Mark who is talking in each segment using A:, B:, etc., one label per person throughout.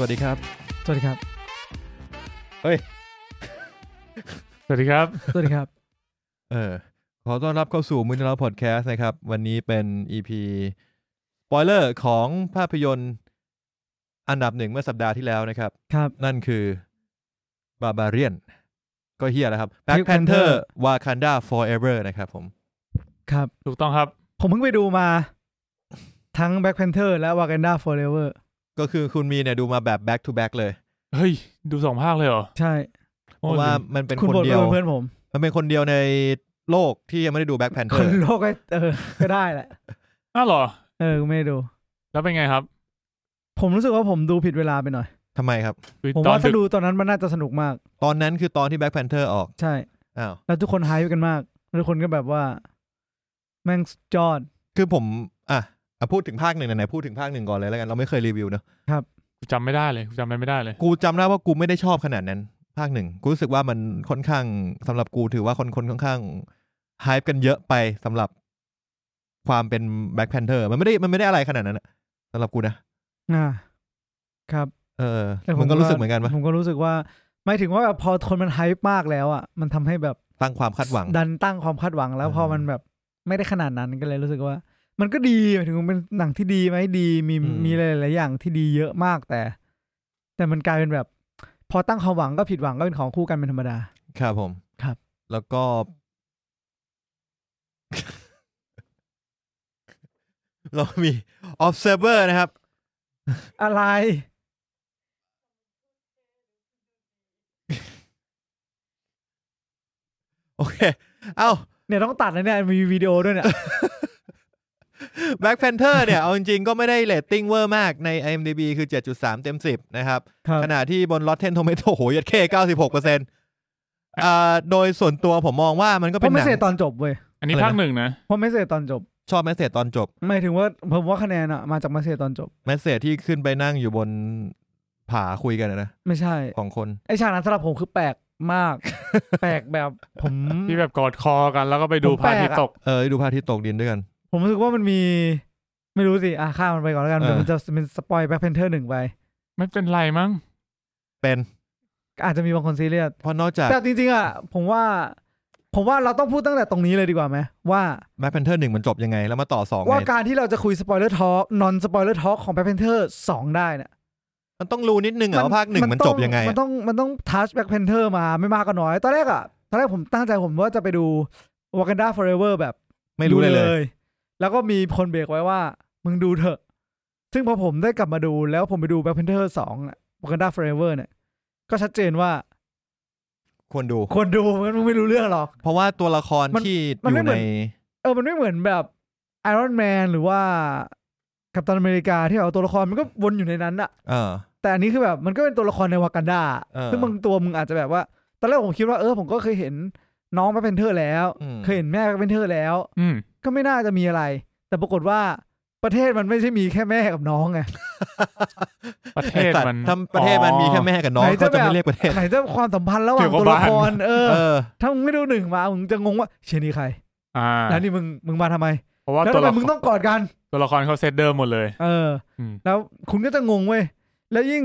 A: วัสดีครับ
B: สวัสดีครับ
C: สวัสดีค
B: ส
C: รับ
B: วัสดีครับ
A: เออ ขอต้อนรับเข้าสู่มูนเราพอดแคสต์นะครับ วันนี้เป็น EP สปอยเลอร์ของภาพยนตร์อันดับหนึ่งเมื่อสัปดาห์ที่แล้วนะครับ
B: ครับ
A: นั่นคือบาบาเรียน ก็เฮียแล้วครับ Black
B: Black
A: Panther
B: Panther
A: Wakanda Forever นะครับผม
B: ครับ
C: ถูกต้องครับ
B: ผมเพิ่งไปดูมา ทั้ง Black Panther และ Wakanda Forever
A: ก็คือคุณมีเนี่ยดูมาแบบ back to back เลย
C: เฮ้ย ดูสองภาคเลยเหรอ
B: ใช่
A: เพ
C: โอ้
A: ราะว่า
C: ลืม
A: มันเป็น
B: คุณ
A: คน
B: บท
A: เดียว
B: เป็นเพื่อนผม
A: มันเป็นคนเดียวในโลกที่ยังไม่ได้ดู Black
B: ค
A: Panther
B: นโลกก็เออ ก็ได้แหละ
C: อ้าวเหรอ
B: เออกูไม่ได้ดู
C: แล้วเป็นไงครับ
B: ผมรู้สึกว่าผมดูผิดเวลาไปหน่อย
A: ทำไมครับ
C: คือ
B: ผม
C: ตอน
B: ว่าถ้า
C: ดึก
B: ดูตอนนั้นมันน่าจะสนุกมาก
A: ตอนนั้นคือตอนที่ Black Panther ออก
B: ใช่
A: อ้าว
B: แล้วทุกคนไฮป์กันมาก ทุกคนก็แบบว่า แม่งสุดยอด
A: คือผมอ่ะอ่ะพูดถึงภาคหนึ่งไหนๆพูดถึงภาคหนึ่งก่อนเลยแล้วกันเราไม่เคยรีวิวเนอะ
C: กูจำไม่ได้เลยกูจำอะไรไม่ได้เลย
A: กูจำได้ว่ากูไม่ได้ชอบขนาดนั้น ภาคหนึ่งกูรู้สึกว่ามันค่อนข้างสำหรับกูถือว่าคนคนค่อนข้างไฮป์กันเยอะไปสำหรับความเป็น Black Panther มันไม่ได้มันไม่ได้อะไรขนาดนั้นอะสำหรับกูนะ
B: อ่า ครับ
A: เออ
B: แต่ผม
A: มึงก็
B: ว่า
A: รู้สึกเหมือนกันปะ
B: ผมก็รู้สึกว่า ไม่ถึงว่าแบบพอคนมันไฮป์มากแล้วอ่ะ มันทำให้แบบ
A: ตั้งความคาดหวัง
B: ดันตั้งความคาดหวังแล้ว
A: อ่า
B: พอมันแบบไม่ได้ขนาดนั้นก็เลยรู้สึกว่า มันก็ดีหมายถึงมันเป็นหนังที่ดีไหมดีมีมีหลายๆอย่างที่ดีเยอะมากแต่ แต่มันกลายเป็นแบบ พอตั้งความหวังก็ผิดหวังก็เป็นของคู่กันเป็นธรรมดา
A: ครับผม
B: ครับ
A: แล้วก็ เรามี observer นะครับ
B: อะไร
A: โอเค เอ้า
B: เนี่ยต้องตัดนะเนี่ยมีวิดีโอด้วยเนี่ย
A: Black Panther เนี่ย เอาจริงๆ ก็ไม่ได้เรตติ้งเวอร์มากใน IMDb คือ 7.3 เต็ม 10 นะครับ
B: ครับ
A: ขณะที่บน Rotten Tomato โหยัดเข้96เปอร์เซ็นต์โดยส่วนตัวผมมองว่ามันก็
B: เพ
A: เป็นห
B: ราะไม่
A: นัง
B: เสร็จตอนจบเว้ย
C: อันนี้
A: อะไรนะ
C: ภาคหนึ่งนะ
B: เพราะไม่เสร็จตอนจบ
A: ชอบแมสเซจตอนจบ
B: หมายถึงว่าผมว่าคะแนนอะมาจากไม่เสร็จตอนจบ
A: แมสเซจที่ขึ้นไปนั่งอยู่บนผาคุยกันอะนะ
B: ไม่ใช่
A: ของคน
B: ไอฉากนั้นสำหรับผมคือแปลกมาก แปลกแบบผม
C: ที่แบบกอดคอกันแล้วก็ไปดู
B: ผม
C: พระอาทิต
B: แปล
C: ย์
B: กอะ
C: ตก
A: เออ ดูพระอาทิตย์ตกดินด้วยกัน
B: ผมรู้สึกว่ามันมี ไม่รู้สิอ่ะข้ามมันไปก่อนแล้วกัน
A: เออ
B: เดี๋ยวมันจะเป็นสปอยแบ็คเพนเทอร์หนึ่งไป
C: ไม่เป็นไรมั้ง
A: เป็น
B: อาจจะมีบางคนซีเรียส
A: เพราะนอกจาก
B: แต่จริงๆอ่ะผมว่า ผมว่าเราต้องพูดตั้งแต่ตรงนี้เลยดีกว่าไหมว่า
A: Black Panther หนึ่งมันจบยังไง แล้วมาต่อสอง
B: ว่า
A: ไง
B: การที่เราจะคุยสปอยเลอร์ทอ k นอนสปอยเลอร์ทอ k ของแบ็คเพนเทอร์สองได้เนี่ย
A: มันต้องรู้นิดนึงเหรอว่าภาคหนึ่งมันจบยังไง
B: มัน
A: อะ
B: ต้องมันต้องทัชแบ็คเพนเทอร์มาไม่มากก็น้อย ตอนแรกอ่ะตอนแรกผมตั้งใจผมว่าจะไปดูวากันดาฟอร์เอเวอร์แบบ
A: ไม่รู้เลยเลย
B: แล้วก็มีคนเบรกไว้ว่า มึงดูเถอะ ซึ่งพอผมได้กลับมาดูแล้วผมไปดู Black Panther 2น่ะ Wakanda Forever เนี่ย ก็ชัดเจนว่า
A: ควรดู
B: คนดูมันไม่รู้เรื่องหรอก
A: เพราะว่าตัวละคร
B: มัน
A: ที่อ
B: มันไม่
A: ยู่
B: เหมื
A: ใน
B: อน เออ มันไม่เหมือนแบบ Iron Man หรือว่ากัปตันอเมริกาที่เอาตัวละครมันก็วนอยู่ในนั้นอะ
A: เออ
B: แต่อันนี้คือแบบมันก็เป็นตัวละครในวากันดา
A: เออ
B: ซึ่งบางตัวมึงอาจจะแบบว่า ตอนแรกผมคิดว่าเออผมก็เคยเห็นน้องแบ็คเพนเทอร์แล้ว
A: อืม
B: เคยเห็นแม่แบ็คเพนเทอร์แล้ว
C: อืม
B: ก็ไม่น่าจะมีอะไร แต่ปรากฏว่าประเทศมันไม่ใช่มีแค่แม่กับน้องไง
C: ประเท
A: ไอ้
C: ศ
A: สัตว์
C: มัน
A: ถ้าประเทศมันมีแค่แม่กับน้อง
B: ไหน
A: เขาจะ
B: จะ แบบ
A: ไม่เรียกประเทศ
B: ไหนจะความสัมพันธ์ระหว่างตัวละครเออ
A: เออ
B: ถ้ามึงไม่ดูหนึ่งมามึงจะงงว่าเชยร์นี่ใคร
C: อ่า
B: แล้วนี่มึงมึงมาทำไม
C: เพราะว่า
B: แล้ว
C: ตั
B: ทำ
C: ว
B: ไม
C: ละค
B: มึง
C: ร
B: ต้องกอดกัน
C: ตัวละครเขาเซตเดิมหมดเลย
B: เออ
C: อืม
B: แล้วคุณก็จะงงเว้ย แล้วยิ่ง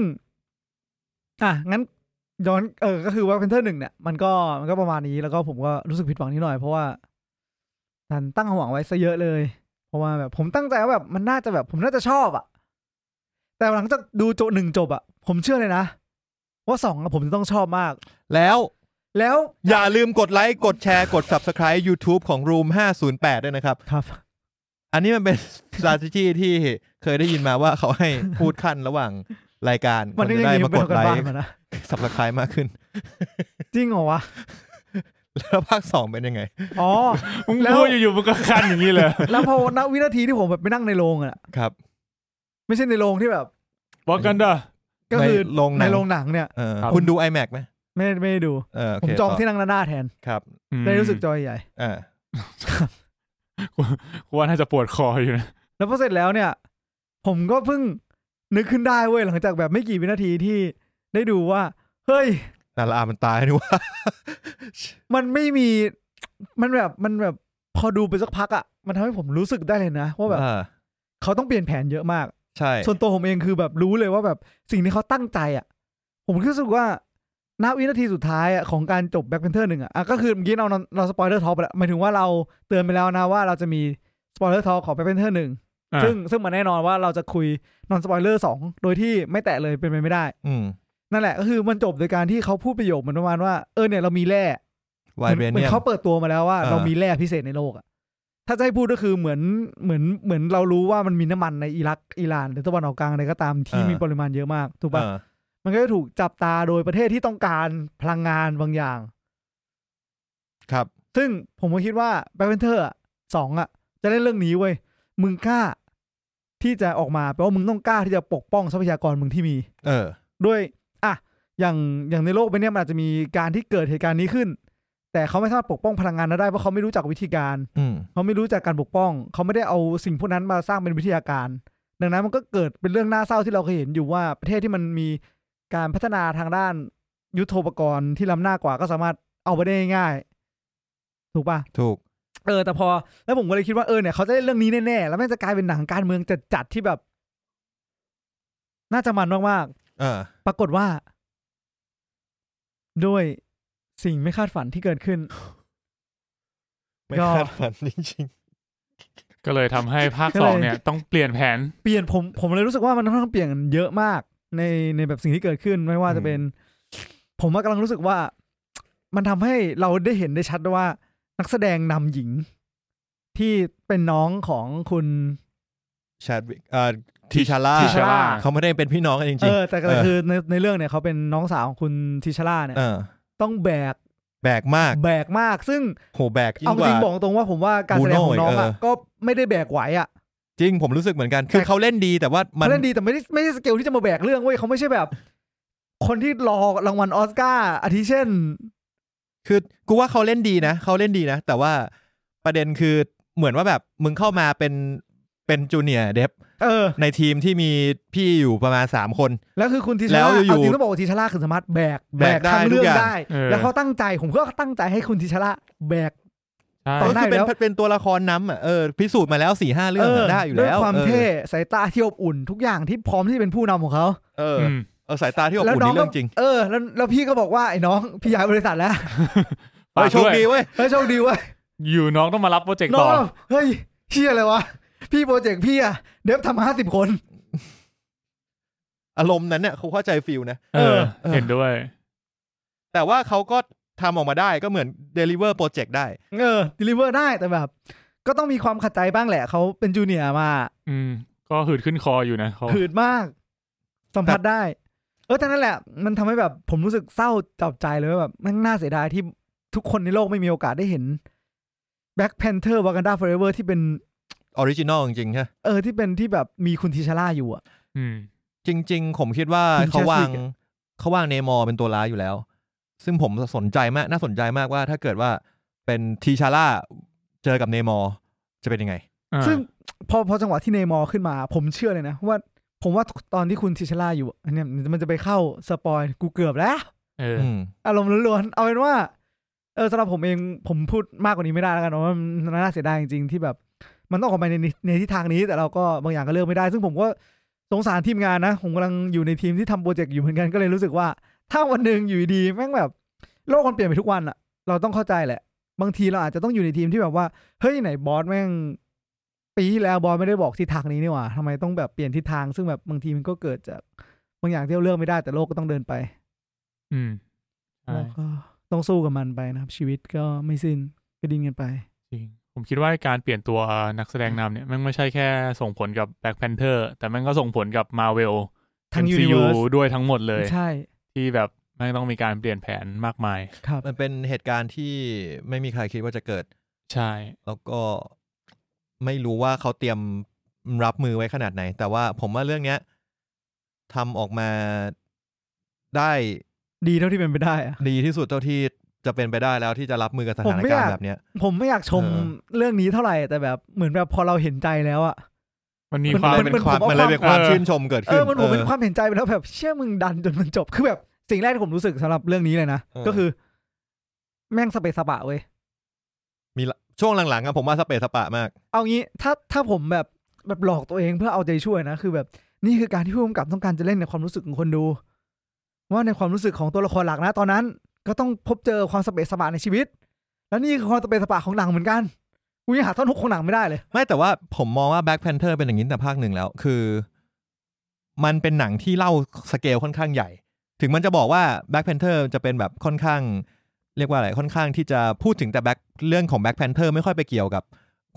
B: อ่ะ งั้นย้อนเออ ก็คือว่าเพนเทอร์หนึ่งเนี่ย มันก็มันก็ประมาณนี้แล้วก็ผมก็รู้สึกผิดหวังนิดหน่อยเพราะว่าทันตั้งความหวังไว้ซะเยอะเลย เพราะว่าแบบผมตั้งใจว่าแบบมันน่าจะแบบ ผมน่าจะชอบอะแต่หลังจากดูโจหนึ่งจบอะผมเชื่อเลยนะ ว่าสองอะผมจะต้องชอบมาก
A: แล้ว
B: แล้ว
A: อย่าลืมกดไลค์ กดแชร์ กด Subscribe YouTube ของ Room 508 ด้วยนะครับ
B: ครับ
A: อันนี้มัน เป็น strategy ที่เคยได้ยินมาว่าเขาให้พูดขั้นระหว่างรายการ
B: มัน
A: น
B: ก็
A: จะ
B: ยัง
A: ได้มา
B: มี
A: ก
B: เป็น
A: ด
B: กัน
A: ไล
B: บ้าง
A: ค์
B: มานะ
A: Subscribe มากขึ้น
B: จริงเหรอวะ
A: แล้วภาคสองเป็นยังไง
B: อ๋อ
C: มึง
B: แล้ว
C: พูดอยู่ๆมึงก็คันอย่างนี้เลย
B: แล้วพอณวินาทีที่ผมแบบไปนั่งในโรงอะ
A: ครับ
B: ไม่ใช่ในโรงที่แบบ
C: บอกกันเด้อ
B: ก็คือ
A: ในโรงหนัง
B: ในโรงหนังเนี่ย
A: เออ
C: ครับ
A: คุณดู iMac ไหม
B: ไม่ไม่ได้ดู
A: เออโอ
B: ผม
A: เค
B: จอง
A: ต่อ
B: ที่นั่งหน้าแทน
A: ครับ
C: อืม
B: ได้รู้สึกจอใหญ่
A: อ่า
C: กูว่าน่าจะปวดคออยู่นะ
B: แล้วพอเสร็จแล้วเนี่ย ผมก็เพิ่งนึกขึ้นได้เว้ยหลังจากแบบไม่กี่วินาทีที่ได้ดูว่า เฮ้ย
A: นารามันตายนี่ว่า
B: มันไม่มี มันแบบมันแบบพอดูไปสักพักอะ่ะ มันทำให้ผมรู้สึกได้เลยนะว่าแบบ
A: อ่า
B: เขาต้องเปลี่ยนแผนเยอะมาก
A: ใช่
B: ส่วนตัวผมเองคือแบบรู้เลยว่าแบบสิ่งที่เขาตั้งใจอ่ะ ผมรู้สึกว่าณวินาทีสุดท้ายอะของการจบแบ็คแพนเทอร์หนึ่งอะอ่ะก็คือเมื่อกี้เราเราสปอยเลอร์ท็อปแล้วหมายถึงว่าเราเตือนไปแล้วนะว่าเราจะมีสปอยเลอร์ท็อปของแบ็คแพนเทอร์หนึ่ง
C: อ่ะ
B: ซึ่งซึ่งมันแน่นอนว่าเราจะคุยนอนสปอยเลอร์สองโดยที่ไม่แตะเลยเป็นไปไม่ได้
A: อืม
B: นั่นแหละก็คือมันจบโดยการที่เขาพูดประโยคเหมือนประมาณว่าเออเนี่ยเรามีแร่
A: ไว
B: เหมือน
A: เบ
B: เหมือ
A: เนีย
B: นเขาเปิดตัวมาแล้วว่า
A: อ่า
B: เรามีแร่พิเศษในโลกอะถ้าจะให้พูดก็คือเหมือนเหมือนเหมือนเรารู้ว่ามันมีน้ำมันในอิรักอิหร่านหรือตะวันออกกลางอะไรก็ตามที่มีปริมาณเยอะมากถูกปะมันก็จะถูกจับตาโดยประเทศที่ต้องการพลังงานบางอย่าง
A: ครับ
B: ซึ่งผมก็คิดว่าแบ็คเพนเทอร์สองอะจะเล่นเรื่องนี้เว้ยมึงกล้าที่จะออกมาแปลว่ามึงต้องกล้าที่จะปกป้องทรัพยากรมึงที่มี
A: เออ
B: ด้วยอ่ะอย่างอย่างในโลกใบเนี้ยมันอาจจะมีการที่เกิดเหตุการณ์นี้ขึ้น แต่เขาไม่สามารถปกป้องพลังงานนั้นได้เพราะเขาไม่รู้จักวิธีการ
A: อืม
B: เขาไม่รู้จักการปกป้อง เขาไม่ได้เอาสิ่งพวกนั้นมาสร้างเป็นวิทยาการ ดังนั้นมันก็เกิดเป็นเรื่องน่าเศร้าที่เราเคยเห็นอยู่ว่าประเทศที่มันมีการพัฒนาทางด้านยุทโธปกรณ์ที่ล้ำหน้ากว่าก็สามารถเอาไปได้ง่ายๆถูกปะ
A: ถูก
B: เออแต่พอ แล้วผมก็เลยคิดว่าเออเนี่ยเขาจะเล่นเรื่องนี้แน่ๆแล้วแม่งจะกลายเป็นหนังการเมืองจัดๆที่แบบ น่าจะมันมากๆ
A: เออ
B: ปรากฏว่า ด้วยสิ่งไม่คาดฝันที่เกิดขึ้น
A: ไม่
B: ก็
A: คาดฝันจริง
C: ก็เลยทำให้ภาคสองเนี่ยต้องเปลี่ยนแผน
B: เปลี่ยนผมผมเลยรู้สึกว่ามันค่อนข้างเปลี่ยนเยอะมาก ในในแบบสิ่งที่เกิดขึ้นไม่ว่าจะเป็น ผมว่ากำลังรู้สึกว่า มันทำให้เราได้เห็นได้ชัดว่า นักแสดงนำหญิง ที่เป็นน้องของคุณ
A: ๆชาดเอ่อทีชาร่า
C: ทิชาร่า
A: เขาไม่ได้เป็นพี่น้องกันจริ
B: เอง อ แต่ก็
A: เออ
B: คือในในเรื่องเนี่ยเขาเป็นน้องสาวของคุณทิชาร่าเนี่
A: ๆ
B: ย
A: เออ
B: ต้องแบก
A: แบกมาก
B: แบกมาก ซึ่ง
A: โหแบกยิ่
B: เอา
A: ง
B: จ
A: ก
B: ริงๆบอ
A: ว่า
B: กตรงว่าผมว่าการแสดงของน้องอะ
A: เออ
B: ก็ไม่ได้แบกไหวอะ
A: จริงผมรู้สึกเหมือนกัน คือเขาเล่นดีแต่ว่ามัน
B: เขาเล่นดีแต่ไม่ได้ไม่ใช่สเกลที่จะมาแบกเรื่องเว้ยเขาไม่ใช่แบบ คนที่รอรางวัลออสการ์อาทิเช่น
A: คือกูว่าเขาเล่นดีนะเขาเล่นดีนะ แต่ว่าประเด็นคือเหมือนว่าแบบมึงเข้ามาเป็นเป็นจูเนียร์เดฟ
B: เออ
A: ในทีมที่มีพี่อยู่ประมาณสามคน
B: แล้วคือคุณทีช
A: แล้
B: ลาว
A: อยู่ๆ
B: เอาจริงต้องบอกว่าทีชลาคือสามารถแบก
A: แบกได้
B: ทั้งเรื่อ
A: ทุกอง ย่าง
B: ได้
C: เออ
B: แล้วเขาตั้งใจผมก็ตั้งใจให้คุณทีชลาแบก
C: ใช่
B: ต
A: ก็คือเป็น
B: ได้แล้ว
A: เป็นตัวละครน้ำอ่ะเออพิสูจน์มาแล้วสี่ห้าเรื่องอะได้อยู่
B: ด้วย
A: แล้ว
B: ความ
A: ออ
B: เท่สายตาที่อบอุ่นทุกอย่างที่พร้อมที่จะเป็นผู้นำของเขา
A: เอออ
C: ม
A: เออสายตาที่อบ
B: แล้ว
A: อุ่น
B: น้อ
A: นี่
B: งก็
A: เรื่องจริง
B: เออแล้วแล้วพี่ก็บอกว่าไอ้น้องพี่ย้ายบริษัทแล้ว
A: เฮ้ยโชคดีเว้ย
B: เฮ้ยโชคดีเว้ย
C: อยู่น้องต้องมารับโปรเจกต์
B: น้อ
C: ต่
B: ง
C: อ
B: แบบเฮ้ยเชี่ยอะไรวะพี่โปรเจกต์พี่อะเดฟทำห้าสิบคน
A: อารมณ์นั้นเนี่ยเขาเข้าใจฟิลนะ
C: เออ
A: เออ
C: เห็นด้วย
A: แต่ว่าเขาก็ทำออกมาได้ก็เหมือน deliver project ได้
B: เออ ดลิเวอร์ได้แต่แบบ ก็ต้องมีความขัดใจบ้างแหละ เขาเป็นจูเนียร์มา
C: อืม ก็หืดขึ้นคออยู่นะเขา
B: หืดมาก สัมผัสได้ เออแต่นั่นแหละ มันทำให้แบบผมรู้สึกเศร้าจับใจเลยว่าแบบแม่งน่าเสียดายที่ทุกคนในโลกไม่มีโอกาสได้เห็น Black Panther Wakanda Forever ที่เป็น
A: original จริงๆใช่
B: เออที่เป็นที่แบบมีคุณทิชาร่าอยู่อะ
C: อืม
A: จริง ๆ ผมคิดว่า
B: คุณ
A: เขาวาง
B: Chadwick อะ
A: เขาวางเนมอร์เป็นตัวร้ายอยู่แล้ว ซึ่งผมสนใจมาก น่าสนใจมากว่าถ้าเกิดว่าเป็นทีชาร่าเจอกับเนมอร์จะเป็นยังไง
C: อ่า
B: ซึ่งพอพอจังหวะที่เนมอร์ขึ้นมา ผมเชื่อเลยนะ ว่าผมว่าตอนที่คุณทิชาร่าอยู่อะอันเนี้ยมันจะไปเข้าสปอยกูเกือบแล้ว
C: เออ
A: อืม
B: อารมณ์ล้วนๆ เอาเป็นว่า เออสำหรับผมเองผมพูดมากกว่านี้ไม่ได้แล้วกันเพราะว่ามันน่าเสียดายจริงๆ ที่แบบ มันต้องออกมาในนิในทิศทางนี้ แต่เราก็บางอย่างก็เลือกไม่ได้ ซึ่งผมก็สงสารทีมงานนะ ผมกำลังอยู่ในทีมที่ทำโปรเจกต์อยู่เหมือนกันก็เลยรู้สึกว่า ถ้าวันหนึ่งอยู่ดีๆแม่งแบบ โลกมันเปลี่ยนไปทุกวันอะเราต้องเข้าใจแหละ บางทีเราอาจจะต้องอยู่ในทีมที่แบบว่าเฮ้ยไหนบอสแม่ง ปีที่แล้วบอสไม่ได้บอกทิศทางนี้นี่หว่าทำไมต้องแบบเปลี่ยนทิศทาง ซึ่งแบบบางทีมันก็เกิดจากบางอย่างที่เราเลือกไม่ได้แต่โลกก็ต้องเดินไป
C: อืมใช่
B: แล้วก็ต้องสู้กับมันไปนะครับ ชีวิตก็ไม่สิ้นก็ดิ้นกันไป
C: จริงผมคิดว่าการเปลี่ยนตัวนักแสดงนำเนี่ยแมันไม่ใช่แค่ส่งผลกับ Black Panther แต่แมันก็ส่งผลกับ Marvel
B: ทั้งยูนิ
C: MCU
B: เวอร์ส
C: ด้วยทั้งหมดเลย
B: ใช่
C: ที่แบบแมันต้องมีการเปลี่ยนแผนมากมาย
B: ครับ
A: มันเป็นเหตุการณ์ที่ไม่มีใครคิดว่าจะเกิด
C: ใช่
A: แล้วก็ไม่รู้ว่าเขาเตรียมรับมือไว้ขนาดไหน แต่ว่าผมว่าเรื่องเนี้ยทำออกมาได้
B: ดีเท่าที่เป็นไปได้อะ
A: ดีที่สุดเท่าที่จะเป็นไปได้แล้วที่จะรับมือกับสถาน
B: ผมไม่
A: กา
B: อ
A: ร
B: ยาก
A: ณ์แบบเนี้ย
B: ผมไม่อยากชม
A: เออ
B: เรื่องนี้เท่าไหร่แต่แบบเหมือนแบบพอเราเห็นใจแล้วอะ
C: มันมี
B: มัน
C: ความ
A: เลยเป็น
B: มัน
A: ความ
B: ผมว่า
A: มันเลยเป็นความ
C: ความ
A: ชื่นชมเกิด
B: เอ
A: ขึ้น
B: อมันผมเป็
A: อ
B: น
A: อ
B: ความเห็นใจไปแล้วแบบเชื่อมึงดันจนมันจบคือแบบสิ่งแรกที่ผมรู้สึกสำหรับเรื่องนี้เลยนะ
A: เออ
B: ก็คือ แม่งสเปซสปะเว้ย
A: มีละช่วงหลังๆอะผมว่าสเปซสปะมาก
B: เอางี้ถ้าถ้าผมแบบแบบหลอกตัวเองเพื่อเอาใจช่วยนะ คือแบบ นี่คือการที่ผู้กำกับต้องการจะเล่นในความรู้สึกของคนดู ว่าในความรู้สึกของตัวละครหลักนะตอนนั้น ก็ต้องพบเจอความสะเปะสะปะในชีวิต แล้วนี่คือความสะเปะสะปะของหนังเหมือนกันกูยังหาท่อนฮุกของหนังไม่ได้เลย
A: ไม่แต่ว่าผมมองว่า Black Panther เป็นอย่างนี้ตั้งแต่ภาคหนึ่งแล้ว คือ มันเป็นหนังที่เล่าสเกลค่อนข้างใหญ่ ถึงมันจะบอกว่า Black Panther จะเป็นแบบค่อนข้าง เรียกว่าอะไรค่อนข้างที่จะพูดถึงแต่ Black เรื่องของ Black Panther ไม่ค่อยไปเกี่ยวกับ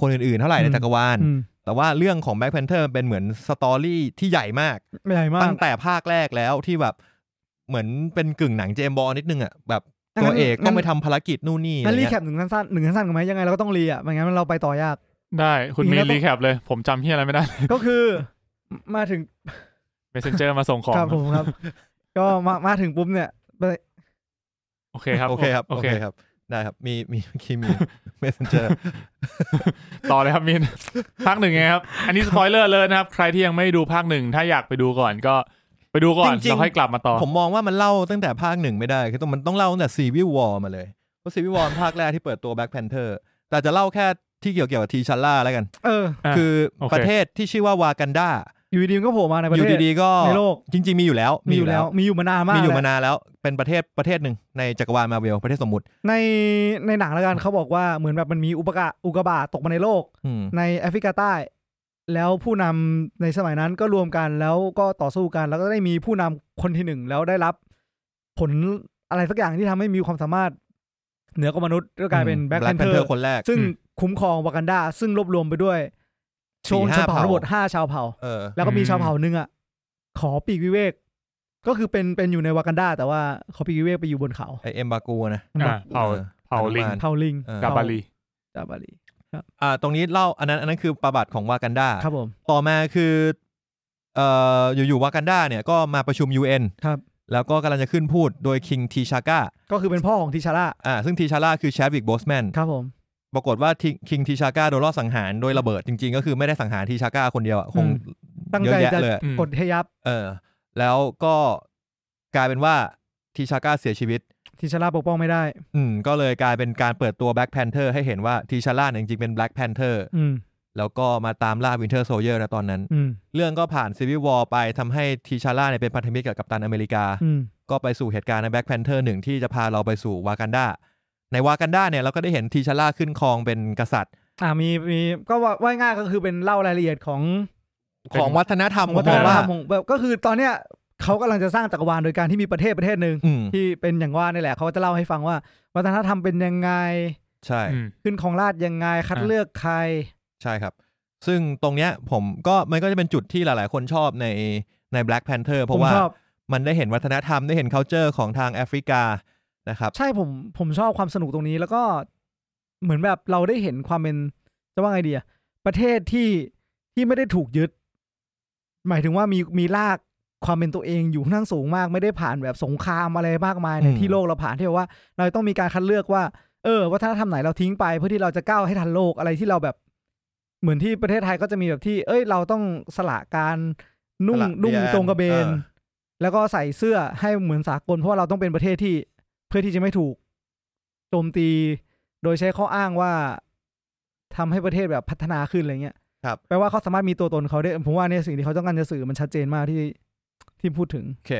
A: คนอื่นๆ เท่าไหร่ใน
B: อืม
A: จักรวาล
B: อืม
A: แต่ว่าเรื่องของ Black Panther เป็นเหมือนสตอรี่ที่ใหญ่มาก
B: ใหญ่มาก
A: ตั้งแต่ภาคแรกแล้วที่แบบเหมือนเป็นกึ่งหนังเจมส์บอลนิดนึงอ่ะแบบ
B: งั้น
A: ตัวเอกต้องไป
B: งั้น
A: ทำภารกิจนู่นนี่อะ
B: งั้
A: ไร
B: นรี
A: เงี้
B: แค
A: ย
B: ปหนึ่งสั้นๆหนึ่งสั้นๆกันไหมยังไงเราก็ต้องรีอ่ะไม่งั้นเราไปต่อ ยาก
C: ได้คุณมี
B: มีแล้วต้อง
C: รีแคปเลย ผมจำที่อะไรไม่ได้
B: ก็คือมาถึง
C: messenger มาส่งของ
B: ครับผม ครับ ก็มามาถึงปุ๊บเนี่ยไป
C: โอเคครับ
A: โอเคครับ
C: โอ
A: โอ
C: เค
A: เคครับได้ครับมีมีเมื่อกี้มี messenger
C: ต่อเลยครับมิน ภาคหนึ่งไงครับ อันนี้สปอยเลอร์เลยนะครับ ใครที่ยังไม่ดูภาคหนึ่งถ้าอยากไปดูก่อนก็ไปดูก่อน
A: จริงๆ
C: เราค่อยกลับมาต่อ
A: ผมมองว่ามันเล่าตั้งแต่ภาคหนึ่งไม่ได้ คือต้องมันต้องเล่าตั้งแต่ซีวิววอมาเลย เพราะซีวิววอภาคแรกที่เปิดตัวแบ็คแพนเทอร์แต่จะเล่าแค่ที่เกี่ยวเกี่ยวกับทีชัลล่าแล้วกัน
B: เออ
C: อ่ะ
A: คือ
C: โอเค
A: ประเทศที่ชื่อว่าวากันดา
B: อยู่ดีๆมันก็โผล่มาในป
A: อ
B: ระ
A: ยู่
B: เทศ
A: ดีๆก็
B: ในโลก
A: จริง ๆ มีอยู่แล้ว
B: มีอยู่แล้ว มีอยู่มานานมาก
A: มีอยู่
B: แล้ว
A: มานานแล้วเป็นประเทศประเทศหนึ่งในจักรวาลมาเวลประเทศสมมุติ
B: ในในหนังแล้วกันเขาบอกว่าเหมือนแบบมันมีอุปกะอุกกาบาตตกมาในโลก
A: อืม
B: ในแอฟริกาใต้ แล้วผู้นำในสมัยนั้นก็รวมกันแล้วก็ต่อสู้กัน แล้วก็ได้มีผู้นำคนที่หนึ่งแล้วได้รับ ผลอะไรสักอย่างที่ทำให้มีความสามารถ เหนือกว่ามนุษย์ก็กลายเป็นแบ็คแพนเทอร์
A: คนแรก
B: ซึ่งคุ้มครองวากันดาซึ่งรวบรวมไปด้วยช
A: สี่
B: น
A: ห้า
B: ชนเผ่า
A: เผ่า
B: ทั้งหมดห้าชาวเผ่า
A: เออ
B: แล้วก็มี
C: อืม
B: ชาวเผ่าหนึ่งอ่ะขอปีกวิเวก ก็คือเป็นเป็นอยู่ในวากันดาแต่ว่าขอปีกวิเวกไปอยู่บนเขา
A: ไอเอ็มบากูนะ
C: อ่ะเผา
A: ออ
C: เผาลิง
A: ฮนุมน
B: เผ่าลิง
A: เออ
C: กาบาลี
B: กาบาลี
A: อ่าตรงนี้เล่าอันนั้นอันนั้นคือประวัติของวากันดา
B: ครับผม
A: ต่อมาคือเอ่ออยู่ๆวากันดาเนี่ยก็มาประชุม UN
B: ครับ
A: แล้วก็กำลังจะขึ้นพูดโดยคิงทีชาก้า
B: ก็คือเป็นพ่อของทิชาร่า
A: อ่าซึ่งทีชาร่าคือแชดวิกโบสแมน
B: ครับผม
A: ปรากฏว่าคิงทีชาก้าโดนลอบสังหารโดยระเบิดจริงๆ ก็คือไม่ได้สังหารทีชาก้าคนเดียวอะคง
B: ตั้ง
A: เยอะ
B: ใจ
A: แยะ
B: จะ
A: เลยอะ
C: อืม
B: กดให้ยับ
A: เออ แล้วก็กลายเป็นว่าทีชาก้าเสียชีวิต
B: ทิชาร่าปกป้องไม่ได้
A: อืมก็เลยกลายเป็นการเปิดตัวแบล็กแพนเทอร์ให้เห็นว่าทีชาร่าเนี่ยจริงๆเป็นแบล็กแพนเทอร์
B: อืม
A: แล้วก็มาตามล่าวินเทอร์โซเยอร์นะตอนนั้น
B: อืม
A: เรื่องก็ผ่านซีวิววอลไปทำให้ทีชาร่าเนี่ยเป็นพันธมิตรกับกัปตันอเมริกา
B: อืม
A: ก็ไปสู่เหตุการณ์ในแบล็กแพนเทอร์หนึ่งที่จะพาเราไปสู่วากันดาในวากันดาเนี่ยเราก็ได้เห็นทีชาร่าขึ้นครองเป็นกษัตริย์
B: อ่ามีมีก็ว่าว่าง่ายก็คือเป็นเล่ารายละเอียดของ
A: ของวัฒนธรรม
B: ของ
A: ผ
B: วั
A: มมอง
B: ฒนธร
A: ว่าร
B: มของแบบก็คือตอนเนี้ยเขากำลังจะสร้างจักรวาลโดยการที่มีประเทศประเทศหนึ่ง
A: อืม
B: ที่เป็นอย่างว่านี่แหละเขาก็จะเล่าให้ฟังว่า วัฒนธรรมเป็นยังไง
A: ใช่
C: อืม
B: ขึ้นของราชย์ยังไงคัด
C: อ่า
B: เลือกใคร
A: ใช่ครับ ซึ่งตรงเนี้ยผมก็มันก็จะเป็นจุดที่หลายๆ คนชอบในในแบล็กแพนเทอร์เพ
B: ผ
A: ราะ
B: ม
A: ว่า
B: ชอบ
A: มันได้เห็นวัฒนธรรมได้เห็น c u เจอร์ของทางแอฟริกานะครับ
B: ใช่ผมผมชอบความสนุกตรงนี้แล้วก็เหมือนแบบเราได้เห็นความเป็นจะว่าไงดีอะประเทศที่ที่ไม่ได้ถูกยึด หมายถึงว่ามีมีรากความเป็นตัวเองอยู่ค่อนข้างสูงมาก ไม่ได้ผ่านแบบสงครามอะไรมากมายในที่โลกเราผ่านที่แบบว่า เราต้องมีการคัดเลือกว่า เออ วัฒนธรรมไหนเราทิ้งไปเพื่อที่เราจะก้าวให้ทันโลกอะไรที่เราแบบ เหมือนที่ประเทศไทยก็จะมีแบบที่ เอ้ย เราต้องสละการนุ่ง
A: ตลาด
B: นุ่ง
A: เบีย
B: ตรงกระเบน
A: ออ
B: แล้วก็ใส่เสื้อให้เหมือนสากลเพราะว่าเราต้องเป็นประเทศที่เพื่อที่จะไม่ถูกโจมตีโดยใช้ข้ออ้างว่าทำให้ประเทศแบบพัฒนาขึ้นอะไรเงี้ย
A: ครับ
B: แปลว่าเขาสามารถมีตัวตนเขาได้ผมว่าเนี่ยสิ่งที่เขาต้องการจะสื่อมันชัดเจนมากที่ที่พูดถึง
A: โอเค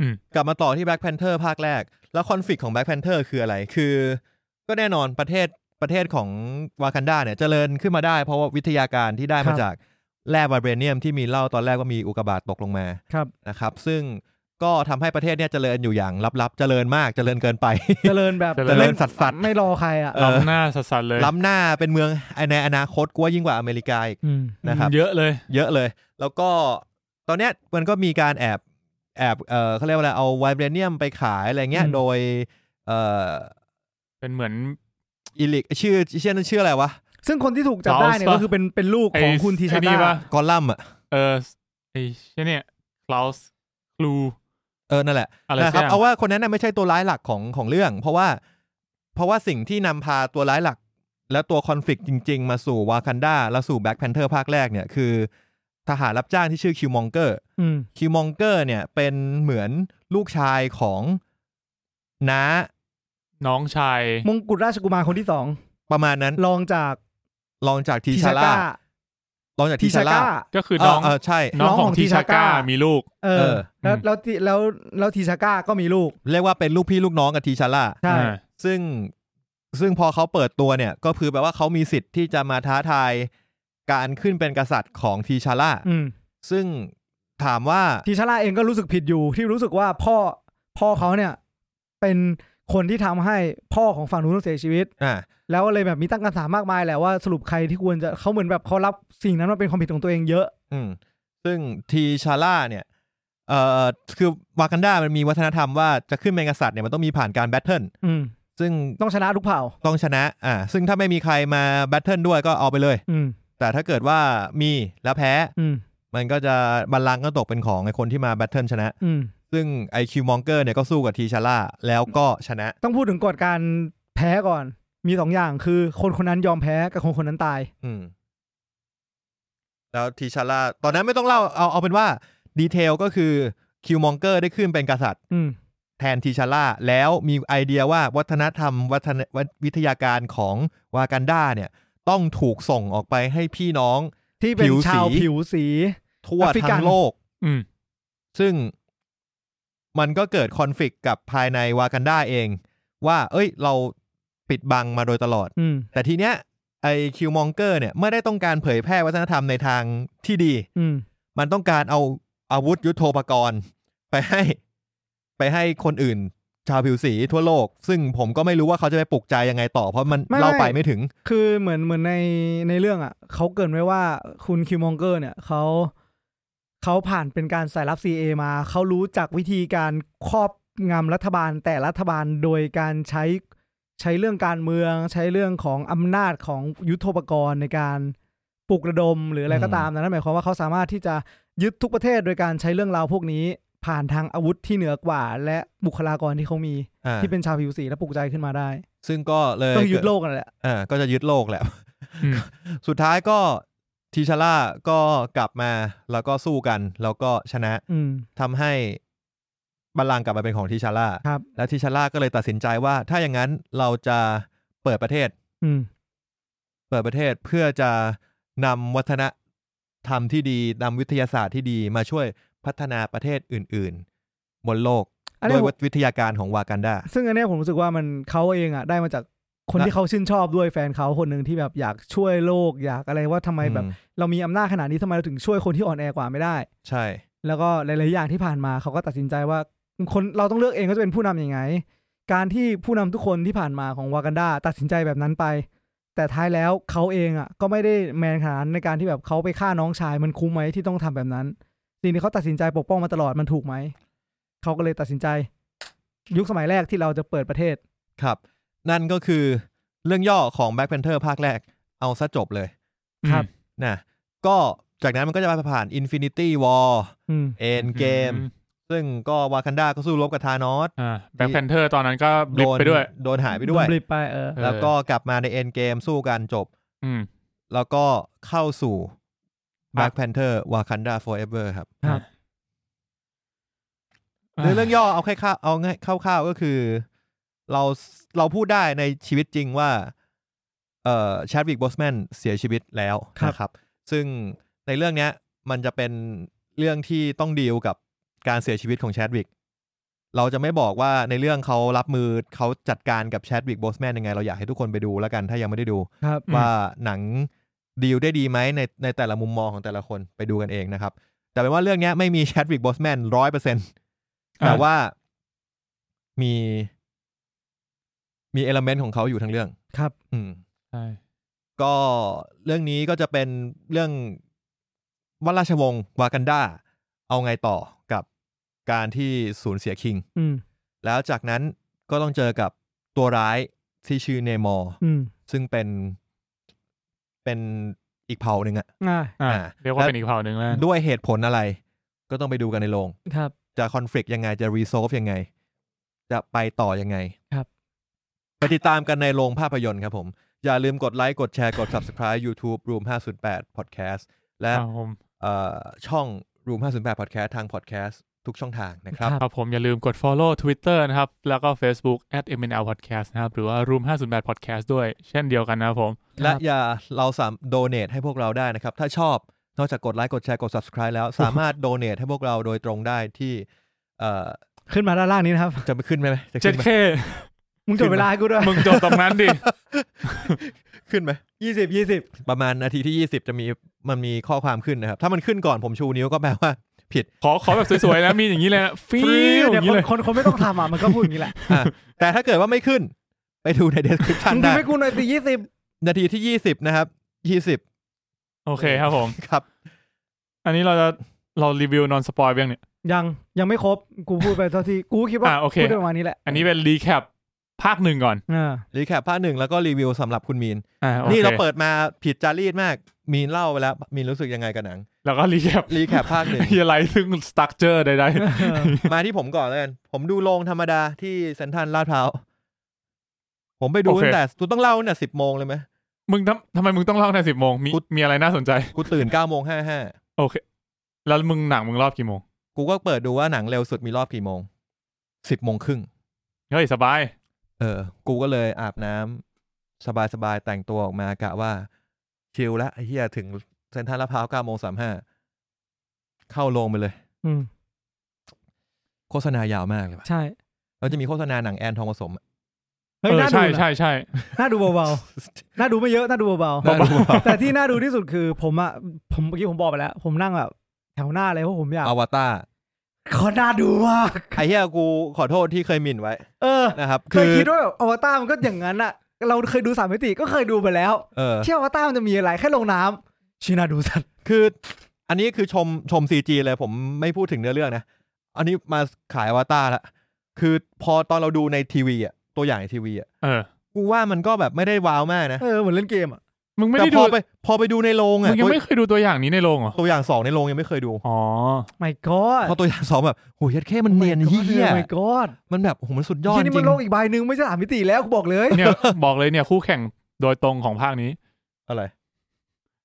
C: อืม
A: กลับมาต่อที่ Black Panther ภาคแรก แล้วคอนฟ lict ของ Black Panther คืออะไร คือ ก็แน่นอนประเทศประเทศของวากันดาเนี่ยเจริญขึ้นมาได้ เพราะว่าวิทยาการที่ได้
B: ครั
A: มา
B: บ
A: จากแร่วาเบรเนียมที่มีเล่าตอนแรกว่ามีอุกกาบาตตกลงมา
B: ครับ
A: นะครับ ซึ่งก็ทำให้ประเทศเนี่ยเจริญอยู่อย่างลับๆ เจริญมาก เจริญเกินไป
B: เจริญแบบ
C: เจ
A: เจริญ
B: ไม่
A: สัตว์
B: ไม่รอใครอ่ะ
A: เออ
C: ล้ำหน้าสัสๆเลย
A: ล้ำหน้าเป็นเมืองในอนาคตกว่ายิ่งกว่าอเมริกาอีก
B: อืม
A: นะครับ
C: เยอะเลย
A: เยอะเลย แล้วก็ตอนเนี้ยมันก็มีการแอบแอบเออเขาเรียกว่าอะไรเอาไวเบรเนียมไปขายอะไรเงี้ย
B: อืม
A: โดยเอ่อ
C: เป็นเหมือน
A: อิลิกชื่อชื่อนั้นชื่ออะไรวะ
B: ซึ่งคนที่ถูกจับได้เนี่ย
C: เรา
B: ก็คือเป็นเป็นลูกของ
C: ไอ้
B: คุณทีชา
C: ไอ้นี่
B: ดา
C: ปะ
A: กอลัมน์อะ
C: เออไอ้เช่นเนี่ยคลาสคลู
A: เออนั่นแหละ
C: อะไร
A: นะค
C: สั
A: รั
C: ก
A: บ
C: อย่าง
A: เอาว่าคนนั้นน่ะไม่ใช่ตัวร้ายหลักของของเรื่อง เพราะว่าเพราะว่าสิ่งที่นำพาตัวร้ายหลัก และตัวคอนฟ lict จริง ๆ มาสู่วากันดาและสู่แบล็กแพนเทอร์ภาคแรกเนี่ยคือทหารรับจ้างที่ชื่อคิวมองเกอร์
B: อืม
A: คิวมองเกอร์เนี่ยเป็นเหมือนลูกชายของน้า
C: น้องชาย
B: มงกุฎราชกุมารคนที่สอง
A: ประมาณนั้น
B: รองจาก
A: ลองจากที
B: ที
A: ชา
B: ชา
A: ร่า
B: ก้า
A: รองจากที
B: ทีชา
A: ชาร่า
B: ก้า
C: ก็คือน้อง
A: เออใช่
C: น้
B: น้
C: อง
B: อง
C: ข
B: ข
C: อ
B: อง ง
C: ทีชาก้า
B: Tishaka
C: มีลูก
B: เอ
A: เออ
B: อแล้วแล้วทีแล้วแล้วทีชาก้าก็มีลูก
A: เรียกว่าเป็นลูกพี่ลูกน้องกับทีชาร่า
B: ใช่
C: อ่า
A: ซึ่งซึ่งพอเขาเปิดตัวเนี่ย ก็คือแปลว่าเขามีสิทธิ์ที่จะมาท้าทายการขึ้นเป็นกษัตริย์ของทีชาร่า
B: อืม
A: ซึ่งถามว่า
B: ทีชาร่าเองก็รู้สึกผิดอยู่ ที่รู้สึกว่าพ่อพ่อเขาเนี่ย เป็นคนที่ทำให้พ่อของฝั่งนู้นต้องเสียชีวิต
A: อ่า
B: แล้วเลยแบบมีตั้งคำถามมากมายแหละว่าสรุปใครที่ควรจะเขาเหมือนแบบเขารับสิ่งนั้นมาเป็นความผิดของตัวเองเยอะ
A: อืม ซึ่งทีชาร่าเนี่ย เอ่อ คือวากันดามันมีวัฒนธรรมว่าจะขึ้นเป็นกษัตริย์เนี่ยมันต้องมีผ่านการแบทเทิล
B: อืม
A: ซึ่ง
B: ต้องชนะทุกเผ่า
A: ต้องชนะ อ่า ซึ่งถ้าไม่มีใครมาแบทเทิลด้วยก็เอาไปเลย
B: อืม
A: แต่ถ้าเกิดว่ามีแล้วแพ้
B: อืม
A: มันก็จะบัลลังก์ก็ตกเป็นของไอคนที่มาแบทเทิลชนะ
B: อืม
A: ซึ่งไอคิวมองเกอร์เนี่ยก็สู้กับทีชาร่าแล้วก็ชนะ
B: ต้องพูดถึงกฎการแพ้ก่อน มีสองอย่างคือคนคนนั้นยอมแพ้กับคนคนนั้นตาย
A: อืม แล้วทีชาร่าตอนนั้นไม่ต้องเล่าเอาเอาเป็นว่าดีเทลก็คือคิวมองเกอร์ได้ขึ้นเป็นกษัตริย์
B: อืม
A: แทนทีชาร่าแล้วมีไอเดียว่าวัฒนธรรมวัฒนวทวิทยาการของวากันดาเนี่ย ต้องถูกส่งออกไปให้พี่น้อง
B: ที่เป็น
A: ผิวสี
B: ชาวผิวสี
A: ทั่ว
B: แอฟริกั
A: ทั้
B: น
A: งโลก
C: อืม
A: ซึ่งมันก็เกิดคอนฟ lict กับภายในวากันดาเอง ว่า เอ้ย เราปิดบังมาโดยตลอด
B: อืม
A: แต่ทีเนี้ยไอคิวมองเกอร์เนี่ย ไม่ได้ต้องการเผยแพร่วัฒนธรรมในทางที่ดี
B: อืม
A: มันต้องการเอาอาวุธยุโทโธปกรณ์ ไปให้ ไปให้คนอื่น ชาวผิวสีทั่วโลก ซึ่งผมก็ไม่รู้ว่าเขาจะไปปลุกใจยังไงต่อ เพราะมัน
B: ไม่
A: เล่าไปไม่ถึง
B: คือเหมือนเหมือนในในเรื่องอ่ะเขาเกรินไว้ว่าคุณคิวมองเกอร์เนี่ยเขาเขาผ่านเป็นการสายรับ CA มาเขารู้จักวิธีการครอบงำรัฐบาลแต่รัฐบาลโดยการใช้ใช้เรื่องการเมือง ใช้เรื่องของอำนาจของยุทโธปกรณ์ในการปลุกระดมหรืออะไรก็ตามนะนั่นหมายความว่าเขาสามารถที่จะยึดทุกประเทศโดยการใช้เรื่องราวพวกนี้ ผ่านทางอาวุธที่เหนือกว่า และบุคลากรที่เขามี
A: อ่า
B: ที่เป็นชาวผิวสีและปลุกใจขึ้นมาได้
A: ซึ่งก็เลย
B: ก็คือยึดโลกนั่นแหละ
A: อ่าก็จะยึดโลกแหละ
C: อืม
A: สุดท้ายก็ทีชาร่าก็กลับมาแล้วก็สู้กัน แล้วก็ชนะ
B: อืม
A: ทำให้บัลลังก์กลับมาเป็นของทีชาร่า
B: ครับ
A: และทีชาร่าก็เลยตัดสินใจว่า ถ้าอย่างนั้นเราจะเปิดประเทศ
B: อืม
A: เปิดประเทศเพื่อจะนำวัฒนธรรมที่ดีนำวิทยาศาสตร์ที่ดีมาช่วยพัฒนาประเทศอื่น ๆ บนโลก
B: อัน
A: ด้ว
B: เนี้
A: ย ย
B: ผม
A: วิทยาการของวากันดา
B: ซึ่งอันเนี้ยผมรู้สึกว่ามันเขาเองอ่ะได้มาจากคน
A: นะ
B: ที่เขาชื่นชอบด้วยแฟนเขาคนหนึ่งที่แบบอยากช่วยโลกอยากอะไรว่าทำไมแบบ
A: อื
B: เรามีอำนาจขนาดนี้ทำไมเราถึงช่วยคนที่อ่อนแอกว่าไม่ได้
A: ใช่
B: แล้วก็หลาย ๆ อย่างที่ผ่านมาเขาก็ตัดสินใจว่าคนเราต้องเลือกเองก็จะเป็นผู้นำยังไง การที่ผู้นำทุกคนที่ผ่านมาของวากันดาตัดสินใจแบบนั้นไป แต่ท้ายแล้วเขาเองอ่ะก็ไม่ได้แมนขนาดนั้นในการที่แบบเขาไปฆ่าน้องชายมันคุ้มไหมที่ต้องทำแบบนั้นสิ่งที่เขาตัดสินใจปกป้องมาตลอดมันถูกไหมเขาก็เลยตัดสินใจ ยุคสมัยแรกที่เราจะเปิดประเทศ
A: ครับ นั่นก็คือเรื่องย่อของ Black Panther ภาคแรก เอาซะจบเลย
B: ครับ
A: นะก็จากนั้นมันก็จะมาผ่าน Infinity War
B: อืม
A: End Game ซึ่งก็วากันดาก็สู้รบกับธานอส
C: อ่าแบ็คแพนเทอร์ตอนนั้นก็บลิ
A: โด
C: ป
A: น
C: ไปด้วย
A: โดนหายไปด้วย
B: บลิปไปเออ
C: เออ
A: แล้วก็กลับมาใน End Game สู้กันจบ
C: อืม
A: แล้วก็เข้าสู่
C: ครับ
A: Black Panther Wakanda Forever ครับ
B: ครับ
A: เนื้อเรื่องย่อเอาแค่ข้าวเอาง่ายคร่าวๆก็คือ เราเราพูดได้ในชีวิตจริงว่า เอ่อชาร์วิกบอสแมนเสียชีวิตแล้ว
B: ครับ
A: นะครับ ซึ่งในเรื่องเนี้ย มันจะเป็นเรื่องที่ต้องดีลกับการเสียชีวิตของชาร์วิกเราจะไม่บอกว่าในเรื่องเขารับมือเขาจัดการกับชาร์วิกบอสแมนยังไง เราอยากให้ทุกคนไปดูแล้วกันถ้ายังไม่ได้ดู
B: ครับ
C: อืม
A: ว่าหนังดีลได้ดีไหมในในแต่ละมุมมองของแต่ละคนไปดูกันเองนะครับ แต่เป็นว่าเรื่องเนี้ยไม่มีแชดวิกบอสแมนร้อยเปอร์เซ็นแต่ว่ามีมีเอลเมนต์ของเขาอยู่ทั้งเรื่อง
B: ครับ
A: อืม
C: ใช่
A: ก็เรื่องนี้ก็จะเป็นเรื่องว่าราชวงศ์วากันดาเอาไงต่อกับการที่สูญเสียคิง
B: อืม
A: แล้วจากนั้นก็ต้องเจอกับตัวร้ายที่ชื่อเนมอร์
B: อืม
A: ซึ่งเป็นเป็นอีกเผ่าหนึ่งอะ
B: อ่า
C: อ่า
A: อ่า
C: เรียกว่าเป็นอีกเผ่าหนึ่งแล้วกัน
A: ด้วยเหตุผลอะไร ก็ต้องไปดูกันในโรง
B: ครับ
A: จะคอนฟ lict ยังไงจะรีโซฟยังไง จะไปต่อยังไง
B: ครับ
A: ไปติดตามกันในโรงภาพยนตร์ครับผม อย่าลืมกดไลค์กดแชร์กด subscribe YouTube Room 508 Podcast และ
C: ครับผม
A: เอ่อช่อง Room 508 Podcast ทาง Podcast ทุกช่องทางนะครับ
B: ครับ
C: ครับผมอย่าลืมกด follow Twitter นะครับ แล้วก็ Facebook at mnl podcast นะครับ หรือว่า room 508 podcast ด้วยเช่นเดียวกันนะครับผม
A: และอย่าเราสามโดเนทให้พวกเราได้นะครับ ถ้าชอบนอกจากกดไลค์กดแชร์กด subscribe แล้ว สามารถโดเนทให้พวกเราโดยตรงได้ที่ เอ่อ
B: ขึ้นมาด้านล่างนี้นะครับ
A: จะไปขึ้นไหมจะขึ้นไหม
C: 7K
B: มึงจดเวลาให้กูด้วย
C: มึงจบตรงนั้นดิ
A: ขึ้นไหม
B: ยี่สิบยี่สิบ
A: ประมาณนาทีที่ 20 จะมีมันมีข้อความขึ้นนะครับ ถ้ามันขึ้นก่อนผมชูนิ้วก็แปลว่า
C: ขอขอแบบสวยๆนะมีอย่างนี้เลยนะฟิวอ
B: เดี๋ย
C: ย่าวงนี้เลย
B: คนคนไม่ต้องทำอ่ะมันก็พูดอย่างนี้แหละ
A: อ่ะแต่ถ้าเกิดว่าไม่ขึ้น ไปดูใน description
B: มึงพิม
A: ได้
B: พ์ให้กูหน่อยสิยี่สิบ
A: นาทีที่ 20 นะครับ
C: โอเคครับผม
A: 20 ครับ
C: อันนี้เราจะเรารีวิวนอนสปอยเบียงเนี่ย
B: ยังยังไม่ครบกูพูดไปเท่าที่กูคิดว่า
C: อ่ะโอเค
B: พูดได้ประมาณนี้แหละ
C: อันนี้เป็นรีแคปภาคหนึ่งก่อน
B: อ่า
A: รีแคปภาคหนึ่งแล้วก็รีวิวสำหรับคุณมีน
C: อ่าโอค
A: นี่เราเปิดมาผิดจารีตมาก มีนเล่าไปแล้ว มีนรู้สึกยังไงกับหนัง
C: แล้วก็รีแคป
A: รีแคปภาค หนึ่ง
C: เฮียอะไรซึ่งสตั๊กเจอร์ใด
A: มาที่ผมก่อนเลยกันผมดูโรงธรรมดาที่เซนทรันลาดพร้าว ผมไปดูตั้งแต่กูต้องเล่าตั้งแต่สิบโมงเลยไหม
C: ๆ มึงทำทำไมมึงต้องเล่าในสิบโมงมี
A: กู
C: มีอะไรน่าสนใจ
A: กูตื่นเก้าโมงห้าห้า
C: โอเค แล้วมึงหนังมึงรอบกี่โมง
A: กูก็เปิดดูว่าหนังเร็วสุดมีรอบกี่โมงสิบโมงครึ่ง
C: เฮ้ย สบาย
A: เออ กูก็เลยอาบน้ำสบายๆ แต่งตัวออกมากะว่า ชิลละไอ้เฮียถึงเซ็นทรัลลาดพร้าวเก้าโมงสามห้าเข้าโรงไปเลย
B: อืม
A: โฆษณายาวมากเลยว่ะ
B: ใช่
A: แล้วจะมีโฆษณาหนังแอนทองผสมอะ
B: เฮ้ย
C: เออ
B: น่าดู
C: ใช่
B: นะ
C: ใช่ใช่
B: น่าดูเบาๆน่าดูไม่เยอะน่าดูเบา
A: น่าดูเปล่า
B: ๆแต่ที่น่าดูที่สุดคือ ผมอ่ะผมเมื่อกี้ผมบอกไปแล้ว ผมนั่งแบบแถวหน้าเลยเพราะผมอยาก
A: อวตาร
B: เขาน่าดูมาก
A: ไอ้เฮียกูขอโทษที่เคยหมิ่นไว้
B: เออ
A: นะครับ
B: เค
A: คื
B: ย
A: อ
B: คิดว่าแบบอวตารมันก็อย่างนั้นอ่ะ เราเคยดูสามมิติก็เคยดูไปแล้ว
A: เออ
B: เที่ยวอวตารมันจะมีอะไรแค่ลงน้ำชินาดูสัตว์
A: คืออันนี้คือชมชมซีจีเลยผมไม่พูดถึงเนื้อเรื่องนะ อันนี้มาขายอวตารละคือพอตอนเราดูในทีวีอ่ะตัวอย่างในทีวีอ่ะ
C: เออ
A: กูว่ามันก็แบบไม่ได้ว้าวมากนะ
B: เออเหมือนเล่นเกมอ่ะ
C: มึงไม่
A: แต่
C: ได้
A: พ
C: ดู
A: อไปพอไปดูในโรงอ่ะ
C: มึงยัง
A: ตัว
C: ไม่เคยดูตัวอย่างนี้ในโรงเหรอ
A: ตัวอย่างสองในโรงยังไม่เคยดู
C: อ๋อ
B: ไม่ก็
A: เพอตัวอย่างสองแบบโหยัดเข้มันเนียนเฮี้ย
B: ไม่ก็
A: ๆมันแบบโหมันสุดยอด
B: ที่
A: จ
B: นี่มั
A: ริง
B: นโลกอีกใบหนึ่งไม่ใช่สามมิติแล้วกูบอกเลย
C: เนี่ย บอกเลยเนี่ยคู่แข่งโดยตรงของภาคนี้
A: อะไร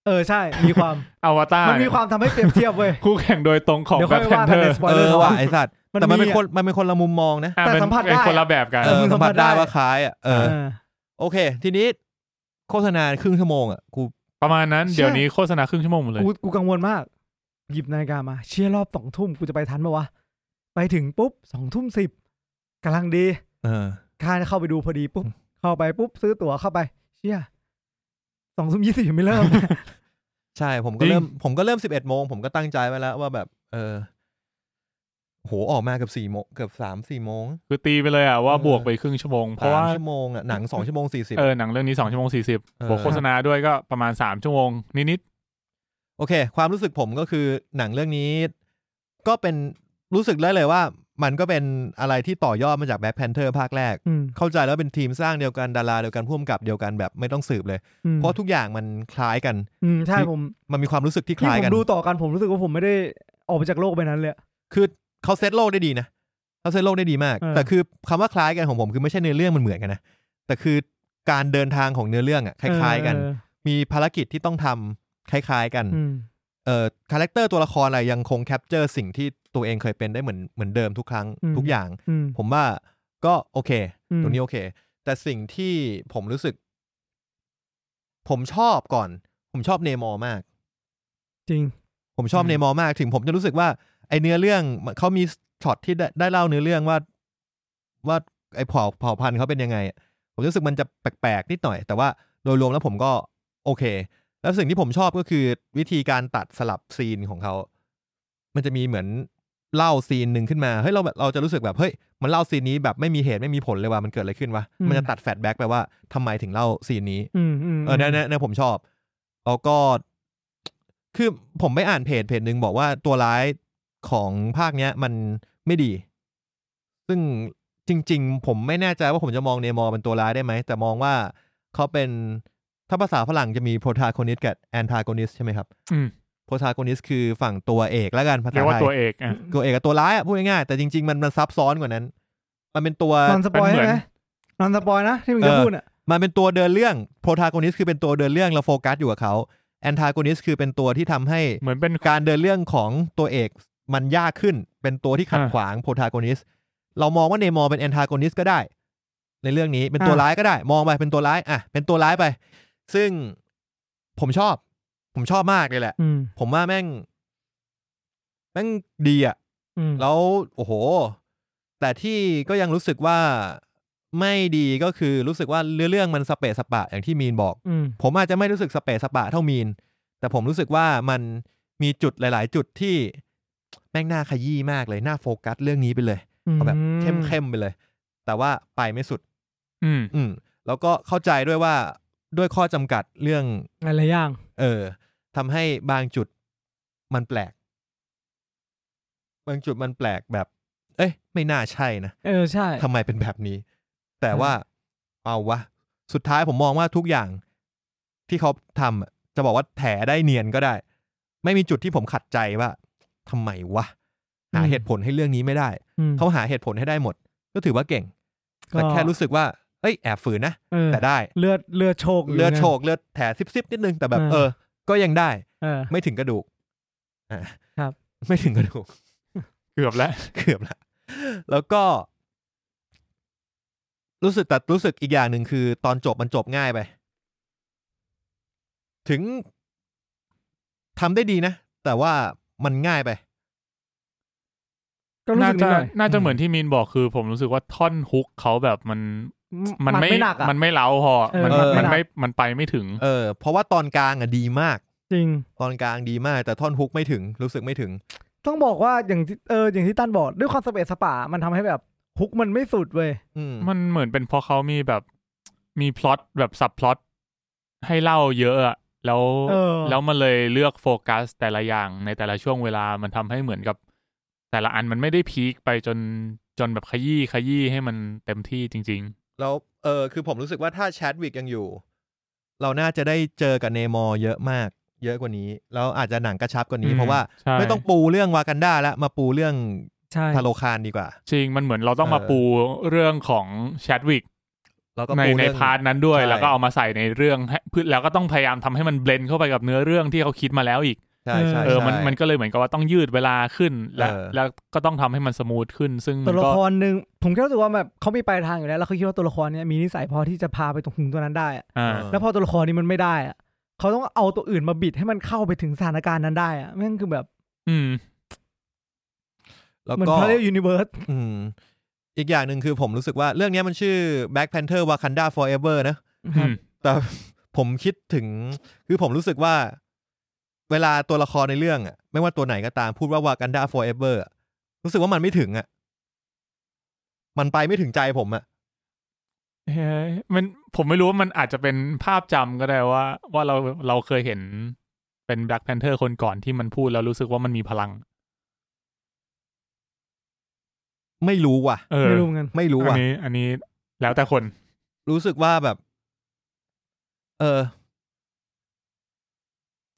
B: เออใช่ มีความ
C: อวตาร
B: มันมีความทำให้เปรียบเทียบเว้ ย
C: คู่แข่งโดยตรงของ
B: เดี๋ยว
C: แบ
B: ค่
C: ท
B: อย
C: แพน
B: ว่ากัใน
C: เทอนร์
B: สปอย
A: เอ
B: เลอ
A: อ
B: ร์
A: ว่ะ
B: ว่า
A: ไอสัตว์
B: มัน
A: แต่มันเป็น
B: มีอะ
A: คนมันเป็นคนละมุมมองนะ
C: อ่ะ
B: แต่
C: เป็น
B: สัมผัส
C: เป็น
B: ได้
C: คนละแบบกัน
A: เออ
B: มึงสั
A: สัม
B: มผั
A: ผัส
B: สได้
A: ได้ว่าคล้ายอ่ะเออ
B: เออ
A: โอเค ทีนี้โฆษณาครึ่งชั่วโมงอ่ะกู
C: ประมาณนั้น
B: เชี่ย
C: เดี๋ยวนี้โฆษณาครึ่งชั่วโมงหมดเลย
B: กูกูกังวลมาก หยิบนาฬิกามา เชียร์รอบสองทุ่มกูจะไปทันปะวะ ไปถึงปุ๊บสองทุ่มสิบกำลังดี
A: เออ
B: ข้าเข้าไปดูพอดีปุ๊บ เข้าไปปุ๊บซื้อตั๋วเข้าไป เชียสองทุ่มยี่สิบยังไม่เริ่ ม
A: ใช่ ผมก็
C: จริง
A: เริ่มผมก็เริ่มสิบเอ็ดโมงผมก็ตั้งใจไว้แล้วว่าแบบ เออโหออกมาเกือบสี่โมงเกือบสามสี่โมง
C: คือตีไปเลยอ่ะว่าบวกไปครึ่งชั่วโมง เพ
A: สาม
C: ราะว่า
A: ชั่วโมงอ่ะหนังสองชั่วโมงสี่สิบ
C: เออหนังเรื่องนี้สองชั่วโมงสี่สิบ
A: เออ
C: บวกโฆษณาด้วยก็ประมาณสามชั่วโมงนิด
A: โอเค ความรู้สึกผมก็คือหนังเรื่องนี้ ก็เป็นรู้สึกได้เลยว่า มันก็เป็นอะไรที่ต่อยอดมาจากแบ็คแพนเทอร์ภาคแรก
B: อืม
A: เข้าใจแล้วเป็นทีมสร้างเดียวกันดาราเดียวกันพ่วมกับเดียวกันแบบไม่ต้องสืบเลย
B: อืม
A: เพราะทุกอย่างมันคล้ายกัน
B: อืมใช่ผม
A: มันมีความรู้สึกที่ค
B: ที่
A: ล้าย
B: ผ
A: กัน
B: มดูต่อกันผมรู้สึกว่าผมไม่ได้ออกไปจากโลกใบนั้นเลยอะ
A: คือเขาเซตโลกได้ดีนะเขาเซตโลกได้ดีมาก
B: เออ
A: แต่คือคำว่าคล้ายกันของผมคือไม่ใช่เนื้อเรื่องมันเหมือนกันนะ แต่คือการเดินทางของเนื้อเรื่องอ่ะคล้าย ๆ กัน
B: เออ
A: มีภารกิจที่ต้องทำคล้าย ๆ กัน
B: อืม
A: เอ่อคาแรคเตอร์ตัวละครอะไรยังคงแคปเจอร์สิ่งที่ตัวเองเคยเป็นได้เหมือนเหมือนเดิมทุกครั้งทุกอย่าง
B: อืม
A: ผมว่าก็โอเค
B: อืม
A: ตรงนี้โอเค แต่สิ่งที่ผมรู้สึก ผมชอบก่อน ผมชอบเนมอร์มาก
B: จริง
A: ผมชอบ
B: อืม
A: เนมอร์มากถึงผมจะรู้สึกว่าไอเนื้อเรื่องมันเขามีช็อตที่ได้ได้เล่าเนื้อเรื่องว่า ว่าไอเผ่าเผ่าพันธุ์เขาเป็นยังไงอะผมรู้สึกมันจะแปลกๆนิดหน่อย แต่ว่าโดยรวมแล้วผมก็โอเค แล้วสิ่งที่ผมชอบก็คือวิธีการตัดสลับซีนของเขา มันจะมีเหมือนเล่าซีนหนึ่งขึ้นมาเฮ้ยเราแบบเราจะรู้สึกแบบเฮ้ยมันเล่าซีนนี้แบบไม่มีเหตุไม่มีผลเลยว่ามันเกิดอะไรขึ้นวะ
B: อืม
A: มันจะตัดแฟลชแบ็กไปว่าทำไมถึงเล่าซีนนี้
B: อืมอืม
A: เออเนี่ยเนี่ยเนี่ยผมชอบ แล้วก็ คือผมไม่อ่านเพจเพจหนึ่งบอกว่าตัวร้ายของภาคเนี้ย มันไม่ดี ซึ่งจริง ๆ ผมไม่แน่ใจว่าผมจะมองเนมอร์เป็นตัวร้ายได้ไหม แต่มองว่าเขาเป็น ถ้าภาษาฝรั่งจะมี protagonist กับ antagonist ใช่ไหมครับ
C: ๆอืม
A: protagonist คือฝั่งตัวเอกแล้วกันภา
C: เรี
A: ษาย
C: กว่า
A: ไทย
C: ตัวเอกอ่ะ
A: ตัวเอกกับตัวร้ายอะพูดง่ายๆแต่จริง ๆ มันมันซับซ้อนกว่านั้น มันเป็นตัว
B: นอนสปอย
C: เป็นเหมือน
B: ใช่ไหมนอนสปอยนะที่มึงจะ
A: เออ
B: พูดอ่ะ
A: มันเป็นตัวเดินเรื่อง protagonist คือเป็นตัวเดินเรื่องเราโฟกัสอยู่กับเขา antagonist คือเป็นตัวที่ทำให้
C: เหมือนเป็น
A: การเดินเรื่องของตัวเอก มันยากขึ้นเป็นตัวที่ขัด
C: อ่า
A: ขวางโพทากนิสเรามองว่าเนมอร์เป็นแอนทากนิสก็ได้ ในเรื่องนี้เป็นตัว
B: อ่า
A: ร้ายก็ได้ มองไปเป็นตัวร้ายอ่ะเป็นตัวร้ายไป ซึ่งผมชอบ ผมชอบมากเลยแหละ
B: อืม
A: ผมว่าแม่ง แม่งดีอ่ะ
B: อืม
A: แล้วโอ้โห แต่ที่ก็ยังรู้สึกว่าไม่ดีก็คือรู้สึกว่าเรื่องเรื่องมันสเปะสปะอย่างที่มีนบอก
B: อืม
A: ผมอาจจะไม่รู้สึกสเปะสปะเท่ามีน แต่ผมรู้สึกว่ามันมีจุดหลาย ๆ จุดที่แม่งน่าขยี้มากเลยน่าโฟกัสเรื่องนี้ไปเลยเอาแบบเข้มเข้มๆไปเลย แต่ว่าไปไม่สุด
C: อืม
A: อืม แล้วก็เข้าใจด้วยว่าด้วยข้อจำกัดเรื่อง
B: หลายๆอย่าง
A: เออทำให้บางจุดมันแปลก บางจุดมันแปลกแบบ เอ้ย ไม่น่าใช่นะ
B: เออใช่
A: ทำไมเป็นแบบนี้ แต่
B: ใช่
A: ว่าเอาวะ สุดท้ายผมมองว่าทุกอย่างที่เขาทำอะจะบอกว่าแถได้เนียนก็ได้ ไม่มีจุดที่ผมขัดใจว่าทำไมวะ หาเหตุผลให้เรื่องนี้ไม่ได้
B: อืม
A: เขาหาเหตุผลให้ได้หมด ก็ถือว่าเก่ง แต่
B: ก็
A: แค่รู้สึกว่า เอ้ยแอบฝืนนะ
B: เออ
A: แต่ได้
B: เลือดเลือดโชกยู่
A: เลือด
B: นะ
A: โฉกเลือดแถซิบๆนิดนึงแต่แบบ
B: เออ
A: เออ ก็ยังได้
B: เออ
A: ไม่ถึงกระดูกอ่า
B: ครับ
A: ไม่ถึงกระดูก
C: เกือบแล้ว
A: เกือบละ แล้วก็ รู้สึกแต่รู้สึกอีกอย่างหนึ่งคือ ตอนจบมันจบง่ายไป ถึงทำได้ดีนะ แต่ว่ามันง่ายไป
B: ก็รู้
C: น่า
B: สึกนิด
C: จะ
B: หน่อย
C: น่าจะเหมือนที่มีนบอกคือ ผมรู้สึกว่าท่อนฮุกเขาแบบมัน มันไม่
B: หนักอ่ะ
C: มันไม่เล้าพอ มัน
A: เออ
C: มัน
B: ไม่หนัก
C: ไม่มันไปไม่ถึง
A: เออ เพราะว่าตอนกลางอ่ะดีมาก
B: จริง
A: ตอนกลางดีมาก แต่ท่อนฮุกไม่ถึง รู้สึกไม่ถึง
B: ต้องบอกว่าอย่างที่เอออย่างที่ตั้นบอกด้วยความสเปซสปา มันทำให้แบบฮุกมันไม่สุดเว้ย
A: อืม
C: มันเหมือนเป็นเพราะเขามีแบบมีพล็อตแบบสับพล็อตให้เล่าเยอะอะแล้ว
B: เออ
C: แล้วมันเลยเลือกโฟกัสแต่ละอย่างในแต่ละช่วงเวลามันทำให้เหมือนกับ แต่ละอันมันไม่ได้พีคไปจนจนแบบขยี้ขยี้ให้มันเต็มที่จริง
A: แล้วเออคือผมรู้สึกว่าถ้าแชดวิกยังอยู่ เราน่าจะได้เจอกับเนมอร์เยอะมาก เยอะกว่านี้ แล้วอาจจะหนังกระชับกว่านี้
C: อืม
A: เพราะว่า
C: ๆใช่
A: ไม่ต้องปูเรื่องวากันดาแล้วมาปูเรื่อง
B: ใช่
A: ทาโลคารดีกว่า
C: จริงมันเหมือนเราต้องมา
A: เออ
C: ปูเรื่องของแชดวิก
A: แล้วก็
C: ใน
A: ปู
C: ใน
A: เรื่อง
C: พาร์ทนั้นด้วย
A: ใช่
C: แล้วก็เอามาใส่ในเรื่องให้เพื่อแล้วก็ต้องพยายามทำให้มันเบลนเข้าไปกับเนื้อเรื่องที่เขาคิดมาแล้วอีก
A: ใช่ใช่
C: เออ มัน
A: ใช่
C: มันก็เลยเหมือนกับว่าต้องยืดเวลาขึ้น และ
A: เออ
C: แล้วก็ต้องทำให้มันสมูทขึ้น ซึ่งมั
B: ตั
C: น
B: วละ
C: ก็
B: ครหนึ่งผมแค่รู้สึกว่าแบบเขามีปลายทางอยู่แล้วแล้วเขาคิดว่าตัวละครเนี้ยมีนิสัยพอที่จะพาไปตรงถึงตัวนั้นได้อะ
C: อ่า
A: เออ
B: แล้วพอตัวละครนี้มันไม่ได้อะเขาต้องเอาตัวอื่นมาบิดให้มันเข้าไปถึงสถานการณ์นั้นได้อะแม่งคือแบบ
C: อืม
A: แล้ว
B: เหมือน
A: ก็
B: พาเลยูนิเวิร์ส
A: อืมอีกอย่างหนึ่งคือผมรู้สึกว่าเรื่องเนี้ยมันชื่อ Black Panther Wakanda Forever นะ
C: อืม
A: แต่ ผมคิดถึง คือผมรู้สึกว่า เวลาตัวละครในเรื่องอะไม่ว่าตัวไหนก็ตามพูดว่าวากันดา forever อะรู้สึกว่ามันไม่ถึงอะมันไปไม่ถึงใจผมอะ
C: เฮ้ยมัน ผมไม่รู้ว่ามันอาจจะเป็นภาพจำก็ได้ว่า ว่าเรา เราเคยเห็นเป็น Black Panther คนก่อนที่มันพูดแล้วรู้สึกว่ามันมีพลัง
A: ไม่รู้ว่ะ
C: เออ
B: ไม่รู้เหมือนกัน
A: ไม่รู้
C: อั
A: ว่ะ
C: นนี้ อันนี้แล้วแต่คน
A: รู้สึกว่าแบบ เออ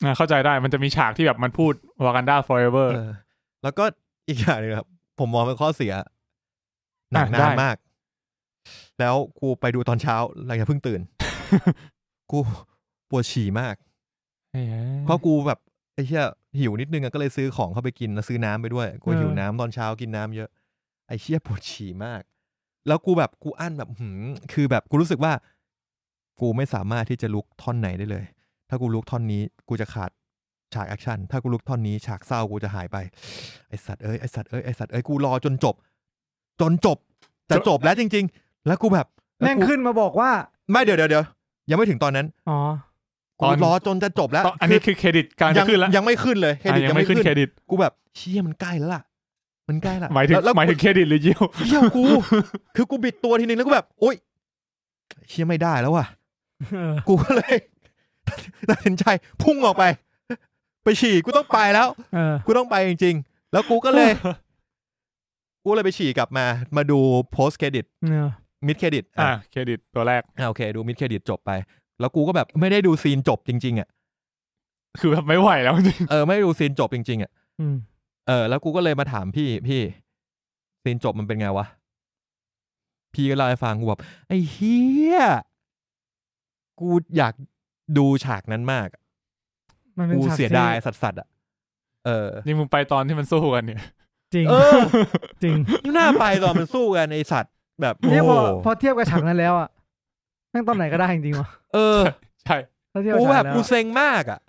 C: อ่า เข้าใจได้ มันจะมีฉากที่แบบมันพูด Wakanda forever
A: เออ แล้วก็อีกอย่างหนึงครับ ผมมองเป็นข้อเสีย หนัก
C: อ่ะ
A: นา
C: ได้
A: นมาก แล้วกูไปดูตอนเช้าหลังจากเพิ่ง ตื่น กูปวดฉี่มาก
C: เฮ้ย
A: เพราะกูแบบไอ้เหี้ยหิวนิดนึงอะก็เลยซื้อของเข้าไปกินแล้วซื้อน้ำไปด้วย กู
B: เออ
A: หิวน้ำตอนเช้ากินน้ำเยอะ ไอ้เหี้ยปวดฉี่มาก แล้วกูแบบกูอั้นแบบหืมคือแบบกูรู้สึกว่า กูไม่สามารถที่จะลุกท่อนไหนได้เลย ถ้ากูลุกท่อนนี้ กูจะขาดฉากแอคชั่น ถ้ากูลุกท่อนนี้ ฉากเศร้ากูจะหายไป ไอสัตว์เอ้ยไอสัตว์เอ้ยไอสัตว์เอ้ยกูรอจนจบ จนจบ จะ
C: จบ
A: จบแล้วจริง ๆ แล้วกูแบบล้ว
B: แม่ง
A: กู
B: ขึ้นมาบอกว่า
A: ไม่เดี๋ยวเดี๋ยวเดี๋ยวยังไม่ถึงตอนนั้น
B: อ๋อ
C: ต
A: กู
C: อน
A: รอจนจะจบแล้ว
C: ตอนอันนี้
A: คือ
C: คือเครดิตกำลางจะ
A: ยัง
C: ขึ้นแล้ว
A: ยังไม่ขึ้นเลยเคร
C: อ่ะ
A: ดิต
C: ยั
A: ยังง
C: ไม่
A: ไม่
C: ขึ้
A: ขึ้น
C: นเครดิต
A: กูแบบเชี่ยมันใกล้แล้วล่ะ มันใกล้ละ
C: หมายถึง
A: แล้วแล้ว
C: หมายถึงเครดิตหรือเยี่ยว
A: เชี่ยกู คือกูบิดตัวทีนึงแล้วกูแบบโอ๊ยเชี่ยไม่ได้แล้วว่ะ
B: เออ
A: กูก็เลย ตัดสินใจพุ่งออกไป ไปฉี่กูต้องไปแล้ว
B: เออ
A: กูต้องไปจริงๆ แล้วกูก็เลย กูเลยไปฉี่กลับมา มาดู post credit
B: เออ
A: mid credit
C: อ่า เครดิตตัวแรก
A: อ่ะโอเค ดู mid credit จบไป แล้วกูก็แบบไม่ได้ดูซีนจบจริงๆอ่ะ
C: คือแบบไม่ไหวแล้วจริง
A: เออไม่ได้ดูซีนจบจริงๆอ่ะ
B: อืม
A: เออแล้วกูก็เลยมาถามพี่พี่ซีนจบมันเป็นไงวะ พี่ก็เล่าให้ฟังกูแบบไอ้เฮียกูอยากดูฉากนั้นมาก
B: มันเป็น
A: กู
B: ฉาก
A: เสีย
B: ที่
A: ดายสัสสัสๆอ่ะ เออ
C: นี่มึงไปตอนที่มันสู้กันเนี่ย
B: จริง
A: เออ
B: จริง
A: หน้าไปตอนมันสู้กันไอสัตว์แบบ
B: เนี่ยพอ
A: โอ้
B: พอเทียบกับฉากนั้นแล้วอ่ะแม่งตอนไหนก็ได้จริงๆวะ
A: เออ
C: ใช่
B: ถ้าเทียบ
A: กู
B: กับ
A: แบ
B: ฉาก
A: บ
B: นั้นแล้ว
A: กู
B: อะ
A: เซ็งมากอ่ะ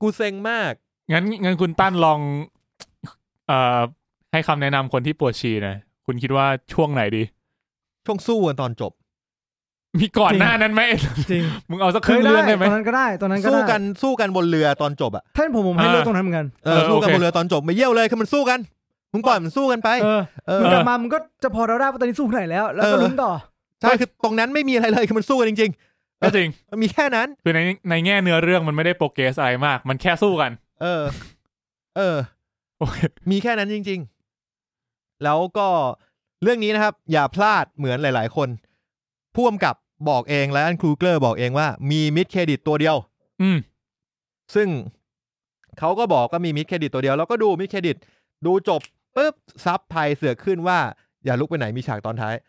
A: กูเซ็งมาก
C: งั้นงั้นคุณตั้นลอง เอ่อให้คำแนะนำคนที่ปวดฉี่หน่อยคุณคิดว่าช่วงไหนดี
A: ช่วงสู้กันตอนจบ
C: มีก่อนหน้านั้นไหม
B: จริง
C: มึงเอาสักครึ่งเรื่องได้ไหม
B: ตอนนั้นก็ได้ตอนนั้นก็
A: สู้
B: ได้
A: กันสู้กันบนเรือตอนจบอ่ะ
B: ท่านผมผมให้
C: อ่า
B: เลือกตรงนั้นเหมือนกัน
A: เออ
C: เออ
A: สู้กัน
C: โอเค
A: บนเรือตอนจบไม่เยี่ยวเลยคือมันสู้กันมึงปล่อยมันสู้กันไป
B: เออ
A: เอ
B: มึง
A: อ
B: กลับมามึงก็จะพอเราได้ว่าตอนนี้สู้ไหนแล้ว แล้วก็
A: เออ
B: ลุ้นต่อ
A: ใช่คือตรงนั้นไม่มีอะไรเลย คือมันสู้กันจริง
C: ก็จริง
A: ๆ มันมีแค่นั้น
C: คือในในแง่เนื้อเรื่องมันไม่ได้โปรเกรสอะไรมาก มันแค่สู้กัน
A: เออ เออ
C: โอเค
A: มีแค่นั้นจริง ๆ แล้วก็เรื่องนี้นะครับ อย่าพลาดเหมือนหลาย ๆ คนพ่วมกับบอกเองและอันครูเกอร์บอกเองว่ามีมิดเครดิตตัวเดียว
C: อืม
A: ซึ่งเขาก็บอกก็มีมิดเครดิตตัวเดียว แล้วก็ดูมิดเครดิต ดูจบปุ๊บซับไทยเสือกขึ้นว่า อย่าลุกไปไหนมีฉากตอนท้าย
C: ใ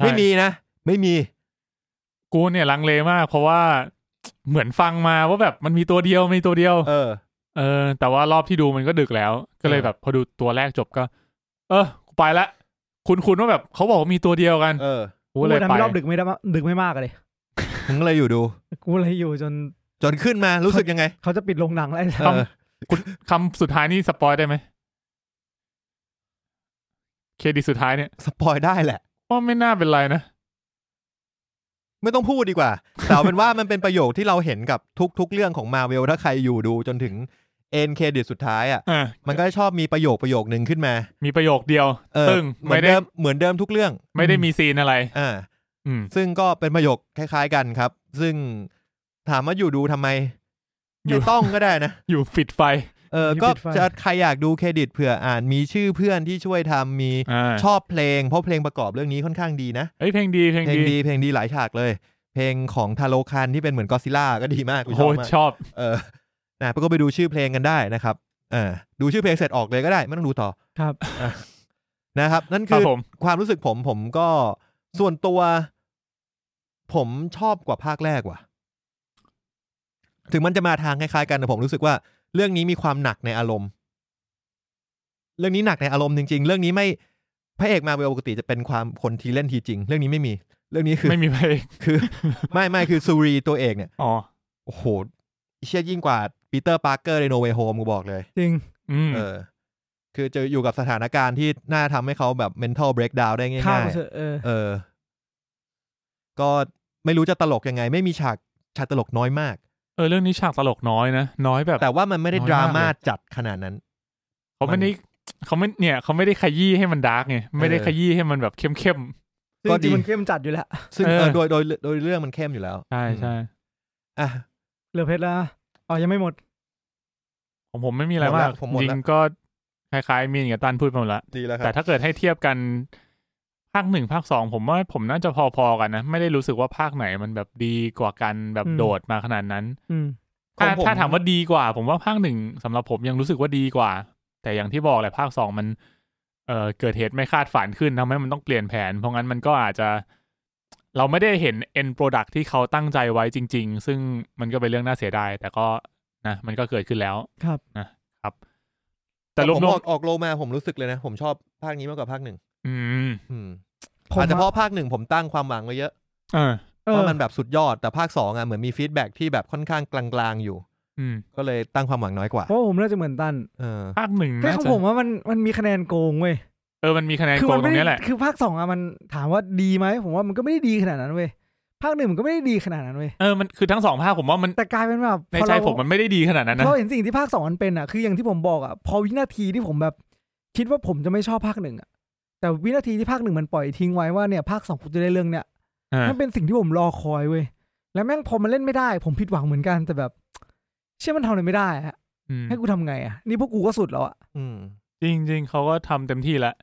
C: ช่
A: ไม่มีนะ ไม่มี
C: กูเนี่ยลังเลมาก เพราะว่าเหมือนฟังมาว่าแบบมันมีตัวเดียวมีตัวเดียว
A: เออ
C: เออ แต่ว่ารอบที่ดูมันก็ดึกแล้ว ก็เลย
A: เออ
C: แบบ พอดูตัวแรกจบก็ เออกูไปละ คุณคุณว่าแบบเขาบอกว่ามีตัวเดียวกัน
A: เออ
C: กู
B: กู
C: เลย
B: ทำ
C: ไป
B: ให้รอบดึกไม่ได้มาดึกไม่มากอะเลย
A: ถึงเลยอยู่ดู
B: กูเลยอยู่จน
A: จนขึ้นมารู้สึกยังไง
B: เขาจะปิดโรงหนังแล้วไอ้สัส
A: เออ
C: คำสุดท้ายนี่สปอยได้ไหมเครดิตสุดท้ายเนี่ย
A: สปอยได้แหละ
C: ว่าไม่น่าเป็นไรนะ
A: ไม่ต้องพูดดีกว่า แต่เอาเป็นว่ามันเป็นประโยคที่เราเห็นกับทุก ๆ เรื่องของมาเวลถ้าใครอยู่ดูจนถึงเอ็นเครดิตสุดท้ายอ่ะ
C: อ่า
A: มันก็ชอบมีประโยคประโยคหนึ่งขึ้นมา
C: มีประโยคเดียว
A: เออ
C: ซึ่ง
A: เหมือน
C: ไม่ได้
A: เดิมเหมือนเดิมทุกเรื่อง
C: ไม่ได้มีซีนอะไร
A: อ่า
C: อืม
A: ซึ่งก็เป็นประโยคคล้าย ๆ กันครับ ซึ่งถามว่าอยู่ดูทำไม
C: อยู่
A: ไม่ต้องก็ได้นะ
C: อยู่ปิดไฟ
A: เออ
B: มี
A: ก็
B: ปิดไฟ
A: จะใครอยากดูเครดิตเผื่ออ่านมีชื่อเพื่อนที่ช่วยทำมี
C: อ่า
A: ชอบเพลง เพราะเพลงประกอบเรื่องนี้ค่อนข้างดีนะ
C: เฮ้ยเพลงดีเพลง
A: เพลง
C: ดี
A: ดีเพลงดีหลายฉากเลย เพลงของทาโรคันที่เป็นเหมือนกอซิล่าก็ดีมากกู
C: โอ้
A: ชอ
C: โห
A: บมาก
C: ชอบ
A: เออนะก็ไปดูชื่อเพลงกันได้นะครับเออดูชื่อเพลงเสร็จออกเลยก็ได้ ไม่ต้องดูต่อ
B: ครับ
A: อ่ะนะครับ นั่น
C: ครั
A: คื
C: บ
A: อ
C: ผม
A: ความรู้สึกผมผมก็ส่วนตัว ผมชอบกว่าภาคแรกว่ะ ถึงมันจะมาทางคล้ายๆกันแต่ผมรู้สึกว่า เรื่องนี้มีความหนักในอารมณ์ เรื่องนี้หนักในอารมณ์จริง ๆ เรื่องนี้ไม่พระเอกมาเวลปกติจะเป็นความคนทีเล่นทีจริง เรื่องนี้ไม่มี เรื่องนี้คือ
C: ไม่มีเพลง
A: คือ ไม่ไม่คือซูรีตัวเอกเนี่ย
C: อ๋อ
A: โอ้โหเชี่ยยิ่งกว่าปีเตอร์ปาร์เกอร์ในโนเวโฮมกูบอกเลย
B: จริง
C: อืม
A: เออ คือจะอยู่กับสถานการณ์ที่น่าทำให้เขาแบบ mental breakdown ได้ง่ายๆ
B: ข้าวกูเถอะเออ
A: เออ ก็ไม่รู้จะตลกยังไง ไม่มีฉากฉากตลกน้อยมาก
C: เออเรื่องนี้ฉากตลกน้อยนะน้อยแบบ
A: แต่ว่ามันไม่ได้
C: น้อ
A: ดราม
C: ยาก
A: ม่า
C: เลย
A: จัดขนาดนั้น
C: เขาไม่ได้เขาไม่เนี่ยเขาไม่ได้ขยี้ให้มันดาร์กไงไม่ได้ขยี้ให้มันแบบเข้มเข้ม
B: ซึ่ง
A: ก็
B: จ
A: ดี
B: ริงๆมันเข้มจัดอยู่แล้ว
A: ซึ่งเออ
C: เออ
A: โดยโดยโดยเรื่องมันเข้มอยู่แล้ว
C: ๆใช่ใช่
A: อ่ะ
B: เหลือเพชรแล้วนะอ๋อยังไม่หมด
C: ของผมไม่มีอะไร
A: หมด
C: มา
A: ละ
C: ก
A: ผมหมดละ
C: จริงๆก็คล้ายๆมีนกับตันพูดไปหมดละ
A: ดีแล้วค
C: แต่
A: รับ
C: ถ้าเกิดให้เทียบกันภาคหนึ่งภาคสองผมว่าผมน่าจะพอๆกันนะ ไม่ได้รู้สึกว่าภาคไหนมันแบบดีกว่ากันแบบ
B: อืม
C: โดดมาขนาดนั้น
B: อืม
A: ขอ
C: ถ้าง
A: ผม
C: ถ้าถามว่าดีกว่า ผมว่าภาคหนึ่งสำหรับผมยังรู้สึกว่าดีกว่า แต่อย่างที่บอกแหละภาคสองมันเอ่อเกิดเหตุไม่คาดฝันขึ้นทำให้มันต้องเปลี่ยนแผน เพราะงั้นมันก็อาจจะ เราไม่ได้เห็น end product ที่เขาตั้งใจไว้จริง ๆ ซึ่งมันก็เป็นเรื่องน่าเสียดายแต่ก็นะ มันก็เกิดขึ้นแล้ว
B: ครับ
C: นะครับ แต่ร
A: ผ
C: ว
A: ม
C: มรว
A: อ
C: ม
A: อกออกโลมาผมรู้สึกเลยนะ ผมชอบภาคนี้มากกว่าภาคหนึ่ง
C: อืม
A: อืม
B: ผม
A: อาจจะเพราะภาคหนึ่งผมตั้งความหวังไว้เยอะ
C: เออ
B: เออ
A: ว่ามันแบบสุดยอดแต่ภาคสองอ่ะเหมือนมีฟีดแบ็กที่แบบค่อนข้างกลางๆอยู่
C: อืม
A: ก็เลยตั้งความหวังน้อยกว่า
B: เพราะว่าผมน่าจะเหมือนตัน
A: เออ
C: ภาคหนึ่ง
B: แค่
C: น่า
B: ของ
C: จะ
B: ผมว่ามันมันมีคะแนนโกงเว้ย
C: เออมันมีคะแนน
B: คือ
C: โก
B: มั
C: งตร
B: ไม่
C: ง
B: ได้
C: เนี้ยแหละ
B: คือภาคสองอะมันถามว่าดีไหมผมว่ามันก็ไม่ได้ดีขนาดนั้นเว้ยภาคหนึ่งมันก็ไม่ได้ดีขนาดนั้นเว้ย
C: เออมันคือทั้งสองภาคผมว่ามัน
B: แต่กลายเป็นแบบ
C: ใน
B: พอ
C: ใจ
B: เรา
C: ผมมันไม่ได้ดีขนาดนั้นนะ
B: พอเห็นสิ่งที่ภาคสองมันเป็นอะคืออย่างที่ผมบอกอะพอวินาทีที่ผมแบบ คิดว่าผมจะไม่ชอบภาคหนึ่งอะแต่วินาทีที่ภาคหนึ่งมันปล่อยทิ้งไว้ว่าเนี่ยภาคสองคุณจะได้เรื่องเนี่ย
C: เออ
B: มันเป็นสิ่งที่ผมรอคอยเว้ย แล้วแม่งพอมันเล่นไม่ได้ ผมผิดหวังเหมือนกันแต่แบบ เชื่อมันทำอะไรไม่ได้อะ
C: อืม
B: ให้กูทำไงอะนี่พวกกูก็สุดแล้วอะ
A: อืม
C: จริง ๆเขาก็ทำเต็มที่ละ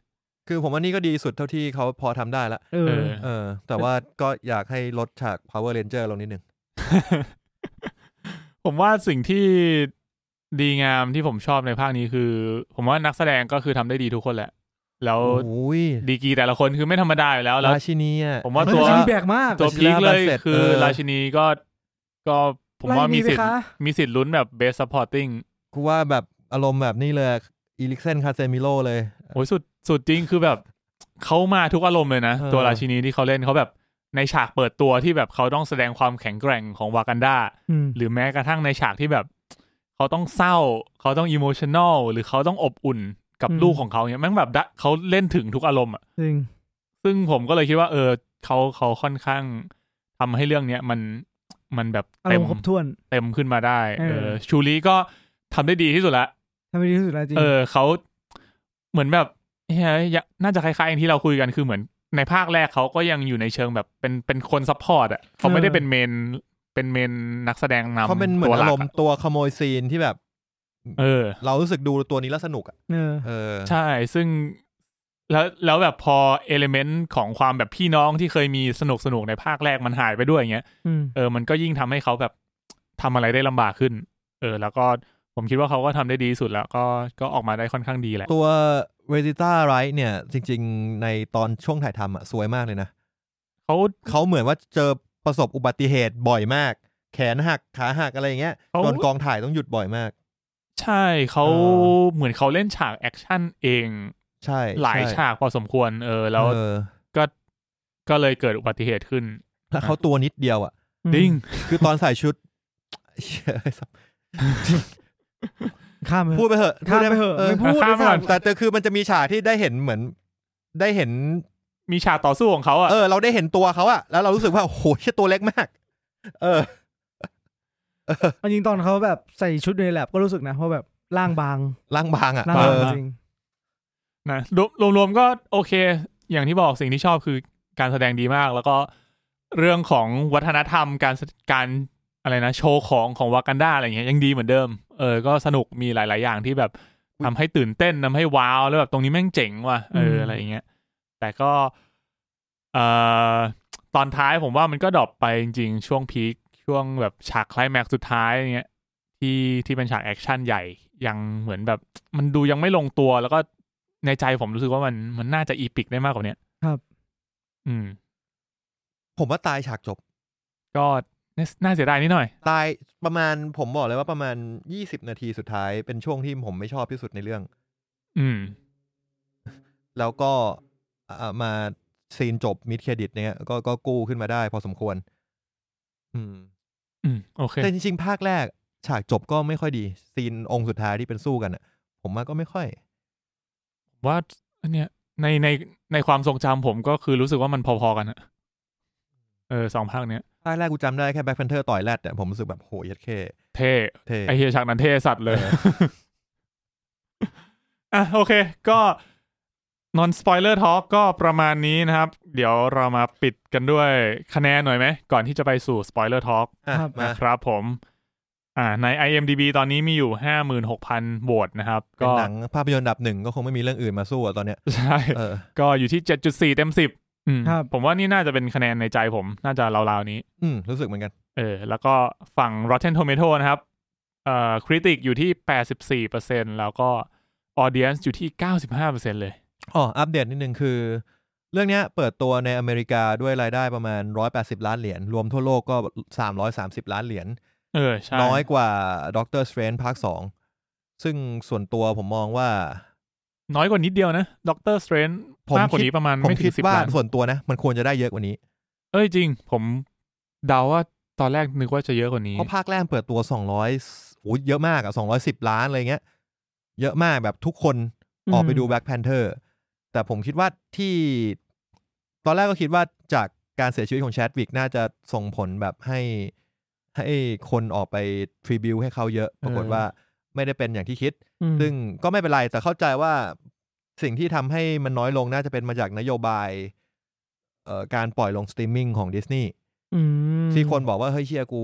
A: คือผมว่านี่ก็ดีสุดเท่าที่เขาพอทำได้ละ
B: เอ
C: เอ
B: อ
C: อ
A: เออ แต่ว่าก็อยากให้ลดฉาก power ranger ลงนิดนึง
C: ผมว่าสิ่งที่ดีงามที่ผมชอบในภาคนี้คือ ผมว่านักแสดงก็คือทำได้ดีทุกคนแหละ แล้ว
A: โอ้ย
C: ดีกรีแต่ละคนคือไม่ธรรมดาอยู่แล้วแล้ว
A: ราชินีอ่ะ
C: ผมว่า
B: มัน
C: ตั
B: เป็นสิ่งที่แบกมาก
C: ตัวพีคเลย
A: ราชินี
C: คือ
A: เออ
C: ราชินีก็ก็ผมว่ามีสิทธิ์
B: ไล่หนีไปคะ
C: มีสิทธิ์ลุ้นแบบ best supporting
A: กูว่าแบบ อารมณ์แบบนี้เลยอีลิกเซนคาเซมิโลเลย
C: โอ้ยสุดสุดจริงคือแบบเขามาทุกอารมณ์เลยนะ
A: เออ
C: ตัวราชินีที่เขาเล่นเขาแบบในฉากเปิดตัวที่แบบเขาต้องแสดงความแข็งแกร่งของวากันดา
B: อืม
C: หรือแม้กระทั่งในฉากที่แบบ เขาต้องเศร้า เขาต้องอิโมชัน a ลหรือเขาต้องอบอุ่นกับลูกของเขาเนี่ยแม่งแบบดะเขาเล่นถึงทุกอารมณ์อ่ะ
B: จริง
C: ซึ่งผมก็เลยคิดว่า เออเขาเขาค่อนข้างทำให้เรื่องเนี้ยมันมันแบบ
B: อา
C: เต็
B: รม
C: ม
B: ณ์ครบถ้วน
C: เต็มขึ้นมาได้เอ
B: เอ
C: อ
B: อ
C: ชูรีก็ทำได้ดีที่สุดละ
B: ทำให้ดีที่สุดแล้วจริง
C: เออเขาเหมือนแบบเฮ้ยน่าจะคล้ายๆอย่างที่เราคุยกันคือเหมือนในภาคแรกเขาก็ยังอยู่ในเชิงแบบเป็นเป็นคนซัพพอร์ตอ่ะเขาไม่ได้เป็นเมนเป็นเมนนักแสดงนำ
A: เขาเป็นเหมือ
C: ตัวนห
A: อาร
C: ลัก
A: ม
C: อะ
A: ณ์ตัวขโมยซีนที่แบบ
C: เออ
A: เรารู้สึกดูตัวนี้แล้วสนุกอ่ะ
B: เออ
A: เออ
C: ใช่ ซึ่งแล้วแล้วแบบพอเอลิเมนต์ของความแบบพี่น้องที่เคยมีสนุกสนุกในภาคแรกมันหายไปด้วยอย่างเงี้ย
B: อืม
C: เออมันก็ยิ่งทำให้เขาแบบทำอะไรได้ลำบากขึ้น เออ แล้วก็ผมคิดว่าเขาก็ทำได้ดีที่สุดแล้วก็ก็ออกมาได้ค่อนข้างดีแหละ
A: ตัวเวจิต้าไรท์เนี่ย จริง ๆ ในตอนช่วงถ่ายทำอ่ะสวยมากเลยนะ
C: เขา
A: เขาเหมือนว่าเจอประสบอุบัติเหตุบ่อยมาก แขนหัก ขาหักอะไรอย่างเงี้ย
C: เขา
A: จนกองถ่ายต้องหยุดบ่อยมาก
C: ใช่เขา
A: เอ
C: เหมือนเขาเล่นฉากแอคชั่นเอง
A: ใช่
C: หลาย
A: ใช่
C: ฉากพอสมควรเออ แล้ว
A: เออ
C: ก็เลยเกิดอุบัติเหตุขึ้น
A: แล้วเขาตัวนิดเดียวอ่ะ
C: ดิ้ง
A: คือตอนใส่ชุด เชี่ย
B: ข้ามไป
A: พูดไปเถอะ
B: ข้ามไปเถอะไม่พูด
C: ข้ามไปก่อน
A: แต่แต่คือมันจะมีฉากที่ได้เห็นเหมือน ได้เห็น
C: มีฉากต่อสู้ของเขาอ่ะ
A: เออ เราได้เห็นตัวเขาอะแล้วเรารู้สึกว่าโอ้โหเชี่ยตัวเล็กมาก เออ
B: เอาจริงตอนเขาแบบใส่ชุดในแลบก็รู้สึกนะเพราะแบบร่างบาง
A: ร่างบางอะ
B: ร่าง
A: เอบ
B: า
A: อ
B: งจริง
C: นะรวมรวมๆก็โอเค อย่างที่บอกสิ่งที่ชอบคือการแสดงดีมาก แล้วก็เรื่องของวัฒนธรรมการการอะไรนะ โชว์ของของวากันดาอะไรอย่างเงี้ยยังดีเหมือนเดิมเออก็สนุกมีหลาย ๆ อย่างที่แบบทำให้ตื่นเต้นทำให้ว้าวแล้วแบบตรงนี้แม่งเจ๋งว่ะเออ
B: ม
C: อะไรอย่างเงี้ย แต่ก็เอ่อตอนท้ายผมว่ามันก็ดรอปไปจริง ๆ ช่วงพีคช่วงแบบฉากไคลแม็กซ์สุดท้ายอย่างเงี้ยที่ที่เป็นฉากแอคชั่นใหญ่ยังเหมือนแบบ มันดูยังไม่ลงตัวแล้วก็ในใจผมรู้สึกว่ามันมันน่าจะอีพิกได้มากกว่าเนี้ย
B: ครับ
C: อืม
A: ผมว่าตายฉากจบ
C: ก็น่าเสียดายนิดหน่อย
A: ตายประมาณผมบอกเลยว่าประมาณยี่สิบนาทีสุดท้ายเป็นช่วงที่ผมไม่ชอบที่สุดในเรื่อง
C: อืม
A: แล้วก็อ่ามาซีนจบมิดเครดิตเนี่ยก็ก็กู้ขึ้นมาได้พอสมควร อืม
C: อืม โอเค
A: แต่จริงๆ ภาคแรก ฉากจบก็ไม่ค่อยดี ซีนองค์สุดท้ายที่เป็นสู้กันอะผมว่าก็ไม่ค่อย
C: ว่าอันเนี้ยในในในความทรงจำผมก็คือรู้สึกว่ามันพอๆกันอะเออสองภาคเนี้ย
A: ภาคแรกกูจำได้แค่แบ็คแพนเทอร์ต่อยแรดแต่ผมรู้สึกแบบโหเยัดเค
C: เท่
A: เท่
C: ไอเฮียฉากนั้นเท่สัตว์เลย อ่ะโอเค ก็นอนสปอยเลอร์ทอก็ประมาณนี้นะครับ เดี๋ยวเรามาปิดกันด้วยคะแนนหน่อยไหม ก่อนที่จะไปสู่สปอยเลอร์ทอ
A: อ่ะ
B: ครับ
A: มา
C: นะครับผม อ่า ใน IMDB ตอนนี้มีอยู่ห้าหมื่นหกพันโหวตนะครับ
A: เป็น
C: ก็
A: หนังภาพยนตร์อันดับหนึ่งก็คงไม่มีเรื่องอื่นมาสู้อะต อนเนี้ย
C: ใช่
A: เออ
C: ก็อยู่ที่เจ็ดจุดสี่เต็มสิบ
B: ครับ
C: ผมว่านี่น่าจะเป็นคะแนนในใจผม น่าจะราวๆนี้
A: อืมรู้สึกเหมือนกัน
C: เออ แล้วก็ฝั่ง Rotten Tomato นะครับ เอ่อคริติกอยู่ที่แปดสิบสี่เปอร์เซ็นแล้วก็ออเดียนอยู่ที่เก้าสิบห้าเปอร์เซ็นเลย
A: อ๋อ อัปเดตนิดนึงคือ เรื่องเนี้ยเปิดตัวในอเมริกาด้วยรายได้ประมาณ 180 ล้านเหรียญ รวมทั่วโลกก็ 330 ล้านเหรียญ
C: เออ ใช่
A: น้อยกว่าด็อกเตอร์สเตรนภาค 2 ซึ่งส่วนตัวผมมองว่า
C: น้อยกว่านิดเดียวนะด็อกเตอร์สเตรน
A: ผม
C: มากกว่า
A: คิด
C: นี้ประมาณ
A: ผม
C: ไม่ถึ
A: คิด
C: งสิบ
A: ว่า
C: ล้าน
A: ส่วนตัวนะ มันควรจะได้เยอะกว่านี้
C: เอ้ยจริง ผมเดาว่าตอนแรกนึกว่าจะเยอะกว่านี้
A: เพราะภาคแรกเปิดตัว 200โอ้ยเยอะมากอะ210 ล้านอะไรเงี้ย เยอะมากแบบทุกคนออกไปดูแบ็คแพนเทอร์แต่ผมคิดว่าที่ ตอนแรกก็คิดว่าจากการเสียชีวิตของแชดวิกน่าจะส่งผลแบบให้ให้คนออกไปทริบิวให้เขาเยอะ ปรากฏ
C: เออ
A: ว่าไม่ได้เป็นอย่างที่คิด
B: อืม
A: ซึ่งก็ไม่เป็นไร แต่เข้าใจว่าสิ่งที่ทำให้มันน้อยลงน่าจะเป็นมาจากนโยบายเอ่อการปล่อยลงสตรีมมิ่งของดิสนีย์
B: อืม
A: ที่คนบอกว่า เฮ้ยเชียกู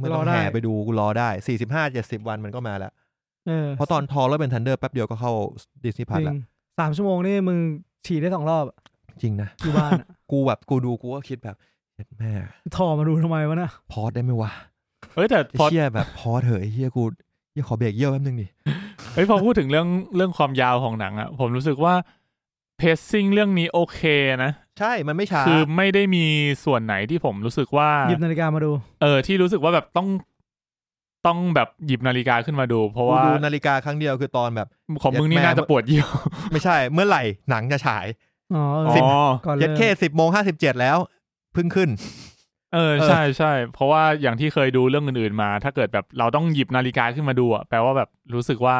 A: ไม่ต้อ
B: รง อได้
A: แห่ไปดูกูรอได้สี่สิบห้าเจ็ดสิบวันมันก็มาแล้ว
B: เออ
A: เพราะตอนทอแล้วเป็นทันเดอร์แป๊บเดียวก็เข้าดิสนีย์พัท
B: จริง
A: แล้ว
B: สามชั่วโมงนี่มึงฉี่ได้สองรอบอะ
A: จริงนะ
B: อยู่บ้านอะ
A: กูแบบกูดูกูก็คิดแบบเฮ็ดแม่
B: ถอมาดูทำไมวะนะ
A: พอดได้ไหมวะ
C: เอ้ยแต่
A: ไอ้
C: พอ
A: เชียแบบพอดเถอะไอ้เฮียกูเฮียขอเบรกเยี่ยวแป๊บนึงดิ
C: เฮ้ยพอพูดถึงเรื่องเรื่องความยาวของหนังอะผมรู้สึกว่าเพซซิ่งเรื่องนี้โอเคนะ
A: ใช่มันไม่ช้า
C: คือไม่ได้มีส่วนไหนที่ผมรู้สึกว่า
B: หยิบนาฬิกามาดู
C: เออที่รู้สึกว่าแบบต้อง ต้องแบบหยิบนาฬิกาขึ้นมาดู เพราะว่า
A: กูดูนาฬิกาครั้งเดียวคือตอนแบบ
C: ของมึงนี่น่าจะปวดเยี่ยว
A: ไม่ใช่ เมื่อไหร่หนังจะฉาย
B: อ๋อ
C: อ๋
B: สิบ
C: อ
B: ก่อนเล
A: เย็
B: ย
A: ดเคสิบโมงห้าสิบเจ็ดแล้วเพิ่งขึ้น
C: เออใช่ใช่เพราะว่าอย่างที่เคยดูเรื่องอื่นๆมา ถ้าเกิดแบบเราต้องหยิบนาฬิกาขึ้นมาดูอ่ะแปลว่าแบบรู้สึกว่า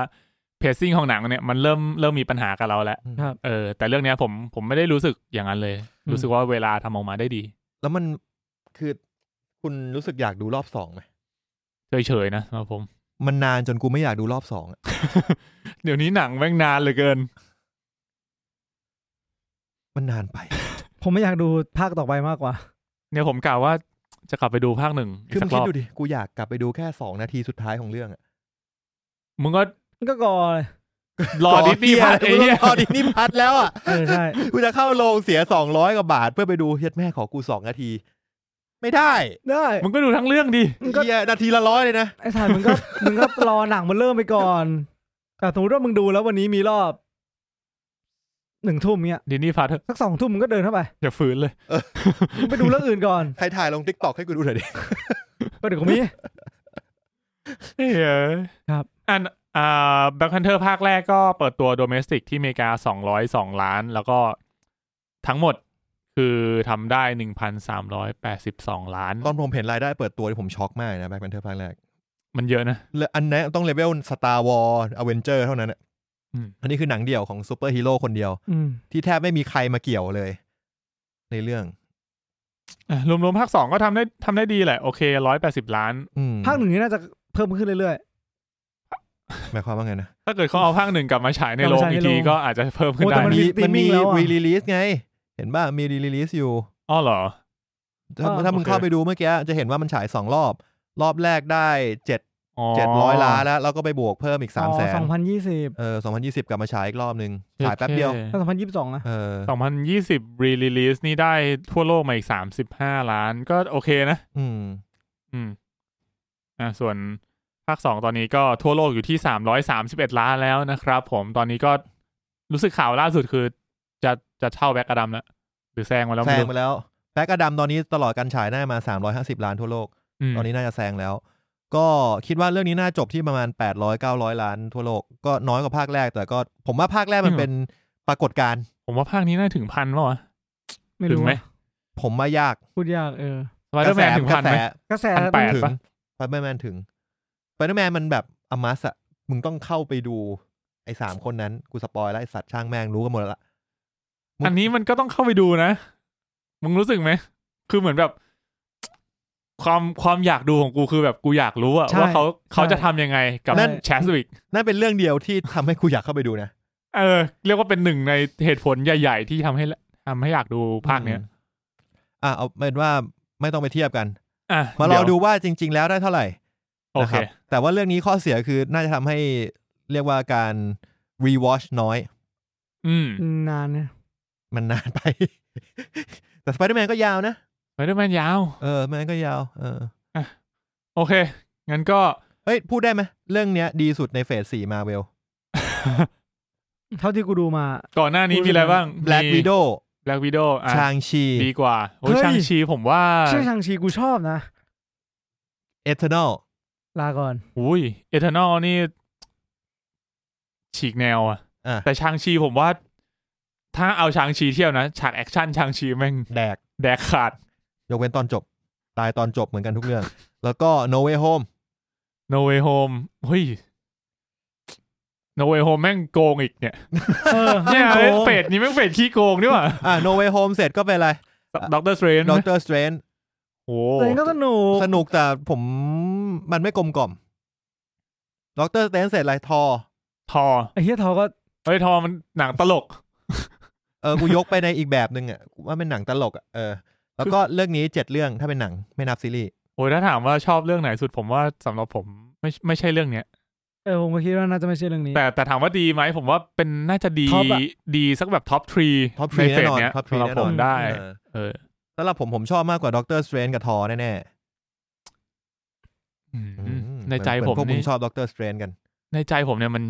C: เพซซิ่งของหนังเนี่ยมันเริ่มเริ่มมีปัญหากับเราแล้ว
B: ครับ
C: เออแต่เรื่องเนี้ยผมผมไม่ได้รู้สึกอย่างนั้นเลย
B: อืม
C: รู้สึกว่าเวลาทำออกมาได้ดี
A: แล้วมันคือคุณรู้สึกอยากดูรอบสองไหม
C: เฉยๆนะสำหรับผม
A: มันนานจนกูไม่อยากดูรอบสองอะ
C: เดี๋ยวนี้หนังแม่งนานเหลือเกิน
A: มันนานไป
B: ผมไม่อยากดูภาคต่อไปมากกว่า
C: เนี่ยผมกล่าวว่าจะกลับไปดูภาคหนึ่งอี
A: คื
C: ก
A: อ
C: สั
A: มึง
C: กร
A: คิด
C: อบ
A: ดูดิกูอยากกลับไปดูแค่สองนาทีสุดท้ายของเรื่องอะ
C: มึงก็
B: มันก็กอเลย
C: ร อดิสนีย์
A: พั
C: พั
A: ด
C: ด
A: ไอ้
C: ไอ้
A: เหี้
C: เหี้
A: ย
C: ย
A: รอดิสนีย์พัดแล้วอะ
B: เออใช่
A: กูจะเข้าโรงเสียสองร้อยกว่าบาท เพื่อไปดูเฮียแม่ขอกูสองนาที ไม่ได้
B: ได้
C: มึงก็ดูทั้งเรื่องดิ
A: เฮียนาทีละร้อยเลยนะ
B: ไอ้สารมึงก็ มึงก็รอหนังมันเริ่มไปก่อนแต่สมมติว่ามึงดูแล้ววันนี้มีรอบหนึ่งทุ่มเนี้ย
C: ดิสนีย์พัดเถอะ
B: สักสองทุ่มมึงก็เดินเข้าไป
C: อย่าฝืนเลย
B: มึงไปดูเรื่องอื่นก่อน
A: ใครถ่ายลงทิกตอกให้กูดูหน่อยดิ
B: ก็เดี๋ยวกูมี
C: เอ้ย
B: ครับ
C: อันอ่าแบ็คฮันเทอร์ภาคแรกก็เปิดตัวโดเมสติกที่อเมริกาสองร้อยสองล้าน แล้วก็ทั้งหมดคือทำได้หนึ่งพันสามร้อยแปดสิบสองล้าน
A: ตอนผมเห็นรายได้เปิดตัวที่ผมช็อกมากนะแบ็คแพนเทอร์ภาคแรก
C: มันเยอะนะ
A: และอันนี้ต้องเลเวลสตาร์วอลอเวนเจอร์เท่านั้นอะ
C: อืม
A: อันนี้คือหนังเดี่ยวของซูเปอร์ฮีโร่คนเดียว
B: อืม
A: ที่แทบไม่มีใครมาเกี่ยวเลย ในเรื่อง
C: อ่ะรวมๆภาคสองก็ทำได้ทำได้ดีแหละ โอเคร้อยแปดสิบล้าน
A: อืม
B: ภาคหนึ่งนี้น่าจะเพิ่มขึ้นเรื่อย
A: หมายความว่าไงนะ
C: ถ้าเกิดเขาเอาภาคหนึ่งกลับมาฉายในโรง
B: กลับมาฉาย
C: อี
B: ใน
C: ก
B: โรง
C: ทีก็อาจจะเพิ่มขึ้น
B: โอ้แต่
C: ได้
B: มั น มี
C: นะ
B: สตรีมมิ่งแล้วอะ
A: รีลีสไง เห็นป่ะมีรีลีสอยู่
C: อ๋อเหรอ
A: ถ้า
B: อ่า
A: ถ้ามึง
C: โอเค
A: เข้าไปดูเมื่อกี้จะเห็นว่ามันฉายสองรอบ รอบแรกได้เจ็ด
C: อ๋อ
A: เจ็ดร้อยล้านแล้ว แล้วก็ไปบวกเพิ่มอีก
B: ๆ
A: สามแสน
B: สองพันยี่สิบ
A: เออสองพันยี่สิบกลับมาฉายอีกรอบนึงฉายแป๊บเดียว
B: ถ้าสองพันยี่สิบสองนะ
A: เออ
C: สองพันยี่สิบรีลิลีสนี่ได้ทั่วโลกมาอีกสามสิบห้าล้านก็โอเคนะ
A: อืม
C: อืมอ่าส่วนภาคสองตอนนี้ก็ทั่วโลกอยู่ที่สามร้อยสามสิบเอ็ดล้านแล้วนะครับ ผมตอนนี้ก็รู้สึกข่าวล่าสุดคือจะจะเท่าแบ็กอดัมแล้ว หรือแซงมาแล้ว
A: แซ
C: ไม่
A: ง
C: รู้
A: ไปแล้วแบ็กอดัมตอนนี้ตลอดการฉายหน้ามา 350 ล้านทั่วโลก
C: ม
A: ตอนนี้น่าจะแซงแล้ว ก็คิดว่าเรื่องนี้น่าจบที่ประมาณ 800 900 ล้านทั่วโลก ก็น้อยกว่าภาคแรก แต่ก็ผมว่าภาคแรกมันเป็นปรากฏการณ์
C: ผมว่าภาคนี้น่าถึงพันป่ะวะ
B: ไม่
C: ถึ
B: รู้
C: งไหม
B: อะ
A: ผมว่ายาก
B: พูดยากเออ
C: สไปเดอร์แมนถึง
A: ก
C: พั
A: ระ
C: น
A: แส
C: ไหม
B: กระแส
C: พันแปด
A: ถึง
C: ปะ
A: สไปเดอร์แมนถึงสไปเดอร์แมนมันแบบอมัสอะมึงต้องเข้าไปดูไอ้สามคนนั้นกูสปอยแล้วไอ้สัตว์ช่างแม่งรู้กันหมดแล้วละ
C: อันนี้มันก็ต้องเข้าไปดูนะ มึงรู้สึกไหม คือเหมือนแบบ ความความอยากดูของกูคือแบบกูอยากรู้อะ
B: ใช่
C: ว่าเขาเขา
B: ใช่
C: จะทำยังไงกับ
A: นั่น
C: แชสวิก
A: นั่นเป็นเรื่องเดียวที่ทำให้กูอยากเข้าไปดูนะ
C: เออเรียกว่าเป็นหนึ่งในเหตุผลใหญ่ๆ ที่ทำให้ทำให้อยากดูภาคเนี้ย
A: อืมอ่ะเอาเป็นว่าไม่ต้องไปเทียบกัน
C: อ่ะ
A: มาลอง
C: เย
A: ดูว่าจริง ๆ แล้วได้เท่าไหร่
C: โอ
A: นะ
C: เค
A: ครับแต่ว่าเรื่องนี้ข้อเสียคือน่าจะทำให้เรียกว่าการ rewatch น้อย
C: อืม
B: นานเนี่ย
A: มันนานไป แต่ Spider-Man ก็ยาวนะ
C: ไปด้วยแมนยาว
A: เออ มันก็ยาว เออ
C: โอเค งั้นก็
A: เฮ้ย พูดได้ไหมเรื่องเนี้ยดีสุดในเฟสสี่มาเวล
B: เท่าที่กูดูมา
C: ก่อนหน้านี้มีอะไรบ้าง
A: Black
C: มี
A: Widow
C: Black Widow อ่ะ
A: ชางชี
C: ดีกว่าโอ้ย
B: เฮ้ย
C: ช่างชีผมว่า
B: ชื่อชังชีกูชอบนะ
A: Eternal
B: ลาก่อน
C: อุ้ยเอเทอร์นอลนี่ ฉีกแนวอ่ะ
A: อ่ะ
C: แต่ช่างชีผมว่า ถ้าเอาช่างชีเที่ยวนะ ฉากแอคชั่นช่างชีแม่ง
A: แดก
C: แดกขาด
A: ยกเว้นตอนจบ ตายตอนจบเหมือนกันทุกเรื่อง แล้วก็ No Way Home
C: No Way Home เฮ้ย No Way Home แม่งโกงอีกเนี่ย
B: เออ
C: เนี่ย
B: โกง
C: เฟดนี่แม่งเฟดขี้โกงด้วยว่ะ
A: อ่ะ No Way Home เสร็จก็เป็นอะไร
C: ด็อกเตอร์สเตรน
A: Doctor Strange
C: โอ้
B: แต่ก็สนุก
A: สนุกแต่ผมมันไม่กลมกล่อม Doctor Strange เสร็จอะไรทอ
C: ทอ
B: ไอ้เฮียทอก็
C: เฮ้ยทอมันหนังตลก
A: เออ กูยกไปในอีกแบบหนึ่งอ่ะกูว่าเป็นหนังตลกอ่ะ เออ แล้วก็เรื่องนี้เจ็ดเรื่องถ้าเป็นหนังไม่นับซีรีส์
C: โอ้ยถ้าถามว่าชอบเรื่องไหนสุดผมว่าสำหรับผมไม่ไม่ใช่เรื่องเนี้ย
B: เออผมก็คิดว่าน่าจะไม่ใช่เรื่องนี้
C: แต่แต่ถามว่าดีไหมผมว่าเป็นน่าจะดี
B: ท็อปอะ
C: ดีสักแบบท็อปทรี
A: Top
C: ใน
A: three
C: เฟสเนี้
A: แน่นอ
C: ย
A: น Top
C: สำ
A: three
C: หรับผม
A: แน่นอน
C: ได้
A: เออ
C: เออ
A: สำหรับผมผมชอบมากกว่าด็อกเตอร์สเตรนกับทอแน่
C: อืม
A: ๆอืม
C: ในใจผม
A: เหอนพวกมึ
C: นี่
A: งชอบด็อกเตอร์สเตรนกัน
C: ในใจผมเนี่ยมัน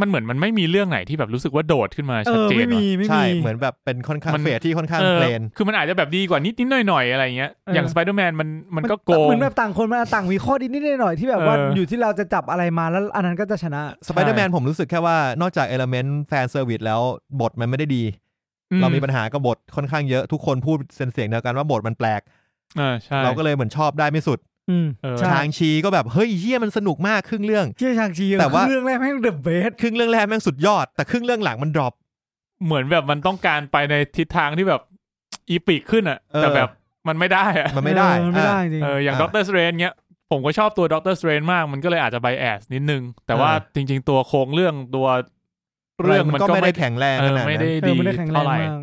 C: มันเหมือนมันไม่มีเรื่องไหนที่แบบรู้สึกว่าโดดขึ้นมา
B: เอ
C: ชัด
B: อ
C: เจน
B: ไม่
C: ว่ะ
B: มีไม่
A: ใช่
B: มี
A: เหมือนแบบเป็นค่อนข้าง
C: มัน
A: เฟสที่ค่อนข้าง
C: เออ
A: เพลน
C: คือมันอาจจะแบบดีกว่านิดนิดหน่อยหน่อยๆอะไรเงี้ย
B: เออ
C: อ
B: อ
C: ย่างสไปเดอร์แมนมันมันก็โกง
B: เหมือนแบบต่างคนมันต่างมีข้อดีนิดๆหน่อยๆที่แบบว่า
C: เออ
B: อ
C: อ
B: ยู่ที่เราจะจับอะไรมาแล้วอันนั้นก็จะชนะ
A: สไปเดอร์แมนผมรู้สึกแค่ว่านอกจากเอลเมนต์แฟนเซอร์วิสแล้วบทมันไม่ได้ดี
C: อื
A: เรามีปัญหากับบทค่อนข้างเยอะทุกคนพูดเป็นเสียงเดียวกันว่าบทมันแปลก
C: เออใช่
A: เราก็เลยเหมือนชอบได้ไม่สุด
B: อืม
C: เออ
B: ใช่
A: ทางชีก็แบบเฮ้ยเฮียมันสนุกมากครึ่งเรื่อง
B: เชี่ยชางชี
A: แต่ว่า
B: คือเรื่องแรกให้เดอะเบส
A: ครึ่งเรื่องแรกแม่งสุดยอด แต่ครึ่งเรื่องหลังมันดรอป
C: เหมือนแบบมันต้องการไปในทิศทางที่แบบอีปิกขึ้นอ่ะ
A: เออ
C: แต่แบบมันไม่ได้อ่ะ
A: มันไม่ได้
B: ไม่ได้
A: อ่ะ
B: จริง
C: เอออย่าง
A: อ่ะ
C: ด็อกเตอร์สเตรนเนี้ยผมก็ชอบตัวด็อกเตอร์สเตรนมาก มันก็เลยอาจจะไบแอสนิดนึง แต่ว่า
A: อ่า
C: จริง ๆ ตัวโครงเรื่องตัวเรื่องมัน
A: ก็
C: ก็
A: ไม่ได้
C: ไม่ได้
A: แข็งแรง
C: เอ
A: ข
C: อ
A: นาด
C: ไม่
A: นั้
C: ได้
A: น
B: เออ
C: ดี
B: ไม่ได้แข็งแร
C: เท่าง ไหร่
B: มาก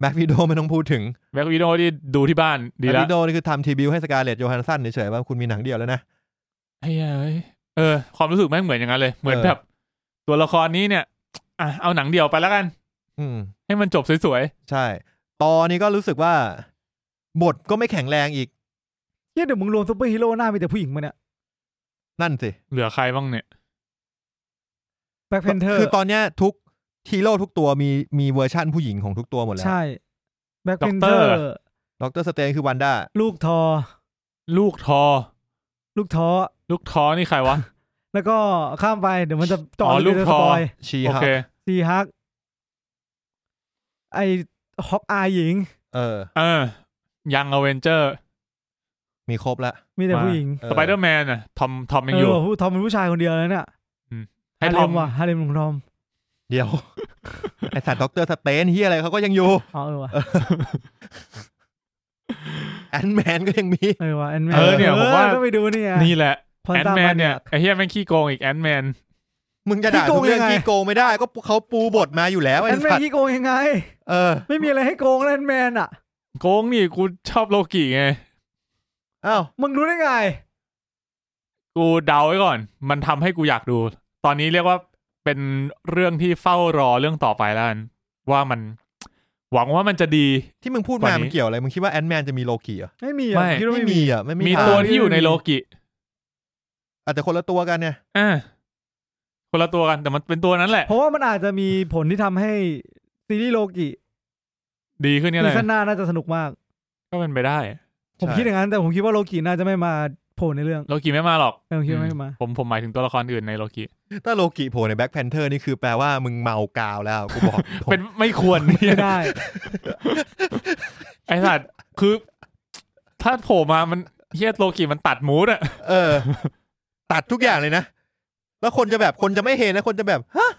A: แบ็กวิดโอไม่ต้องพูดถึง
C: แบ็กวิดโอที่ดูที่บ้านดี
A: แบ็ก
C: แล้ว
A: วิดโอนี่คือทำทีบิวให้สกาเลตโยฮันสันเฉยๆว่าคุณมีหนังเดียวแล้วนะ
C: ไอ้เอ้ยเออ ความรู้สึกแม่งเหมือนอย่างนั้นเลย เหมือน
A: เออ
C: แบบตัวละครนี้เนี่ยอ่ะเอาหนังเดี่ยวไปแล้วกัน
A: อืม
C: ให้มันจบสวย
A: ใช่ ตอนนี้ก็รู้สึกว่า บทก็ไม่แข็งแรงอีก
B: เชี่ยเดี๋ยวมึงรวมซูเปอร์ฮีโร่หน้ามีแต่ผู้หญิงมาเนี่ย
A: นั่นสิ
C: ๆ เหลือใครบ้างเนี่ย
B: แบ็คแพนเทอร์
A: คือตอนเนี้ยทุกฮีโร่ทุกตัวมีมีเวอร์ชั่นผู้หญิงของทุกตัวหมดแล้ว
B: ใช่แบ็คแพนเทอ
C: Doctor
B: ร์
A: ด็อกเตอร์สเตนคือวันด้า
B: ลูกทอ
C: ลูกทอ
B: ลูกท้อ
C: ลูกทอนี่ใครวะ
B: แล้วก็ข้ามไปเดี๋ยวมันจะต่อ
C: อลูก
B: เดี๋ยว
C: ท
B: จะส
C: อ
B: ปอย
A: ชี
C: โอ
A: ฮัก
C: เค
B: ซีฮักไอฮอกอายหญิง
A: เออ
C: เออ ยังอเวนเจอร์
A: มีครบละ
B: มีแต่ผู้หญิง
A: เออ
C: สไปเดอร์แมนอ่ะทอมทอมยังอยู่
B: เผู้ทอมเป็นผู้ชายคนเดียวแล้วเนี่ย
C: ให้
B: ฮา
C: ท
B: เล
C: อม
B: มว่ะฮาเลมของทอม
A: เดียว ไอสัตว์ด็อกเตอร์สเตนเฮียอะไรเขาก็ยังอยู่
B: อ๋อเออว่ะ
A: แอนแมนก็ยังมี
B: เออว่ะแอนแมน
C: เออเนี่ยผมว่า
B: ต้องไปดูเนี่ย
C: นี่แหละ
B: ควอน
C: แอน
B: ตัม
C: แม
B: มาน เนี่
C: เนี่ย ยไอ้เฮียแม่งขี้โกงอีกแอนแมน
A: มึงจะด่า
B: พี่โก
A: ทุ
B: ง
A: กเรื่อง
B: ยังไง
A: ที่โกงไม่ได้ก็เขาปูบทมาอยู่แล้ว
B: แอ
A: ไอ้
B: นแมน
A: สัตว์
B: ขี้โกงยังไง
A: เออ
B: ไม่มีอะไรให้โกงแล้วแอนแมนอ่ะ
C: โกงนี่กูชอบโลกิไง
A: อ้าว
B: มึงรู้ได้ไง
C: กูเดาไว้ก่อน มันทำให้กูอยากดู ตอนนี้เรียกว่าเป็นเรื่องที่เฝ้ารอเรื่องต่อไปแล้วกันว่ามัน หวังว่ามันจะดี
A: ที่มึงพูด
C: ก
A: มา
C: ว่านี้
A: มันเกี่ยวอะไรมึงคิดว่าแอนแมนจะมีโลกิเหรอ
B: ไม่มีอ่ะ
C: ไม่
B: คิดว่า
A: ไม่
B: ไม่มี
A: มีอ่ะไม่มี
C: มี
A: ทาง
C: ตัว
B: ไม่มี
C: ที่อยู่ในโลกิ
A: อาจจะคนละตัวกันเนี่ย
C: อ่าคนละตัวกันแต่มันเป็นตัวนั้นแหละ
B: เพราะว่ามันอาจจะมีผลที่ทำให้ซีรีส์โลกิ
C: ดีขึ้นนี่แห
B: ซี
C: ละ
B: ซั่นหน้าน่าจะสนุกมาก
C: ก็เป็นไปได้
B: ผม
A: ใช่
B: คิดอย่างนั้น แต่ผมคิดว่าโลกิน่าจะไม่มาโผล่ในเรื่อง
C: โลกิไม่มาหรอก
B: ไม่ผมคิดว่าไม่มา
C: ผมผมหมายถึงตัวละครอื่นในโลกิ
A: ถ้าโลกิโผล่ในแบ็คแพนเทอร์นี่คือแปลว่ามึงเมากาวแล้วกูบอก
C: เป็นไม่ควร
B: ไม่ได้
C: ไอสัตว์คือ ถ้าโผล่มามันเฮียโลกิมันตัดมูดอะ
A: เออ ตัดทุกอย่างเลยนะ แล้วคนจะแบบคนจะไม่เห็นนะ คนจะแบบฮะ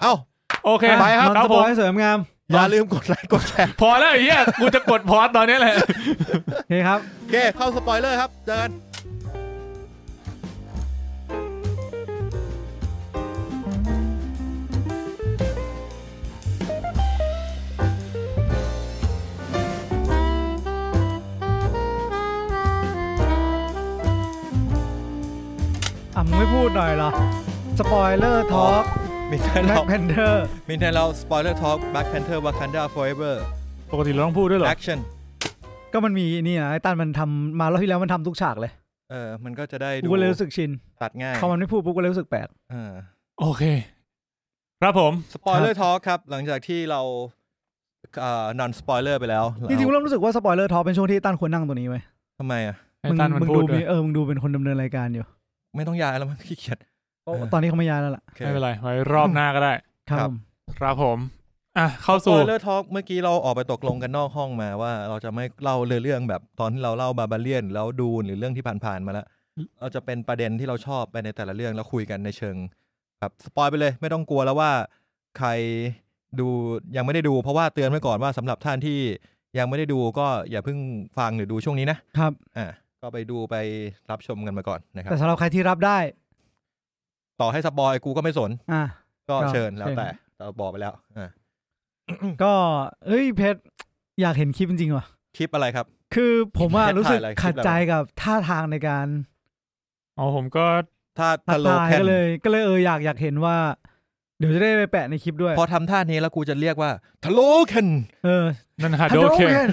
A: เอ้า
C: โอเค
A: ไปครับ
B: นอน
C: ครั
B: ส
C: บ
B: ป
C: ผ
B: อ
C: ม
B: ยให้สวยงาม
A: อย่าลืมกดไลค์กดแชร์
C: พอแล้วไอ้เหี้ยกูจะกดพอสตอนนี้แหละ
B: โอเคครับ
A: โอเคเข้าสปอยเลอร์ครับเจอกัน
B: อ่ะมึงไม่พูดหน่อยเหรอ สปอยเลอร์ทอล์ก
A: มินเทน
B: แม็
A: เรา
B: กแพนเดอร์
A: มินเทนเราสปอยเลอร์ทอล์กแบ็คแพนเทอร์วากันดาฟอร์เอเวอร์
C: ปกติเราต้องพูดด้วยเหรอ
A: แอคชั่น
B: ก็มันมีนี่นะไอ้ตันมันทำมาแล้วที่แล้วมันทำทุกฉากเลย
A: เออมันก็จะได้
B: กู
A: ดู
B: ก็เลยรู้สึกชิน
A: ตัดง่าย
B: พอมันไม่พูดปุ๊บกูเลยรู้สึกแปลก
A: เออ
C: โอเค ครับผม
A: สปอยเลอร์ทอครับ หลังจากที่เราเอ่อนอนสปอยเลอร์ไปแล้ว
B: จริงๆกูเริ่มรู้สึกว่าสปอยเลอร์ทอล์กเป็นช่วงที่ตันควรนั่งตัวนี้ไว้ย
A: ทำไมอ่ะ
C: ไอ้
B: มึง
C: ตันมัน
B: มึง
C: พูด
B: ดู
C: ด้ว
B: มี
C: ย
B: เออมึงดูเป็นคนดำเนินรายการอยู่
A: ไม่ต้องย้ ายแล้วมันขี้เกียจ
B: เพราะ
A: เออ
B: ตอนนี้เขาไม่ย้ายแล้วล่ะ
A: โอเค
C: ไม่เป็นไร ไว้รอบหน้าก็ได้
B: ครับ
A: ครับ
B: ผม
C: ครับผม อ่ะ เข้า
A: สป
C: สู่
A: อยเลอร์ทอเมื่อกี้เราออกไปตกลงกันนอกห้องมาว่า เราจะไม่เล่าเรื่องแบบตอนที่เราเล่าบาบาเลียนแล้วดูนหรือเรื่องที่ผ่านๆมาแล้วเราจะเป็นประเด็นที่เราชอบไปในแต่ละเรื่องแล้วคุยกันในเชิงแบบสปอยไปเลย ไม่ต้องกลัวแล้วว่าใครดูยังไม่ได้ดู เพราะว่าเตือนไว้ก่อนว่าสำหรับท่านที่ยังไม่ได้ดูก็อย่าเพิ่งฟังหรือดูช่วงนี้นะครับ อ่าก็ไปดูไปรับชมกันมาก่อนนะครับ
B: แต่สำหรับใครที่รับได้
A: ต่อให้สปอยกูก็ไม่สน
B: อ่ะ
A: ก็
B: ครับ
A: เชิญแล้ว
B: เชิญ
A: แต่เราบอกไปแล้วอ่ะ
B: ก็เอ้ยเพชรอยากเห็นคลิปจริงๆว่ะ
A: คลิปอะไรครับ
B: คือผมว่า
A: เพชร
B: รู้สึก
A: ถ่ายอะไรคลิป
B: ขัดใจกับท่าทางในการ
C: อ๋อผมก็
A: ถ้า
B: ทั
A: ทะ
B: ก
A: โล
B: ทาย
A: แคน
B: ก็เลยก็เลยเอออยากอยากเห็นว่า เดี๋ยวจะได้ไปแปะในคลิปด้วย
A: พอทำท่านี้แล้วกูจะเรียกว่าทะโลแคน
B: เออ
C: นันฮา
B: ฮัล
C: โด
B: โหล
C: เค
B: เคน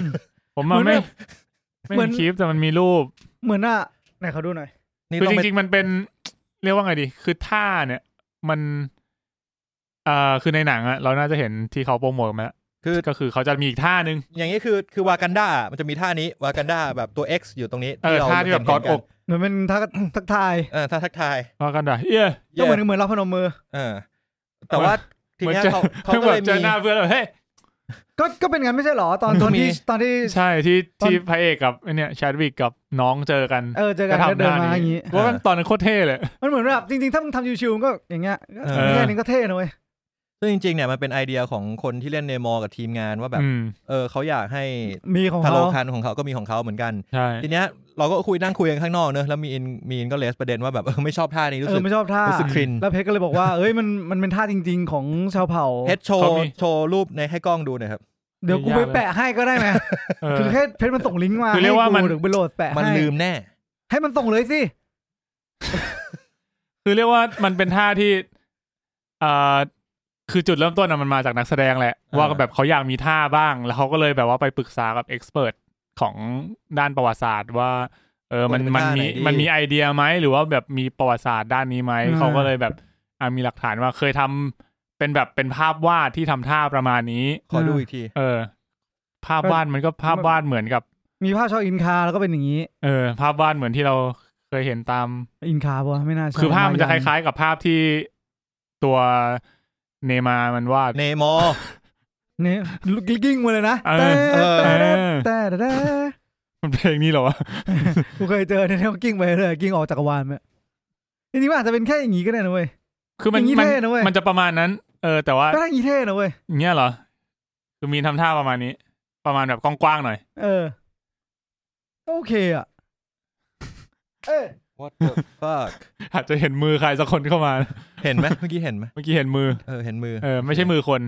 C: ผมมา
B: เห
C: ไม่
B: มื
C: ไม่
B: อนแบบเหมื
C: เห็
B: อน
C: นคลิปแต่มันมีรูป
B: เหมือนอ่ะไหนเขาดูหน่อย
A: นี่
C: คือ
A: ต้อ
C: จ
A: งไป
C: ริงๆ มันเป็น เรียกว่าไงดี คือท่าเนี่ย มันเอ่อคือในหนังอะเราน่าจะเห็นที่เขาโปรโมทมาแล้ว
A: คือ
C: ก็คือเขาจะมีอีกท่านึง
A: อย่างนี้คือคือวากันดามันจะมีท่านี้วากันดาแบบตัว X อยู่ตรงนี้
C: เออท่าที่แบบกอดอก
B: เหมือนเป็นทักทักทาย
A: เออท่าทักทาย
C: ว่ากันด่าเอ้ย
B: ก็เหมือนเหมือนรับพนมมือ
A: เออ แต่ว่าที
C: เหมือน
A: เนี้ย
C: เจอ
A: เขาเขา
C: ไม่
A: ก็
C: แบ
A: เล
C: บ
A: ย
C: เจอ
A: มี
C: หน้าเพื่อนแล้วเฮ้ย
B: ก็ก็เป็นงั้นไม่ใช่เหรอตอน
A: มัน
B: ตอน
A: มี
B: ที่ตอนที่
C: ใช่ที่
B: ตอน
C: ที่พระเอกกับไอ้เนี่ยชาดวิกกับน้องเจอกัน
B: เออเจอกัน
C: ก็
B: ก็
C: ทำ
B: เดิน
C: หน้า
B: มา
C: นี้
B: อย่างนี้
C: ว่าแม่งตอนนั้นโคตรเท่เลย
B: มันเหมือนแบบจริงๆ ถ้ามึงทำชิวๆมันก็อย่างเงี้ยก็
A: เออ
B: แค่นี้ก็เท่นะเว้ย
A: ซึ่งจริงๆเนี่ยมันเป็นไอเดียของคนที่เล่นเนมอกับทีมงานว่าแบบ
C: อืม
A: เออเขาอยากให้
B: มีของ
A: ทาโล
B: เขา
A: คันของเขาก็มีของเขาเหมือนกัน
C: ใช่
A: ทีเนี้ยเราก็คุยนั่งคุยกันข้างนอกเนอะแล้วมีอินมีอินก็เลสประเด็นว่าแบบเออไม่ชอบท่านี้รู้
B: เอ
A: สึ
B: อก ไม่ชอบท่า
A: รู้สึกคริน
B: แล้วเพชรก็เลยบอกว่า เอ้ยมันมันเป็นท่าจริง ๆ ของชาวเผ่า
A: เฮดโช
C: เขา
A: ว์
C: มี
A: โชว์รูปในให้กล้องดูหน่อยครับ
B: เดี๋ยวกูไป
C: ยากเลย
B: แปะให้ก็ได้ไหม
C: เออ
B: คือแค่เพชรมันส่งลิงก์มา
C: คือเรียกว่า
B: ให้
C: มัน
B: หรือไปโหลดแปะ
A: มัน
B: ให้
A: ลืมแน่
B: ให้มันส่งเลยสิ
C: คือเรียกว่ามันเป็นท่าที่เอ่อคือจุดเริ่มต้นอะมันมาจากนักแสดงแหละ
A: อ่า
C: ว่าแบบเขาอยากมีท่าบ้าง แล้วเขาก็เลยแบบว่าไปปรึกษากับเอ็กซ์เพรสของด้านประวัติศาสตร์ว่าเออมันมันมีมันมีไอเดียไหมหรือว่าแบบมีประวัติศาสตร์ด้านนี้ไหม
B: อ่า
C: เขาก็เลยแบบอ่ะมีหลักฐานว่าเคยทำเป็นแบบเป็นภาพวาดที่ทำท่าประมาณนี้
A: ขอดูอีกที
C: เออ ภาพวาดมันก็ภาพวาดเหมือนกับ
B: มีภาพชาวอินคาแล้วก็เป็นอย่างนี้
C: เออ ภาพวาดเหมือนที่เราเคยเห็นตาม
B: อินคาปะไม่น่าใช่
C: คือภาพมันจะค
B: ยัน
C: ล้ายๆกับภาพที่ตัวเนมามันวาด
A: เนมอ
B: นี่ลุกกิ้งมาเลยนะ
C: เออ
B: แต่
A: เออ
B: แต่
C: เออ
B: แต่แต่แต่
C: มันเพลงนี้เหรอวะ
B: กูเคยเจอเนี่ยเขากิ้งไปเลยกิ้งออกจักรวาลไปจริงๆมันอาจจะเป็นแค่อย่างนี้ก็ได้นะเว้ย
C: คือมัน
B: อย่างนี้
C: มัน
B: เท่นะเว้ย
C: มันจะประมาณนั้น เออ แต่ว่า
B: ก็ได้อย่างนี้เท่นะเว้ย
C: อย่างเงี้ยเหรอ คือมีนทำท่าประมาณนี้ ประมาณแบบกว้างๆหน่อย
B: เออก็โอเคอ่ะเออ
A: what the fuck
C: อาจจะเห็นมือใครสักคนเข้ามา
A: เห็นไหมเมื่อกี้เห็นไหม
C: เมื่อกี้เห็นมือ
A: เออเห็นมือ
C: เออ ไม่ใช่มือคน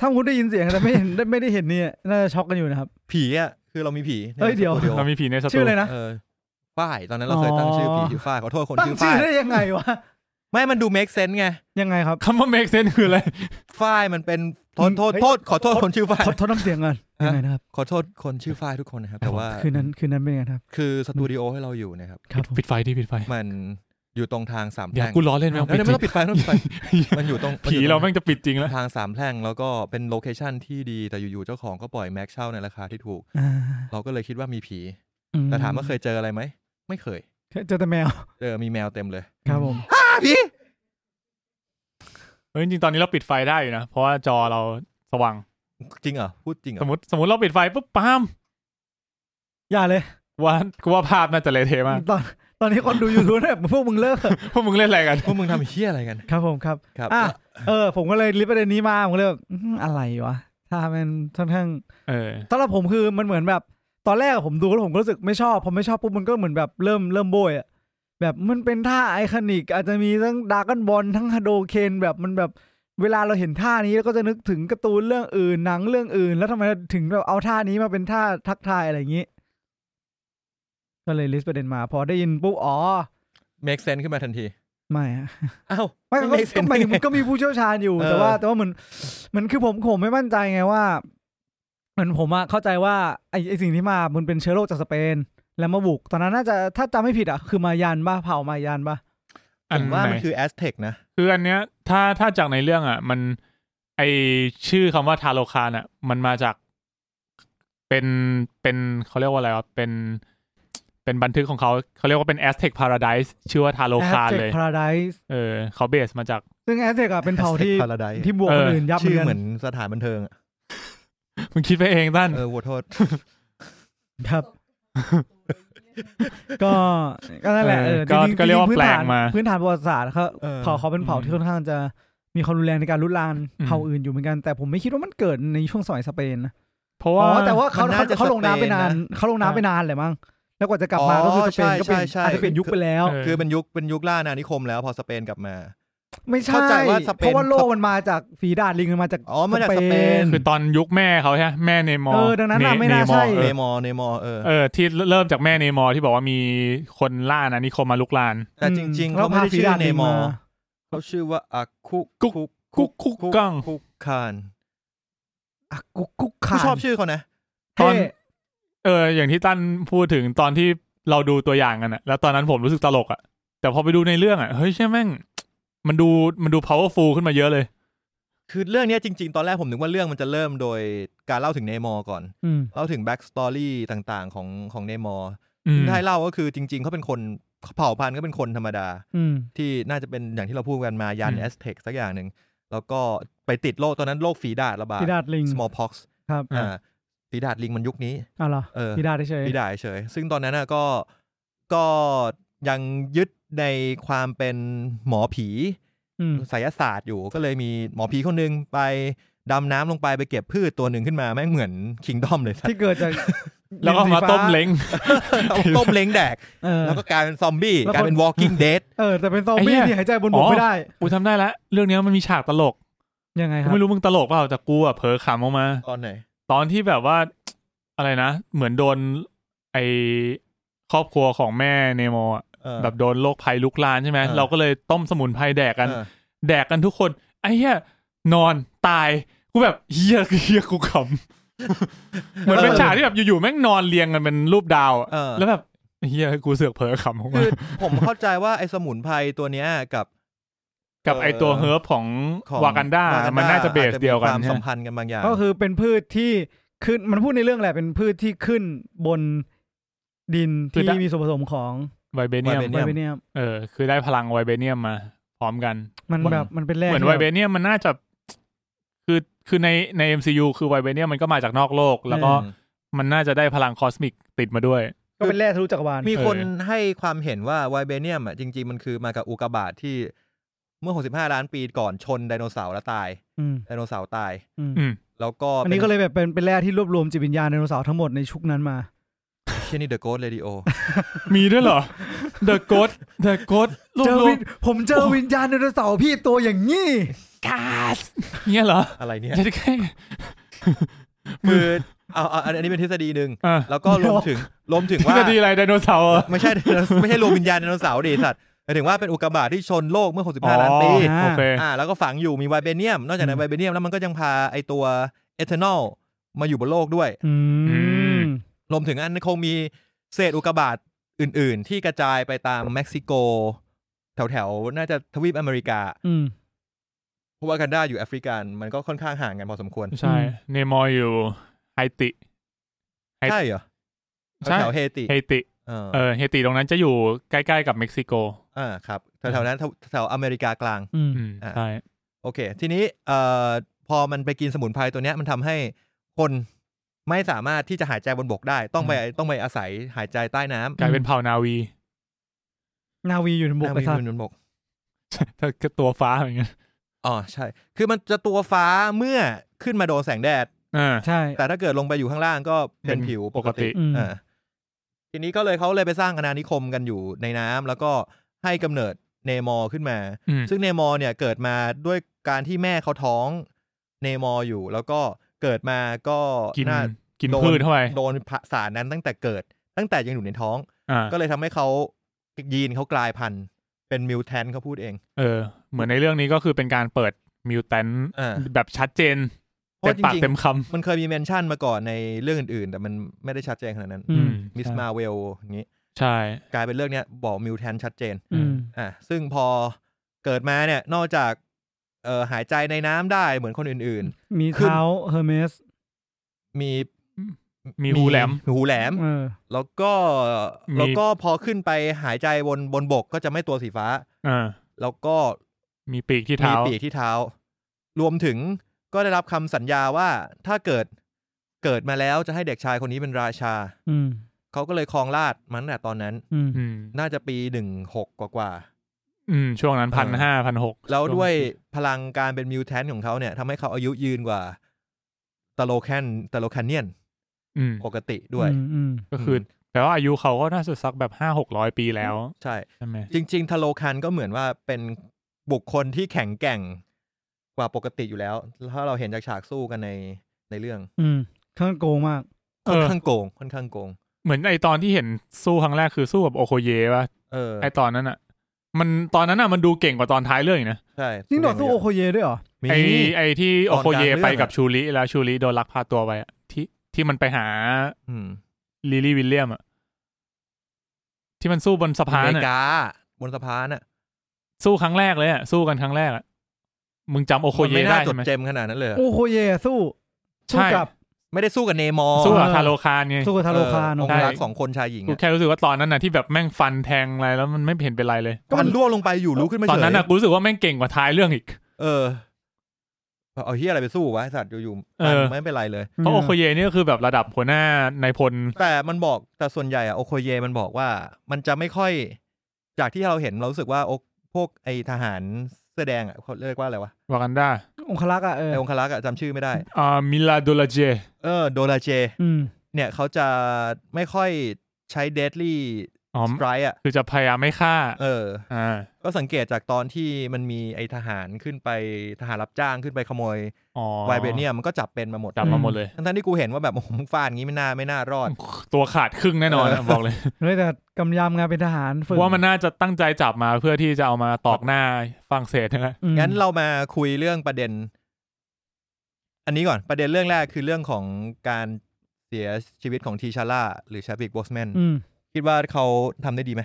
B: ถ้าคุณได้ยินเสียงแต่ไม่เห็น ไม่ได้เห็นเนี่ยน่าจะช็อกกันอยู่นะครับ
A: ผีอ่ะคือเรามีผีใน
B: เอ้ยเดี๋ยว
A: สตู
C: เรามีผีในสตู
B: ชื่ออะไรนะ
A: เออฝ้ายตอนนั้นเราเคยตั้ง
B: อ๋อ
A: ชื่อผีชื่อฝ้ายขอโทษคน
B: ตั้ง
A: ชื่อ
B: ชื่
A: ฝ้า
B: อย ได้ยังไงวะ
A: ไม่มันดู make sense ไง
B: ยังไงครับ
C: คำว่า make sense คืออะไร
A: ฝ้ายมันเป็นโทษโทษ
B: เฮ้ย
A: โทษขอโทษคนชื่อฝ้าย
B: ทดทดน้ำเสียงกัน
A: ฮะ
B: ยังไงนะครับ
A: ขอโทษคนชื่อฝ้ายทุกคนนะครับแต่ว่า
B: คืนนั้นคืนนั้นเป็นยังไงครับ
A: คือสตูดิโอให้เราอยู่เนะครับ
B: ครับผม
C: ปิดไฟดิปิดไฟ
A: มันอยู่ตรงทางสาม
C: เดี๋ย
A: แพ
C: ว
A: ร่ง
C: กูล้อเล่นไม่
A: เดี๋ย
C: เอา
A: ว
C: ปิด
A: ไม่
C: จริ
A: ต้อง
C: ง
A: ปิดไฟไม่ต้องปิดไฟมันอยู่ตรง
C: ผีเราแม่งจะปิดจริง
A: มั
C: แล้
A: นอยู่ต
C: ว
A: รงทางสามแพร่งแล้วก็เป็นโลเคชั่นที่ดีแต่อยู่ๆเจ้าของก็ปล่อยแม็กเช่าในราคาที่ถูก
B: อ่า
A: เราก็เลยคิดว่ามีผี
B: อื
A: แต่ถามว่าเคยเจออะไรไหมไม่เคย
B: เจอแต่แมว
A: เจอมีแมวเต็มเลย
B: ครับ ผม
A: อ่ะผี
C: เออจริงๆตอนนี้เราปิดไฟได้อยู่นะ เพราะว่าจอเราสว่าง
A: จริงเหรอพูดจริงเหร
C: ส
A: อ
C: มมติสมมติเราปิดไฟปุ๊บปาม
B: อย่าเลย
C: ว่ากูว่าภาพน่าจะเละเทะมาก
B: ตอนตอนนี้คนดูยูทูบเนี่ยพวกมึงเลิก
C: พวกมึงเล่นอะไรกัน
A: พวกมึงทำไอ้เฮี้ยอะไรกัน
B: ครับผมครับ
A: ครับ
B: อ่ะ เออ ผมก็เลยริบประเด็นนี้มา ผมก็เลยแบบอื้อหืออะไรวะ ถ้ามันค่อนข้าง
C: เออ
B: สำหรับผมคือมันเหมือนแบบ ตอนแรกผมดูแล้วผมก็รู้สึกไม่ชอบ พอไม่ชอบปุ๊บมันก็เหมือนแบบเริ่มเริ่มโบยอะแบบมันเป็นท่าไอคอนิก อาจจะมีทั้งดากันบอลทั้งฮาโดเคนแบบมันแบบเวลาเราเห็นท่านี้เราก็จะนึกถึงการ์ตูนเรื่องอื่นหนังเรื่องอื่น แล้วทำไมถึงแบบเอาท่านี้มาเป็นท่าทักทายอะไรอย่างนี้ ก็เลยลิสต์ประเด็นมา พอได้ยินปุ๊บอ๋อ
A: เมคเซนขึ้นมาทันที
B: ไม่อะ
A: อ้าว
B: ไม่ก็
A: make sense
B: ก็หมายถึง
A: ได้ไง
B: ก็มีผู้เชี่ยวชาญอยู่
A: เออ
B: แต่ว่าแต่ว่าเหมือนเหมือนคือผมผมไม่มั่นใจไงว่าเหมือนผมอะเข้าใจว่าไอไอสิ่งที่มามันเป็นเชื้อโรคจากสเปน แล้วมาบุก ตอนนั้นน่าจะถ้าจำไม่ผิดอะคือมายันป่ะเผ่ามายันป่ะ
C: อัน
A: ผม
C: ไห
A: ว่ามัน
C: น
A: คือแอสเท็กนะ
C: คืออันเนี้ย ถ้าถ้าจากในเรื่องอ่ะ มันไอชื่อคำว่าทาโลคานอ่ะ มันมาจาก เป็นเป็นเขาเรียกว่าอะไรวะเป็น เป็นบันทึกของเขาเขาเรียกว่าเป็นแอสเท c พาราได s ์ชื่อว่าทาโล
B: แอส
C: คาน
B: เทค
C: เลย
B: พาราไดซ์
C: เออเขาเบสมาจาก
B: ซึ่งแอสเทคอะเป็นเผ่าที่
A: พาราได
B: ที่บวกคนอื่นยับเหมื
A: ชื่
B: อ
A: อน เห
B: กั
A: มือน นสถานบันเทิงอะ
C: มึงคิดไปเองท่าน
A: เออโหวตโทษ
B: ครับ ก็ก็นั่นแหละเออจ
C: ก็
B: ริงๆ
C: ก็เรียกว่า
B: จงๆพื้น
C: แปล
B: ฐ
C: ง
B: น
C: มา
B: พื้นฐานประวัติศาสตร์เขา
A: เออ
B: เผ่าเขาเป็นเผ่าที่ค่อนข้างจะมีความรุนแรงในการลุกลาน
C: อืม
B: เผ่าอื่นอยู่เหมือนกันแต่ผมไม่คิดว่ามันเกิดในช่วงสมัยสเปนนะ
C: เพราะ
B: อ๋
C: ว่า
B: อแต่ว่าเขา
A: น
B: เขา
A: น่าจะ
B: เขาลงน้ำ
A: สเป
B: ไป
A: นนะ
B: นานเขาลงน้ำไปนานเลยมั้งแล้วกว่าจะกลับมา
A: อ๋อ
B: ก็คือสเปนก็เป็น
A: ใช่ใช่
B: อาจจะเป็นยุคไปแล้ว
C: เออ
A: คือเป็นยุคเป็นยุคล่าอาณานิคมแล้วพอสเปนกลับมา
B: ไม่ใช่
A: เข้าใจว่าสเปน
B: เพราะว่าโลกมันมาจากฝีดาดลิงมันมาจาก
A: อ๋อมาจากสเปน
C: คือตอนยุคแม่เขาใช่ไหมแม่เนมอร์
B: เออดังนั้นน่ะไม่น่าใช่
C: เนมอร์เอ
A: เน
C: อ
A: มอร์เนมอร์เออ
C: เออที่เริ่มจากแม่เนมอร์ที่บอกว่ามีคนล่านะนิคมมาลุกลาน
A: แต่จริง ๆ
B: แล้
A: เขา
B: ว
A: ไม่ได้ชื่อ
B: พาฝีดาด
A: เน
B: ลิง
A: มอ
B: มา
A: ร์เขาชื่อว่าอาคุ
C: กุ๊กกุ๊กกุ๊กกัง
A: คุกคาน
B: อ่ะกุ๊กกุ๊ก
A: กู
B: ขาน
A: ชอบชื่อเขานะ
C: ตอน
B: เท่
C: เอออย่างที่ตั้นพูดถึงตอนที่เราดูตัวอย่างกันอะแล้วตอนนั้นผมรู้สึกตลกอะแต่พอไปดูในเรื่องอะเฮ้ยใช่ยแม่ง มันดูมันดู powerful ขึ้นมาเยอะเลย
A: คือเรื่องเนี้ยจริง ๆ ตอนแรกผมนึกว่าเรื่องมันจะเริ่มโดยการเล่าถึงเนมอร์ก่อน
B: อืม
A: เล่าถึงแบ็กสตอรี่ต่างๆ ของของเนมอร์
C: อืม
A: ที่ให้เล่าก็คือจริง ๆเขาเป็นคนเผ่าพันธุ์ก็เป็นคนธรรมดา
B: อืม
A: ที่น่าจะเป็นอย่างที่เราพูดกันมายันแอสเท็กสักอย่างหนึ่ง แล้วก็ไปติดโรคตอนนั้นโรคฝีดาษระบาด
B: พิดาดลิง
A: smallpox
B: ครับ
A: อ่าฝีดาษลิงมันยุคนี้
B: อ้าวเหรอ
A: เออ
B: พิดาดเฉย
A: ฝีดาษเฉยๆซึ่งตอนนั้นน่ะก็ก็ยังยึดในความเป็นหมอผี
B: อืม
A: ไสยศาสตร์อยู่ก็เลยมีหมอผีคนหนึงไปดำน้ำลงไปไปเก็บพืชตัวหนึ่งขึ้นมาแม่งเหมือนคิงดอมเลยสัต
B: ที่
A: ว์
B: เกิดจาก
C: แล้วก็
B: ดินสี
C: มา
B: ฟ้
C: ต้มเล้ง
A: เอาต้มเล้งแดก
B: เออ
A: แล้วก็กลายเป็นซอมบี้
B: แล้ว
A: ก
B: คน
A: ลายเป็น walking dead
B: เออ แต่เป็นซอม
C: ไอ้เหี้
B: บี้
C: ย
B: ที่หายใจบนบ
C: อ๋
B: ก
C: อ
B: ไม่ได้
C: กูทำได้ละเรื่องเนี้ยมันมีฉากตลก
B: ยังไงครับ
C: กูไม่รู้มึงตลกเปล่าแต่กูอะเผลอขำออกมา
A: ตอนไหน
C: ตอนที่แบบว่า อะไรนะ เหมือนโดน ไอครอบครัวของแม่เนโมอะแบบโดนโรคภัยลุกลานใช่ไหม
A: เออ
C: เราก็เลยต้มสมุนไพรแดกกัน
A: เออ
C: แดกกันทุกคน ไอ้เหี้ยนอนตาย กูแบบเฮียเฮียกูขำ เหมือนเป็นฉากที่แบบอยู่ๆแม่งนอนเรียงกันเป็นรูปดาวอะ
A: เออ
C: แล้วแบบเฮียกูเสือกเผลอขำออก
A: คื
C: มา
A: อ ผมเข้าใจว่าไอ้สมุนไพรตัวเนี้ยกับ
C: กับไอตัว
A: เออ
C: เฮิร์บของ
A: ของ
C: วากันดา
A: Wakanda
C: มันน่าจะเบสเดียวกัน
A: อาจจะมีความ
C: ใช่
A: สัม
C: ไหม
A: พันธ์กันบางอย่าง
B: ก็คือเป็นพืชที่ขึ้นมันพูดในเรื่องแหละเป็นพืชที่ขึ้นบนดินที่มีส่วนผสมของ
C: ไวเบเนียม
B: ไวเบเนียม
C: เออ คือได้พลังไวเบเนียมมา พร้อมกัน
B: มันแบบมันเป็นแร่
C: เหมือน
B: ที่
C: ไว
B: แบบ
C: เบเนียมมันน่าจะ คือคือในใน MCU คือไวเบเนียมมันก็มาจากนอกโลก แล้วก็
A: อืม
C: มันน่าจะได้พลังคอสมิกติดมาด้วย
B: ก็เป็นแร่ทะลุจักรวาล
A: มีคนให้ความเห็นว่าไวเบเนียมอ่ะจริง ๆ มันคือมากับอุกกาบาตที่เมื่อ 65 ล้านปีก่อนชนไดโนเสาร์แล้วตาย
B: อืม
A: ไดโนเสาร์ตาย
B: อืม
C: อืม
A: แล้วก็
B: อันนี้ก็เลยแบบเป็นเป็นแร่ที่รวบรวมจิตวิญญาณไดโนเสาร์ทั้งหมดในชุกนั้นมา
A: เชนี่เดอะโกสเรดิโอ
C: มีด้วยเหรอ The Ghost The Ghost รว
B: เจ
C: บ
B: อ
C: รว
B: วิ
C: ม
B: ญผมเจอวิญญาณไดโนเสาร์พี่ตัวอย่างนี้
C: กาสเนี่ยเหรอ
A: อะไรเนี่ย
C: จะได้แค่
A: คือเอาเอาอันนี้เป็นทฤษฎีหนึ่ง
C: อ่ะ
A: แล้วก็รวมถึงรวมถึง
C: ทฤ
A: ว่า
C: ษฎีอะไรไดโนเสาร์เหรอ
A: ไม่ใช่ ไม่ใช่รวมวิญญาณไดโนเสาร์ดิสัตว์หมายถึงว่าเป็นอุกกาบาตที่ชนโลกเมื่อ 65 ล้านปี
C: อ๋อโอเค
A: อ่า แล้วก็ฝังอยู่มีไวเบเนียม นอกจากนั้
B: อื
A: น
B: ม
A: ไวเบเนียมแล้วมันก็ยังพาไอตัวเอเทนอลมาอยู่บนโลกด้วย
B: อืม
A: รวมถึงอันคงมีเศษอุกกาบาตอื่น ๆ ที่กระจายไปตามเม็กซิโก แถว ๆ น่าจะทวีปอเมริกา
B: อืม
A: เพราะว่ากันดาอยู่แอฟริกันมันก็ค่อนข้างห่างกันพอสมควร
C: ใช่ เนมอยอยู่ไฮติ ไอ้
A: ใช่เหรอ
C: ใช่
A: แถวๆเฮติ
C: เฮติ
A: เออ
C: เออเฮติตรงนั้นจะอยู่ใกล้ๆกับเม็กซิโก
A: อ่าครับแถวๆนั้นแถวๆอเมริกากลาง
B: อืม
C: อืม
A: อ่ะ
C: ใช่
A: โอเค ทีนี้เอ่อพอมันไปกินสมุนไพรตัวเนี้ยมันทำให้คนไม่สามารถที่จะหายใจบนบกได้ ต้องไปต้องไปอาศัยหายใจใต้น้ำ
C: กลายเป็นเผ่านาวี
B: นาวีอยู่ในบกไป
A: ไม่
B: ซะ
A: บนบก
C: ถ้าก็ตัวฟ้าอย่างเงี้ย
A: อ๋อใช่ คือมันจะตัวฟ้าเมื่อขึ้นมาโดนแสงแดด
C: อ่า
B: ใช่
A: แต่ถ้าเกิดลงไปอยู่ข้างล่างก็เป็นผิวปกติ
B: อืม
A: อ่าทีนี้ก็เลยเขาเลยไปสร้างอาณานิคมกันอยู่ในน้ำแล้วก็ให้กำเนิดเนมอร์ขึ้นมา
C: อืม
A: ซึ่งเนมอร์เนี่ยเกิดมาด้วยการที่แม่เขาท้องเนมอร์อยู่ แล้วก็เกิดมาก็
C: กิน
A: น่า
C: กิน
A: โดน
C: พืชเข้าไป
A: โดนผสารนั้นตั้งแต่เกิด ตั้งแต่ยังอยู่ในท้อง
C: อ่า
A: ก็เลยทำให้เขายีนเขากลายพันธุ์ เป็นมิวแทนเขาพูดเอง
C: เออ เหมือนในเรื่องนี้ก็คือเป็นการเปิดมิวแตน
A: อ่า
C: แบบชัดเจน
A: เพ
C: เต็
A: ราะ
C: ม
A: จ
C: ปาก
A: ริง
C: เต็มค
A: ๆ มันเคยมีเมนชั่นมาก่อนในเรื่องอื่นๆ แต่มันไม่ได้ชัดเจนขนาดนั้น
C: ำ
B: อื
C: อื
B: ม
C: ม
A: มิสมาเวลอย่างนี้
C: ใช่
A: กลายเป็นเรื่องเนี้ยบอกมิวแทนชัดเจน
B: อืม
A: อ่าซึ่งพอเกิดมาเนี่ยนอกจากเอ่อหายใจในน้ำได้เหมือนคนอื่น
B: มี
A: ขึ้น
B: เท้าเฮอร์เมส
A: ๆ มี
C: มีหูแหลม
A: หูแหลม
B: เออ
A: แล้วก็
C: มี
A: แล้วก็พอขึ้นไปหายใจบนบนบกก็จะไม่ตัวสีฟ้า
C: อ่า
A: แล้วก็
C: มีปีกที่
A: มี
C: เท้า
A: ปีกที่เท้า รวมถึงก็ได้รับคำสัญญาว่าถ้าเกิดเกิดมาแล้วจะให้เด็กชายคนนี้เป็นราชา
B: อืม
A: เขาก็เลยครองราชย์มันแต่ตอนนั้น
B: อืม
C: อืม
A: น่าจะปีหนึ่งหกกว่า
C: อืม ช่วงนั้นพันห้าพันหก
A: ๆแล้วด้วยพลังการเป็นมิวแทนของเขาเนี่ยทำให้เขาอายุยืนกว่าตะโลแคนตะโลแคนเนียน
C: อืม
A: ปกติด้วย
B: อืมอืม
C: ก็คือแปลว่าอายุเขาก็น่าจะสักแบบห้าหกร้อยปีแล้ว
A: ใช่
C: ใช่ไหม
A: จริงๆทะโลคันก็เหมือนว่าเป็นบุคคลที่แข็งแกร่งกว่าปกติอยู่แล้ว ถ้าเราเห็นจากฉากสู้กันในในเรื่อง
B: อืมเครื่องโกงมาก
C: เอ
A: ค่อน
C: อ
A: ข้างโกงค่อนข้างโกง
C: เหมือนไอตอนที่เห็นสู้ครั้งแรกคือสู้กับโอโคเยะป่ะ
A: เออ
C: ไอตอนนั้นอ่ะ มันตอนนั้นอ่ะมันดูเก่งกว่าตอนท้ายเรื่องอีกนะ
A: ใช่
B: จริงดอสู้โอโคเยด้วยเหรอ
A: มี
C: ไอไอที่
A: ต
C: โอ
A: อนกลาง
C: โคเยะ
A: เรื่
C: ไป
A: องอะ
C: กับชูริแล้วชูริโดนลักพาตัวไปอะที่ที่มันไปหา
A: อืม
C: ลิลลี่วิลเลียมอ่ะที่มันสู้บนสะพา
A: อน เมริ
C: อะ
A: กาบนสะพานอ่ะ
C: สู้ครั้งแรกเลยอะสู้กันครั้งแรกอะมึงจำโอโค
A: มัน
C: เย
A: ไม่น่า
C: ได้
A: จด
C: ใช่ไหม
A: เจมขนาดนั้นเลยอะ
B: โอ้โหเยสู้สู้
C: ใช่
B: กับ
A: ไม่ได้สู้กับเนมอ
C: สู้กับทาโรคารไง
B: สู้กับทาโรคา
A: เออ
B: เน
A: อ
B: อะ
A: งค์รักษ์สองคนชายหญิง
C: กู
A: อะ
C: แค่รู้สึกว่าตอนนั้นนะที่แบบแม่งฟันแทงอะไรแล้วมันไม่เห็นเป็นไรเลย
B: ก็มั
A: มัน นล่วงลงไปอยู่รู้ขึ้นไม่เฉย
C: ตอนนั้นนะกูรู้สึกว่าแม่งเก่งกว่าท้ายเรื่องอีก
A: เออเอาเฮียอะไรไปสู้วะไอ้สัตว์อยู่
C: เออ
A: ๆไม่เป็นไรเลย
C: เพราะโอโคเยนี่ก็คือแบบระดับหัวหน้านายพล
A: แต่มันบอกแต่ส่วนใหญ่อะโอโคเยมันบอกว่า มันจะไม่ค่อย จากที่เราเห็นเรารู้สึกว่าโอพวกไอทหารเสื้อแดงอะเขาเรียกว่าอะไรวะ
C: วากันดา
B: องคลักษ์อ่ะเออ
A: ไอองคลักษ์อะจำชื่อไม่ได้
C: อ่ามิลาโดลาเจ
A: เออโดราเจ
B: อืม
A: เนี่ยเขาจะไม่ค่อยใช้เดดลี่
C: อ๋อ
A: สไตร์อะ
C: คือจะพยายามไม่ฆ่า
A: เออ
C: อ่า
A: ก็สังเกตจากตอนที่มันมีไอทหารขึ้นไปทหารรับจ้างขึ้นไปขโมย
C: อ๋อ
A: ไวเบเนียมมันก็จับเป็นมาหมด
C: จับมาหมดเลย
A: ทั้งๆที่กูเห็นว่าแบบ โอ้โหมึงฟาดอย่างงี้ไม่น่าไม่น่ารอด
C: ตัวขาดครึ่งแน่นอ น
A: เออ
C: นะบอกเลย
B: เฮ้ยแต่กำยำงานเป็นทหารฝึก
C: ว่ามันน่าจะตั้งใจจับมาเพื่อที่จะเอามาตอกหน้าฝรั่งเศสนะ
B: อืม
A: งั้นเรามาคุยเรื่องประเด็น อันนี้ก่อนประเด็นเรื่องแรกคือเรื่องของการเสียชีวิตของทีชาร่าหรือชาบิกบอสแมน
B: อืม
A: คิดว่าเขาทำได้ดีไหม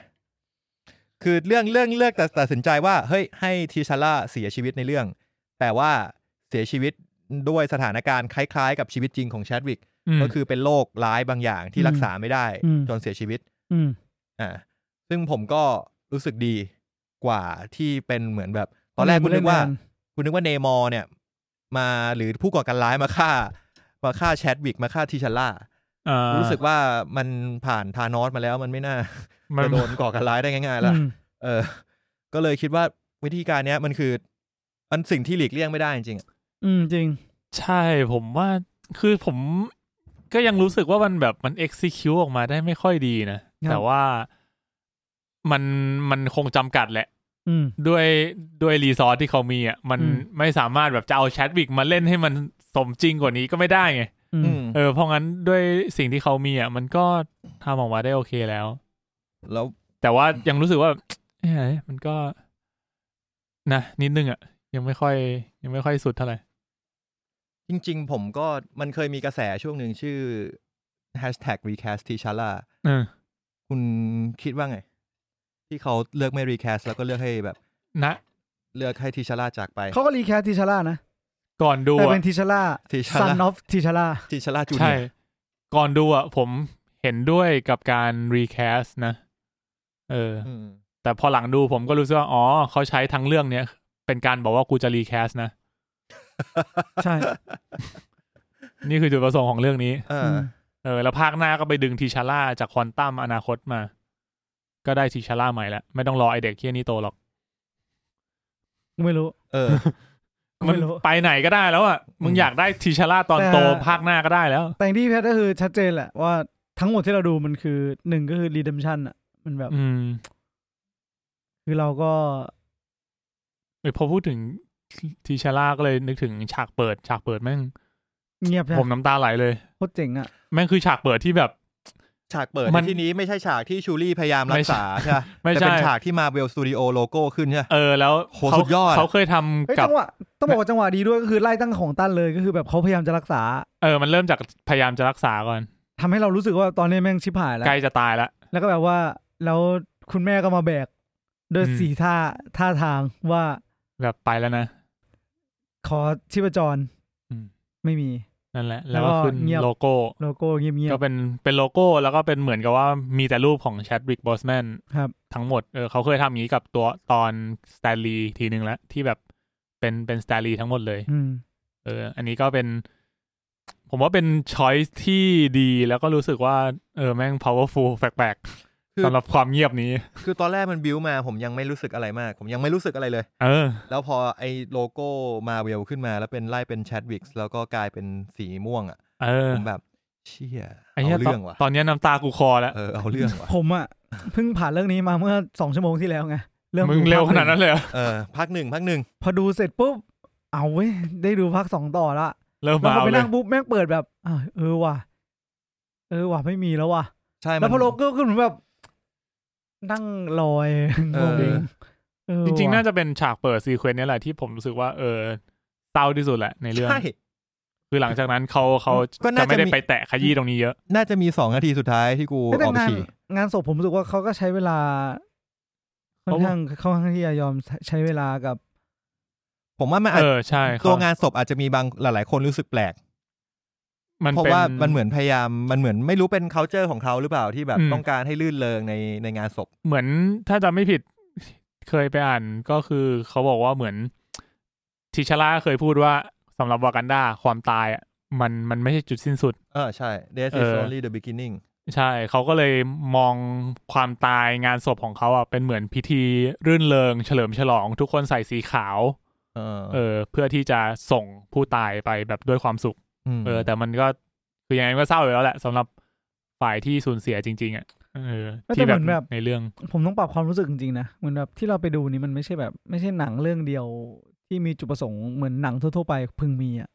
A: คือเรื่องเรื่องเลือกตัดตัดสินใจว่า เฮ้ยให้ทีชาร่าเสียชีวิตในเรื่อง แต่ว่าเสียชีวิตด้วยสถานการณ์คล้ายๆ กับชีวิตจริงของแชดวิก
C: ม
A: ก็คือเป็นโรคร้ายบางอย่างที่
B: อืม
A: รักษาไม่ได้
B: อืม
A: จนเสียชีวิต
B: อืม
A: อ่า ซึ่งผมก็รู้สึกดีกว่าที่เป็นเหมือนแบบ ตอนแรกคุณนึกว่า คุณนึกว่าเนมอร์เนี่ย มาหรือผู้ก่อการร้ายมาฆ่า มาฆ่าแชดวิกมาฆ่าทิชาร่า
C: อ่า
A: รู้สึกว่ามันผ่านทานอสมาแล้วมันไม่น่า
C: มั
A: จะ
C: น
A: โดนก่อการร้ายได้ง่ายๆละเออ ก็เลยคิดว่าวิธีการเนี้ย มันคือ มันสิ่งที่หลีกเลี่ยงไม่ได้จริงๆอะ
B: อืมจริง
C: ใช่ผมว่าคือผมก็ยังรู้สึกว่ามันแบบมัน execute ออกมาได้ไม่ค่อยดีนะ
B: ครับ
C: แต่ว่ามันมันคงจำกัดแหละ
B: อืม
C: ด้วยด้วยรีซอสที่เขามีอ่ะมัน
B: อืม
C: ไม่สามารถแบบจะเอาแชทวิกมาเล่นให้มันสมจริงกว่านี้ก็ไม่ได้ไง
B: อืม
A: อืม
C: เออเพราะงั้นด้วยสิ่งที่เขามีอ่ะมันก็ทำออกมาได้โอเคแล้ว
A: แล้ว
C: แต่ว่ายังรู้สึกว่าเอ้ยมันก็นะนิดนึงอ่ะยังไม่ค่อย ยังไม่ค่อยสุดเท่าไหร่
A: จริง ๆ ผมก็มันเคยมีกระแสช่วงหนึ่งชื่อ hashtag recast ทิชาร่า
C: เออ
A: คุณคิดว่าไง ที่เขาเลือกไม่รีแคสแล้วก็เลือกให้แบบ
C: นะ
A: เลือกให้ทิชาร่าจากไป
B: เขาก็รีแคสทีชาร่านะ
C: ก่อนดู
B: แต่เป็
C: อ่ะ
B: นทีชาร่า
A: T'Challa
B: ซันออฟทีชาร่า
A: ทิชาร่าจูเนี
C: ใช่
A: ยร์
C: ก่อนดูอ่ะผมเห็นด้วยกับการรีแคสนะ เออ
A: อืม
C: แต่พอหลังดูผมก็รู้สึกว่า อ๋อ เขาใช้ทั้งเรื่องเนี้ย เป็นการบอกว่ากูจะรีแคสนะ
B: ใช่
C: นี่คือจุดประสงค์ของเรื่องนี้
A: เอ
B: อื
A: อ
B: ม
C: เออ แล้วภาคหน้าก็ไปดึงทีชาร่าจากควอนตัมอนาคตมา ก็ได้ทีชาร่าใหม่แล้ว ไม่ต้องรอไอเด็กเฮี้ยนี่โตหรอก
B: กูไม่รู้
A: เอ อ
B: กู
C: มัน
B: ไม่รู้
C: ไปไหนก็ได้แล้วอ่ะ มึง
A: อืม
C: อยากได้ทีชาร่าตอนโต
B: แต่
C: ภาคหน้าก็ได้แล้ว
B: แต่อย่างที่เพชรก็คือชัดเจนแหละว่าทั้งหมดที่เราดูมันคือหนึ่งก็คือรีเดมชันอ่ะ มันแบบ
C: อืม
B: คือเราก็
C: เอ้ยพอพูดถึงทีชาร่าก็เลยนึกถึงฉากเปิด ฉากเปิดแม่ง
B: เงียบใช่ไห
C: ผม
B: ม
C: น้ำตาไหลเลย
B: โคตรเจ๋งอ่ะ
C: แม่งคือฉากเปิดที่แบบ
A: ฉากเปิด
C: มัน
A: ในที่นี้ไม่ใช่ฉากที่ชูรี่พยายามรักษาใช่ปะ
C: ไม่
A: แต่
C: ใช่
A: เป็นฉากที่มาเวลสตูดิโอโลโก้ขึ้นใช่ปะ
C: เออ แล้ว
A: โห
C: เขา
A: สุดยอด
C: เขาเคยทำ
B: เฮ้ย
C: กับ
B: จังหวะต้องบอกว่าจังหวะดีด้วยก็คือไล่ตั้งของตั้นเลยก็คือแบบเขาพยายามจะรักษา
C: เออ มันเริ่มจากพยายามจะรักษาก่อน
B: ทำให้เรารู้สึกว่าตอนนี้แม่งชิบหายแล้ว
C: ใกล้จะตายละ
B: แล้วก็แบบว่าแล้วคุณแม่ก็มาแบกโดวย
C: อืม
B: สีท่าท่าทางว่า
C: แบบไปแล้วนะ
B: ขอชีพจร
C: อืม
B: ไม่มี
C: นั่นแหละ
B: แล้
C: แล้ว ว
B: ก็
C: ก็ขึ้น
B: เงียบ
C: โลโก้
B: โลโก้เงีย
C: ก็
B: บ
C: เป็นเป็นโลโก้แล้วก็เป็นเหมือนกับว่ามีแต่รูปของแชดวิกบอสแมน
B: ครับ
C: ทั้งหมดเออเขาเคยทำอย่างนี้กับตัวตอนสแตนลีย์ทีหนึ่งแล้ว ที่แบบเป็นเป็นสแตนลีย์ทั้งหมดเลย
B: ๆอืม
C: เออ อันนี้ก็เป็น ผมว่าเป็นช้อยส์ที่ดีแล้วก็รู้สึกว่า เออ แม่ง powerful แปลก
A: คื
C: ๆ
A: อ
C: สำหรับความเงียบนี้
A: คือตอนแรกมันบิวมาผมยังไม่รู้สึกอะไรมาก ผมยังไม่รู้สึกอะไรเลย
C: เออ
A: แล้วพอไอ้โลโก้มาเวลขึ้นมา แล้วเป็นไล่เป็นแชดวิกส์แล้วก็กลายเป็นสีม่วงอ่ะ
C: เออ
A: ผมแบบเชี่ย
C: ไอ้เหี้ย
A: เอาเรื่องว่ะ
C: ตอนตอนเนี้ยน้ำตากูคอแล้ว
A: เออเอาเรื่อง ว่ะ
B: ผมอะเพิ่งผ่านเรื่องนี้มาเมื่อสองชั่วโมงที่แล้วไงม
C: มึง
B: ดู
C: เร็ว
B: ภค
C: ขนาดนั้น
B: หง
C: เลยเหรอ
A: เออพักหนึ่งพักหนึ่ง
B: พอดูเสร็จปุ๊บ เอาเว้ยได้ดูภาคสองต่อละ
C: เริ่ม
B: แล้ว
C: มา
B: พอไป
C: เล
B: นั่
C: ย
B: งปุ๊บแม่งเปิดแบบอ่าเออว่ะเออว่ะไม่มีแล้วว่ะ
A: ใช่มั
B: แล้ว
A: น
B: พอโลโก้ขึ้นเหมือนแบบ นั่งลอย
A: เอง อ
B: งเออ
C: จริงๆ
B: ว่ะ
C: น่าจะเป็นฉากเปิดซีเควนต์เนี้ยแหละที่ผมรู้สึกว่าเออเศร้าที่สุดแหละในเรื่อง
A: ใช่
C: คือหลังจากนั้นเขาเขา
A: ก็น่าจะ
C: จะไม่ได้ไปแตะขยี้ตรงนี้เยอะ
A: น่าจะมีสองนาทีสุดท้ายที่กูอ
B: แต่
A: อกไป
B: งาน
A: ฉี่
B: งานศพผมรู้สึกว่าเขาก็ใช้เวลา ค่อนข้างค่อนข้างที่จะยอมใช้เวลากับ
A: ผมว่ามันอาจ
C: เออใช่ครับ
A: ตัวงานศพอาจจะมีบางหลาย ๆ คนรู้สึกแปลก
C: มัน
A: เพราะ
C: ป็
A: ว่ามันเหมือนพยายามมันเหมือนไม่รู้เป็น c u เจอร์ของเขาหรือเปล่าที่แบบ
C: อืม
A: ต้องการให้ลื่นเลงในในงานศพ
C: เหมือนถ้าจำไม่ผิดเคยไปอ่านก็คือเขาบอกว่าเหมือนทิชาร่าเคยพูดว่าสำหรับวากันดาความตายอะมันมันไม่ใช่จุดสิ้นสุด
A: เออใช่ this
C: เอ
A: is
C: อ
A: only the beginning
C: ใช่เขาก็เลยมองความตายงานศพของเขาอ่ะเป็นเหมือนพิธีรื่นเริง เฉลิมฉลองทุกคนใส่สีขาว
A: เออ
C: เออ เพื่อที่จะส่งผู้ตายไปแบบด้วยความสุข
A: ม
C: เออ แต่มันก็คือยังไงก็เศร้าอยู่แล้วแหละสำหรับฝ่ายที่สูญเสียจริง ๆอ่ะเออ
B: แต่
C: ที่
B: เหมือนแบบ
C: ในเรื่อง
B: ผมต้องปรับความรู้สึกจริงๆนะเหมือนแบบที่เราไปดูนี่มันไม่ใช่แบบ ไม่ใช่หนังเรื่องเดียวที่มีจุดประสงค์เหมือนหนังทั่วๆไปพึงมีอ่ะ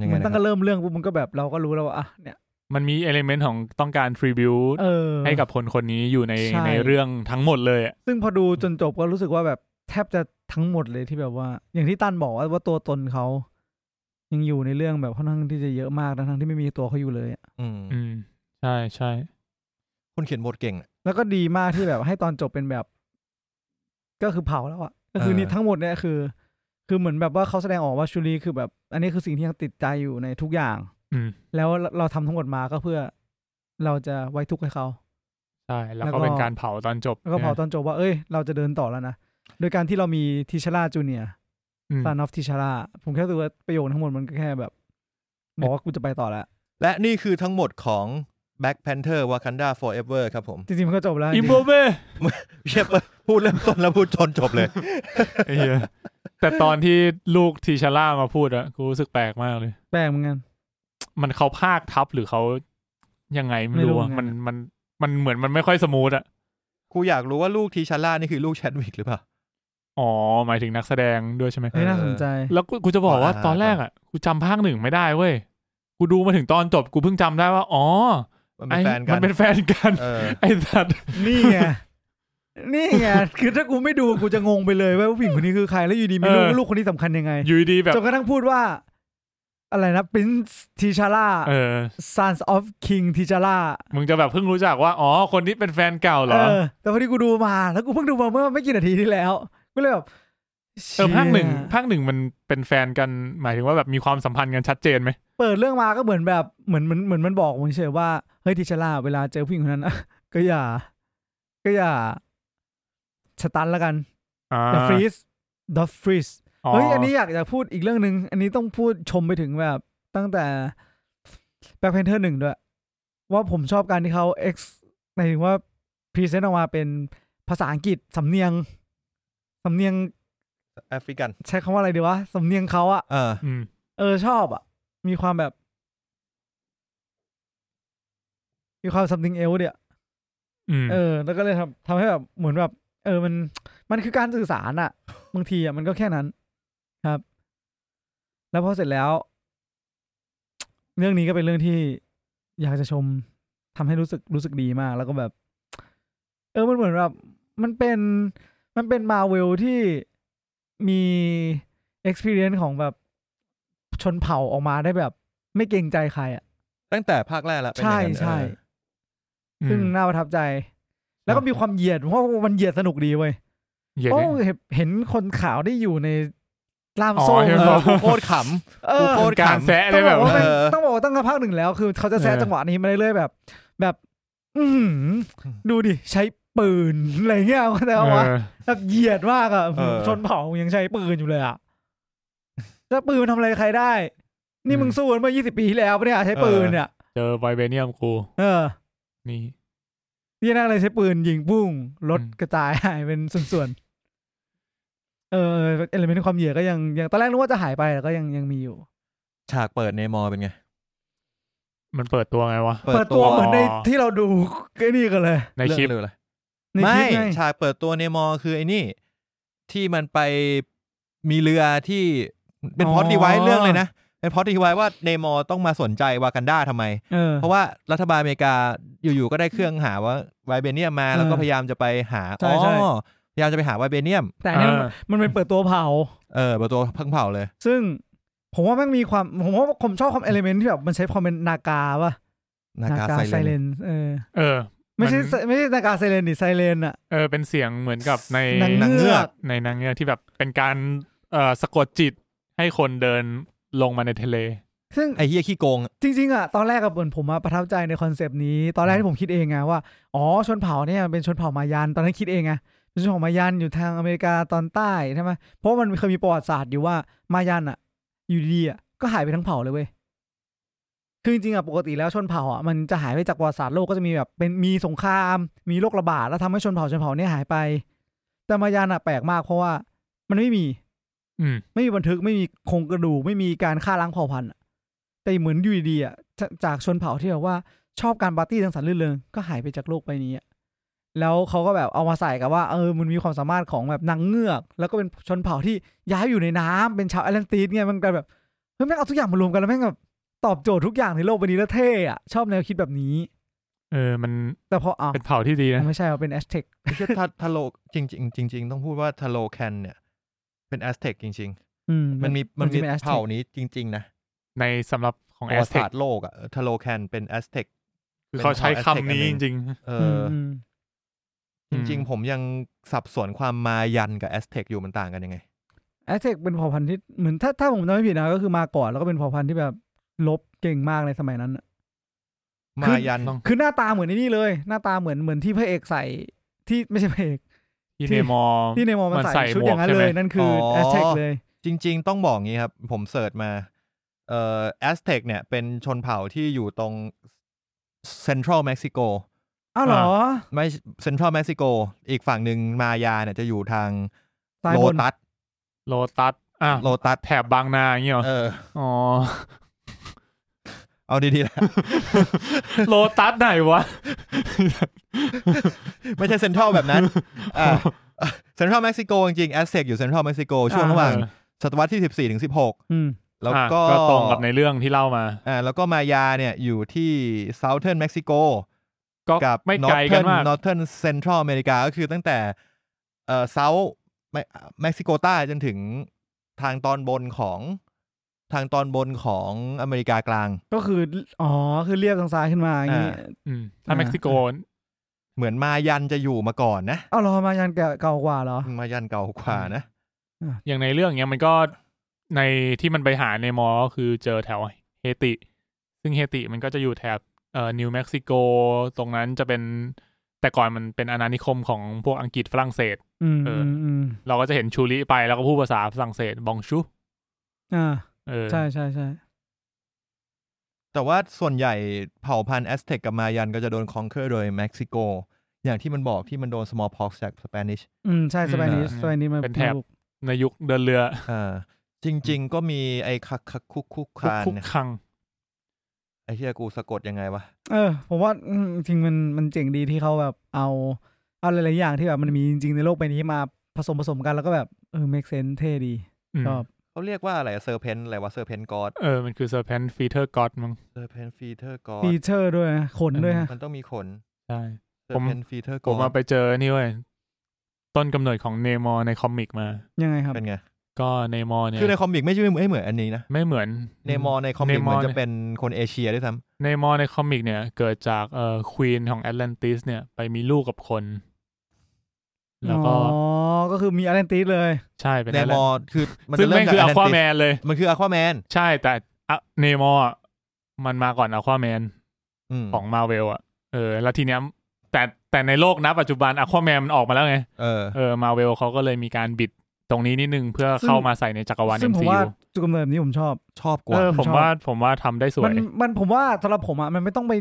A: ยังไง
B: มัน
A: นะ
B: ตั้ง
A: ค
B: ก็
A: รับ
B: เริ่มเรื่องปุ๊บมันก็แบบเราก็รู้แล้วว่าอ่ะเนี่ย
C: มันมีเอลิเมนต์ของต้องการทริบิว
B: เออ
C: ให้กับคนคนนี้อยู่ใน
B: ใช่
C: ในเรื่องทั้งหมดเลยอะ
B: ซึ่งพอดูจนจบก็รู้สึกว่าแบบแทบจะทั้งหมดเลยที่แบบว่า อย่างที่ตั้นบอกว่าว่าตัวตนเขา ยังอยู่ในเรื่องแบบค่อนข้างที่จะเยอะมากนะทั้งที่ไม่มีตัวเขาอยู่เลยอะ
A: อืม
C: อืม ใช่ใช่
A: คนเขียนบทเก่งอะ
B: แล้วก็ดีมากที่แบบให้ตอนจบเป็นแบบ ก็คือเผาแล้วอะก็คือ
A: เออ
B: นี่ทั้งหมดเนี่ยคือ คือเหมือนแบบว่าเขาแสดงออกว่าชูรีคือแบบ อันนี้คือสิ่งที่ยังติดใจอยู่ในทุกอย่าง
C: อืม
B: แล้วเราทำทั้งหมดมาก็เพื่อ เราจะไว้ทุกข์ให้เขา
C: ใช่ แล้ว
B: แล้วก็
C: ก็เป็นการเผาตอนจบ
B: แล้วก็เผาตอนจบว่าเอ้ยเราจะเดินต่อแล้วนะโดยการที่เรามีทิชล่าจูเนีย
C: อืม
B: ซานอฟทิชาร่าผมแค่รู้สึกว่าประโยคทั้งหมดมันก็แค่แบบ บอกว่ากูจะไปต่อแล้ว
A: และนี่คือทั้งหมดของ Black Panther Wakanda Forever ครับผม
B: จริงๆ มันก็จบแล้ว
C: อิมโบเบ
A: เชียพูดเริ่ มต้นแล้วพูดจนจบเลย
C: ไอ้เหี้ยแต่ตอนที่ลูกทีชาร่ามาพูดอะกูรู้สึกแปลกมากเลย
B: แปลกเหมือนกัน
C: มันเขาภาคทับหรือเขายังไงไม่รู้อะ
B: ไม่รู้เหมื
C: มั
B: อน นกัน
C: มันมันเหมือนมันไม่ค่อยสมูทอะ
A: กูอยากรู้ว่าลูกทีชาร่านี่คือลูกแชดวิกหรือเปล่า
C: อ๋อ หมายถึงนักแสดงด้วยใช่ไหม
B: เฮ้ย
A: ออ
B: น่าสนใจ
C: แล้วกูกูจะบอกว่า
A: อ่า
C: ตอนแรกอะกูจำภาคหนึ่งไม่ได้เว้ยกูดูมาถึงตอนจบกูเพิ่งจำได้ว่าอ๋อ
A: มัน
C: ไอ้
A: เป็นแฟนกั
C: มัน
A: น
C: เป็นแฟนกัน
A: เออ
C: ไอ้สั ตว์
B: นี่ไง นี่ไง คือถ้ากูไม่ดูกูจะงงไปเลยว่าผู้หญิงคนนี้คือใคร แล้วอยู่ดีมีลูก
C: เออ
B: ลูกคนนี้สำคัญยังไง
C: อยู่ดีๆแบบ
B: จนกระทั่งพูดว่า อะไรนะปรินซ์ทิชาร่า
C: เออ
B: ซานออฟคิงทิชาร่า
C: มึงจะแบบเพิ่งรู้จักว่า อ๋อ คนที่เป็นแฟนเก่าเหรอ
B: แต่พอดีกูดูมา แล้วกูเพิ่งดูมาเมื่อไม่กี่นาทีที่แล้วก็เลยแบบ
C: เออภาคหนึ่ง
B: เชี่ย
C: ภาคหนึ่งมันเป็นแฟนกันหมายถึงว่าแบบมีความสัมพันธ์กันชัดเจนไหม
B: เปิดเรื่องมาก็เหมือนแบบเหมือนเหมือนเหมือนมันบอกมึงเฉยๆว่าเฮ้ยทิชล่าเวลาเจอผู้หญิงคนนั้นอะ ก็อย่า ก็อย่าสตันละกัน
C: อ่า
B: อย่าฟรีซดอฟฟรีซเฮ้ยอันนี้
C: อ
B: อยากอยากพูดอีกเรื่องหนึ่งอันนี้ต้องพูดชมไปถึงแบบตั้งแต่แบ็คเพนเทอร์หนึ่งด้วย ว่าผมชอบการที่เขา X หมายถึงว่าพรีเซนต์ออกมาเป็นภาษาอังกฤษสำเนียงสำเนียง
A: แอฟริกัน
B: ใช้คำว่าอะไรดีวะสำเนียงเขาอะ
A: เออ
C: อืม
B: เออชอบอะมีความแบบ มีความ something else เนี่ย
C: อืม
B: เออ แล้วก็เลยทำทำให้แบบเหมือนแบบ เออมัน มันคือการสื่อสารอะบางทีอะมันก็แค่นั้นครับ แล้วพอเสร็จแล้ว เรื่องนี้ก็เป็นเรื่องที่อยากจะชมทำให้รู้สึกรู้สึกดีมาก แล้วก็แบบ เออมันเหมือนแบบมันเป็นมันเป็นมาเวลที่มี experience ของแบบชนเผ่าออกมาได้แบบ ไม่เกรงใจใครอะ
A: ตั้งแต่ภาคแรกแล้วเป็นอ
B: ใช่
A: ย่างนั้น
B: ใช่
A: เออ
C: อืม
B: ซึ่งน่าประทับใจ แล้วก็มีความเหยียดเพราะว่ามันเหยียดสนุกดีเว้ย
C: เหยียด
B: โอ้
C: เลย
B: เห็นเห็นคนขาวได้อยู่ในล่าม
C: อ๋อ
B: โซ่
C: เห็น
A: เอ
B: เอ
C: ปะ
A: อ
B: อ
A: กูโคตรข
B: เอ
A: ำกู
B: อ
A: โคตรข
C: การแซะ
B: ต้
C: ได้
B: องบ
C: แบ
B: อบ กว่าเป็น
A: เออ
B: ต้องบอกว่าตั้งแต่ภาคหนึ่งแล้ว คือเขาจะแซะ
C: เออ
B: จังหวะนี้มาเรื่อยๆแบบ แบบ อือหือดูดิใช้ปืนอะไรเงี้ยเข้าใจ
C: เอ
B: ปะวะ
C: อ
B: แบบเหยียดมากอ่ะ
A: เออ
B: ชนเผ่ายังใช้ปืนอยู่เลยอ่ะแล้วปืนมันทำอะไรใครได้ นี่มึงสู้กันเมื่อ 20 ปีที่แล้วปะเนี่ยใช้ปืนเนี่ย
C: เจอไวเบเนียมกู
B: เออ
C: นี่
B: นี่นั่งเลยใช้ปืนยิงปุ้งรถ
C: อืม
B: กระจาย หายเป็นส่วนๆ เออเอลเมนต์ความเหยียดก็ยังยังตอนแรกนึกว่าจะหายไปแต่ก็ยังยังมีอยู่
A: ำฉากเปิดเนมอร์เป็นไง
C: มันเปิดตัวไงวะ
B: เปิดตัวเหมือนใน
C: อ๋อ
B: ที่เราดูไอ้นี่กันเลย
C: ในคลิป
A: เรื่องเลย
B: ในค
A: ไม่
B: ลิปไง
A: ฉากเปิดตัวเนมอร์คือไอ้นี่ ที่มันไปมีเรือที่เป็น
B: อ๋อ
A: พอดดีไว้เรื่องเลยนะ เป็นพอดดีไว้ว่าเนมอร์ต้องมาสนใจวากันดาทำ ไม
B: เออ
A: เพราะว่ารัฐบาลอเมริกาอยู่ๆก็ได้เครื่องหาว่าไวเบเนียมมา แล้วก็
B: เออ
A: พยายามจะไปหา
B: ใช่
A: อ๋อ
B: ใช่
A: พยายามจะไปหาไวเบเนียม
B: แต่อันนี่มัน
C: เออ
B: มันเป็นเปิดตัวเผา
A: เออเปิดตัวเพิ่งเผาเลย
B: ซึ่งผมว่าแมันมีความ ผมว่าผมชอบความเอลเมนต์ที่แบบมันใช้ความเป็นนากาป่ะ
A: นากาไซ
B: ไซ
A: เล
B: เล
A: น
B: นส์เออ
C: เออ
B: ไม่ใช่
C: มัน
B: ไซไม่ใช่นาการไซเรนดิไซเรนอะ
C: เออเป็นเสียงเหมือนกับใน
A: หนังเงือก
C: ในนางเงือกที่แบบเป็นการเอ่อสะกดจิตให้คนเดินลงมาในทะเล
B: ซึ่ง
A: ไอ้เฮียขี้โกงอะ
B: จริงๆอ่ะตอนแรกกับเหมือนผมอะประทับใจในคอนเซปต์นี้ ตอนแรกที่ผมคิดเองไงว่า อ๋อชนเผ่าเนี่ยเป็นชนเผ่ามายัน ตอนนั้นคิดเองไงเป็นชนเผ่ามายันอยู่ทางอเมริกาตอนใต้ใช่ไหมเพราะมันเคยมีประวัติศาสตร์อยู่ว่ามายันอ่ะ อยู่ดีๆอ่ะก็หายไปทั้งเผ่าเลยเว้ยคือจริงๆอ่ะปกติแล้วชนเผ่าอ่ะมันจะหายไปจากประวัติศาสตร์โลกก็จะมีแบบเป็นมีสงคราม มีโรคระบาดแล้วทำให้ชนเผ่าชนเผ่าเนี่ยหายไป แต่มายันอ่ะแปลกมากเพราะว่ามันไม่มี
C: อืม
B: ไม่มีบันทึกไม่มีโครงกระดูกไม่มีการฆ่าล้างเผ่าพันธุ์อะแต่เหมือนอยู่ดีๆอะจะจากชนเผ่าที่แบบว่าชอบการปาร์ตี้สังสรรค์ลื่นเริงก็หายไปจากโลกใบนี้อะแล้วเขาก็แบบเอามาใส่กับว่าเออมันมีความสามารถของแบบนางเงือก แล้วก็เป็นชนเผ่าที่ย้ายไปอยู่ในน้ำเป็นชาวแอตแลนติสไงมันก็แบบเฮ้ยแม่งเอาทุกอย่างมารวมกันแล้วแม่งแบบตอบโจทย์ทุกอย่างในโลกใบนี้แล้วเท่อะชอบแนวคิดแบบนี้
C: เออมัน
B: แต่พอเอา
C: เป็นเผ่าที่ดีนะ
B: ไม่ใช่เอาเป็นแอสเท็ก
A: ไอ้เฮียทาทาโลจริงจริงๆจริงๆต้องพูดว่าทาโลแคนเนี่ย เป็นแอสเท็กจริง
B: อืม
A: ๆ มันมี
B: มั
A: มัน น
B: จะ
A: มี
B: เป็น Aztec
A: เผ่านี้จริง ๆ นะ
C: ในสำหรับของ
A: ป
C: แอ
A: ระวั
C: ส
A: ติ
C: เท็
A: ศาสตร์โลกอะทาโลแคนเป็นแอสเท็ก
C: คือเขาใช้คำนี้จ
A: เป็นเผ่า
C: ริง
A: เอ
B: อืม
A: ออ
B: อืม
A: จริง
C: อืม
A: ๆ ผมยังสับสนความมายันกับแอสเท็กอยู่มันต่างกันยังไง
B: แอสเท็กเป็นเผ่าพันธุ์ที่เหมือนถ้าถ้าผมจำไม่ผิดนะก็คือมาก่อนแล้วก็เป็นเผ่าพันธุ์ที่แบบลบเก่งมากในสมัยนั้นอะ
A: มายัน
C: ต้อง
B: คือหน้าตาเหมือนไอ้นี่เลย หน้าตาเหมือนเหมือนที่พระเอกใส่ที่ไม่ใช่พระเอก
C: ๆที่
B: ที่
C: เนมอร์
B: ที่ในมอมัน
C: มันใส่
B: ใส่ชุดอย่างนั้น
C: หมวก
B: เล
C: ใช่
B: ย
C: ไหม
B: นั่นคือ
A: อ
B: แอสเท็กเลย
A: จริง ๆ ต้องบอกงี้ครับ ผมเสิร์ชมาเอ่อแอสเท็กเนี่ย เป็นชนเผ่าที่อยู่ตรงเซ็นทรัลเม็กซิโก
B: อ้าวเหรอ
A: ไม่เซ็นทรัลเม็กซิโก อีกฝั่งหนึ่งมายาเนี่ยจะอยู่ทาง
B: ซ้าย
A: โล
B: บน
A: ตัส
C: โลตัสอ่ะ
A: โลตัส
C: แถบบางนาอย่างเงี้ยเหรอ
A: เออ
C: อ๋อ
A: เอาดีๆนะ
C: โลตัสไหนวะ
A: ไม่ใช่เซ็นทรัลแบบนั้น เซ็นทรัลเม็กซิโกจริงแอสเซกอยู่เซ็นทรัลเม็กซิโกช่วงระหว่างศตวรรษที่สิบสี่ถึงสิบหก
B: อืม
A: แล้ว
C: อ่ะ
A: ก็
C: ตรงกับในเรื่องที่เล่ามา
A: อ่าแล้วก็มายาเนี่ยอยู่ที่เซาเทิร์นเม็กซิโก
C: ก็
A: กับ
C: ไม่ไกลกันมาก
A: นอร์เทิร์นเซ็นทรัลอเมริกาก็คือตั้งแต่เอ่อเซาท์เม็กซิโกใต้จนถึงทางตอนบนของทางตอนบนของอเมริกากลาง
B: ก็คืออ๋อคือเรียบทางซ้ายขึ้นมาอย่างนี้
A: อ่า
C: อืมถ้าเม็กซิโก
A: เหมือนมายันจะอยู่มาก่อนนะ
B: อ้าวเหรอมายันแก่เก่ากว่าเหรอ
A: มายันเก่ากว่านะ
C: อย่างในเรื่องเนี้ยมันก็ในที่มันไปหาในมอก็คือเจอแถวเฮติ ซึ่งเฮติมันก็จะอยู่แถบเอ่อนิวเม็กซิโก ตรงนั้นจะเป็นแต่ก่อนมันเป็นอาณานิคมของพวกอังกฤษฝรั่งเศส
B: อืม
C: เอออื
B: มอืม
C: เราก็จะเห็นชูริไปแล้วก็พูดภาษาฝรั่งเศสบองชู
B: อ่า
C: เออ
B: ใช่ใช่ใช่
A: แต่ว่าส่วนใหญ่เผ่าพันธุ์แอสเท็กกับมายันก็จะโดนคองเคอร์โดยเม็กซิโก อย่างที่มันบอกที่มันโดน smallpox จากสเปนิช
B: อืมใช่สเปนิชสเปนิชมัน
C: เป็นแถบในยุคเดินเรือ
A: อ่า จริง ๆ ก็มีไอ้คักคักคุกคุกคาน
C: คุก
A: เนี่ย
C: คัง
A: ไอ้เฮียกูสะกดยังไงวะ
B: เออ ผมว่าอืมจริงมันมันเจ๋งดีที่เขาแบบเอาเอาหลายๆอย่างที่แบบมันมีจริงๆในโลกใบนี้มาผสมผสมกันแล้วก็แบบเออเมคเซนเท่ดี
C: อืม
B: ชอบ
A: เขาเรียกว่าอะไรเซอร์เพนอะไรวะเซอร์เพนกอด
C: เออมันคือเซอร์เพนฟีเทอร์กอดมั้ง
A: เซอร์เพนฟีเทอร์กอด
B: ฟีเจอร์ด้วยนะขนด้วยฮะ
A: มันต้องมีขน
C: ใช่
A: เซอ
C: ผม
A: ร์เพนฟีเทอร์
C: ผ
A: กอ
C: มมา
A: ด
C: ไปเจอนี่เว้ยต้นกำเนิดของเนมอในคอมิกมา
B: ยังไงครับ
A: เป็นไง
C: ก็เนมอเนี่ย
A: คือในคอมิกไม่ใช่ไม่เหมือนอันนี้นะ
C: ไม่เหมือน
A: เนมอร์ในคอมิก
C: เน
A: เห
C: มอ
A: มื
C: ร์
A: อนจะเป็นคนเอเชียด้วยซ้
C: ในมอในคอมิกเนี่ย เกิดจากเอ่อควีนของแอตแลนติสเนี่ย ไปมีลูกกับคน แล้วก็
B: อ๋อ ก็คือมีอารันติสเลย
C: ใช่เป็น
A: ำเน
C: แอต
A: ม
C: แลน
A: อร์คือมัน
C: ซึ่
A: จะ
C: ง
A: เริ่
C: แม่
A: ม
C: ง
A: จาก
C: คืออควาแม
A: น
C: นเลย
A: มันคืออควาแมน
C: ใช่ แต่อะเนมออะมันมาก่อนอควาแมน ของมาเวลอ่ะ เออ แล้วทีเนี้ยแต่แต่ในโลกนะปัจจุบันอควาแมนมันออกมาแล้วไง
A: เออ
C: เออมาเวลเขาก็เลยมีการบิดตรงนี้นิดนึงเพื่อเข้ามาใส่ในจักรวาล
B: ซึ่งผม
C: MCU
B: ว่าจุดกำเนิดนี้ผมชอบ
A: ชอบก
C: เอ
A: ว่า
C: อ
B: ผม
C: ผม
B: ชอบ
C: ว่าผมว่าทำได้สว
B: มั
C: ย
B: นมันผมว่าสำหรับผมอ่ะ มันไม่ต้องไป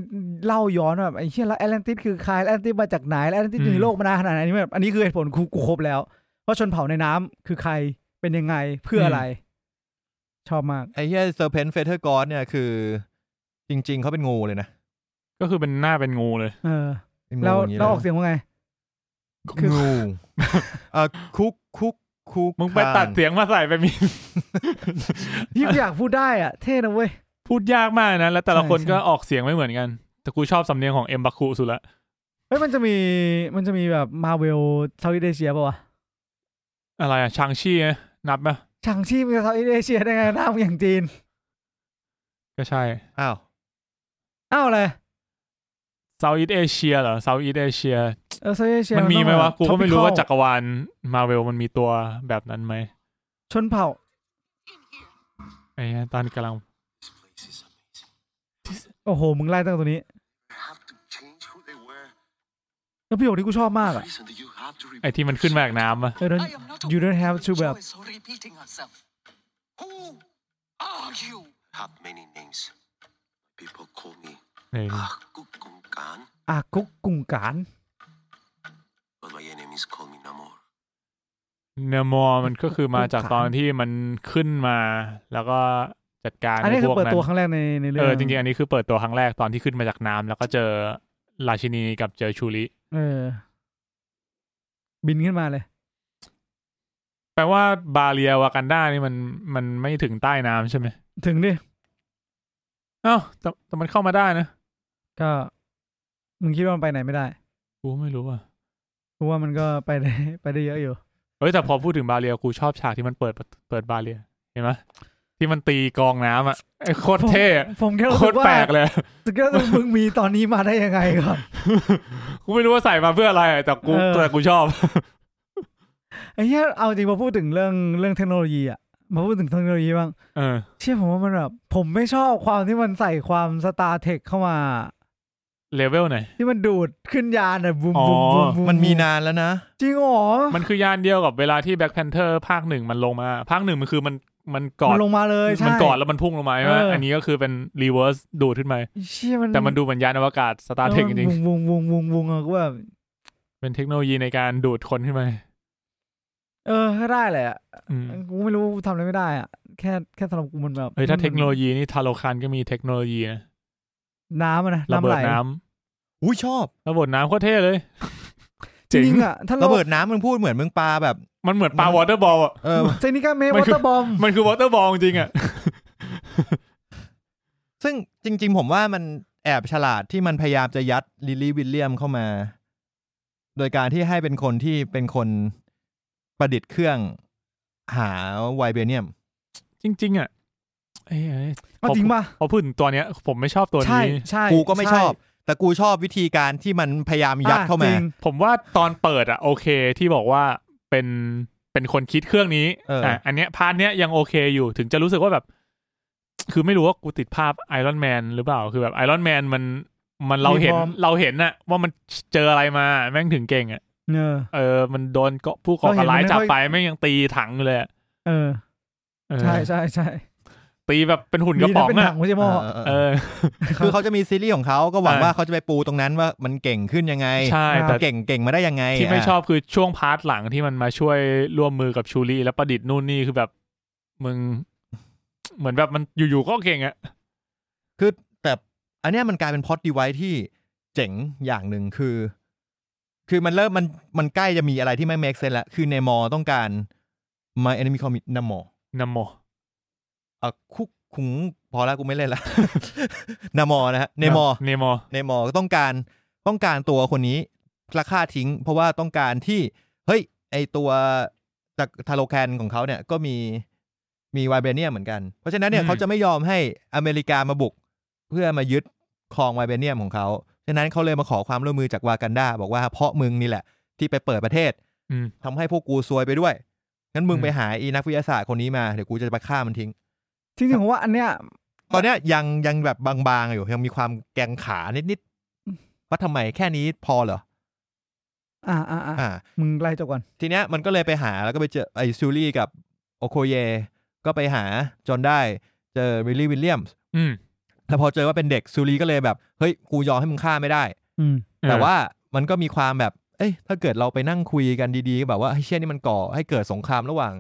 B: เล่าย้อนว่าแบบไอ้เชี่ยแล้วแอตแลนติสคือใครแอตแลนติสมาจากไหนแอตแลนติส
C: อื
B: อ
C: ม
B: ยู่ในโลกมานานขนาดไหนอันนี้แบบอันนี้คือเหตุผลกูกูครบแล้ว ว่าชนเผ่าในน้ำคือใครเป็นยังไงเพื่ออะไร ชอบมาก
A: ไอ้เหี้ยเซอร์เพนเฟเทอร์กอดเนี่ยคือ จริง ๆเขาเป็นงูเลยนะ
C: ก็คือเป็นหน้าเป็นงูเลย
B: เออ
A: เป็นงู
B: แล้ว
A: ย่งงี้
B: เราออก
A: ล
B: เสียงว่าไง คือ
A: งูเอ่อคุกคุกคุก
C: มึงไป
A: คาน
C: ตัดเสียงมาใส่ไปมี
B: ที่อยากพูดได้อ่ะ เท่นะเว้ย
C: พูดยากมากนะ แล้วแต่ละ
B: ใช่
C: คนก็
B: ใช่
C: ออกเสียงไม่เหมือนกัน แต่กูชอบสำเนียงของเอ็มบัคูสุดละ
B: เฮ้ยมันจะมีมันจะมีแบบมาเวลเซาท์อีเดเชียป่าวะ
C: อะไรอะชางชี่ไงนับไหม
B: ชางชีพเซาท์อีเดเชียได้ไงหน้ามึงอย่างจีน
C: ก็ใช่
A: อ้าว
B: อ้าวเลย
C: เซาท์อีสเอเชียเหรอเซาท์อีสเอเชีย
B: เออ South Asia
C: มันมีไหม
B: ต้อง
C: วะ
B: แบบ
C: กูก็ไม่รู้
B: tropical
C: ว่าจักรวาลมาเวลมันมีตัวแบบนั้นไหม
B: ชนเผ่า
C: ไอ้เหี้ยตอนกำลัง
D: This place is amazing.
B: โอ้โห มึงไล่ตั้งแต่ตัวนี้
D: They have to change who they were.
B: แล้วประโยคที่กูชอบมากอ่ะ
D: Reason that you have to
C: ไอ้ที่มันขึ้นมาจากน้ำอะ
B: เออ don't-
D: I am not a
B: you don't
D: woman
B: have to
D: who
B: แบบ
D: enjoys repeating herself. Who are you? Have many names. People call me
C: เออ
D: Akukunkan,
B: อากุกกุ่งการ
D: but my enemies call me Namor.
C: เนอร์มอร์มันก็คือมาจากตอนที่มันขึ้นมา แล้วก็จัดการ
B: อันนี้คือ
C: พวก
B: เปิด
C: นั้
B: ตัวน ครั้งแรกในในเรื่อ
C: เอง อจริงๆอันนี้คือเปิดตัวครั้งแรกตอนที่ขึ้นมาจากน้ำแล้วก็เจอราชินีกับเจอชูริ
B: เออ บินขึ้นมาเลย
C: แปลว่าบาเรียวากันดานี่มันมันไม่ถึงใต้น้ำใช่ไหม
B: ถึงดิ
C: อ้าวแต่แต่มันเข้ามาได้นะ
B: ก็ มึงคิดว่ามันไปไหนไม่ได้
C: กูไม่รู้อ่ะ
B: กูว่ามันก็ไปได้ ไปได้เยอะอยู่
C: เอ้ยแต่พอพูดถึงบาเรียกูชอบฉากที่มันเปิดเปิดบาเรียเห็นไหมที่มันตีกองน้ำอ่ะไอ้โคตรเท่อะ
B: ผมแค่รู้
C: โค
B: สึ
C: ต
B: ก
C: ร
B: ว่า
C: แปลกเลย
B: สเก็ตมึงมีตอนนี้มาได้ยังไงก่อน
C: กูไม่รู้ว่าใส่มาเพื่ออะไรอะแต่กู
B: เออ
C: แต่กูชอบ
B: ไอ้เนี้ยเอาจริงมาพูดถึงเรื่องเรื่องเทคโนโลยีอะมาพูดถึงเทคโนโลยีบ้าง
C: เออ
B: เชื่อผมว่ามันแบบผมไม่ชอบความที่มันใส่ความสตาร์เทคเข้ามา
C: เลเวลไหน
B: ที่มันดูดขึ้นยานอะบูม
C: อ๋อ
B: บูมบูมบู
A: มันมีนานแล้วนะ
B: จริงเหรอ
C: มันคือยานเดียวกับเวลาที่แบ็คแพนเทอร์ภาคหนึ่งมันลงมาภาคหนึ่งมันคือมันมันกอ
B: มั
C: ด
B: นลงมาเลยใช่
C: มันกอดแล้วมันพุ่งลงมาใช่ไหม
B: เอออั
C: อันนี้ก็คือเป็นรีเวิร์สดูดขึ้นมา
B: เชี่ยมัน
C: แต่มันดูเหมือนยานอวกาศสตาร์เทคจริง
B: วงวงวงวงวงอะก็แบบ
C: ๆเป็นเทคโนโลยีในการดูดคนขึ้นมา
B: เออก็ได้แหละอะ
C: อืม
B: กูไม่รู้กูทำอะไรไม่ได้อะแค่แค่สำหรับกูมันแบบ
C: เฮ้ยถ้าเทคโนโลยีนี่ทาโลคันก็มีเทคโนโลยีนะ
B: น้ำอะนะ
C: ระ
B: น้ำ
C: เบิ
B: ไหล
C: ดน้ำ
A: อุ้ยชอบ
C: ระเบิดน้ำโคตรเท่เลย
B: จริงๆอะถ้า
A: ระ
B: เรา
A: เบิดน้ำมึงพูดเหมือนมึงปลาแบบ
C: มันเหมือนปลาวอเตอร์บอลอ่ะ
A: เออ
B: เซนิกาเม
C: มั
B: วอน
C: คือ
B: เตอร์บอม
C: มันคือวอเตอร์บอลจริงๆอ่ะ
A: ซึ่งจริง ๆ ผมว่ามันแอบฉลาดที่มันพยายามจะยัดลิลลี่วิลเลียมเข้ามา โดยการที่ให้เป็นคนที่เป็นคนประดิษฐ์เครื่องหาไวเบเนียม
C: จริง ๆ อ่ะเอ้ยเอ้ย
B: เอาจริงป่ะ
C: พอพูดถึงตัวเนี้ย ผมไม่ชอบตัว
B: ใช่
C: นี้
B: ใช่
A: กูก็ไม่ชอบ
B: ใ
A: แต่กูชอบวิธีการที่มันพยายามยัดเข้า
B: อ่ะจ
A: มา
B: ริง
C: ผมว่าตอนเปิดอ่ะโอเคที่บอกว่าเป็นเป็นคนคิดเครื่องนี้
A: เอออ่
C: อันเนี้ยพาร์ทเนี้ยยังโอเคอยู่ถึงจะรู้สึกว่าแบบ คือไม่รู้ว่ากูติดภาพไอรอนแมนหรือเปล่า คือแบบไอรอนแมนมันมันเราเห็น
B: มีพร้อม
C: เราเห็นน่ะ ว่ามันเจออะไรมาแม่งถึงเก่งอ่ะ
B: เออ
C: เออมันโดนเกาะผู้ก่อการร้าย
B: เราเห็นมันไม่
C: จับ
B: ค่อย
C: ไปแม่งยังตีถังอยู่เลยอะ
B: เออ
C: เออ
B: ใช่ใช่ใช่
C: ตีแบบเป็นหุ่นกระป๋อ
B: มีน
C: ง
B: เป็นหนั
C: อ่ะ
B: งไม่ใช่หม้อ
A: เออเอ
C: เอ
A: อ
C: อ
A: คือเขาจะมีซีรีส์ของเขาก็หวัง
C: อ่ะ
A: ว่าเขาจะไปปูตรงนั้นว่ามันเก่งขึ้นยังไง
C: ใช่แต่
A: เก่งเก่งมาได้ยังไง
C: ที่ไม่
A: ะ
C: ชอบคือช่วงพาร์ทหลังที่มันมาช่วยร่วมมือกับชูรีและประดิษฐ์นู่นนี่คือแบบมึงเหมือนแบบมันอยู่ๆก็เก่งอ่ะ
A: แต่อันเนี้ยมันกลายเป็นพอดดีไวที่เจ๋งอย่างหนึ่งคือ คือมันเริ่มมันมันใกล้จะมีอะไรที่ไม่เมคเซนแล้ว คือในมอต้องการ My Enemy Commit นมอ
C: นะโม
A: อ่ะคุกขุงพอแล้วกูไม่เล่นละ นมอนะฮะเนมอ
C: เนโม
A: ในหมอก็ต้องการต้องการตัวคนนี้ราคาทิ้ง เพราะว่าต้องการที่ เฮ้ย ไอตัวจากทาโลแคนของเขาเนี่ยก็มีมีไวเบเนียมเหมือนกัน เพราะฉะนั้นเนี่ยเขาจะไม่ยอมให้อเมริกามาบุก เพื่อมายึดครองไวเบเนียมของเขาฉะนั้นเขาเลยมาขอความร่วมมือจากวากันดาบอกว่าเพราะมึงนี่แหละ ที่ไปเปิดประเทศ
C: อืม
A: ทำให้พวกกูซวยไปด้วย งั้นมึง
C: อืม
A: ไปหาอีนักวิทยาศาสตร์คนนี้มาเดี๋ยวกูจะไปฆ่ามันทิ้ง
B: จริงๆผมว่าอันเนี้ย
A: ตอนเนี้ยยังยังแบบบางๆอยู่ยังมีความแกงขานิดๆว่าทำไมแค่นี้พอเหรอ
B: อ่าอ่าอ่า
A: อ่า
B: มึงไล่จบก่อน
A: ทีเนี้ยมันก็เลยไปหาแล้วก็ไปเจอไอซูรี่กับโอโคเย ก็ไปหาจนได้เจอวิลลี่วิลเลียมส์
C: อืม
A: แล้วพอเจอว่าเป็นเด็กซูรี่ก็เลยแบบ เฮ้ย กูยอมให้มึงฆ่าไม่ได้
B: อืม
A: แต่ว่ามันก็มีความแบบ เอ้ยถ้าเกิดเราไปนั่งคุยกันดีๆก็แบบว่าไอ้เชี่ยนี่มันก่อให้เกิดสงครามระหว่าง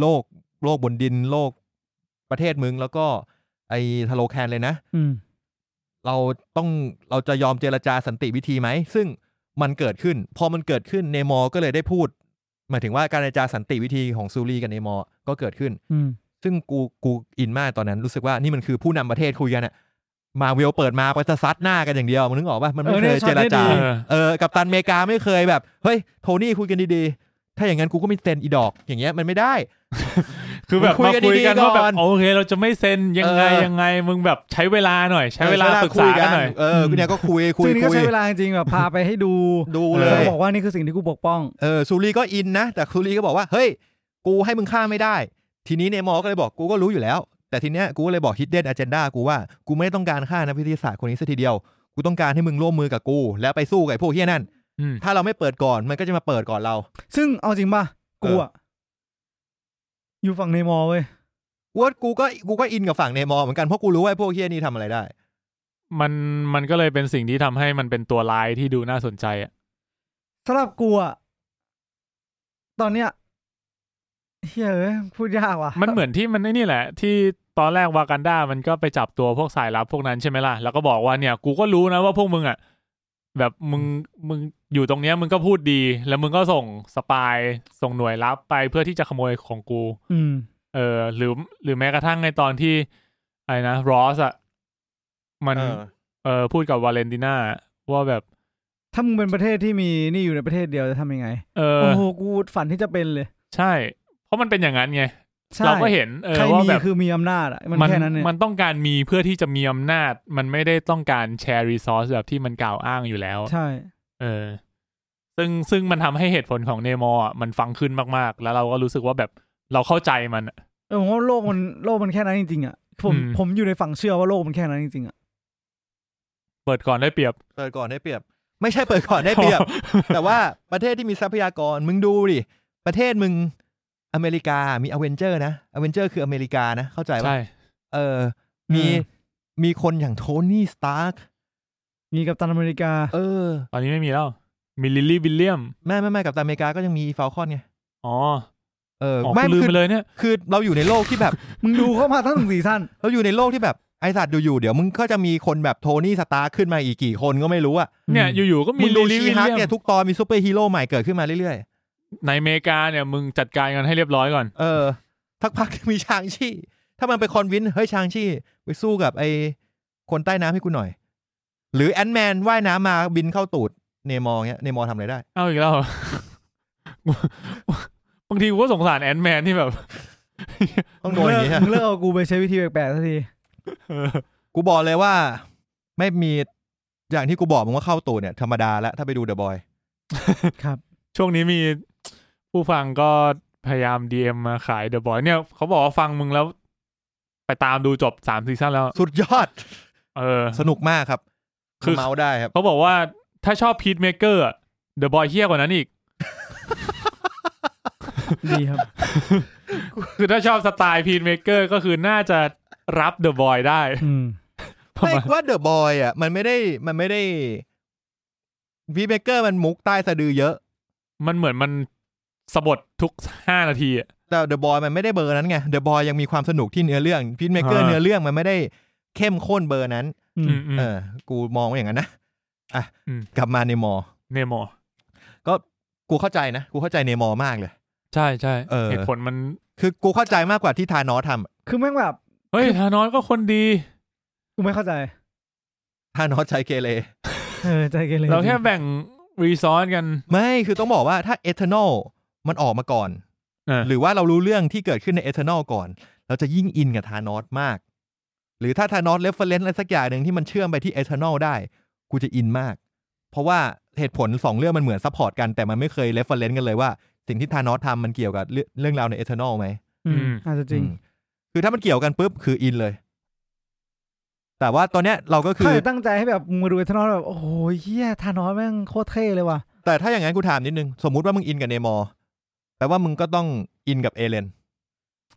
A: โลกโลกบนดินโลกประเทศมึงแล้วก็ไอทาโลแคนเลยนะ
B: อืม
A: เราต้องเราจะยอมเจรจาสันติวิธีไหม ซึ่งมันเกิดขึ้น พอมันเกิดขึ้นเนมอร์ก็เลยได้พูด หมายถึงว่าการเจรจาสันติวิธีของซูรีกับเนมอร์ก็เกิดขึ้น
B: อืม
A: ซึ่งกูกูอินมากตอนนั้นรู้สึกว่านี่มันคือผู้นำประเทศคุยกันอะมาเวลเปิดมาก็จะซัดหน้ากันอย่างเดียวมึงนึกออกปะมันไม่
B: เออ
A: เคเจร
B: เนี่ย ยช็อตเนี่ย
A: จา
B: ดี
C: เออ
A: เออกับตันอเมริกาไม่เคยแบบเฮ้ยโทนี่คุยกันดีๆ ถ้าอย่างนั้นกูก็ไม่เซ็นอีดอกอย่างเงี้ยมันไม่ได้
C: คื คือแบบ
A: คุย
C: มา
A: กัน
C: คุย
A: ดีๆ
C: กันว่าแบ
A: ก่
C: บ
A: อน
C: โอเคเราจะไม่เซ็นยังไง
A: เออ
C: ยังไงมึงแบบใช้เวลาหน่อย ใช้เวลาปรึกษากันหน่อย
A: เออคุณเนี่ยก็คุยคุ
B: ซึ่
A: ย
B: งนี่
A: คุย
B: ก็ใช้เวลาจริงๆแบบพาไปให้ดู
A: ดู
C: อ
A: เล
C: อ
B: แล้ว
A: ย
B: บอกว่านี่คือสิ่งที่กูปกป้อง
A: เออซูรีก็อินนะ แต่ซูรีก็บอกว่า เฮ้ย กูให้มึงฆ่าไม่ได้ ทีนี้เนมอร์ก็เลยบอกกูก็รู้อยู่แล้ว แต่ทีเนี้ยกูก็เลยบอก hidden agenda กูว่ากูไม่ต้องการฆ่านักวิทยาศาสตร์คนนี้ซะทีเดียว กูต้องการให้มึงร่วมมือกับกู แล้วไปสู้กับไอ้พวกเฮี้ยนั่น
C: อืม
A: ถ้าเราไม่เปิดก่อนมันก็จะมาเปิดก่อนเรา
B: ซึ่งเอาจริงป่ะกูอะอยู่ฝั่งเนมอร์เว้ย
A: กูว่ากูก็กูก็อินกับฝั่งเนมอร์เหมือนกันเพราะกูรู้ว่าไอ้พวกเฮี้ยนี่ทำอะไรได้
C: มันมันก็เลยเป็นสิ่งที่ทำให้มันเป็นตัวลายที่ดูน่าสนใจอ่ะ
B: สำหรับกูอะตอนเนี้ยเฮ้ยเอ้ยพูดยากว่ะ
C: มันเหมือนที่มันไอ้นี่แหละ ที่ตอนแรกวากันดามันก็ไปจับตัวพวกสายลับพวกนั้นใช่ไหมล่ะแล้วก็บอกว่าเนี่ยกูก็รู้นะว่าพวกมึงอ่ะแบบมึงมึงอยู่ตรงเนี้ยมึงก็พูดดี แล้วมึงก็ส่งสปายส่งหน่วยลับไปเพื่อที่จะขโมยของกู
B: อืม
C: เออหรือหรือแม้กระทั่งในตอนที่ไอ้นะรอสอ่ะมัน
A: เออ
C: เออพูดกับวาเลนติน่าว่าแบบ
B: ถ้ามึงเป็นประเทศที่มีนี่อยู่ในประเทศเดียวจะทำยังไง
C: เออ
B: โอ้โห กูฝันที่จะเป็นเลย
C: ใช่ เพราะมันเป็นอย่างนั้นไง
B: ใช่
C: เราก็เห็นเออ
B: ใคร
C: ว่า
B: มี
C: แบบ
B: คือมีอำนาจอะมัน
C: มัน
B: แค่นั้นเนี่ย
C: มันต้องการมีเพื่อที่จะมีอำนาจ มันไม่ได้ต้องการแชร์รีซอสแบบที่มันกล่าวอ้างอยู่แล้ว
B: ใช่
C: เออ ซึ่งซึ่งมันทำให้เหตุผลของเนมอร์มันฟังขึ้นมากๆ แล้วเราก็รู้สึกว่าแบบเราเข้าใจมันอะ
B: เออผมว่าโลกมันโลกมันแค่นั้นจริงๆอะผม
C: อืม
B: ผมอยู่ในฝั่งเชื่อว่าโลกมันแค่นั้นจริงๆอะ
C: เปิดก่อนได้เปรียบ
A: เปิดก่อนได้เปรียบ ไม่ใช่เปิดก่อนได้เปรี ยบ แต่ว่าประเทศที่มีทรัพยากรมึงดูดิประเทศมึงอเมริกามีอเวนเจอร์นะอเวนเจอร์คืออเมริกานะเข้าใจปะ
C: ใช่
A: เออ มีมีคนอย่างโทนี่สตาร์ก
B: มีกับตันอเมริกา
A: เออ
C: ตอนนี้ไม่มีแล้วมีลิลลี่วิลเลียม
A: แม่แม่แม่กับตนอเมริกาก็ยังมีฟ a ลคอนไง
C: อ๋อ
A: เออ
C: อ๋อ
A: ไม่
C: กูลืม
A: คือ
C: ไปเลยเนี่ย
A: คือเราอยู่ในโลกที่ แบบ
B: มึงดูเข้ามาตั้งถึงสี่สั้น
A: เราอยู่ในโลกที่แบบไอสัตว์อยู่ๆเดี๋ยวมึงก็จะมีคนแบบโทนี่สตาร์กขึ้นมาอีกกี่คนก็ไม่รู้อะ
C: เนี่ยอยู่ๆก็
A: มึ
C: มี
A: งดู
C: ลิล
A: ชี
C: ลี่วิล
A: ฮัก
C: เลียม
A: เนี่ยทุกตอนมีซูเปอร์ฮีโร่ใหม่เกิดขึ้นมาเรื่อย
C: ในอเมริกาเนี่ยมึงจัดการกันให้เรียบร้อยก่อน
A: ๆ เออทักพักมีชางชี่ ถ้ามันไปคอนวินเฮ้ยชางชี่ไปสู้กับไอคนใต้น้ำให้กูหน่อย หรือแอนแมนว่ายน้ำมาบินเข้าตูดเนมอร์เงี้ยเนมอร์ทำอะไรได้
C: เอาอีกแล้ว เหรอ บางทีกูก็สงสารแอนด์แมนที่แบบ
A: ต้อง
B: มึ
A: โดนอย่าง
B: เลิก
A: งี้ฮะ
B: มึงเลิกเอากูไปใช้วิธีแปลกๆสักที
C: เออ
A: กูบอกเลยว่าไม่มีอย่างที่กูบอกมึงว่าเข้าตูดเนี่ยธรรมดาแล้ว ถ้าไปดูเดอะบอย
B: ครับ
C: ช่วงนี้มีผู้ฟังก็พยายาม DM มาขายเดอะบอยเนี่ย เขาบอกว่าฟังมึงแล้ว ไปตามดูจบสามซีซั่นแล้ว
A: สุดยอด
C: เออ
A: สนุกมากครับ
C: คือ
A: เมาส์ได้ครับ
C: เขาบอกว่าถ้าชอบพีทเมเกอร์เดอะบอยเฮี้ยกว่านั้นอีก
B: ดีครับ
C: คือถ้าชอบสไตล์พีทเมเกอร์ก็คือน่าจะรับเดอะบอยได้
B: อืม
A: ไม่ว่าเดอะบอยอ่ะ มันไม่ได้มันไม่ได้พีเบเกอร์มันมุกใต้สะดือเยอะ
C: มันเหมือนมันสะบดทุกห้านาทีอะ
A: แต่เดอะบอยมันไม่ได้เบอร์นั้นไงเดอะบอยยังมีความสนุกที่เนื้อเรื่องพีเบเกอร์
C: อ่า
A: เนื้อเรื่องมันไม่ได้เข้มข้นเบอร์นั้น
B: อืม
C: อืม
A: เออ กูมองว่าอย่างนั้นนะอ่ะ
C: อืม
A: กลับมาเนมอร์
C: เนโม
A: กูเข้าใจนะกูเข้าใจเนมอร์มากเลย
C: ใช่ใช่
A: เออ
C: เหตุผลมัน
A: คือกูเข้าใจมากกว่าที่ทานอสทำ
B: คือแม่งแบบ
C: เฮ้ย ธานอสก็คนดี
B: กูไม่เข้าใจ
A: ทานอสใช้เกเร
B: เออใจเกเร
C: เรา
B: จ
C: แค่
B: ง
C: แบ่งรีซอสกัน
A: ไม่คือต้องบอกว่าถ้าเอทานอลมันออกมาก่อน
C: เออ
A: หรือว่าเรารู้เรื่องที่เกิดขึ้นในเอทานอลก่อน เราจะยิ่งอินกับทานอสมาก หรือถ้าทานอสเรฟเฟรนซ์อะไรสักอย่างหนึ่งที่มันเชื่อมไปที่เอทานอลได้ กูจะอินมาก เพราะว่าเหตุผลสองเรื่องมันเหมือนซัพพอร์ตกันแต่มันไม่เคยเรฟเฟรนซ์กันเลยว่า สิ่งที่ทานอสทำมันเกี่ยวกับเรื่องเรื่องราวในเอทานอลไหม
B: อืมอาจจะจริง
A: อืมคือถ้ามันเกี่ยวกันปุ๊บคืออินเลย แต่ว่าตอนเนี้ยเราก็คื
B: ถ้า
A: อ
B: จะตั้งใจให้แบบมึงมาดูไอ้ธนอสแบบ โอ้โหเฮียธานอสแม่งโคตรเท่เลยว่ะ
A: แต่ถ้าอย่างนั้นกูถามนิดนึงสมมุติว่ามึงอินกับเนมอร์แปลว่ามึงก็ต้องอินกับเอเลน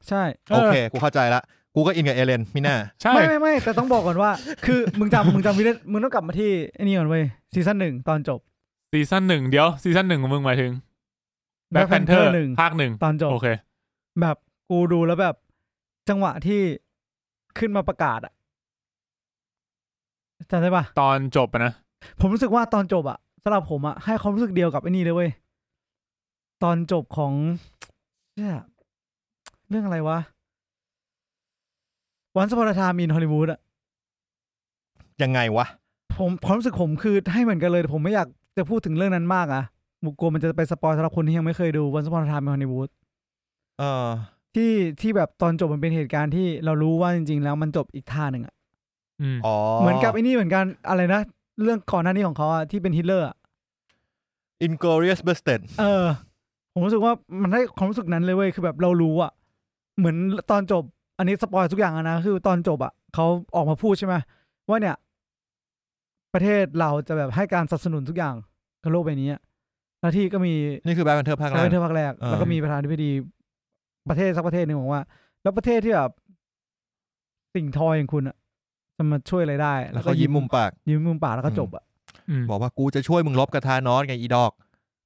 B: ใช่
A: โอเค กูเข้าใจละ กูก็อินกับเอเลนมิน่า
C: ใช่
B: ไม่ไม่ไม่แต่ต้องบอกก่อนว่า คือมึงจำมึงจำวิดีมึงต้องกลับมาที่ไอ้นี่ก่อนเว้ยซีซั่นหนึ่งตอนจบ
C: ซีซั่นหนึ่งเดี๋ยวซีซั่นหนึ่งของมึงหมายถึง
B: Black
C: Black Panther
B: Panther หนึ่ง
C: ภาคหนึ่ง
B: ตอนจบ
C: โอเค
B: แบบกูดูแล้วแบบ จังหวะที่ขึ้นมาประกาศอะจำได้ปะ
C: ตอนจบอะนะ
B: ผมรู้สึกว่าตอนจบอะสำหรับผมอะให้ความรู้สึกเดียวกับไอ้นี่เลยเว้ยตอนจบของเชี่ยเรื่องอะไรวะวันสปอร์ตามินฮอลลีวูดอะ
A: ยังไงวะ
B: ผมความรู้สึกผมคือให้เหมือนกันเลยแต่ผมไม่อยากจะพูดถึงเรื่องนั้นมากอะบุกกลัวมันจะไปสปอยสำหรับคนที่ยังไม่เคยดูวันสปอนทามในฮอลลีวูด
A: เออ
B: ที่ที่แบบตอนจบมันเป็นเหตุการณ์ที่เรารู้ว่าจริง ๆ แล้วมันจบอีกท่าหนึ่งอะ
C: อืม
A: อ๋อ
B: เหมือนกับไอ้นี่เหมือนกันอะไรนะ เรื่องก่อนหน้านี้ของเขาอะที่เป็นฮิตเลอร์อะ
A: อินกอริสเบสเตด
B: เออ ผมรู้สึกว่ามันได้ความรู้สึกนั้นเลยเว้ยคือแบบเรารู้อะเหมือนตอนจบ อันนี้สปอยทุกอย่างอะนะคือตอนจบอะเขาออกมาพูดใช่ไหมว่าเนี่ย ประเทศเราจะแบบให้การสนับสนุนทุกอย่างกับโลกใบนี้อะแล้วที่ก็มี
A: นี่คือแบ็คแพนเทอร์ภาคแร
B: แล้
A: ก
B: วเป็นเทอมภาคแรก
A: เออ
B: แล้วก็มีประธานาธิบดีประเทศสักประเทศหนึ่งบอกว่า แล้วประเทศที่แบบสิ่งทอยอย่างคุณอะจะมาช่วยอะไรได้
A: แล้วก็ยิ้มมุมปาก
B: ยิ้มมุมปากแล้วก็
A: อืม
B: จบอะ
C: อืม
A: บอกว่ากูจะช่วยมึงลบกระทานอสไงอีดอก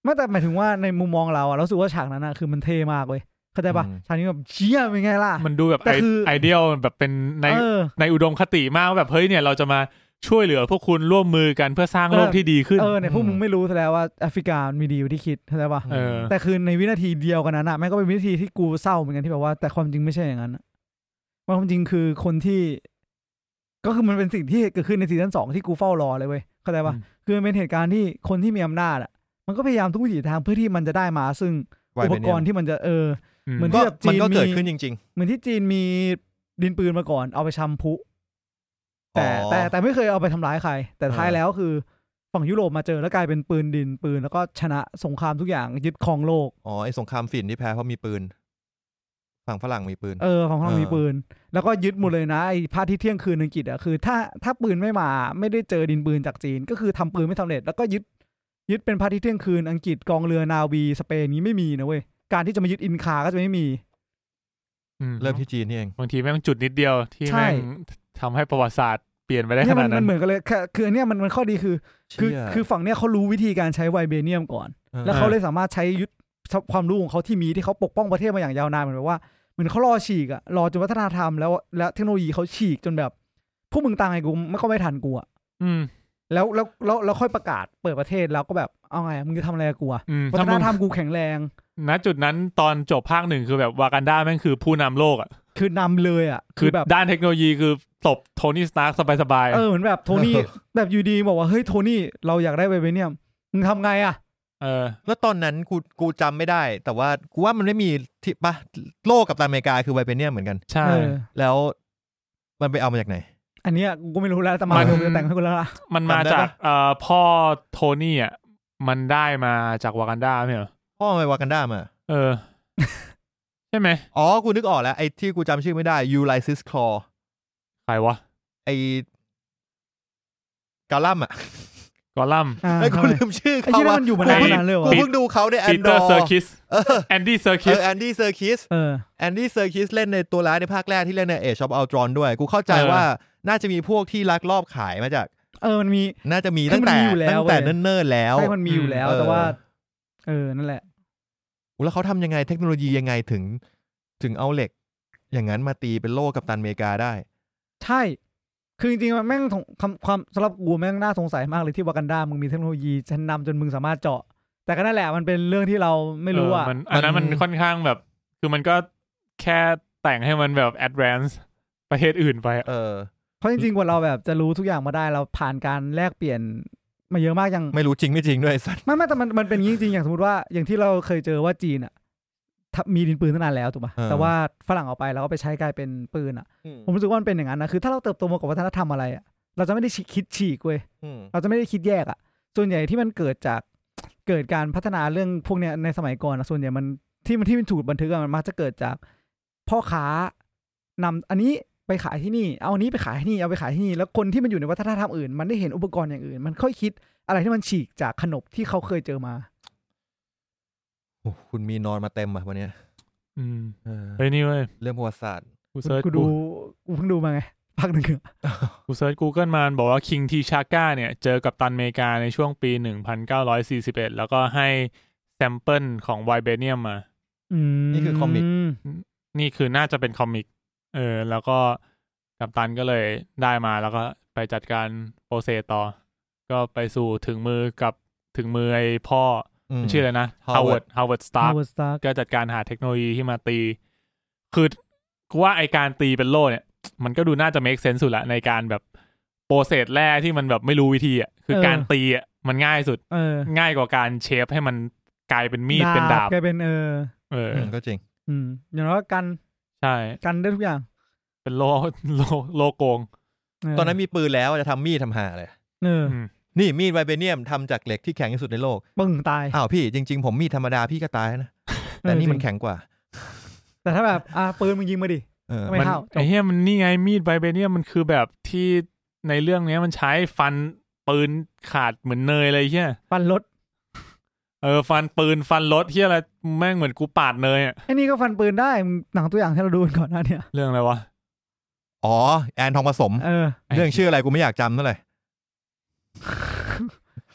B: ไม่แต่หมายถึงว่าในมุมมองเราอะเรารู้สึกว่าฉากนั้นอะคือมันเท่มากเว้ยเข้าใจปะ
A: อืม
B: ฉากนี้แบบเชี่ยเป็นไงล่ะ
C: มันดูแบบ
B: แต่คือ
C: ไอเดียลแบบเป็นใน
B: เออ
C: ในอุดมคติมากว่าแบบเฮ้ยเนี่ยเราจะมาช่วยเหลือพวกคุณร่วมมือกันเพื่อสร้างโลก
B: เออ
C: ที่ดีขึ้น
B: เออเนี่ยพวกมึงไม่รู้ซะแล้วว่าแอฟริกามันมีดีอยู่าที่คิดเข้าใจปะ
C: เออ
B: แต่คือในวินาทีเดียวกันนั้นอะแม่งก็เป็นวินาทีที่กูเศร้าเหมือนกันที่แบบว่า แต่ความจริงไม่ใช่อย่างนั้นอะว่าความจริงคือคนที่ ก็คือมันเป็นสิ่งที่เกิดขึ้นในซีซั่นสองที่กูเฝ้ารอเลยเว้ยเข้าใจปะ
C: อืม
B: คือมันเป็นเหตุการณ์ที่คนที่มีอำนาจอ่ะ มันก็พยายามทุกวิถีทางเพื่อที่มันจะได้มาซึ่ง
A: ไว
B: อุป
A: เบเนี
B: ก
A: ย
B: ร
A: ม
B: ณ์ที่มันจะเออ
C: อืม
B: เหมือน ที่
A: ก็
B: แบบจีน
A: มันก็เกิด
B: มี
A: ขึ้นจริง
B: เหมือนที่จีนมีดินปืนมาก่อนเอาไปชำพุ
A: อ๋อ
B: แต่แต่แต่ไม่เคยเอาไปทำร้ายใคร แต่ท้าย
A: เออ
B: แล้วคือฝั่งยุโรปมาเจอแล้วกลายเป็นปืนดินปืน แล้วก็ชนะสงครามทุกอย่างยึดครองโลก
A: ๆ อ๋อไอสงครามฝิ่นที่แพ้เพราะมีปืน ฝั่งฝรั่งมีปืน
B: เออฝั่งพลัง
A: เออ
B: มีปืน แล้วก็ยึดหมดเลยนะไอ้พาร์ทที่เที่ยงคืนอังกฤษอ่ะคือ ถ้าถ้าปืนไม่มาไม่ได้เจอดินปืนจากจีน ก็คือทำปืนไม่สำเร็จ แล้วก็ยึดยึดเป็นพาร์ทที่เที่ยงคืนอังกฤษกองเรือนาวีสเปนนี้ไม่มีนะเว้ยการที่จะมายึดอินคาก็จะไม่มี
C: ม
A: เริ่มที่จีนนี่เอง
C: บางทีแม่งจุดนิดเดียวที่
B: ใช่
C: แม่งทำให้ประวัติศาสตร์เปลี่ยนไปได้ข
B: เนี่ย
C: นา
B: มั
C: ด
B: น
C: นั้
B: มัน
C: น
B: เหมือนกันเลยแค่คืออันเนี้ยมันมันข้อดีคือคือ
A: เชี่ย
B: คือฝั่งเนี้ยเขารู้วิธีการใช้ไวเบเนียมก่อน
A: ออ
B: แล้วเขาเลยสามารถใช้ยุทธความรู้ของเขาที่มีที่เขาปกป้องประเทศมาอย่างยาวนานเหมือนแบบว่าเหมือนเขารอฉีกอะรอจนวัฒนธรรมแล้วแล้วเทคโนโลยีเขาฉีกจนแบบพวกมึงตายไงกูไม่ก็ไม่ทันกูอะ
C: อืม
B: แล้วแล้วแล้วแล้วค่อยประกาศเปิดประเทศแล้วก็แบบเอาไงมึงจะทำอะไรกับกูอะ
C: อืม
B: วัฒ
C: ถ้าน มึง
B: ธรรมกูแข็งแรง
C: ณจุดนั้นตอนจบภาคหนึ่งคือแบบวากันดาแม่งคือผู้นำโลกอ่ะ
B: คือนำเลยอะ
C: คือ
B: แบบ
C: ด้านเทคโนโลยีคือตบโทนี่สตาร์คสบายๆ
B: เออเหมือนแบบโทนี่ แบบอยู่ดีบอกว่าเฮ้ยโทนี่เราอยากได้ไวเบเนียมมึงทำไงอะ
C: เออ
A: แล้วตอนนั้นกูกูจำไม่ได้ แต่ว่ากูว่ามันไม่มีที่ปะโลกกับตันอเมริกาคือไวเปเนียมเหมือนกัน
C: ใช่
B: เออ
A: แล้วมันไปเอามาจากไหน
B: อันเนี้ยกูก็ไม่รู้แล้วแต่มา
C: มัน
B: โดนจะแต่งให้กูแล้วล่ะ
C: มันมา
A: จำได้
C: จาก
A: ปะ
C: เอ่อพ่อโทนี่อ่ะมันได้มาจากวากันดาไม่ใช่เหรอ
A: พ่อมันไปวากันดามา
C: เออ ใช่ไหม
A: อ๋อ กูนึกออกแล้ว ไอ้ที่กูจำชื่อไม่ได้ยูไลซิสคลอ
C: ใครวะ
A: ไอ้กาลัมอ่ะ
C: กอลัมน์
B: อ่า
A: ไอ้ยกู
B: ทำไม
A: ลืมชื่อ
B: ไอ้
A: เขา
B: ที่นั่
A: ว่า
B: นมันอยู่มานาน
C: ไอ้
B: ขนาดนั้นเลยเหรอ
A: กู
B: วะ
A: เพิ่งดูเขาในแอ
C: ปี
A: น
C: เต
A: ด
C: อ
A: อ
C: ร์
A: ร์
C: เซอร์คิส
A: เออ
C: แอนดี้เซอร์
A: เอ
C: คิส
A: อแอนดี้เซอร์คิส
B: เออ
A: แอนดี้เซอร์คิสเล่นในตัวร้ายในภาคแรกที่เล่นในเอชอปอัลตรอนด้วย กูเข้าใจ
C: เออ
A: ว่าน่าจะมีพวกที่ลักลอบขายมาจาก
B: เออมันมี
A: น่าจะมี
B: คือ
A: ตั้ง
B: มัน
A: แต่
B: มีอยู่แล้ว
A: ตั้งแต่
B: เว้ย
A: เนิ่นๆแล้ว
B: ใช่มันมีอยู่แล้ว
A: เออ
B: แต่ว่า เออนั่นแหละ
A: โอ้แล้วเขาทำยังไงเทคโนโลยียังไงถึง ถึงเอาเหล็ก อย่างนั้นมาตีเป็นโล่กับตันอเมริกาได้
B: ใช่ คือจริงๆมันแม่งถงคำความสำหรับกูแม่งน่าสงสัยมากเลยที่วากันดามึงมีเทคโนโลยีชั้นนำจนมึงสามารถเจาะ แต่ก็นั่นแหละมันเป็นเรื่องที่เราไม่รู้อ่ะ
C: เมันอันนั้น
A: มั
C: มัน
A: น
C: ค่อนข้างแบบ คือมันก็แค่แต่งให้มันแบบแอดวานซ์ประเทศอื่นไปอะ
A: เออ
B: เพราะจริงๆกว่าเราแบบจะรู้ทุกอย่างมาได้เราผ่านการแลกเปลี่ยนมาเยอะมากอย่าง
A: ไม่รู้จริงไม่จริงด้วยไอ้สัตว์
B: ไม่ไม่แต่มันมันเป็นอย่างนี้จริงๆอย่างสมมติว่าอย่างที่เราเคยเจอว่าจีนอ่ะทำมีดินปืนตั้งนานแล้วถูกป่ะแต่ว่าฝรั่งเอาไปแล้วก็ไปใช้กลายเป็นปืนอ่ะ ผมรู้สึกว่ามันเป็นอย่างนั้นนะคือถ้าเราเติบโตมากับวัฒนธรรมอะไรอ่ะเราจะไม่ได้คิดฉีกเว้ย
A: อืม
B: เราจะไม่ได้คิดแยกอ่ะ ส่วนใหญ่ที่มันเกิดจากเกิดการพัฒนาเรื่องพวกเนี้ยในสมัยก่อนอะส่วนใหญ่มันที่มันที่มันถูกบันทึกอะมันมักจะเกิดจากพ่อค้านำอันนี้ไปขายที่นี่ เอาอันนี้ไปขายที่นี่เอาไปขายที่นี่ แล้วคนที่มันอยู่ในวัฒนธรรมอื่น มันได้เห็นอุปกรณ์อย่างอื่น มันค่อยคิดอะไรที่มันฉีกจากขนบที่เขาเคยเจอมา
A: โอ้คุณมีนอนมาเต็มอ่ะวันเนี้ย
C: อืม
A: เออ
C: เฮ้ยนี่เว้ย
A: เรื่องประวัติศาสตร์
C: กูเซิร์ช
B: กูดูกูเพิ่งดูมาไงภาคหนึ่งอะ
C: กูเซิร์ช Google มามันบอกว่าคิงทีชาก้าเนี่ย เจอกับตันอเมริกาในช่วงปี 1941 แล้วก็ให้แซมเปิลของไวเบเนียมมา
A: นี่คือคอมิก
C: นี่คือน่าจะเป็นคอมิก เออ แล้วก็กัปตันก็เลยได้มาแล้วก็ไปจัดการโปรเซสต่อ ก็ไปสู่ถึงมือกับถึงมือไอ้พ่อ
A: ม
C: อชื่ออะไรนะ
A: Howard
C: ฮาวเวิร์ดฮาวเวิร์ดสตา
B: ฮา
C: ร์
B: ร์วาร์ดสตาร์
C: ก็จัดการหาเทคโนโลยีที่มาตี คือกูว่าไอการตีเป็นโล่เนี่ย มันก็ดูน่าจะ make sense สุดละในการแบบโปรเซสแรกที่มันแบบไม่รู้วิธีอ่ะ คือการตีอ่ะมันง่ายสุด
B: เออ
C: ง่ายกว่าการเชฟให้มันกลายเป็นมีดเป็นดาบ
B: กลายเป็นเออ
C: เออ
A: อืมก็จริง
B: อืม อย่างน้อยก็กัน
C: ใช่
B: กันได้ทุกอย่าง
C: เป็นโลโลโลโกง
B: เ
A: ตอนนั้นมีปืนแล้วจะทำมีดทำหาเลย
B: เออ
C: ม
A: นี่มีดไวเบเนียมทำจากเหล็กที่แข็งที่สุดในโลก
B: ปึ้งตาย
A: อ้าวพี่จริง ๆ ผมมีดธรรมดาพี่ก็ตายนะ แต่นี่มัน
B: เออจริง
A: แข็งกว่า
B: แต่ถ้าแบบอ่ะปืนมึงยิงมาดิ
A: เออ
B: ไม่
C: มัน
B: เท่าจบ
C: ไอ้เหี้ยมันนี่ไงมีดไบเบเนียมมันคือแบบที่ในเรื่องเนี้ยมันใช้ฟันปืนขาดเหมือนเนยเลยเหี้ย
B: ฟันรถ
C: เออฟันปืนฟันรถเหี้ยอะไรแม่งเหมือนกูปาดเนยอะ
B: ไอ้นี่ก็ฟันปืนได้มึงหนังตัวอย่างที่เราดูกันก่อนหน้าเนี่ย
C: เรื่องอะไรวะ
A: อ๋อแอนทองผสม
B: เออ
A: เรื่องชื่ออะไรกูไม่อยากจำเท่าไหร่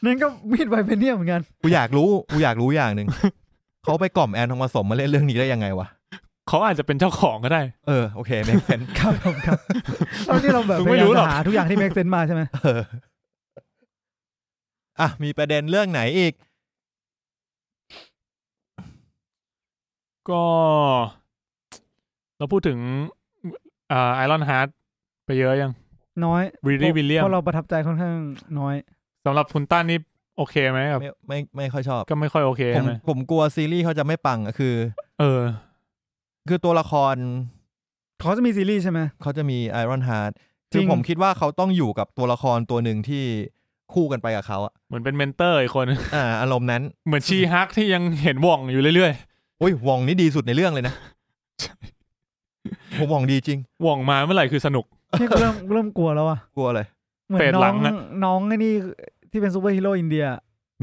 B: นั่นก็มีดไวเบเนียมเหมือนกัน
A: กูอยากรู้กูอยากรู้อย่างหนึ่ง เขาไปกล่อมแอนทองผสมมาเล่นเรื่องนี้ได้ยังไงวะ
C: เขาอาจจะเป็นเจ้าของก็ได้
A: เออโอเคแม่งเป็น
B: ครับผมครับตอนที่เราแบบ
C: มึง
B: พ
C: ไม่
B: ยายา
C: รู้
B: ม
C: หรอก
B: จะหาทุกอย่างที่แม็กเซนมาใช่ไหม
A: เอออ่ะมีประเด็นเรื่องไหนอีก
C: ก็เราพูดถึงอ่าไอรอนฮาร์ดไปเยอะยัง
B: น้อย
C: รีดี้วิลเลียม
B: เพราะเราประทับใจค่อนข้างน้อย
C: สำหรับคุณต้านนี่โอเคไหมกับ
A: ไม่ไม่ไม่ค่อยชอบ
C: ก็ไม่ค่อยโอเค
A: ผ
C: ใช่
A: ม
C: ไหม
A: ผมกลัวซีรีส์เขาจะไม่ปังอะคือ
C: เออ
A: คือตัวละคร
B: เขาจะมีซีรีส์ใช่ไหม
A: เขาจะมีไอรอนฮาร์ด
B: จริ
A: คือง ผมคิดว่าเขาต้องอยู่กับตัวละครตัวหนึ่งที่คู่กันไปกับเขาอะ
C: เหมือนเป็นเมนเตอร์อีกคน
A: อ่า อารมณ์นั้น
C: เหมือนชีฮักที่ยังเห็นหว่องอยู่เรื่อย
A: โอ้ยวองนี่ดีสุดในเรื่องเลย นะ ผมวองดีจริง
C: ๆหว่องมาเมื่อไหร่คือสนุก
B: เนี่ยกูเริ่มกูเริ่มกลัวแล้วอะ
A: กลัวเลย
B: เหมือ
C: เฟ
B: น
C: ส
B: น้
C: หลั
B: อง ง
C: อะ
B: น้องไอ้นี่ที่เป็นซูเปอร์ฮีโร่อินเดีย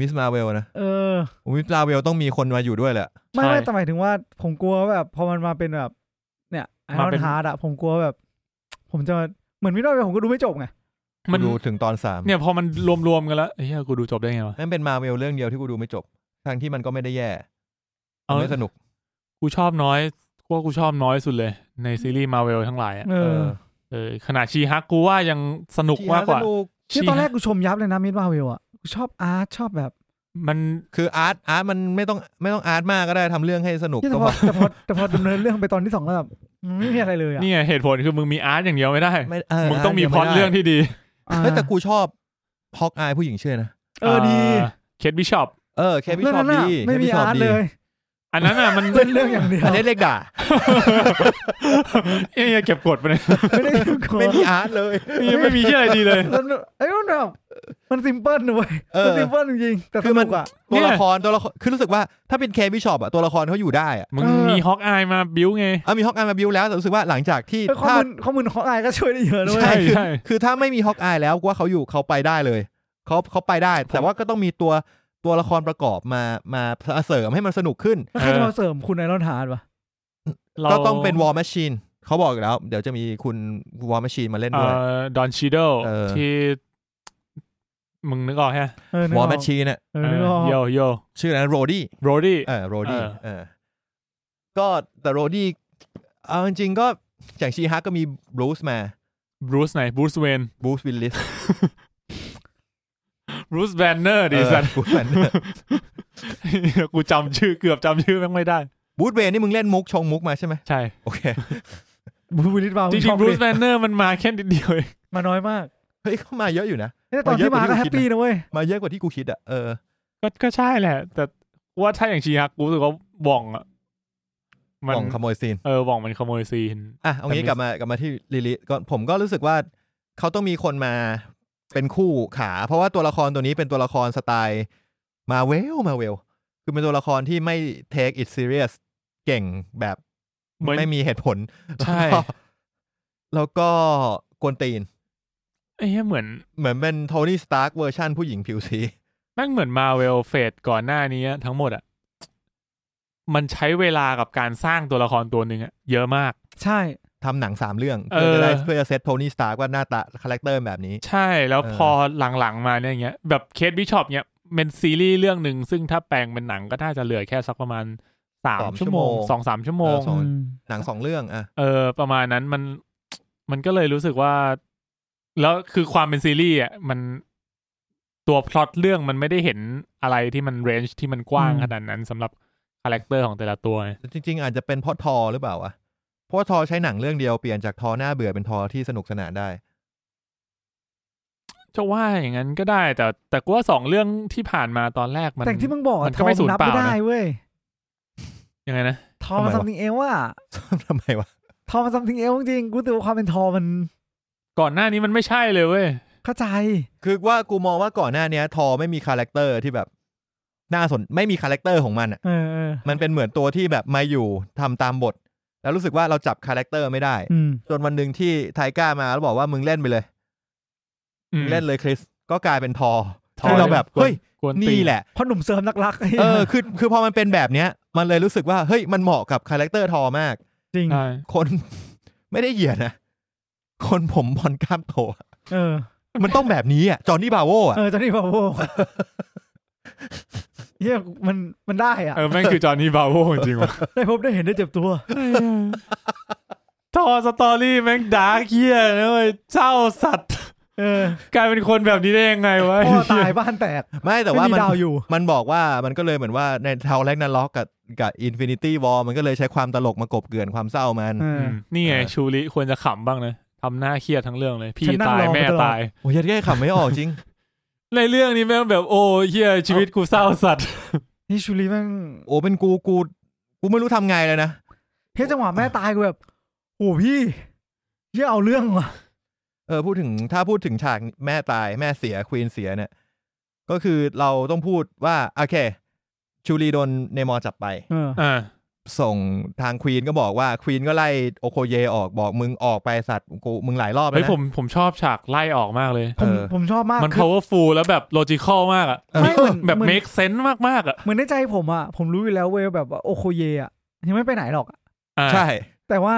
A: มิสมาเวลนะ
B: เออ
A: มิสมาเวลต้องมีคนมาอยู่ด้วยแหละ
B: ไม่
C: ใช่
B: ไม่แต่หมายถึงว่าผมกลัวว่าแบบ พอมันมาเป็นแบบ เนี่ยไอร
C: มา
B: อน
C: เป็น
B: ฮาร์ดอะผมกลัวแบบ ผมจะเหมือนมิดไวผมก็ดูไม่จบไง
C: มัน
A: ดูถึงตอนสาม
C: เนี่ยพอมันรวมๆกันแล้วเฮ้ยกูดูจบได้ไงวะ
A: นั่นเป็นมาเวลเรื่องเดียวที่กูดูไม่จบทั้งที่มันก็ไม่ได้แย่
C: เออ
A: ไม่สนุก
C: กูชอบน้อยกูว่ากูชอบน้อยสุดเลย ในซีรีส์มาเวลทั้งหลายอะ
B: เอ
A: เอ
B: อ
A: อ
C: เออขนาดชีฮักกูว่ายังสนุกมากกว่า
A: สนุก
B: ที่ตอนแรกกูชมยับเลยนะมิดมาเวลอะกูชอบอาร์ตชอบแบบ
C: มัน
A: คืออาร์ตอาร์ตมันไม่ต้องไม่ต้องอาร์ตมากก็ได้ทำเรื่องให้สนุก
B: ที่แต่
A: ก็
B: พอ
A: พอ
B: แต่พอแต่พอดำเนินเรื่องไปตอนที่สองแล้วแบบอืมไม่มีอะไรเลยอะ
C: นี่ไงเหตุผลคือมึงมีอาร์ตอย่างเดียวไม่ได้
A: ไม่
C: มึงต้องมีพล็อตเรื่องที่ดี
B: อ่า
A: เฮ้ยแต่กูชอบฮอกอายผู้หญิงชื่อนะ
B: เออดี
C: เคทบิชอป
A: เออแคปปี้
B: เรื่อง
A: ชอบ
B: นั้นอะ
A: ดี
B: ไม่มี
A: แคปปี้ชบ
B: อาร์ต
A: ดี
B: เลย
C: อันนั้นอ่ะมัน
B: เล่นเรื่อง อย่างเดียว
A: อันนี้เล็ก ด่า
C: เอ้ยเก็บกดไปเลย
B: ไม่ได้กลัว
A: ไม่มีอาร์ตเลย
C: ยังไม่มีที่อะไรดีเลย
B: สนุกเอ้ยมันแบบมันซิมเพิลนะเว้ย
A: เออ
B: มันซิมเพิลจริงๆแต่
A: คื
B: ส
A: อมั
B: นุ
A: น
B: กอ่ะ
A: ตัวละครตัวละครคือรู้สึกว่าถ้าเป็นแคปปี้ชอปอะตัวละครเขาอยู่ได้อะ
C: มึง
B: เออ
C: มีฮอกอายมาบิวไง
A: อ่ะมีฮอกอายมาบิวแล้วแต่รู้สึกว่าหลังจากที่
B: เอ้ยข้อ
A: ถ้า
B: มูลข้อมูลของไอายก็ช่วยได้เยอะด้วย
A: ใช่
C: ใช่ใช่
A: คือถ้าไม่มีฮอกอายแล้วกูว่าเขาอยู่เขาไปได้เลยเขาเขาไปได้ แต่ว่าก็ต้องมีตัวตัวละครประกอบมามาเสริมให้มันสนุกขึ้น
B: แล้วใครจะ
C: เออ
B: มาเสริมคุณไอรอนฮาร์ดวะ
C: รา
A: ก็ต้องเป็นวอ m a มชชีนเขาบอกอยู่แล้ว เดี๋ยวจะมีคุณวอ m a มชชีนมาเล่น
C: เอ่
A: ด้วย
C: อดอนชีเดล
A: เออ
C: ที่ มึงนึกออกฮะ
B: เออนึก
A: ว
B: อ
A: อ
B: อ
A: m a มช
B: ก
A: ชีนอ่ะ
B: เออนึกออก
C: โยโย
A: ชื่ออะไรนะโรดี้
C: โรดี้
A: เออโรดี้
C: เออ
A: เออก็แต่โรดี้เอาจริงๆก็อย่างชีฮักก็มีบรูซมา
C: บรูซไหนบรูซเวน
A: บรูซวิลลิส
C: บรูซแบนเนอร์ ดิสัน
A: บูธแวน
C: กูจำชื่อเกือบจำชื่อแม่งไม่ได้
A: บูธเวนนี่มึงเล่นมุกชงมุกมาใช่ไหม
C: ใช่
A: โอเค
B: บูบูลิสบาว
C: จริงๆบรูซแบนเนอร์มันมาแค่นิดเดียวเอง
B: มาน้อยมาก
A: เฮ้ยเขามาเยอะอยู่นะ
B: เนี่ยตอนที่มาก็
A: มา
B: แฮ
A: เยอะกว่าที่
B: ปปี้
A: คิดนะ
B: นะเว้ย
A: มาเยอะกว่าที่กูคิดอ่ะเออ
C: ก็ก็ใช่แหละ แต่ว่าถ้าอย่างชีฮักกูรู้สึกว่าบ่องอะมั
A: มองขโมยซีน
C: เออบ่องมันขโมยซีน
A: อ่ะเอางี้กลั
C: แต่มิส
A: บมากลับมาที่ลิลิก็ผมก็รู้สึกว่าเขาต้องมีคนมาเป็นคู่ขา เพราะว่าตัวละครตัวนี้เป็นตัวละครสไตล์มาเวลมาเวลคือเป็นตัวละครที่ไม่ take it serious เก่งแบบ
C: เหมือน
A: ไม่มีเหตุผล
C: ใช่
A: แล้วก็ แล้วก็กวนตีน
C: เอ้ยเหมือน
A: เหมือนเป็นโทนี่สตาร์กเวอร์ชั่นผู้หญิงผิวสี
C: แม่งเหมือนมาเวลเฟดก่อนหน้านี้ทั้งหมดอะมันใช้เวลากับการสร้างตัวละครตัวหนึ่งอะเยอะมาก
B: ใช่
A: ทำหนังสามเรื่อง
C: เอ
A: เพื่อ
C: อ
A: จะได้เพื่อจะเซตโทนี่สตาร์กว่าหน้าตาคาแรคเตอร์แบบนี้
C: ใช่แล้ว
A: เออ
C: พอหลังๆมาเนี่ยอย่างเงี้ยแบบเคสบิชอปเนี่ยเป็นซีรีส์เรื่องหนึ่งซึ่งถ้าแปลงเป็นหนังก็น่าจะเหลือแค่สักประมาณสามชั่วโมงสองสามชั่วโมง
A: สอง หนังสองเรื่องอ่ะ
C: เออ ประมาณนั้นมันมันก็เลยรู้สึกว่า แล้วคือความเป็นซีรีส์อ่ะมันตัวพล็อตเรื่องมันไม่ได้เห็นอะไรที่มันเรนจ์ที่มันกว้าง
B: อืม
C: ขนาดนั้นสำหรับคาแรคเตอร์ของแต่ละตัวไง
A: แต่จริง ๆ อาจจะเป็นเพราะทอหรือเปล่าวะเพราะว่าทอใช้หนังเรื่องเดียวเปลี่ยนจากทอหน้าเบื่อเป็นทอที่สนุกสนานได้
C: จะว่าอย่างนั้นก็ได้ แต่แต่กูว่าสองเรื่องที่ผ่านมาตอนแรกมัน
B: แต่ที่มึงบอกอะ
C: มันก็ไม่
B: ทอ
C: สูญ
B: นับ
C: เปล่า
B: ไม่
C: นะ
B: ได้เว้ย
C: ยังไงนะ
B: ท ทอม
A: ทำไมวะ
B: ซัมติงเอลว่ะ
A: ทำไมวะ
B: ทอมซัมติงเอลจริงๆกูตัวาความเป็นทอมมัน
C: ก่อนหน้านี้มันไม่ใช่เลยเว้ย
B: เข้าใจ
A: คือว่ากูมองว่าก่อนหน้าเนี้ย ทอไม่มีคาแรคเตอร์ที่แบบน่าสนไม่มีคาแรคเตอร์ของมันอะ
B: เออเออ
A: มันเป็นเหมือนตัวที่แบบมาอยู่ทำตามบท แล้วรู้สึกว่าเราจับคาแรคเตอร์ไม่ได้
B: อืม
A: จนวันหนึ่งที่ไทก้ามาแล้วบอกว่ามึงเล่นไปเลย
C: อืม
A: เล่นเลยคริสก็กลายเป็นทอ
C: ทอ
A: ที่เราแบบเฮ้ย
C: กวนตี
A: นี่แหละ
B: เพราะหนุ่มเสริมนักรัก
A: เออ คือคือพอมันเป็นแบบเนี้ย มันเลยรู้สึกว่าเฮ้ยมันเหมาะกับคาแรคเตอร์ทอมาก
B: จริง
C: ใช่
A: คน ไม่ได้เหยียดนะคนผมบอลกล้ามโตอะ
B: เออ
A: มันต้องแบบนี้อ่ะจอห์นนี่บาโวอ่ะ
B: เออจอห์นนี่บาโว เฮียมันมันได้อ่ะ
C: เออแม่งคือจอห์นนี่บาโวจริงว่ะ
B: ได้พบได้เห็นได้เจ็บตัว
C: ทอสตอรี่แม่งดาร์กเฮียนะเว้ยเศร้าสัตว์
B: เออก
C: ลายเป็นคนแบบนี้ได้ยังไงวะ
B: พ่อตายบ้านแตก
A: ไม่แต่ว่า
B: ไม่มี
A: มัน
B: ดาวอยู่
A: มันบอกว่ามันก็เลยเหมือนว่าในทาวแรกนาล็อกกับกับอินฟินิตี้วอลมันก็เลยใช้ความตลกมากลบเกลื่อนความเศร้ามัน
B: เอ
C: อื
B: อ
C: มนี่ไง
A: เออ
C: ชูริควรจะขำบ้างนะทำหน้าเครียดทั้งเรื่องเลย พี่
B: ฉันนั่ง
C: ตาย
B: รอ
C: แม่
B: มาตลอด
C: ตาย
A: โอ้ยยัดเยียดขำไม่ออกจริง
C: ในเรื่องนี้แม่งแบบโอ้เฮียชีวิตกูเศร้าสัตว์
B: นี่ชูรีแม่ง
A: โอ้เป็นกูกูกูไม่รู้ทำไงเลยนะ
B: เฮ้ยจังหวะแม่ตายกูแบบโอ้พี่เฮียเอาเรื่องว่ะ
A: เออพูดถึงถ้าพูดถึงฉากแม่ตายแม่เสียควีนเสียเนี่ย ก็คือเราต้องพูดว่า โอเค ชูรีโดนเนมอร์จับไป
B: เออ
C: อ่า
A: ส่งทางควีนก็บอกว่าควีนก็ไล่โอโคเยออกบอกมึงออกไปสัตว์กูมึงหลายรอบแล้ว
C: เฮ้ย
A: นะ
C: ผมผมชอบฉากไล่ออกมากเลย
B: ผม
A: เออ
B: ผมชอบมาก
C: มัน
B: คือ
C: powerful แล้วแบบ logical มากอะ
A: เออ
B: ไม่เหมือน
C: แบบ
B: เหมือน
C: make sense มากมากๆอะ
B: เหมือนในใจผมอ่ะ ผมรู้อยู่แล้วเว้ยแบบว่าโอโคเยอ่ะยังไม่ไปไหนหรอก
C: อ่า
A: ใช่
B: แต่ว่า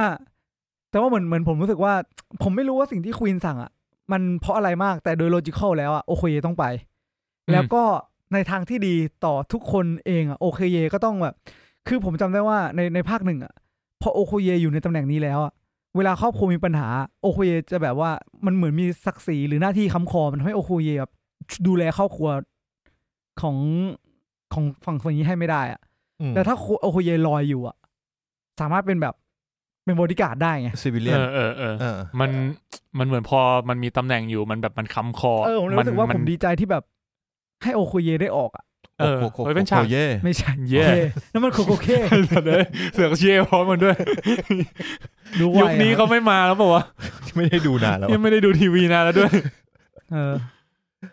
B: แต่ว่าเหมือนเหมือนผมรู้สึกว่า ผมไม่รู้ว่าสิ่งที่ควีนสั่งอ่ะ มันเพราะอะไรมากแต่โดยโลจิคอลแล้วอ่ะโอเคเยต้องไป แล้วก็ในทางที่ดีต่อทุกคนเองอ่ะโอเคเยก็ต้องแบบ คือผมจำได้ว่าในในภาคหนึ่งอ่ะพอโอโคเยอยู่ในตำแหน่งนี้แล้วอ่ะเวลาครอบครัวมีปัญหาโอโคเยจะแบบว่ามันเหมือนมีศักดิ์ศรีหรือหน้าที่ค้ำคอมันทำให้โอโคเยแบบดูแลครอบครัวของของฝั่งฝั่งนี้ให้ไม่ได้อ่ะ
A: อืม
B: แต่ถ้าโคโอโคเยลอยอยู่อะสามารถเป็นแบบเป็นบอดี้การ์ดได้ไง
A: ซิวิเลีย
C: เอน อเออเออ
A: เออ
C: มันมันเหมือนพอมันมีตำแหน่งอยู่มันแบบมันค้ำคอ
B: เออผมเลยรู้สึกว่าผมดีใจที่แบบ ให้โอโคเยได้ออกอะ
C: เออ
A: โอโค
C: เฮ้ยเป็นฉาก
A: โอโคเย
B: ไม่ใช่
C: เย่
B: โอคนั่นมันโคโคเค
C: เลย เสือกเชียร์พร้อมมัน ด้วย
B: ดูไว
C: ยุคนี้เขาไม่มาแล้วเปล่าวะ
A: ไม่ได้ดูนานแล้ว
C: ยังไม่ได้ดูทีวีนานแล้ว ด้วย
B: เออ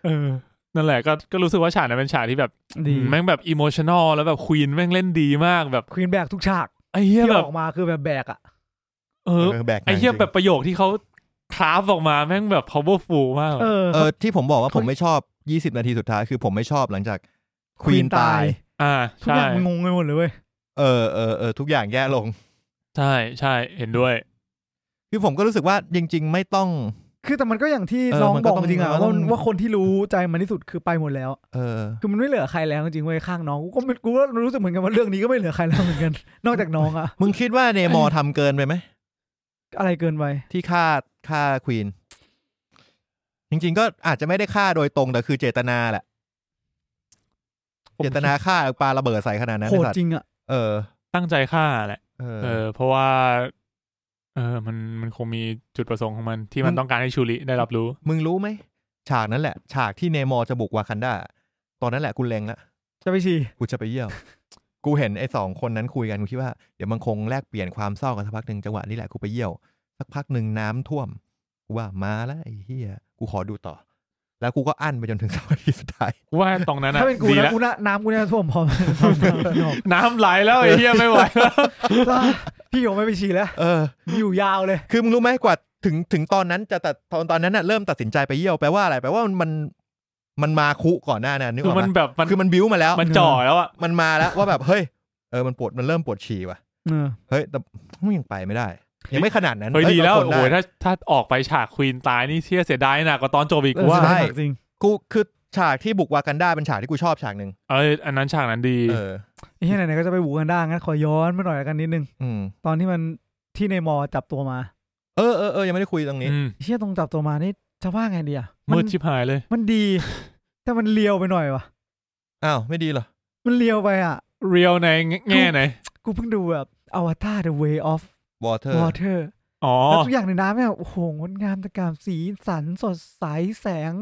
C: เออ นั่นแหละก็ก็รู้สึกว่าฉากนั้นเป็นฉากที่แบบ
B: ดี
C: แม่งแบบอิโมชันอลแล้วแบบควีนแม่งเล่นดีมากแบบ
B: ควีนแบกทุกฉาก
C: ไอ้เหี้ย
B: ที่
C: แบ
B: อบ อกมาคือแบบแบกอะ
C: เอ
A: เอ
C: อ
A: อแบกหนัง
C: ไอ้เหี้ย
A: จริง
C: แบบประโยคที่เขาคราฟออกมาแม่งแบบ powerful มาก
B: เออ
A: เออที่ผมบอกว่า
B: เขา
A: ผมไม่ชอบ 20 นาทีสุดท้ายคือผมไม่ชอบหลังจากควีนตาย
C: อ่า
B: ทุกอ
C: ใช่
B: ย่างมันงงไปหมดเลยเว้ย
A: เออเออเออทุกอย่างแย่ลง
C: ใช่ใช่เห็นด้วย
A: คือผมก็รู้สึกว่าจริง ๆ ไม่ต้อง
B: คือแต่มันก็อย่างที่
A: เออ
B: น้อง
A: มัน
B: บ
A: ก็
B: อก
A: ต้อง
B: จริงอะ
A: มันก็ต้
B: ว่า
A: อง
B: ว่าคนที่รู้ใจมันที่สุดคือไปหมดแล้ว
A: เออ
B: คือมันไม่เหลือใครแล้วจริงๆเว้ยข้างน้องกูก็ไม่กูก็รู้สึกเหมือนกันว่าเรื่องนี้ก็ไม่เหลือใครแล้วเหมือนกัน นอกจากน้องอะ
A: มึงคิดว่าเน มอร์ทำเกินไปไหม
B: อะไรเกินไป
A: ที่ฆ่าฆ่าควีน จริง ๆ ก็อาจจะไม่ได้ฆ่าโดยตรงแต่คือเจตนาแหละ เจตนาฆ่าปาระเบิดใส่ขนาดนั้น
B: โหด
A: ไอ้สัตว์
B: จริงอะ
A: เออ
C: ตั้งใจฆ่าแหละ
A: เออ
C: เออ เพราะว่า เออ มันมันคงมีจุดประสงค์ของมันที่มั
A: มันน
C: ต้องการให้ชูริได้รับรู้
A: มึงรู้ไหม ฉากนั้นแหละ ฉากที่เนมอร์จะบุกวากันดาตอนนั้นแหละกูเลงละ
B: จะไปฉี่
A: กูจะไปเยี่ยว กูเห็นไอ้สองคนนั้นคุยกันกูคิดว่าเดี๋ยวมันคงแลกเปลี่ยนความเศร้ากันสักพักหนึ่งจังหวะนี้แหละกูไปเยี่ยว สักพักหนึ่งน้ำท่วมกูว่ามาแล้วไอ้เฮียกูขอดูต่อ แล้วกูก็อั้นไปจนถึง เสาร์อาทิตย์สุดท้าย
C: ว่าตรงนั้นอะ
B: ถ้าเป็นกู
C: ดี
B: นะ
C: แล้ว
B: กูนะน้ำกูเนี่ยท่วม พร้อมพร้อมน้อง
C: น้ำไหลแล้วไอ้เหี้ยไม่ไหวแล้ว
B: พี่โยไม่ไปฉี่แล้ว
A: เออ
B: อยู่ยาวเลย
A: คือมึงรู้ไหมกว่าถึงถึงตอนนั้นจะตัดตอนตอนนั้นน่ะเริ่มตัดสินใจไปเยี่ยวแปลว่าอะไรแปลว่ามันมันมันมาคุก่อนหน้านั้นนึกอ
C: คือ
A: อก
C: มัน
A: ไหม
C: แบบมัน
A: คือมันบิ้วมาแล้ว
C: มันจ่อแล้วอะ
A: มันมาแล้วว่าแบบเฮ้ยเออมันปวดมันเริ่มปวดฉี่ว่ะ
B: เออ
A: เฮ้ยแต่มึงยังไปไม่ได้ ยังไม่ขนาดนั้น
C: เฮ้ยดีแล้ว
A: ราทน
C: โอ้ย
A: ไ
C: ถ้าถ้าออกไปฉากควีนตายนี่เที่ยเสียดายหนักกว่าตอนจบอีก
B: เอ
C: กู
B: อ
C: ว่า
A: ใช่
B: ใช่จริง
A: กูคือฉากที่บุกวากันดาเป็นฉากที่กูชอบฉากหนึ่ง
C: เอยอันนั้นฉากนั้นดี
A: เออ
B: ไอ้เหี้ยไหนๆก็จะไปบูกันได้งั้นขอย้อนมาหน่อยละกันนิดนึง
A: อืม
B: ตอนที่มันที่ในมอจับตัวมา
A: เออเออเออยังไม่ได้คุยตรงนี้
C: อืม
B: ไอ้เชี่ยตรงจับตัวมานี่จะว่าไงดีอ่ะ
C: มืด
B: น
C: ชิบหายเลย
B: มันดี แต่มันเลียวไปหน่อยวะ
A: อ้าวไม่ดีเหรอ
B: มันเลียวไปอ่ะ
C: เรียวในแง่ไหน
B: กูเพิ่งดูแบบอวตาร The Way of
A: water
B: Water
C: อ๋อ
B: แล้วทุกอย่างในน้ำเนี่ยโอ้โหงดงามตะการสีสันสดใสแสง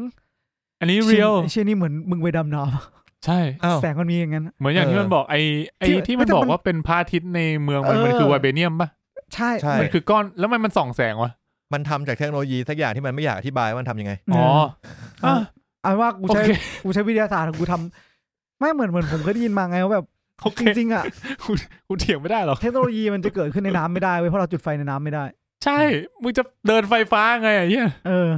C: อันนี้เรียว
B: ไอ้เชี่ยนี่เหมือนมึงไปดำน้ำ
C: ใช่
A: อ้าว
B: แสงมันมีอย่างนั้น
C: เหมือนอย่าง
A: เออ
C: ที่มันบอกไอ้ไอ้
B: ที่
C: ที่มัน
B: แต่
C: บ
B: มัน
C: อกว่าเป็นพระอาทิตย์ในเมืองมัน
B: เออ
C: มันคือไวเบเนียมปะ
B: ใช่
A: ใช่
C: มันคือก้อนแล้วมันมันส่องแสงวะ
A: มันทำจากเทคโนโลยีสักอย่างที่มันไม่อยากอธิบายว่ามันทำยังไง
B: เ
C: อ๋ออ่ะ
B: เอาเป็นว่ากูใช้
C: โอเค
B: กูใช้วิทยาศาสตร์ของกูทำไม่เหมือนเหมือนผมเคยได้ยินมาไงว่าแบบ
C: โอเค
B: จริงๆอ่ะ
C: กูเถียงไม่ได้หรอก
B: เทคโนโลยีมันจะเกิดขึ้นในน้ำไม่ได้เว้ยเพราะเราจุดไฟในน้ำไม่ได้
C: ใช่มึงจะเดินไฟฟ้าไงไอ้เฮีย
B: เออ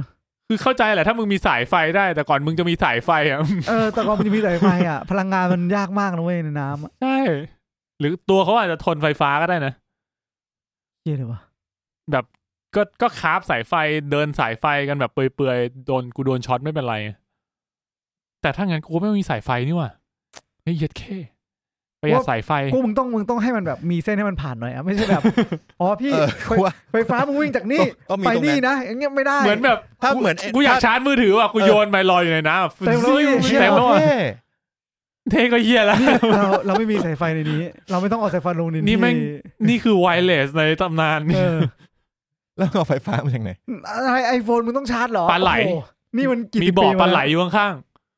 C: คือเข้าใจแหละถ้ามึงมีสายไฟได้ แต่ก่อนมึงจะมีสายไฟอ่ะ
B: เออแต่ก่อนมันจะมีสายไฟอ่ะ พลังงานมันยากมากนะเว้ยในน้ำอะ
C: ใช่ หรือตัวเขาอาจจะทนไฟฟ้าก็ได้นะ
B: เหี้ยเลยวะ
C: ก็ก็คาบสายไฟเดินสายไฟกันแบบเปื่อยๆโดนกูโดนช็อตไม่เป็นไร แต่ถ้างั้นกูก็ไม่มีสายไฟนี่หว่าเฮ้ยเหี้ย็ดแค่ประหยัดสายไฟ
B: กูมึงต้องมึงต้องให้มันแบบมีเส้นให้มันผ่านหน่อยอ่ะไม่ใช่แบบ อ๋อพี่
A: เอ อ
B: ไฟ
A: กูว่า
B: ไฟฟ้ามึงวิ่งจากนี่
A: ก็มี
B: ไป
A: ตรง
B: นี่
A: นั้น
B: นะอย่างเงี้ยไม่ได้
C: เหมือนแบบ
A: ถ้าเหมือน
C: กูอยาก
A: ถ้า
C: ชาร์จมือถือว่ะกู
A: เออ
C: โยนไปลอยอยู่ในน้ำอะ
B: เต็มแล้วเว้ย
A: เชี่ย
C: เต็มแล้วอะ
A: เท่
C: เท่ก็เหี้ยแล้ว
B: เนี่ยเราเราไม่มีสายไฟในนี้ เราไม่ต้องเอาสายไฟลงใน
C: นี่
B: นี่
C: แม่ง นี่คือไวเลสในตำนาน
B: เออ
A: แล้วเอาไฟฟ้ามาจากไหน
B: อะไรไอโฟนมึงต้องชาร์จเหรอ
C: ปลาไหล
B: โอ้โนี่มันกี่
C: มี
B: สิ
C: บ่อ
B: ม
C: ปลาไหล
B: แว
C: อยู่ข้าง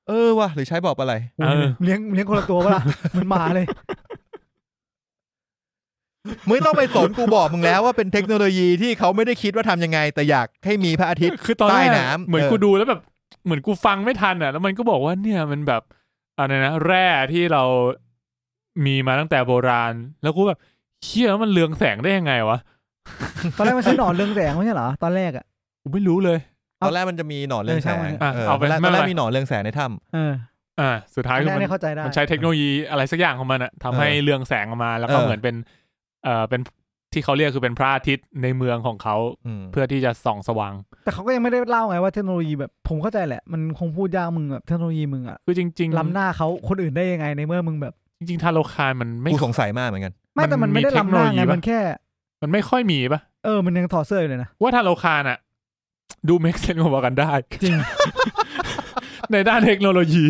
A: เออว่ะหรือใช้บอกอะไร
C: เออ
B: เลี้ยงเลี้ยงคนละตัวปะล่ะมันหมา เลย
A: มึงต้องไปสนกูบอกมึงแล้วว่าเป็นเทคโนโลยีที่เขาไม่ได้คิดว่าทำยังไง แต่อยากให้มีพระอาทิตย์
C: ๆ คือตอนแร
A: ใต้
C: ก
A: น้ำ
C: เหมือน
A: เออ
C: กูดูแล้วแบบเหมือนกูฟังไม่ทันอ่ะ แล้วมันก็บอกว่าเนี่ยมันแบบอะไรนะแร่ที่เรามีมาตั้งแต่โบราณ แล้วกูแบบเชี่ยแล้วมันเลืองแสงได้ยังไงวะ
B: ตอนแรกมันใช้หนอนเรืองแสงไม่ใช่เหรอตอนแรกอ่ะ
C: กูไม่รู้เลย
A: ตอนแรกมันจะมีหนอนเรืองแส
B: เออ
A: ง
B: ใช่มัน
C: อ่ะ
A: เออ
C: เอาไป
A: ตอนแรกตอน
C: ไม่เป็นไร
A: แรกมีหนอนเรืองแสงในถ้
B: เออ
C: อ่า สุดท้าย
B: อัน
C: คือ
B: นี้อัน
C: มัน
B: นี้เข้าใจได้
C: มันใช้เทคโนโลยีอะไรสักอย่างของมันอะทำให้เรืองแสงออกมา แล้วก็เหมือนเป็น เอ่อเป็นที่เขาเรียกคือเป็นพระอาทิตย์ในเมืองของเขา
A: ำอืม
C: เพื่อที่จะส่องสว่าง
B: แต่เขาก็ยังไม่ได้เล่าไงว่าเทคโนโลยีแบบผมเข้าใจแหละ มันคงพูดยากมึงแบบเทคโนโลยีมึงอ่ะ
C: คือจริงๆ
B: ล้ำหน้าเขาคนอื่นได้ยังไงในเมื่อมึงแบบ
C: จริงๆทาโลคารมันไม่
A: กูสงสัยมากเหมือนกัน
B: ไม่แต่
C: มั
B: มัน
C: น
B: ไม่ได้
C: มีเทค
B: ล้ำห
C: โนโล
B: น้า
C: ยี
B: ไง
C: ปะ
B: มันแค่
C: มันไม่ค่อยมีปะ
B: เออมันยังถอดเสื้ออยู่ เลยนะ
C: ว่าทาโลคารอะดูเม็กเซนกว่าวากันได้
B: จริง
C: ในด้านเทคโนโลยี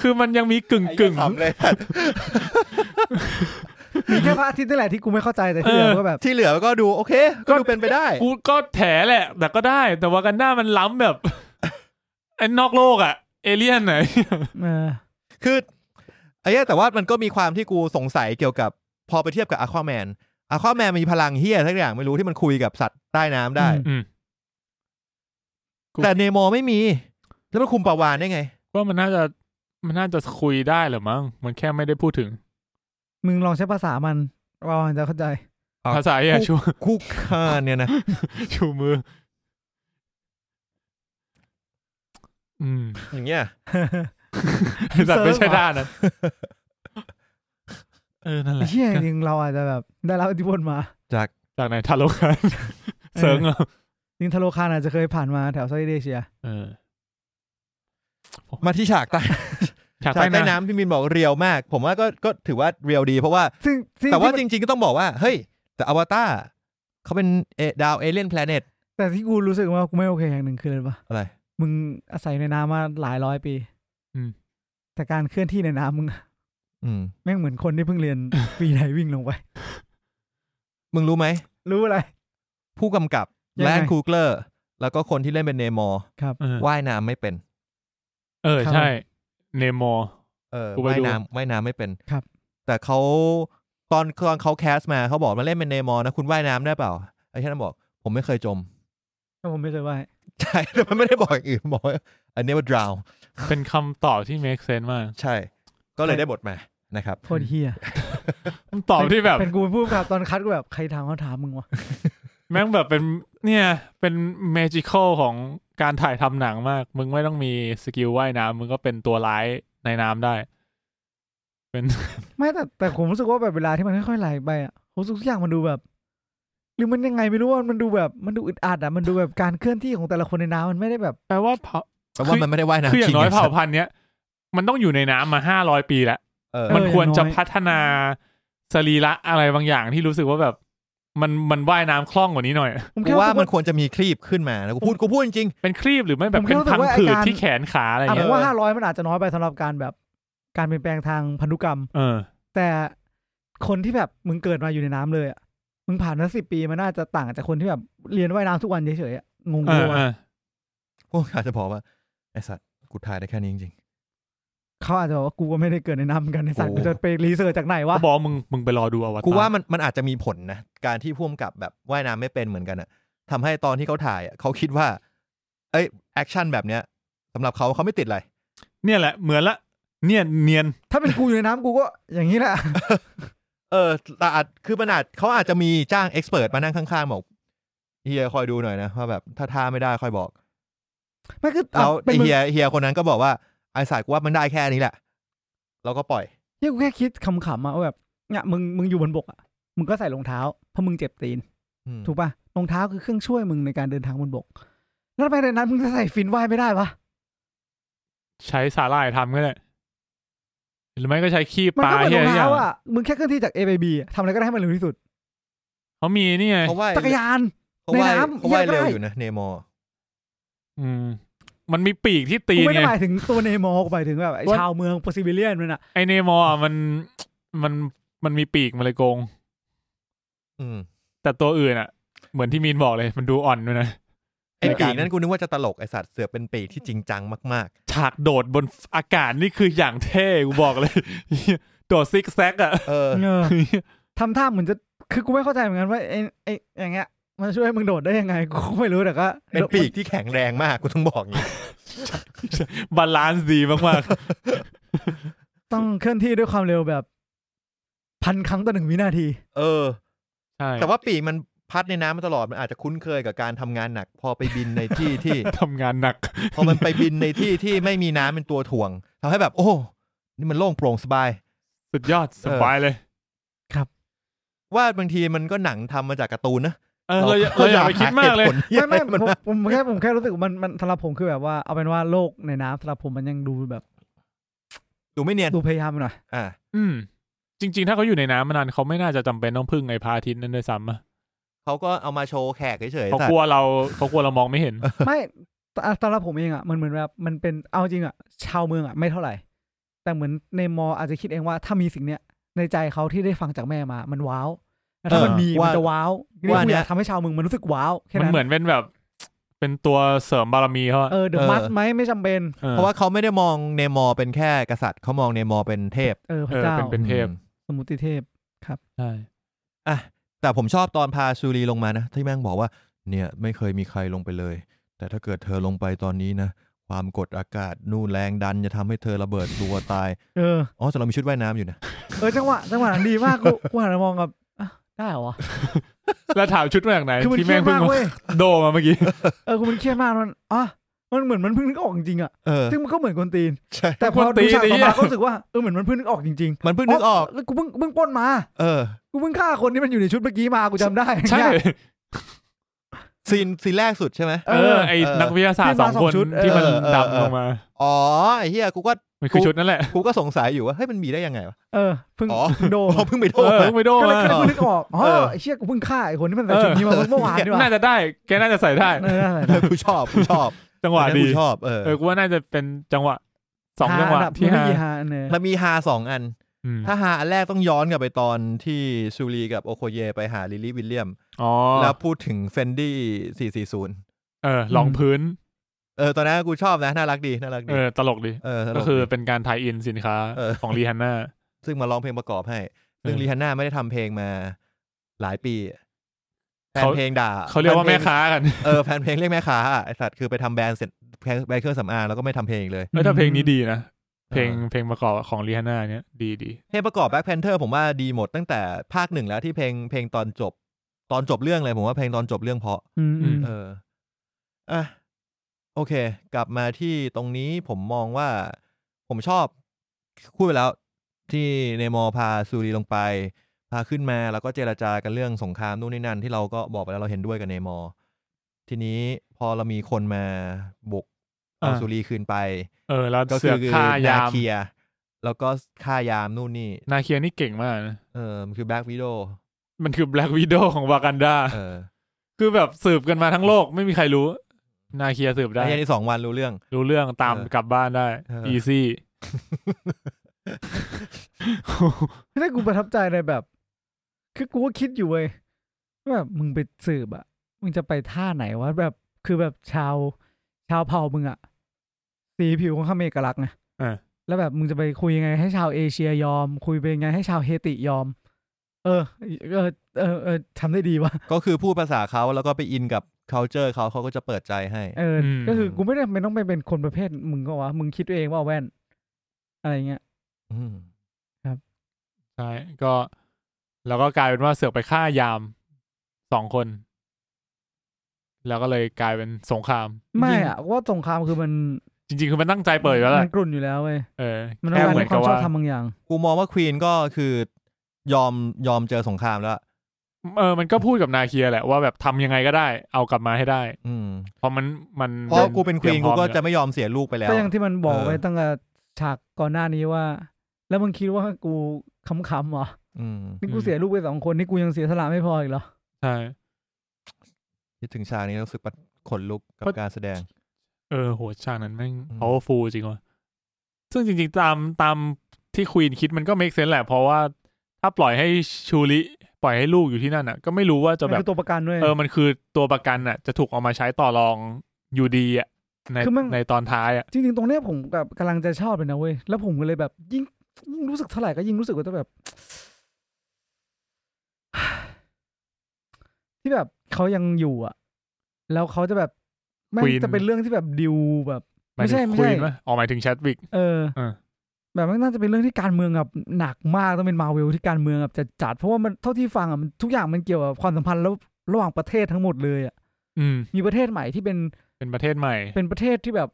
C: คือมันยังมีกึ่งกึ่ง
B: มีแค่พระอาทิตย์นี่แหละที่กูไม่เข้าใจแต่ที่เหลื
C: เอ
B: อ
C: อ
B: ก็แบบ
A: ที่เหลือก็ดูโอเค ก็ดูเป็นไปได้
C: กูก็แถแหละ แต่ก็ได้ แต่วากันด้ามันล้ำแบบ ไอ้นอกโลกอะ เอเลี่ยนไหน
B: เออ
A: คือไอ้เหี้ยแต่ว่ามันก็มีความที่กูสงสัยเกี่ยวกับพอไปเทียบกับอควาแมนอควาแมนมีพลังเฮี้ยทักอย่างไม่รู้ที่มันคุยกับสัตว์ใต้น้ำได้
C: อืม กู
A: แต่เนโมไม่มี แล้วมันคุมปลาวานได้ไง
C: ว่ามันน่าจะมันน่าจะคุยได้เหรือมั้งมันแค่ไม่ได้พูดถึง
B: มึงลองใช้ภาษามันเราจะเข้าใจ
A: เอา
C: ภาษาแย่ชู
A: คุกคานเนี่ยนะ
C: ชูมือ อืม
A: อย่างเงี้ย
C: แต่ไม่ใช่ด้านนั้นเออนั่นแหละ
B: เชี่ยจริงเราอาจจะแบบได้รับอิทธิพลมา
C: จากไหนทาโลกันเซิร์งเหรอ
B: จริงทะโลคารอาจจะเคยผ่านมาแถวเซาท์อีสต์เอเชีย
C: เออ
A: มาที่ฉากใต้
C: ฉาก
A: ฉา
C: ใต้
A: กใต้
C: น้
A: น้ำพี่มินบอกเรียวมาก ผมว่าก็ก็ถือว่าเรียวดี เพราะว่า
B: ซึ่งซึ่ง
A: แต่ว่า
B: ที่มัน
A: จริงๆก็ต้องบอกว่า เฮ้ย แต่อวตารเขาเป็นเอดาวเอเลียนแพลเน็ต
B: แต่ที่กูรู้สึกว่ากูไม่โอเคอย่างหนึ่งคืออะไรปะ
A: อะไร
B: มึงอาศัยในน้ำมาหลายร้อยปี
C: ำอืม
B: แต่การเคลื่อนที่ในน้ำมึงอะ
A: อืม
B: แม่งเหมือนคนที่เพิ่งเรียน ปีไหนวิ่งลงไป
A: มึงรู้ไหม
B: รู้อะไร
A: ผู้กำกับ
B: ยังไง
A: แลนคูเกอร์ แล้วก็คนที่เล่นเป็นเนมอร์
C: เออ
A: ว่ายน้ำไม่เป็น
C: เออ
B: ครับ
C: ใช่ เนโม
A: เออ
C: กูไป
A: ว่าย
C: ดู
A: น้ำว่ายน้ำไม่เป็น
B: ครับ
A: แต่เขาตอนตอนเขาแคสมาเขาบอกมาเล่นเป็นเนมอร์นะ คุณว่ายน้ำได้เปล่า ไอ้ท่านบอก ผมไม่เคยจม
B: แต่ผมไม่เคยว่าย
A: ใช่แต่มันไม่ได้บอกอย่างอื่นบอกว่าอันนี้ว่า drown
C: เป็นคำตอบที่ make sense มาก
A: ใช่ ก็เลยได้บทมานะครับ
B: โคตรเฮีย
C: คำตอบที่แบบ
B: เป็นกูเป็นผู้กำกับตอนคัดกูแบบใครถามเขาถามมึงวะ
C: แม่งแบบเป็นเนี่ย เป็น magical ของการถ่ายทำหนังมาก มึงไม่ต้องมีสกิลว่ายน้ำมึงก็เป็นตัวร้ายในน้ำได้ เป็น
B: ไม่แต่แต่ผมรู้สึกว่าแบบเวลาที่มันค่อยๆไหลไปอ่ะผมรู้สึกทุกอย่างมันดูแบบ หรือมันยังไงไม่รู้ว่ามันดูแบบมันดูอึดอัดอ่ะมันดูแบบการเคลื่อนที่ของแต่ละคนในน้ำมันไม่ได้แบบ
C: แปลว่าเผ่า
A: แปลว่า
C: คือ
A: มันไม่ได้ว่ายน้ำ
C: คืออย่า
A: จริ
C: งน้อย
A: ไ
C: เผ่าพันธุ์เนี้ย มันต้องอยู่ในน้ำมาห้าร้อยปีแล้ว
A: เออ
B: เออ
C: มันควร
B: อ
C: จะ
B: ย่างน้อย
C: พัฒนาสรีระอะไรบางอย่างที่รู้สึกว่าแบบ มันมันว่ายน้ำคล่องกว่านี้หน่อย
B: ผม
A: กู
B: แค่
A: ว่า
B: รู้สึก
A: มัน
B: ว่า
A: ควรจะมีคลีบขึ้นมานะกูพูดกูพูดจริง
C: เป็นครีบหรือไม่แบ
B: ผ
C: บ
B: มแค่
C: เป็น
B: รู้สึ
C: พั
B: ก
C: ง
B: ว่าไอ้
C: ผืด
B: การ
C: ที่แขนขาอะไร
B: อ่ะผ
C: เงี้
B: ม
C: ย
B: ว่าห้าร้อยมันอาจจะน้อยไปสำหรับการแบบ การเปลี่ยนแปลงทางพันธุกรรม
C: เออ
B: แต่คนที่แบบมึงเกิดมาอยู่ในน้ำเลยอะมึงผ่านมาสิบปีมันน่าจะต่างจากคนที่แบบเรียนว่ายน้ำทุกวันเฉยๆอะงง
C: เอ
B: เลย
C: อเอ
B: วะ
C: อ
A: ๆ พวกอาจจะบอกว่าไอสัตว์กูถ่ายได้แค่นี้จริง
B: เขาอาจจะบอกว่ากูก็ไม่ได้เกิดในน้ำเหมือนกันในสัตว์
A: โอ้
B: กูจะไปรีเสิร์ชจากไหนวะ
C: เขาบอกว่ามึงมึงไปรอดูอวตาร
A: กูว่ามันมันอาจจะมีผลนะ การที่พ่วงกับแบบว่ายน้ำไม่เป็นเหมือนกันอะทำให้ตอนที่เขาถ่ายอะเขาคิดว่า เอ้ยแอคชั่นแบบเนี้ยสำหรับเขาเขาไม่ติดอะไร
C: เนี่ยแหละเหมือนละ เนี่ยเนียน
B: ถ้าเป็นกูอยู่ในน้ำกูก็อย่างนี้แหละ
A: เออแต่อาจคือมันอาจเขาอาจจะมีจ้างเอ็กซ์เพรสมานั่งข้างๆบอกเฮียคอยดูหน่อยนะว่าแบบถ้าท่าไม่ได้คอยบอก
B: ไม่คือ
A: แล้ว
B: เป็น
A: ไอ
B: มึง
A: เฮียเฮียคนนั้นก็บอกว่าไอสายกูว่ามันได้แค่นี้แหละ เราก็ปล่อย
B: เฮียกูแค่คิดขำๆอะว่าแบบเนี่ยมึงมึงอยู่บนบกอะมึงก็ใส่รองเท้าเพราะมึงเจ็บตีน
A: อืม
B: ถูกป่ะรองเท้าคือเครื่องช่วยมึงในการเดินทางบนบก แล้วทำไปในนั้นมึงจะใส่ฟินว่ายไม่ได้ปะ
C: ใช้สาหร่ายทำก็ได้หรือไม่ก็ใช้ขี้
B: มัน
C: ปลา
B: ก็เหมือน
C: เหี
B: ร
C: ย
B: อ
C: อะ
B: ง
C: ไร
B: เท้าง
C: อย่า
B: อะมึงแค่เคลื่อนที่จาก A ไป B อะทำอะไรก็ได้ให้มันเร็วที่สุด
C: เขามีนี่ไง
A: เพราะว่า
B: จักรยาน
A: เขาว่าย
B: ในน้ำ
A: เขาว่าย
B: เหี้ยก็
A: เร็ว
B: ได้
A: อยู่นะเนโม
C: อืมมันมีปีกที่ตี
B: กู
C: น
B: ไม่ได้
C: ไง
B: หมายถึงตัวเนโมกูหมายถึงแบบไอ้
C: ว่า
B: ชาวเมืองโปรซิบิเลียนมันอะ
C: ไอเนมอร์อะมันมันมันมีปีกมันเลยโกง
A: อืม
C: แต่ตัวอื่นอ่ะ เหมือนที่มีนบอกเลยมันดูอ่อนด้วยนะ
A: ไอปีกนั้นกูนึกว่าจะตลกไอสัตว์เสือกเป็นปีกที่จริงจังมาก
C: ฉากโดดบนอากาศนี่คืออย่างเท่กูบอกเลย โดดซิกแซกอ่ะ
A: ๆ เออ
B: เออทำท่าเหมือนจะคือกูไม่เข้าใจเหมือนกันว่าไอ้ไอ้อย่างเงี้ยมันช่วยให้มึงโดดได้ยังไงกูก็ไม่รู้แต่ก็
A: เป็นปีกที่แข็งแรงมากกูต้องบอกอย่างนี้
C: บาลานซ์ดีมาก
B: ต้องเคลื่อนที่ด้วยความเร็วแบบพันครั้งต่อหนึ่งวินาที
A: เออ
C: ๆใช่
A: แต่ว่าปีกมันพัดในน้ำมาตลอดมันอาจจะคุ้นเคยกับการทำงานหนัก พอไปบินในที่ที่
C: ทำงานหนัก
A: พอมันไปบินในที่ที่ไม่มีน้ำเป็นตัวถ่วงทำให้แบบ โอ้ นี่มันโล่งโปร่งสบาย
C: สุดยอดสบายเลย
A: ว่าบางทีมันก็หนังทำมาจากการ์ตูนนะ
C: เออเราอย่าเราอย่าไปคิดมากเลย
A: ไม่
B: ไม่
A: ไม่
B: ไม่
A: มัน
B: ผมผมแค่ผมแค่รู้สึกว่ามันมันสำหรับผมคือแบบว่าเอาเป็นว่าโลกในน้ำสำหรับผมมันยังดูแบบ
A: ดูไม่เนียน
B: ดูพยายามไปหน่อย
A: อ่า
C: อืม จริง ๆ ถ้าเขาอยู่ในน้ำมานานเขาไม่น่าจะจำเป็นต้องพึ่งไอ้พระอาทิตย์นั่นด้วยซ้ำอะ
A: เขาก็เอามาโชว์แขกเฉยๆ
C: เขา
A: สัตว์
C: กลัวเราเขากลัวเรามองไม่เห็น
B: ไม่แต่สำหรับผมเองอ่ะมันเหมือนแบบมันเป็นเอาจริงอ่ะ ชาวเมืองอ่ะไม่เท่าไหร่ แต่เหมือนในมออาจจะคิดเองว่าถ้ามีสิ่งเนี้ยในใจเขาที่ได้ฟังจากแม่มา มันว้าวแต่ถ้ามันมีมันจะว้าวนี่กูอยากทำให้ชาวเมืองมันรู้สึกว้าวแค่
C: มัน
B: นั้น
C: เหมือนเป็นแบบ เป็นตัวเสริมบารมีเขาอะ
B: เออเดอะมัสไหมไม่จำเป็น
C: ออ
A: เพราะว่าเขาไม่ได้มองเนมอร์เป็นแค่กษัตริย์เขามองเนมอร์เป็นเทพ
B: เออพ
C: เอ
B: ระ
C: อ
B: เจ้า
C: เป็นเป็นเทพ
A: อืม
B: สมุติเทพ
C: ใช่
A: อ่ะแต่ผมชอบตอนพาซูรีลงมานะที่แม่งบอกว่า เนี่ยไม่เคยมีใครลงไปเลย แต่ถ้าเกิดเธอลงไปตอนนี้นะความกดอากาศนู่นแรงดันจะทำให้เธอระเบิดตัวตาย
B: เออ
A: อ๋อแต่เรามีชุดว่ายน้ำอยู่นะ
B: เออจังหวะจังหวะนั้นดีมากกูกูหันมามองกับอ่ะได้เหรอวะ
C: แล้วถามชุดมาจากไหน
B: คือมัน
C: ที่
B: เครี
C: แม่
B: ยด
C: งเพิ่ง
B: มากเว้ย
C: โดมาเมื่อกี้
B: เออคือมันเครียดมากมันอ่ะมันเหมือนมันเพิ่งนึกออกจริงๆอ่ะ
A: เออ
B: ซึ่งมันก็เหมือนกวนตีน
A: ใช่
B: แต่พอ
C: คนตี
B: ดู
C: น
B: ฉากต่อ
C: ไอ้เหี้
B: มาย ก็รู้สึกว่าเออเหมือนมันเพิ่งนึกออกจริง
A: มัน
B: ๆ
A: เพิ่งนึกออก
B: เกูเพิ่งเพิ่งปล้นมา
A: เออ
B: กูเพิ่งฆ่าคนที่มันอยู่ในชุดเมื่อกี้มากูจำได้
C: ใช่
B: เนี่ย
A: ซีนซีนแรกสุดใช่ไหม
C: เอ
B: เอ
C: อ
B: อ
C: ไอ
A: เออ
C: นักวิทยาศาสตร์สองคน
B: ที่มาสองชุด
C: ที่มัน
A: เออเออ
C: ดำลง
A: เออ
C: มา
A: อ๋อไอ้เหี้ยกูก็
C: มันคือชุดนั่นแหละ
A: กูก็สงสัยอยู่ว่าเฮ้ยมันมีได้ยังไงวะ
B: เออเพิ่ง
A: อ๋อ
B: โด
A: อ๋
B: น
A: อเพิ่งไปโทษ
C: เออ
A: มา
C: ไม่โด
B: ก็
C: น
B: เลย
C: มา
B: แค่เพิ่งนึกออกอ๋อ
A: เออ
B: ไอ้เชี่ยกูเพิ่งฆ่าไอ้คนที่มันใส่ชุดนี้มาเมื่อวานดีกว่า
C: น่าจะได้ แกน่าจะใส่ได้
B: เออ
A: เออกูชอบกูชอบ
C: จังหวะ
A: อันนั้น
C: ดี
A: กูชอบเออ
C: เออกูว่าน่าจะเป็นจังหวะสองจังหวะ
B: าดับ
C: ที่
B: ไม่
C: ห้า
B: กี่ฮาเนอะ
A: มันมีฮาสองอัน
C: อืม
A: ถ้าฮาอันแรกต้องย้อนกลับไปตอนที่ซูรีกับโอโคเยไปหาลิลลี่วิลเลียม
C: อ๋อ
A: แล้วพูดถึงเฟนดี้440
C: เออลองพื้น
A: เออตอนนั้นกูชอบนะน่ารักดีน่ารัก
C: เอ
A: ดี
C: อ ตลกดี
A: เออตล
C: ก็
A: ดี
C: คือเป็นการทายอินสินค้า
A: เออ
C: ของรีฮันน่า
A: ซึ่งมาร้องเพลงประกอบให้ ซึ่ง
C: เออ
A: รีฮันน่าไม่ได้ทำเพลงมาหลายปีแฟน
C: เขา
A: เพลงด่า
C: เขาเรียกว่า
A: ฟ
C: แม่
A: นพลง
C: ค้ากัน
A: เออแฟนเพลงเรียกแม่ค้าอ่ะไอสัตว์คือไปทำแบรนด์เสร็จแบรนด์แบรนด์เครื่องสำอางแล้วก็ไม่ทำเพลงเลย
C: เออถ้าเพลงนี้ดีนะ เพลง
A: เออ
C: เพลงประกอบของรีฮันน่าเนี่ยดีดี
A: เพลงประกอบ Black Panther ผมว่าดีหมดตั้งแต่ภาคหนึ่งแล้วที่เพลงเพลงตอนจบ ตอนจบเรื่องเลยผมว่าเพลงตอนจบเรื่องเพราะ
B: อืมอืม
A: เอออ่ะโอเค กลับมาที่ตรงนี้ผมมองว่าผมชอบพูดไปแล้วที่เนมอร์พาซูรีลงไป พาขึ้นมาแล้วก็เจราจากันเรื่องสงครามนู่นนี่นั่นที่เราก็บอกไปแล้วเราเห็นด้วยกับเนมอร์ทีนี้พอเรามีคนมาบุกเอาซูรีคืนไป
C: เออ แล้ว
A: ก็
C: เสื
A: คือ อก
C: ฆ่ายาม
A: นาเคีย แล้วก็ฆ่ายามนู่นนี่
C: นาเคียนี่เก่งมากนะ
A: เออมันคือแบล็กวิดโอ
C: มันคือแบล็กวิดโดของวากันดา
A: เออ
C: คือแบบสืบกันมาทั้งโลกไม่มีใครรู้ นาเคียสืบได้
A: ไอ้ยันที่สองวันรู้เรื่อง
C: รู้เรื่องตาม
A: เออก
C: ลับบ้านได้
A: เออ
C: อีซี่
B: ไม่ได้กูประทับใจเลยแบบ คือกูก็คิดอยู่เว้ยว่าแบบมึงไปสืบอ่ะ มึงจะไปท่าไหนวะแบบคือแบบชาว ชาวเผ่ามึงอ่ะสีผิวของเขาเมเอกลักษณ์ไง
C: เออ
B: แล้วแบบมึงจะไปคุยยังไงให้ชาวเอเชียยอม คุยไปยังไงให้ชาวเฮติยอม เออ เออเออเออทำได้ดีวะ
A: ก็คือพูดภาษาเขาแล้วก็ไปอินกับ culture เขาเขาก็จะเปิดใจให้
B: เอออ
C: ม
B: ก็คือกูไม่ได้ไม่ต้องไปเป็นคนประเภทมึงก็วะมึงคิดตัวเองว่าแว่น อะไรเงี้ย
A: อืม
C: ใช่ก็แล้วก็กลายเป็นว่าเสือกไปฆ่ายามสองคน แล้วก็เลยกลายเป็นสงคราม
B: ไม่อะว่าสงครามคือมัน
C: จริงๆ คือมันตั้งใจเปิดอยู่แล้วแห
B: มั
C: ละ
B: นกลุ่นอยู่แล้วเว้ย
C: เออ
B: มันต้องกา
C: แค่
B: ร
C: เหมือ
B: ใน
C: น
B: ค
C: กั
B: วา
C: บ
B: มชอ
C: ว่า
B: บทำบางอย่าง
A: กูมองว่าควีนก็คือยอมยอมเจอสงครามแล้วอะ
C: เออมันก็พูดกับนาเคียแหละว่าแบบทำยังไงก็ได้ เอากลับมาให้ได้
A: อืม
C: เพราะมันมัน
A: เพราะกูเป็นควีน
C: ตรียมพ
A: กู
C: ร้อม
A: ก็
C: อยู่
A: จะไม่ยอมเสียลูกไปแล้ว
B: ก็อย่างที่มันบอก
A: เออ
B: ไว้ตั้งแต่ฉากก่อนหน้านี้ว่า แล้วมึงคิดว่ากูขำๆเหรอ
A: อืม
B: นี่กูเสียลูกไปสองคน นี่กูยังเสียสละไม่พออีกเหรอ
C: ใช่
A: คิดถึงฉากนี้รู้สึกประขนลุกกับ
C: เพราะ
A: การแสดง
C: เออโหฉากนั้นแม่ง
A: อืม
C: powerful จริงว่ะซึ่งจริงๆ ตามตามที่ควีนคิดมันก็ make sense แหละ เพราะว่าถ้าปล่อยให้ชูริปล่อยให้ลูกอยู่ที่นั่นอ่ะ ก็ไม่รู้ว่าจะ
B: มัน
C: แบบ
B: คือตัวประกันด้วย
C: เออ มันคือตัวประกันอ่ะ จะถูกเอามาใช้ต่อรองอยู่ดีอ่ะใน
B: คือมัน
C: ในตอนท้ายอ่ะ
B: จริงๆ ตรงเนี้ยผมกับกำลังจะชอบเลยนะเว้ย แล้วผมก็เลยแบบยิ่งยิ่งรู้สึกเท่าไหร่ก็ยิ่งรู้สึกว่าจะแบบ ที่แบบเขายังอยู่อ่ะ แล้วเขาจะแบบแม่ง
C: Queen
B: จะเป็นเรื่องที่แบบดิวแบบ
C: หายถึง
B: ไม่ใช่
C: ควี
B: ไม่
C: น
B: ใช่
C: ปะออกหมายถึงแชทวิก
B: เออ
C: เออ
B: แบบมันน่าจะเป็นเรื่องที่การเมืองแบบหนักมากต้องเป็นมาเวลที่การเมืองแบบจะจัดๆเพราะว่ามันเท่าที่ฟังอ่ะมันทุกอย่างมันเกี่ยวกับความสัมพันธ์แล้วระหว่างประเทศทั้งหมดเลยอ่ะ
C: อืม
B: มีประเทศใหม่ที่เป็น
C: เป็นประเทศใหม่
B: เป็นประเทศที่แบบ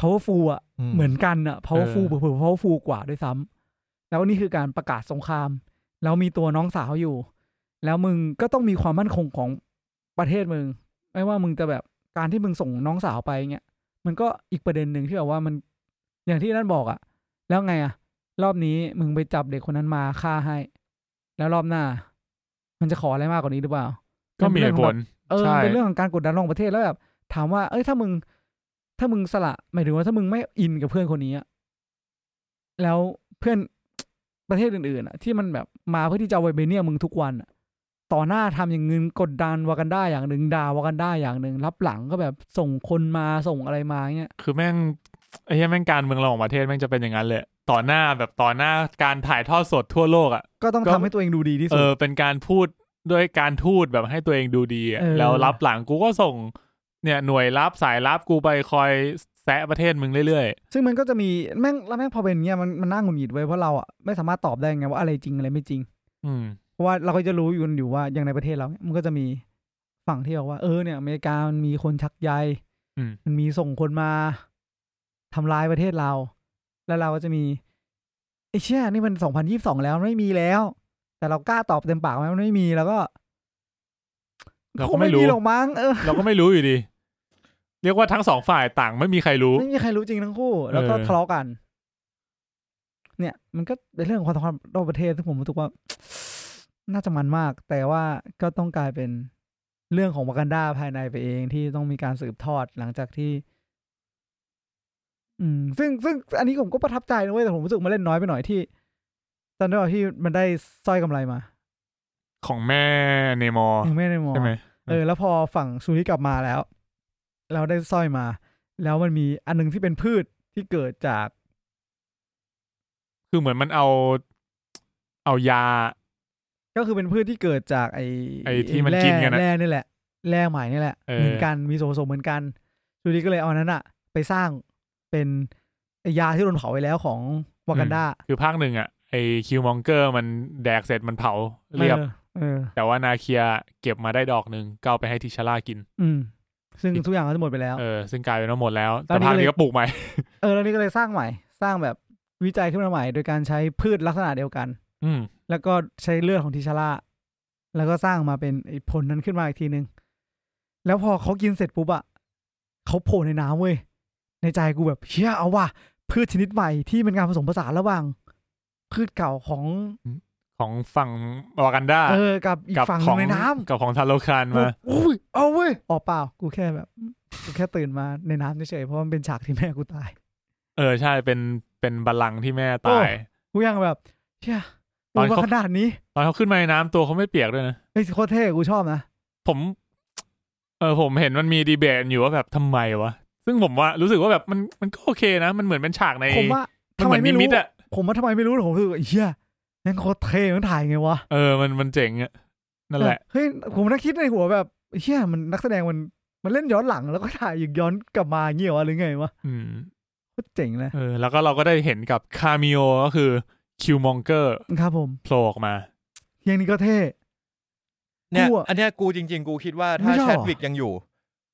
B: powerful อ่ะ เหมือนกันอ่ะ powerful
C: เออ
B: เผื่อ powerful กว่าด้วยซ้ำแล้วนี่คือการประกาศสงคราม แล้วมีตัวน้องสาวอยู่ แล้วมึงก็ต้องมีความมั่นคงของประเทศมึง ไม่ว่ามึงจะแบบการที่มึงส่งน้องสาวไปเงี้ยมันก็อีกประเด็นหนึ่งที่แบบว่ามันอย่างที่นั่นบอกอ่ะ แล้วไงอ่ะ รอบนี้มึงไปจับเด็กคนนั้นมาฆ่าให้ แล้วรอบหน้า มันจะขออะไรมากกว่านี้หรือเปล่า
C: ก็มีเหตุผล
B: เออมั
C: ใช่
B: นเป็นเรื่องของการกดดันระหว่างประเทศแล้วแบบถามว่า เอ้ยถ้ามึง ถ้ามึงสละหมายถึงว่าถ้ามึงไม่อินกับเพื่อนคนนี้อะแล้วเพื่อน ประเทศอื่นๆอะที่มันแบบมาเพื่อที่จะเอาไวเบเนียมึงทุกวันอะต่อหน้าทำอย่างเงินกดดันวากันได้อย่างหนึ่งด่าวากันได้อย่างหนึ่งรับหลังก็แบบส่งคนมาส่งอะไรมาเงี้ย
C: คือแม่งไอ้เหี้ยแม่งการเมืองระหว่างประเทศแม่งจะเป็นอย่างนั้นเลยต่อหน้าแบบต่อหน้าการถ่ายทอดสดทั่วโลกอ่ะ
B: ก็ต้อง
C: ก็
B: ทำให้ตัวเองดูดีที่
C: เอ
B: สุด
C: อเป็นการพูดด้วยการทูดแบบให้ตัวเองดูดีอะ
B: เออ
C: แล้วรับหลังกูก็ส่ง เนี่ยหน่วยรับสายรับกูไปคอยแซะประเทศมึงเรื่อย
B: ซึ่งมันก็จะมีแม่งแล้วแม่งพอเป็นอย่างเงี้ยมันมันน่าหงุดหงิดไว้ยเพราะเราอะไม่สามารถตอบได้ไงว่าอะไรจริงอะไรไม่จริง
C: ๆ อืม
B: เพราะว่าเราก็จะรู้อยู่อยู่ว่าอย่างในประเทศเราเนี่ยมันก็จะมีฝั่งที่บอกว่า เออเนี่ยอเมริกามันมีคนชักใย
C: อืม
B: มันมีส่งคนมาทำลายประเทศเรา แล้วเราก็จะมีไอ้เชี่ยนี่มันสองพันยี่สิบสองแล้วมันไม่มีแล้ว แต่เรากล้าตอบเต็มปากไหมมันไม่มีแล้วก็
C: เรา
B: ค
C: ก็
B: ง
C: ไม่
B: ไม่
C: รู้
B: มีหรอกมั้งเออ
C: เราก็ไม่รู้อยู่ดี เรียกว่าทั้งสองฝ่ายต่างไม่มีใครรู้
B: ไม่มีใครรู้จริงทั้งคู่ แล้วก็
C: เออ
B: ทะเลาะกัน เนี่ย มันก็เป็นเรื่องของความสัมพันธ์ระหว่างประเทศที่ผมรู้สึกว่า น่าจะมันมาก แต่ว่าก็ต้องกลายเป็นเรื่องของวากันดาภายในไปเองที่ต้องมีการสืบทอดหลังจากที่ อืม ซึ่งซึ่งอันนี้ผมก็ประทับใจนะเว้ยแต่ผมรู้สึกมาเล่นน้อยไปหน่อยที่ ตอนที่ว่าที่มันได้สร้อยกำไรมา
C: ของแม่เนมอร์
B: ยังไม่ได้มอง
C: ใช่ไหม
B: เออ แล้วพอฝั่งซูริกลับมาแล้ว เราได้สร้อยมา แล้วมันมีอันหนึงที่เป็นพืชที่เกิดจาก
C: คือเหมือนมันเอา เอายา
B: ก็คือเป็นพืชที่เกิดจากไอ้
C: ไอ้ที่มันกินกันอะ
B: แร่แร่นี่แหละแร่ใหม่นี่แหละ
C: เออ
B: เหมือนกันมีส่วนผสมเหมือนกันดูดีก็เลยเอาอันนั้นอะไปสร้างเป็นไอ้ยาที่โดนเผาไปแล้วของวากันดา
C: คือภาคหนึ่งอ่ะไอคิวมองเกอร์มันแดกเสร็จมันเผาเรียบ
B: ออเออ
C: แต่ว่านาเคียเก็บมาได้ดอกหนึ่งก็เอาไปให้ทิชาร่ากิน
B: อืม ซึ่งทุกอย่างก็จะหมดไปแล้ว
C: เออซึ่งกลายเป็นว่าหมดแล้ว
B: ตอน
C: แต่
B: นี้
C: ภาคนี้
B: เลย
C: ก็ปลูกใหม่
B: เออแล้วนี่ก็เลยสร้างใหม่ สร้างแบบวิจัยขึ้นมาใหม่ โดยการใช้พืชลักษณะเดียวกัน
C: อืม
B: แล้วก็ใช้เลือดของทิชาร่าแล้วก็สร้างมาเป็นไอ้ผลนั้นขึ้นมาอีกทีนึง แล้วพอเขากินเสร็จปุ๊บอะเขาโผล่ในน้ำเว้ย ในใจกูแบบเชี่ยเอาว่ะพืชชนิดใหม่ที่เป็นการผสมผสานระหว่าง พืชเก่าของ
C: ของฝั่งวากันดา
B: เออ กับอีก
C: กั
B: ฝั่งห
C: ข
B: นึ่
C: อง
B: งในน้ำ
C: กับของทาโรคานมา
B: โอ้ยเอาเว้ยอ๋อเปล่า กูแค่แบบ กูแค่ตื่นมาในน้ำเฉยๆเพราะมันเป็นฉากที่แม่กูตาย
C: เออใช่เป็นเป็นบัลลังก์ที่แม่
B: โอ้
C: ตาย
B: กูยังแบบเชี่ย
C: ตอน
B: กูว่า
C: เขา
B: ขนาดนี้
C: ตอนเขาขึ้นมาในน้ำตัวเขาไม่เปียกด้วยนะ
B: ไอ้ยโคตรเท่กูชอบนะ
C: ผม เออผมเห็นมันมีดีเบตอยู่ว่าแบบทำไมวะ ซึ่งผมว่ารู้สึกว่าแบบมันมันก็โอเคนะ มันเหมือนเป็นฉากใน
B: ผมว่า
C: มัน
B: ทำ
C: เห
B: ไม
C: มือนนิ
B: ไม่รู้
C: มิตอะ
B: ผมว่าทำไมไม่รู้ผมรู้สึกว่าเฮียแม่งโคตรเท่มันถ่ายไงวะ
C: เออมันมันเจ๋งอะนั่นแหละ
B: เฮ้ยผมนั่งคิดในหัวแบบเฮียมันนักแสดงมันมันเล่นย้อนหลังแล้วก็ถ่ายอีกย้อนกลับมาอย่างเงี้ยวะหรือไงวะ
C: อืม
B: โคตรเจ๋งเลย
C: เออแล้วก็เราก็ได้เห็นกับคาเมโอก็คือคิวมองเกอร์
B: ครับผม
C: โผล่ออกมา
B: เฮียนี่ก็เท่
A: เนี่ย
B: กูอะ
A: อันเนี้ยกูจริง ๆ กูคิดว่า
B: ไม่
A: ถ้า
B: ชอบ
A: แชทวิกยังอยู่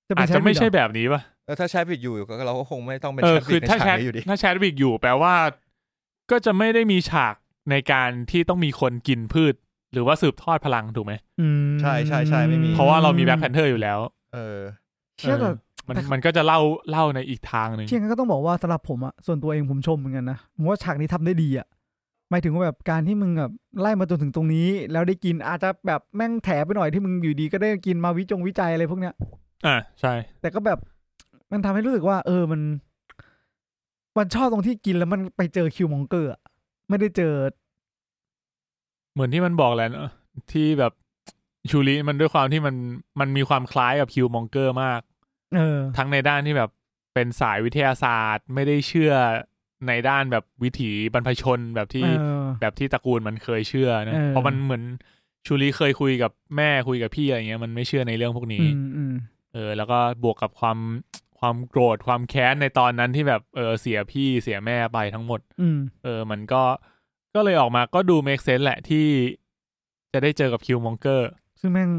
B: เป็
C: อาจ
B: น
C: จะไม่
B: แวิก
C: ใช่
B: เหรอ
C: แบบนี้ป่ะ
A: เออถ้าแชทวิกอยู่ก็เราก็คงไม่ต้องเป็น
C: เอ
A: แชท
C: อ
A: วิ
C: คือก
A: ใน
C: ถ้า
A: ฉา
C: แช
A: ก
C: ท
A: นี้อยู่ดี
C: ถ้าแชทวิกอยู่แปลว่าก็จะไม่ได้มีฉากในการที่ต้องมีคนกินพืช หรือว่าสืบทอดพลังถูกไหม
B: อืม
A: ใช่ใช่ใช่ไม่มี
C: เพราะว่าเรามีแบ็คแพนเทอร์อยู่แล้ว
A: เออ
B: เชี่ยแต่
C: มัน
B: แต่
C: มันก็จะเล่าเล่าในอีกทางหนึ่ง
B: เที่ยงก็ต้องบอกว่าสำหรับผมอะส่วนตัวเองผมชมเหมือนกันนะผมว่าฉากนี้ทำได้ดีอะหมายถึงว่าแบบการที่มึงแบบไล่มาจนถึงตรงนี้ แล้วได้กินอาจจะแบบแม่งแถไปหน่อยที่มึงอยู่ดีก็ได้กินมาวิจงวิจัยอะไรพวกเนี้ย
C: อ่าใช่
B: แต่ก็แบบมันทำให้รู้สึกว่า เออมัน มันชอบตรงที่กินแล้วมันไปเจอคิวมองเกอร์อะไม่ได้เจอ
C: เหมือนที่มันบอกแหละเนอะที่แบบชูริมันด้วยความที่มันมันมีความคล้ายกับคิวมองเกอร์มาก
B: เออ
C: ทั้งในด้านที่แบบเป็นสายวิทยาศาสตร์ ไม่ได้เชื่อในด้านแบบวิถีบรรพชนแบบที่
B: เออ
C: แบบที่ตระกูลมันเคยเชื่อนะ
B: เออ
C: เพราะมันเหมือนชูริเคยคุยกับแม่คุยกับพี่อะไรเงี้ยมันไม่เชื่อในเรื่องพวกนี้
B: อืมอืม
C: เออ แล้วก็บวกกับความความโกรธความแค้นในตอนนั้นที่แบบเออเสียพี่เสียแม่ไปทั้งหมด
B: อืม
C: เออ มันก็ ก็เลยออกมาก็ดู make sense แหละที่จะได้เจอกับคิวมองเกอร์
B: ซึ่งแม่ง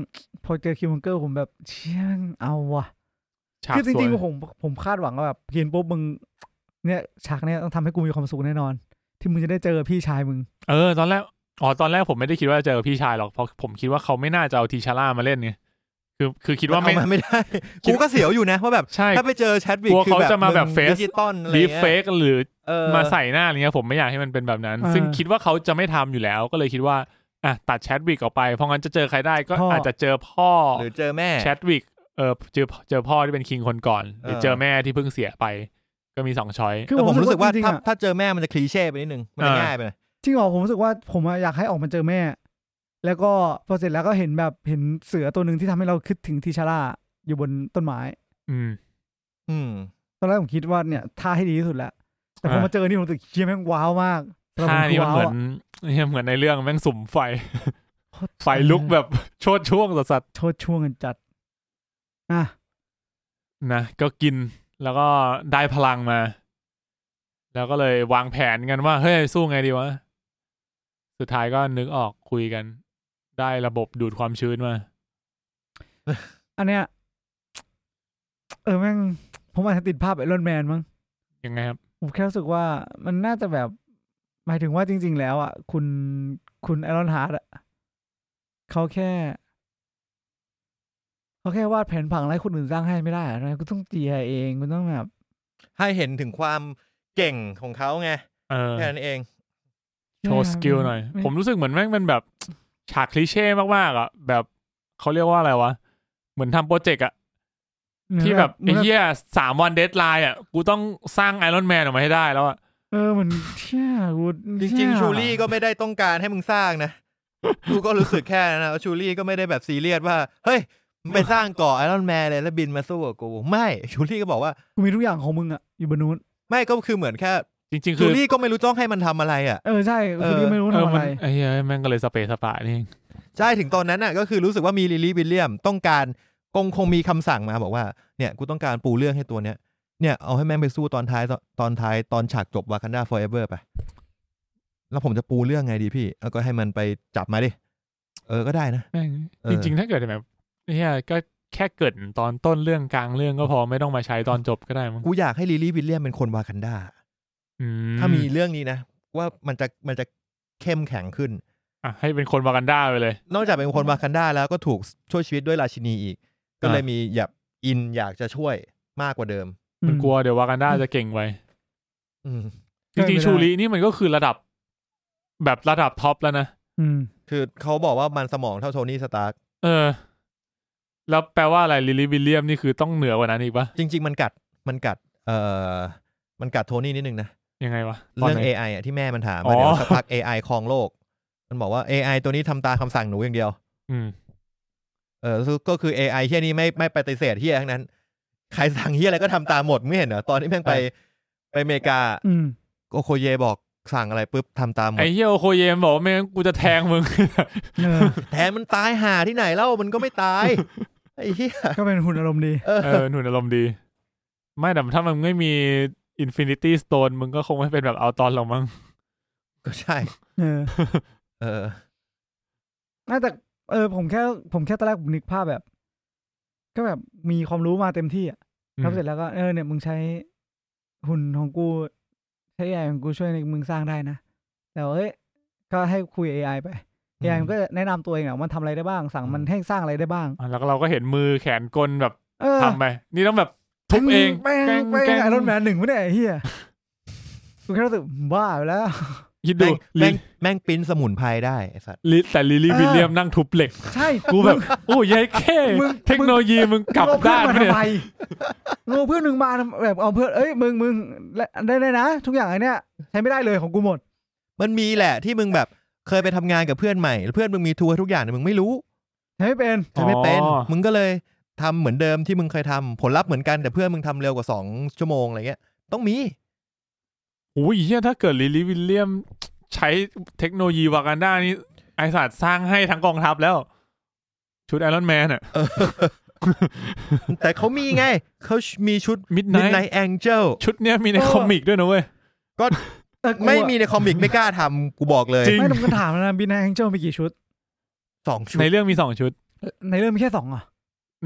B: พอเจอคิวมองเกอร์ผมแบบ เชี่ยแม่งเอาว่ะ
C: ฉาก
B: คือจ
C: สว
B: ริ
C: ย
B: งๆผมผมคาดหวังว่าแบบเห็นปุ๊บมึงเนี่ยฉากเนี้ยต้องทำให้กูมีความสุขแน่นอน ที่มึงจะได้เจอพี่ชายมึง
C: เออ ตอนแรก อ๋อ ตอนแรกผมไม่ได้คิดว่าจะเจอกับพี่ชายหรอก เพราะผมคิดว่าเขาไม่น่าจะเอาทีชาร่ามาเล่นไง คือ คือคิดว่า
A: เอา
C: ไม่
A: มาไม่ได้
C: คิด
A: กูก็เสียวอยู่นะว่าแบบ
C: ใช่
A: ถ้าไปเจอแชทวิก
C: กลัวเขาจะมาแบบ
A: ง
C: face
A: ดิจิตอลอะไร
C: ดี
A: เงี้ย
C: เฟกหรือ
A: เออ
C: มาใส่หน้าอะไรเงี้ย ผมไม่อยากให้มันเป็นแบบนั้น
B: เออ
C: ซึ่งคิดว่าเขาจะไม่ทำอยู่แล้ว ก็เลยคิดว่า อ่ะ ตัดแชทวิกออกไป เพราะงั้นจะเจอใครได้ก็
B: พ่ออ
C: อาจจะเจอพ่อ
A: หรือเจอแม่
C: แชทวิก เออ เจอ เจอพ่อที่เป็นคิงคนก่อน หรือ
A: เออ
C: เจอแม่ที่เพิ่งเสียไป ก็มีสองช้อย
B: คือ
A: แต่
B: ผ
A: ผม ม
B: รู้
A: รู้
B: สึ
A: สึ
B: ก
A: ก
B: ว่า
A: ว่า
B: จริงๆ
A: ถ้า
B: อะ
A: ถ้าเจอแม่มันจะคลีเช่ไปนิดนึง มันจะ
C: เออ
A: ง่ายไปหน่อย
B: จริงเหรอผมรู้สึกว่าผมอะอยากให้ออกมาเจอแม่ แล้วก็พอเสร็จแล้วก็เห็นแบบเห็นเสือตัวหนึ่งที่ทำให้เราคิดถึงทิชาร่าอยู่บนต้นไม้
C: อืม
A: อืม
B: ตอนแรกผมคิดว่าเนี่ยท่าให้ดีที่สุดแล้วแต่พอ
C: เออ
B: มาเจอนี่ผมรู้สึกเชี่ยแม่งว้าวมากสำหรับ
C: ท่า
B: ผม
C: นี้
B: คือ
C: มัน
B: ว้า
C: เห
B: วอะ
C: มือนเนี่ยเหมือนในเรื่องแม่งสุ่มไฟ
B: โคตร
C: ไฟลุกแบบโชดช่วงสัส
B: โชดช่วงกันจัดอ่ะ
C: ๆนะก็กินแล้วก็ได้พลังมา แล้วก็เลยวางแผนกันว่า เฮ้ย สู้ไงดีวะ สุดท้ายก็นึกออกคุยกัน ได้ระบบดูดความชื้นมา
B: อันเนี้ยเออแม่งผมอาจจะติดภาพไอรอนแมนมั้ง
C: ยังไงครับ
B: ผมแค่รู้สึกว่ามันน่าจะแบบหมายถึงว่าจริง ๆ แล้วอ่ะคุณคุณไอรอนฮาร์ดอ่ะเขาแค่เขาแค่วาดแผนผังอะไรคนอื่นสร้างให้ไม่ได้อะไรกูต้องเจียเองกูต้องแบบ
A: ให้เห็นถึงความเก่งของเขาไง
C: เออ
A: แค่นั้นเอง
C: โชว์สกิลหน่อย
B: ไม่
C: ผมรู้สึกเหมือนแม่งเป็นแบบฉากคลีเช่มากๆอ่ะ แบบเขาเรียกว่าอะไรวะ เหมือนทำโปรเจกต์อ่ะ ที่แบบ
B: เหมือ
C: ไอ้
B: น
C: เหี้ยสามวันเดทไลน์อ่ะ กูต้องสร้างไอรอนแมนออกมาให้ได้แล้วอ่ะ
B: เออเหมือนเชี่ยกู
A: จริง ๆ ชูลี่ก็ไม่ได้ต้องการให้มึงสร้าง นะ กูก็รู้สึกแค่นั้นนะว่าชูลี่ก็ไม่ได้แบบซีเรียสว่า เฮ้ยมึงไปสร้างเก่อไอรอนแมนเลยแล้วบินมาสู้กับกู ไม่ชูลี่ก็บอกว่า
B: กูมีทุกอย่างของมึงอ่ะอยู่บนนู้น
A: ไม่ก็คือเหมือนแค่
C: จริง ๆ
A: ชู
C: คือ
A: ลี่ก็ไม่รู้ต้องให้มันทำอะไรอ่ะ
B: เออใช่
A: เอ
B: คุณ
A: อ
B: ก็ไม่รู้
C: เออ
B: ทำอะ
C: มัน
B: ไร
C: ไอ้เหี้ยแม่งก็เลยสเปซสปะนี่เอง
A: ใช่ถึงตอนนั้นน่ะก็คือรู้สึกว่ามีลิลลี่วิลเลียมต้องการคงคงมีคำสั่งมาบอกว่าเนี่ยกูต้องการปูเรื่องให้ตัวเนี้ยเนี่ยเอาให้แม่งไปสู้ตอนท้ายตอนตอนท้ายตอนฉากจบวากันดาฟอร์เอเวอร์ไป แล้วผมจะปูเรื่องไงดีพี่ แล้วก็ให้มันไปจับมาดิ เออก็ได้นะ
C: แม่ง
A: เออ
C: จริงๆ ถ้าเกิดแบบเนี่ยก็แค่เกิดตอนต้นเรื่องกลางเรื่องก็พอไม่ต้องมาใช้ตอนจบก็ได้มั้ง
A: กูอยากให้ลิลลี่วิลเลียมเป็นคนวากันดา
C: อื
A: ถ้ามีเรื่องนี้นะ ว่ามันจะมันจะเข้มแข็งขึ้น
C: อ่ะให้เป็นคนวากันด้าไปเลย
A: นอกจากเป็นคนวากันดาแล้วก็ถูกช่วยชีวิตด้วยราชินีอีก ก็เลยมีแบบอินอยากจะช่วยมากกว่าเดิม
C: มันกลัว
B: อื
C: เดี๋ยววากันด้าจะเก่งไว้
A: อืม
C: จริง
B: ใช่ไม่ได้
C: ๆชูรินี่มันก็คือระดับ แบบระดับท็อปแล้วนะ
B: อืม
A: คือเขาบอกว่ามันสมองเท่าโทนี่สตาร์ก
C: เออ แล้วแปลว่าอะไรลิลลี่วิลเลียมนี่คือต้องเหนือกว่านั้นอีกปะ
A: จริง ๆ มันกัดมันกัด เอ่อมันกัดโทนี่นิดนึงนะ
C: ยังไงวะตน
A: เรื่อง
C: ไหน
A: AI อ่ะที่แม่มันถาม
C: อ๋
A: มา
C: อ
A: เดี๋ยวสักพัก AI ครองโลก มันบอกว่า AI ตัวนี้ทำตามคำสั่งหนูอย่างเดียว
C: อืม
A: เออก็คือ AI เที่ยนี้ไม่ไม่ปฏิเสธเที่ยทั้งนั้น ใครสั่งเฮียอะไรก็ทำตามหมดไม่เห็นเหรอตอนที่แม่งไปไปอเมริกา
B: อืม
A: โอโคเยบอกสั่งอะไรปุ๊บทำตามหมด
C: ไอ้เฮียโอโคเยมบอกว่าไม่งั้นกูจะแทงมึง
B: เอ อ
A: แทนมันตายหาที่ไหนเล่ามันก็ไม่ตายไอ้เฮีย
B: ก็เป็นหุ่นอารมณ์ดี
A: เออ
C: เออหนุนอารมณ์ดี ไม่แต่ถ้ามันไม่มีอินฟินิตี้สโตนมึงก็คงไม่เป็นแบบเอาตอนหรอกมั้ง
A: ก็ใช่
B: เออ
A: เออ
B: ไม่แต่เออผมแค่ผมแค่ตอนแรกผมนึกภาพแบบ ก็แบบมีความรู้มาเต็มที่อ่ะแล้วเสร็จแล้วก็เออเนี่ยมึงใช้หุ่นของกู ใช้ไอของกูช่วยในมึงสร้างได้นะแต่ว่าเอ้ยก็ให้คุย AI ไป AI มันก็จะแนะนำตัวเองอะว่ามันทำอะไรได้บ้าง สั่ง
A: อืม
B: มันให้สร้างอะไรได้บ้าง
C: อ่ะแล้วก็เราก็เห็นมือแขนกลแบบ
B: เออ
C: ทำไป นี่ต้องแบบทุบเอง
B: แม่ง
C: กล้ง
B: แม่
C: กล้
B: ง
C: ง
B: ไอรอนแมนหนึ่งไม่ได้ไอ้เฮียกูแค่รู้สึกบ้าไปแล้ว
C: คิดดู
A: แม่งแม่
C: ลิ
A: งแม่งปริ้นสมุนไพรได้ไอ้สัตว์
C: ลิแต่ลิลี่
B: เออ
C: วิลเลียมนั่งทุบเหล็ก
B: ใช่
C: กู แบบ โอ้ยายแค่
B: มึง
C: เทคโนโลยีมึงกลับ
B: เอาเพื่อ
C: ด้าน
B: นมา
C: ไปเนี่
B: ทำ
C: ย
B: ไมงงเพื่อนมึงมาทำแบบเอาเพื่อนเอ้ยมึงมึงและได้ได้นะ ทุกอย่างไอเนี้ยใช้ไม่ได้เลยของกูหมด
A: มันมีแหละที่มึงแบบเคยไปทำงานกับเพื่อนใหม่แล้วเพื่อนมึงมีทัวร์ทุกอย่างแต่มึงไม่รู้
B: ใช้ไม่เป็น
A: ใช่ไม่เป็น
C: อ๋อ
A: มึงก็เลยทำเหมือนเดิมที่มึงเคยทำผลลัพธ์เหมือนกันแต่เพื่อนมึงทำเร็วกว่าสองชั่วโมงอะไรเงี้ย ต้องมี
C: โอ้ยเฮียถ้าเกิดลิลี่วิลเลียมใช้เทคโนโลยีวากันด้านี่ไอศาสตร์สร้างให้ทั้งกองทัพแล้ว ชุดไอรอนแมนอะ
A: แต่เขามีไง เขามีชุด
C: มิดไน
A: Midnight Angel
C: ชุดเนี้ยมีใน
B: เออ
C: คอมิกด้วยนะเว้ย
B: เออกูอะ
A: ไม่มีในคอมิกไม่กล้าทำกูบอกเลย
C: จริง
B: ไม่ต้องกันถามแล้วนะบินแองเจิลมีกี่ชุด
A: สองชุด
C: ในเรื่องมีสองชุด
B: ในเรื่องมีแค่สองเหรอ่ะ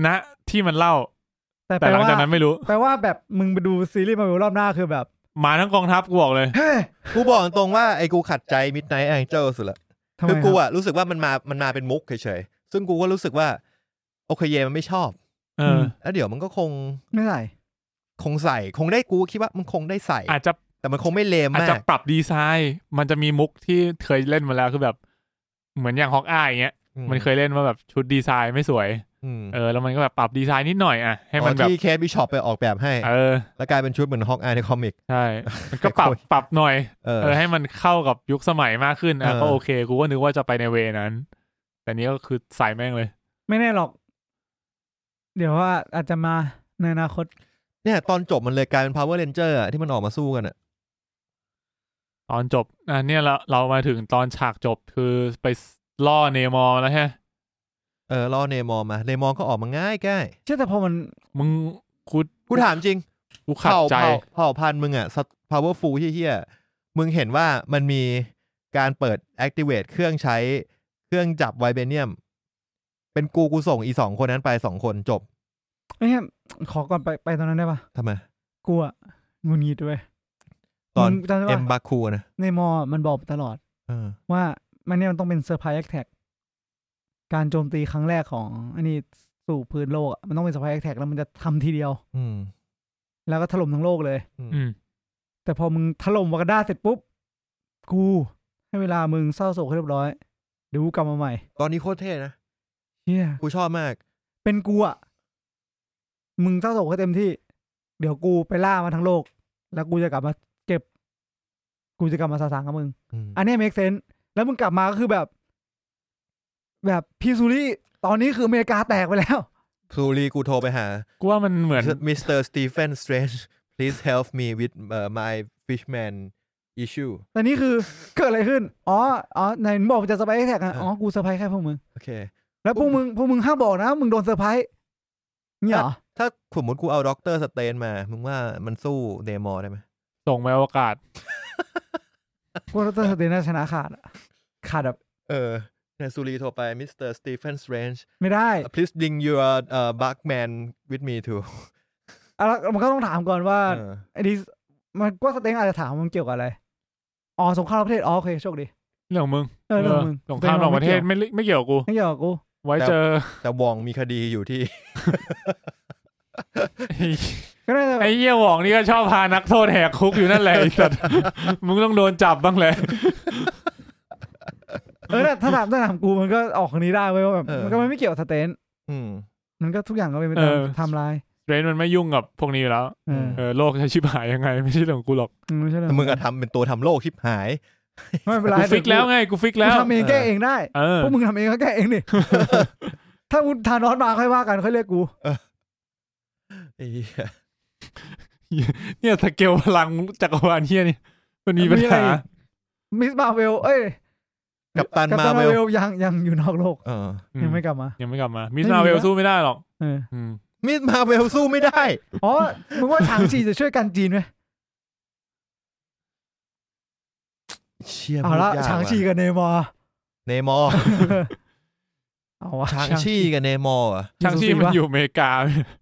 C: นะ ที่มันเล่า แต่หลัง
B: ว่า
C: จากนั้นไม่รู้
B: แปลว่าแบบมึงไปดูซีรีส์มาวิวรอบหน้าคือแบบ
C: มาทั้งกองทัพกูบอกเลย
B: เฮ้ย
A: กูบอกตรงๆว่าไอ้กูขัดใจ Midnight Angel สุดละ
B: ทำไม
A: คือกู
B: ครับ
A: อะรู้สึกว่ามันมามันมาเป็นมุกเฉยๆซึ่งกูก็รู้สึกว่า โอเคเยมันไม่ชอบ
C: เอออ
A: แล้วเดี๋ยวมันก็คง
B: ไม่ใส่
A: คงใส่คงได้กูคิดว่ามันคงได้ใส่
C: อาจจะ
A: แต่มันคงไม่เลม
C: อาจ
A: มา
C: จะ
A: ก
C: ปรับดีไซน์ มันจะมีมุกที่เคยเล่นมาแล้วคือแบบ เหมือนอย่างฮอกอายเงี้ย
A: อื
C: มันเคยเล่นว่าแบบชุดดีไซน์ไม่สวย
A: อืม
C: เออ แล้วมันก็แบบปรับดีไซน์นิดหน่อยอ่ะ ให้มั
A: อ๋
C: น
A: อ
C: แบบ
A: ที่เคสบิชอปไปออกแบบให้
C: เออ
A: แล้วกลายเป็นชุดเหมือนฮอกอายในคอมิก
C: ใช่ มันก็ปรับ
A: โอ้ย
C: ปรับหน่อย
A: เออ
C: เออ ให้มันเข้ากับยุคสมัยมากขึ้นอ่ะ
A: เออ
C: ก็โอเค กูก็นึกว่าจะไปในเวนั้น แต่นี้ก็คือใส่แม่งเลย
B: ไม่แน่หรอก เดี๋ยวว่าอาจจะมาในอนาคต
A: เนี่ยตอนจบมันเลยกลายเป็น power ranger อะที่มันออกมาสู้กันอะ
C: ตอนจบ อ่ะเนี่ยเราเรามาถึงตอนฉากจบคือไปล่อเนมอร์แล้วฮะ
A: เออล่อเนมอมาเนมอก็ออกมาง่ายใกล้
B: เชื่อแต่พอมัน
C: มึงกู
A: กูถามจริง
C: กูขัด
A: เผ่า
C: ใจ
A: เผ่าเผ่าพันธุ์มึงอะ sat- powerful เฮี้ยๆมึงเห็นว่ามันมีการเปิด activate เครื่องใช้เครื่องจับไวเบเนียม เป็นกูกูส่งอีสองคนนั้นไปสองคนจบ
B: ไม่ใช่ขอก่อนไปไปตอนนั้นได้ปะ
A: ทำไม
B: กูอะงุนงิดเว้ย
A: ตอน
B: มึงจำได้
A: เอ็
B: ปะ
A: มบาคูนะ
B: ในมอมันบอกตลอด
A: เออ
B: ว่ามันเนี่ยมันต้องเป็นเซอร์ไพรส์แอคแท็กการโจมตีครั้งแรกของอันนี้สู่พื้นโลกอะมันต้องเป็นเซอร์ไพรส์แอคแท็กแล้วมันจะทำทีเดียว
A: อืม
B: แล้วก็ถล่มทั้งโลกเลย
C: อืม
B: แต่พอมึงถล่มวากาดาเสร็จปุ๊บ กู ให้เวลามึงเศร้าโศกให้เรียบร้อยเดี๋ยวกูกลับมาใหม่
A: ตอนนี้โคตรเท่นะ
B: เฮีย
A: กูชอบมาก
B: เป็นกูอะมึงเศร้าโศกให้เต็มที่ เดี๋ยวกูไปล่ามาทั้งโลก แล้วกูจะกลับมาเก็บ กูจะกลับมาสาสางกับมึง
A: อืม
B: อันเนี้เมคเซน s e แล้วมึงกลับมาก็คือแบบ แบบพี่ซูรี่ตอนนี้คืออเมริกาแตกไปแล้ว
A: ซูรีกูโทรไปหา
C: กูว่ามันเหมือน
A: มิสเตอร์สตีเฟนสเตรนจ์ please help me with uh, my fishman issue
B: ตอนนี้คือ เกิดอะไรขึ้น อ๋อ อ๋อไหนมึงบอกจะสไปแท็กอะ
A: เอออ๋
B: อ๋อ กูเซอร์ไพรส์แค่พวกมึง
A: โอเค
B: แล้วพวกมึง พวกมึงห้ามบอกนะ มึงโดนเซอร์ไพรส์เนี่ยเหรอ
A: ถ้าสมมติกูเอาด็อกเตอร์สเตนมา มึงว่ามันสู้เดมอร์ได้ไหม
C: ส่งไปอวกาศ
B: พวกดรสเตนน่าชนะขาดอะขาดแบบ
A: เออเนยซูรีโทรไปมิสเตอร์สตีเฟนสเตรนจ์
B: ไม่ได้
A: please bring your uh, bugman with me too
B: อ่ะแล้วมันก็ต้องถามก่อนว่า
A: เออ
B: ไอ้ดิมันก็สเตนอาจจะถามว่ามันเกี่ยวกับอะไร อ๋อ สงครามประเทศ อ๋อ โอเค โชคดี
C: เรื่องของมึง
B: เออเรื่องของมึง
C: สงครามระหว่างประเทศ
B: ไม่
C: ไม่ไม่เกี่ยวกับกู
B: เกี่ยวกับกู
C: ไว้เจอ
A: แต่วองมีคดีอยู่ที่
B: ก็ได้
C: ไอ้เยี่ยหวองนี่ก็ชอบพานักโทษแหกคุกอยู่นั่นแหละไอ้สัตว์ มึงต้องโดนจับบ้างแหละ
B: เออแต่ถ้าถามถ้าถามกูมันก็ออกคนนี้ได้เว้ยว่าแบบ
A: เออ
B: มันก็ไม่เกี่ยวกับสเตน
A: อืม
B: มันก็ทุกอย่างก็เป็นไปตามไทำลาย
C: เรนมันไม่ยุ่งกับพวกนี้อยู่แล้ว
B: เออ
C: เออโลกจะชิบหายยังไง ไม่ใช่เรื่องของกู หรอก
B: อืมไม่ใช่เรื่อ
A: แต่
B: ง
A: มึงอะทำเป็นตัวทำโลกชิบหาย
B: ไม่เป็นไร
C: กูฟิกแล้วไง กูฟิก
B: กู
C: แล้ว
B: ทำเองแก้เองได้
C: เออ
B: พวกมึงทำเองก็แก้เองดิถ้ามึงทานอสมาค่อยว่ากันค่อยเรียกกู
A: ไอ้เหี้ย
C: เนี่ยสเกลพลังจักรวาลเฮียนี่มันมีปัญ
B: มีอะไร
C: หา
B: อีก มิสมาเวล เอ้ย
A: กัปตัน
B: กัป
A: มา
B: ตันมา
A: เวล
B: เวลยังยังอยู่นอกโลก
A: เออ
C: อื
B: ยังไม่กลับมา
C: ยังไม่กลับมา มิส
B: ไม่มี
C: มาเวล
B: นะ
C: สู้ไม่ได้หรอก
B: เออ
C: อืม
A: มิสมาเวลสู้ไม่ได้
B: อ๋อมึงว่าฉางชีจะช่วยกันจีนไหม
A: เชี่ย
B: เอาละ
A: พูดยก
B: ฉางชี
A: ว่ะ
B: กับเนมอร์
A: เนมอร์
B: เอาวะ
A: ชางชีกับเนมอร์เหรอ่ะ
C: ช่างชีพมันอยู่อเมริกา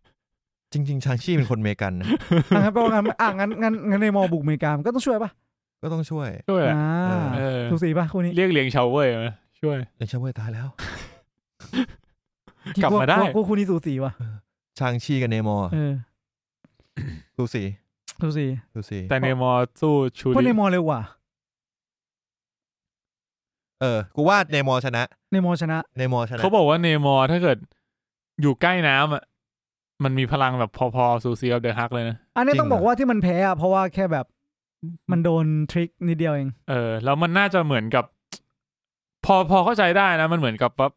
A: จริง ๆ ชางชีเป็นคนเมกันนะ
B: อ่ะงั้นแปลว่างั้นอ่ะงั้นงั้นงั้นในมอบุกอเมริกามันก็ต้องช่วยป่ะ
A: ก็ต้องช่วย
C: ช่วยแหละ
B: อ่า
C: เออ
B: ถูกสีป่ะคู่นี้
C: เรียกเลี้ยงชาวเว่ยมาช่วย
A: เดนชาเวยตายแล้ว
C: กลับมาได้
B: คู่คู่นี้สูสีว่ะ
A: ชางชีกับเนมอร์
B: เออ
A: ดูสิ
B: สูสี
A: ดูสิ
C: แต่เนมอร์สู้ชู
B: เพราะใน
C: ริ
B: มอเร็วกว่า
A: เออ กูว่าเนมอร์ชนะ
B: ในมอชนะ
A: เนมอร์ชนะ
C: เขาบอกว่าเนมอร์ถ้าเกิดอยู่ใกล้น้ำอ่ะมันมีพลังแบบพอๆซูซีกับเดอะฮักเลยนะ
B: อันนี้ต้องบอกว่าที่มันแพ้อ่ะเพราะว่าแค่แบบมันโดนทริคนิดเดียวเอง
C: เออแล้วมันน่าจะเหมือนกับ พอพอเข้าใจได้นะ มันเหมือนกับว่า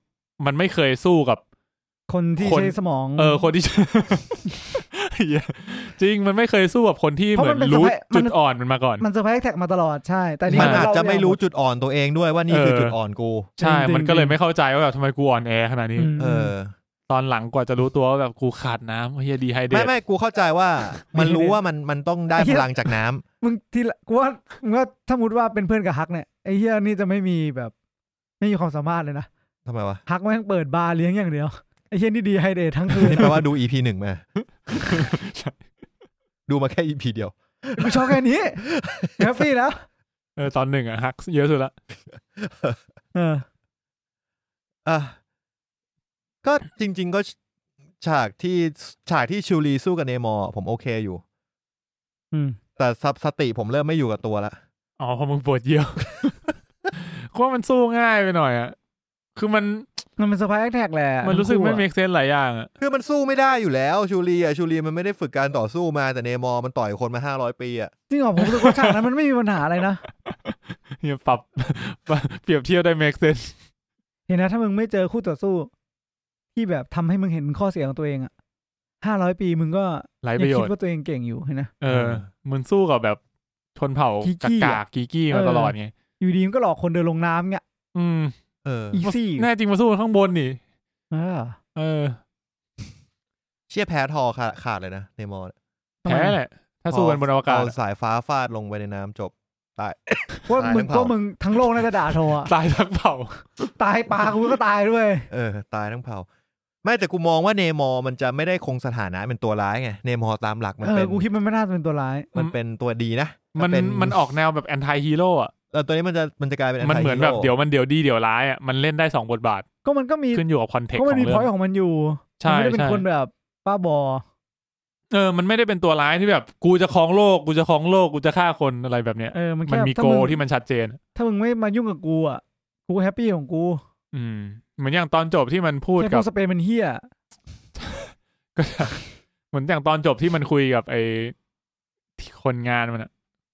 C: มันไม่เคยสู้กับ
B: คนที่
C: คน
B: ใช้สมอง
C: เออคนที่ เหี้ยจริงมันไม่เคยสู้กับคนที่เหมือนรู้จุดอ่อนมันมาก่อน
B: มันเซอร์ไพรส์แท็กมาตลอดใช่ แต่นี่
A: มันอาจ
B: เล่
A: จะไม่รู้
B: เอ
A: จุดอ่อนตัวเองด้วยว่านี่คือ
C: เออ
A: จุดอ่อนกู
C: ใช่
B: จริงๆ
C: มันก็เลยไม่เข้าใจว่าแบบทำไมกูอ่อนแอขนาด
B: ง
C: นี้
B: ม
A: เออ
C: ตอนหลังกว่าจะรู้ตัวว่าแบบกูขาดน้ำเฮียดีไฮเด
A: ไม่
C: ต
A: ไม่กูเข้าใจว่า มันรู้ว่ามันมันต้องได้พลังจากน้ำ
B: มึงที่ละกูว่ามึงว่าถ้ามุดว่าเป็นเพื่อนกับฮักเนี่ยไอ้เฮียนี่จะไม่มีแบบไม่มีความสามารถเลยนะ
A: ทำไมวะ
B: ฮักแม่งเปิดบาร์เลี้ยงอย่างเดียวไอ้เฮียนี่ดีไฮเดททั้งคืน
A: นี่แปลว่าดู EP หนึ่งมา ดูมาแค่ EP เดียว
B: กูชอบแค่นี้แฮปปี้แล้ว
C: เออตอนหนึ่งอะฮักเยอะสุดละ
B: เออ
A: อ่ะก็จริง ๆ ก็ฉากที่ฉากที่ชิวลีสู้กับเนมอร์ผมโอเคอยู่
B: อืม
A: แต่สับสติผมเริ่มไม่อยู่กับตัวละ
C: อ๋อเพอมึงปวดเยี่ยวเพราะมันสู้ง่ายไปหน่อยอะคือมัน
B: มันเป็นสปายแท็กแหละ
C: มันรู้สึกไม่
B: ทั้ง
C: เม
B: คู่
C: กเซนหลายอย่างอะ
A: คือมันสู้ไม่ได้อยู่แล้ว ชูรีอ่ะชูรีมันไม่ได้ฝึกการต่อสู้มาแต่เนมอร์มันต่อยคนมาห้าร้อยปีอ่ะ
B: จริงเหรอผมรู้สึกว่าฉากนั้นมันไม่มีปัญหาอะไรนะ
C: เฮียปรับ เปรียบเทียบได้เมกเซน
B: เห็นนะถ้ามึงไม่เจอคู่ต่อสู้ ที่แบบทำให้มึงเห็นข้อเสียของตัวเองอ่ะห้าร้อยปีมึงก็
C: หลาย
B: ยั
C: ประโย
B: คิ
C: ช
B: ด
C: น์
B: ว่าตัวเองเก่งอยู่เห็นนะ
C: เออ มันสู้กับแบบชนเผ่า
B: กีกี้
C: กาก
B: อะ
C: กากกีกี้มา
B: เออ
C: ตลอดไง
B: อยู่ดีมันก็หลอกคนเดินลงน้ำเงี้ย
C: อืม
A: เออ
B: อีซี่
C: แน่จริงมาสู้ข้างบนนี่
B: เออ
C: เออ
A: เชี่ยแพ้ทอขาดขาดเลยนะเนมอร์เนี่ย
B: ทำไม
C: แพ้แหละ ถ้าสู้กันบนอวกาศ
A: เอา
C: อะ
A: สายฟ้าฟาดลงไปในน้ำจบ
B: ว่า
A: ตาย
B: มึ
A: ทั้ง
B: ง
A: เผ่า
B: ก็มึงทั้งโลกน่าจะด่าโท อ่ะ
C: ตายทั้งเผ่า
B: ตายปลากูก็ตายด้วย
A: เออ ตายทั้งเผ่า ไม่แต่กูมองว่าเนมอร์มันจะไม่ได้คงสถานะเป็นตัวร้ายไงเนมอร์ตามหลักมัน
B: เอ
A: เป็
B: อน กูคิดมันไม่น่าจะเป็นตัวร้าย
A: มันเป็นตัวดีนะ
C: มัน
A: เป็
C: มันออกแนวแบบแอนตี้ฮีโร่อะ
A: เออตัวนี้มันจะมันจะกลายเป็น
C: มันเหมือนแบบ
A: anti-hero
C: เดี๋ยวมันเดี๋ยวดีเดี๋ยวร้ายอะมันเล่นได้สองบทบาท
B: ก็มันก็มี
C: ขึ้นอยู่กับคอนเทกต์
B: ก็
C: ข
B: มั
C: อนง
B: มี
C: เรื่
B: พอ
C: อย ง
B: ของมันอยู่
C: ใช่
B: มันไม่ได้เป็น
C: ใช่
B: คนแบบป้าบอ
C: เออ มันไม่ได้เป็นตัวร้ายที่แบบกูจะครองโลก กูจะครองโลก กูจะฆ่าคนอะไรแบบเนี้ย
B: เออมัน
C: มั
B: แค่
C: นมี
B: ถ้า
C: โก
B: มึง
C: ที่มันชัดเจน
B: ถ้ามึงไม่มายุ่งกับกูอ่ะ กูแฮปปี้ของกู
C: อืมเหมือนอย่างตอนจบที่มันพูด
B: แค่พ
C: กั
B: ว
C: บ
B: กสเปนมันเฮีย
C: ก็ เหมือนอย่างตอนจบที่มันคุยกับไอ้ที่คนงานมันอะ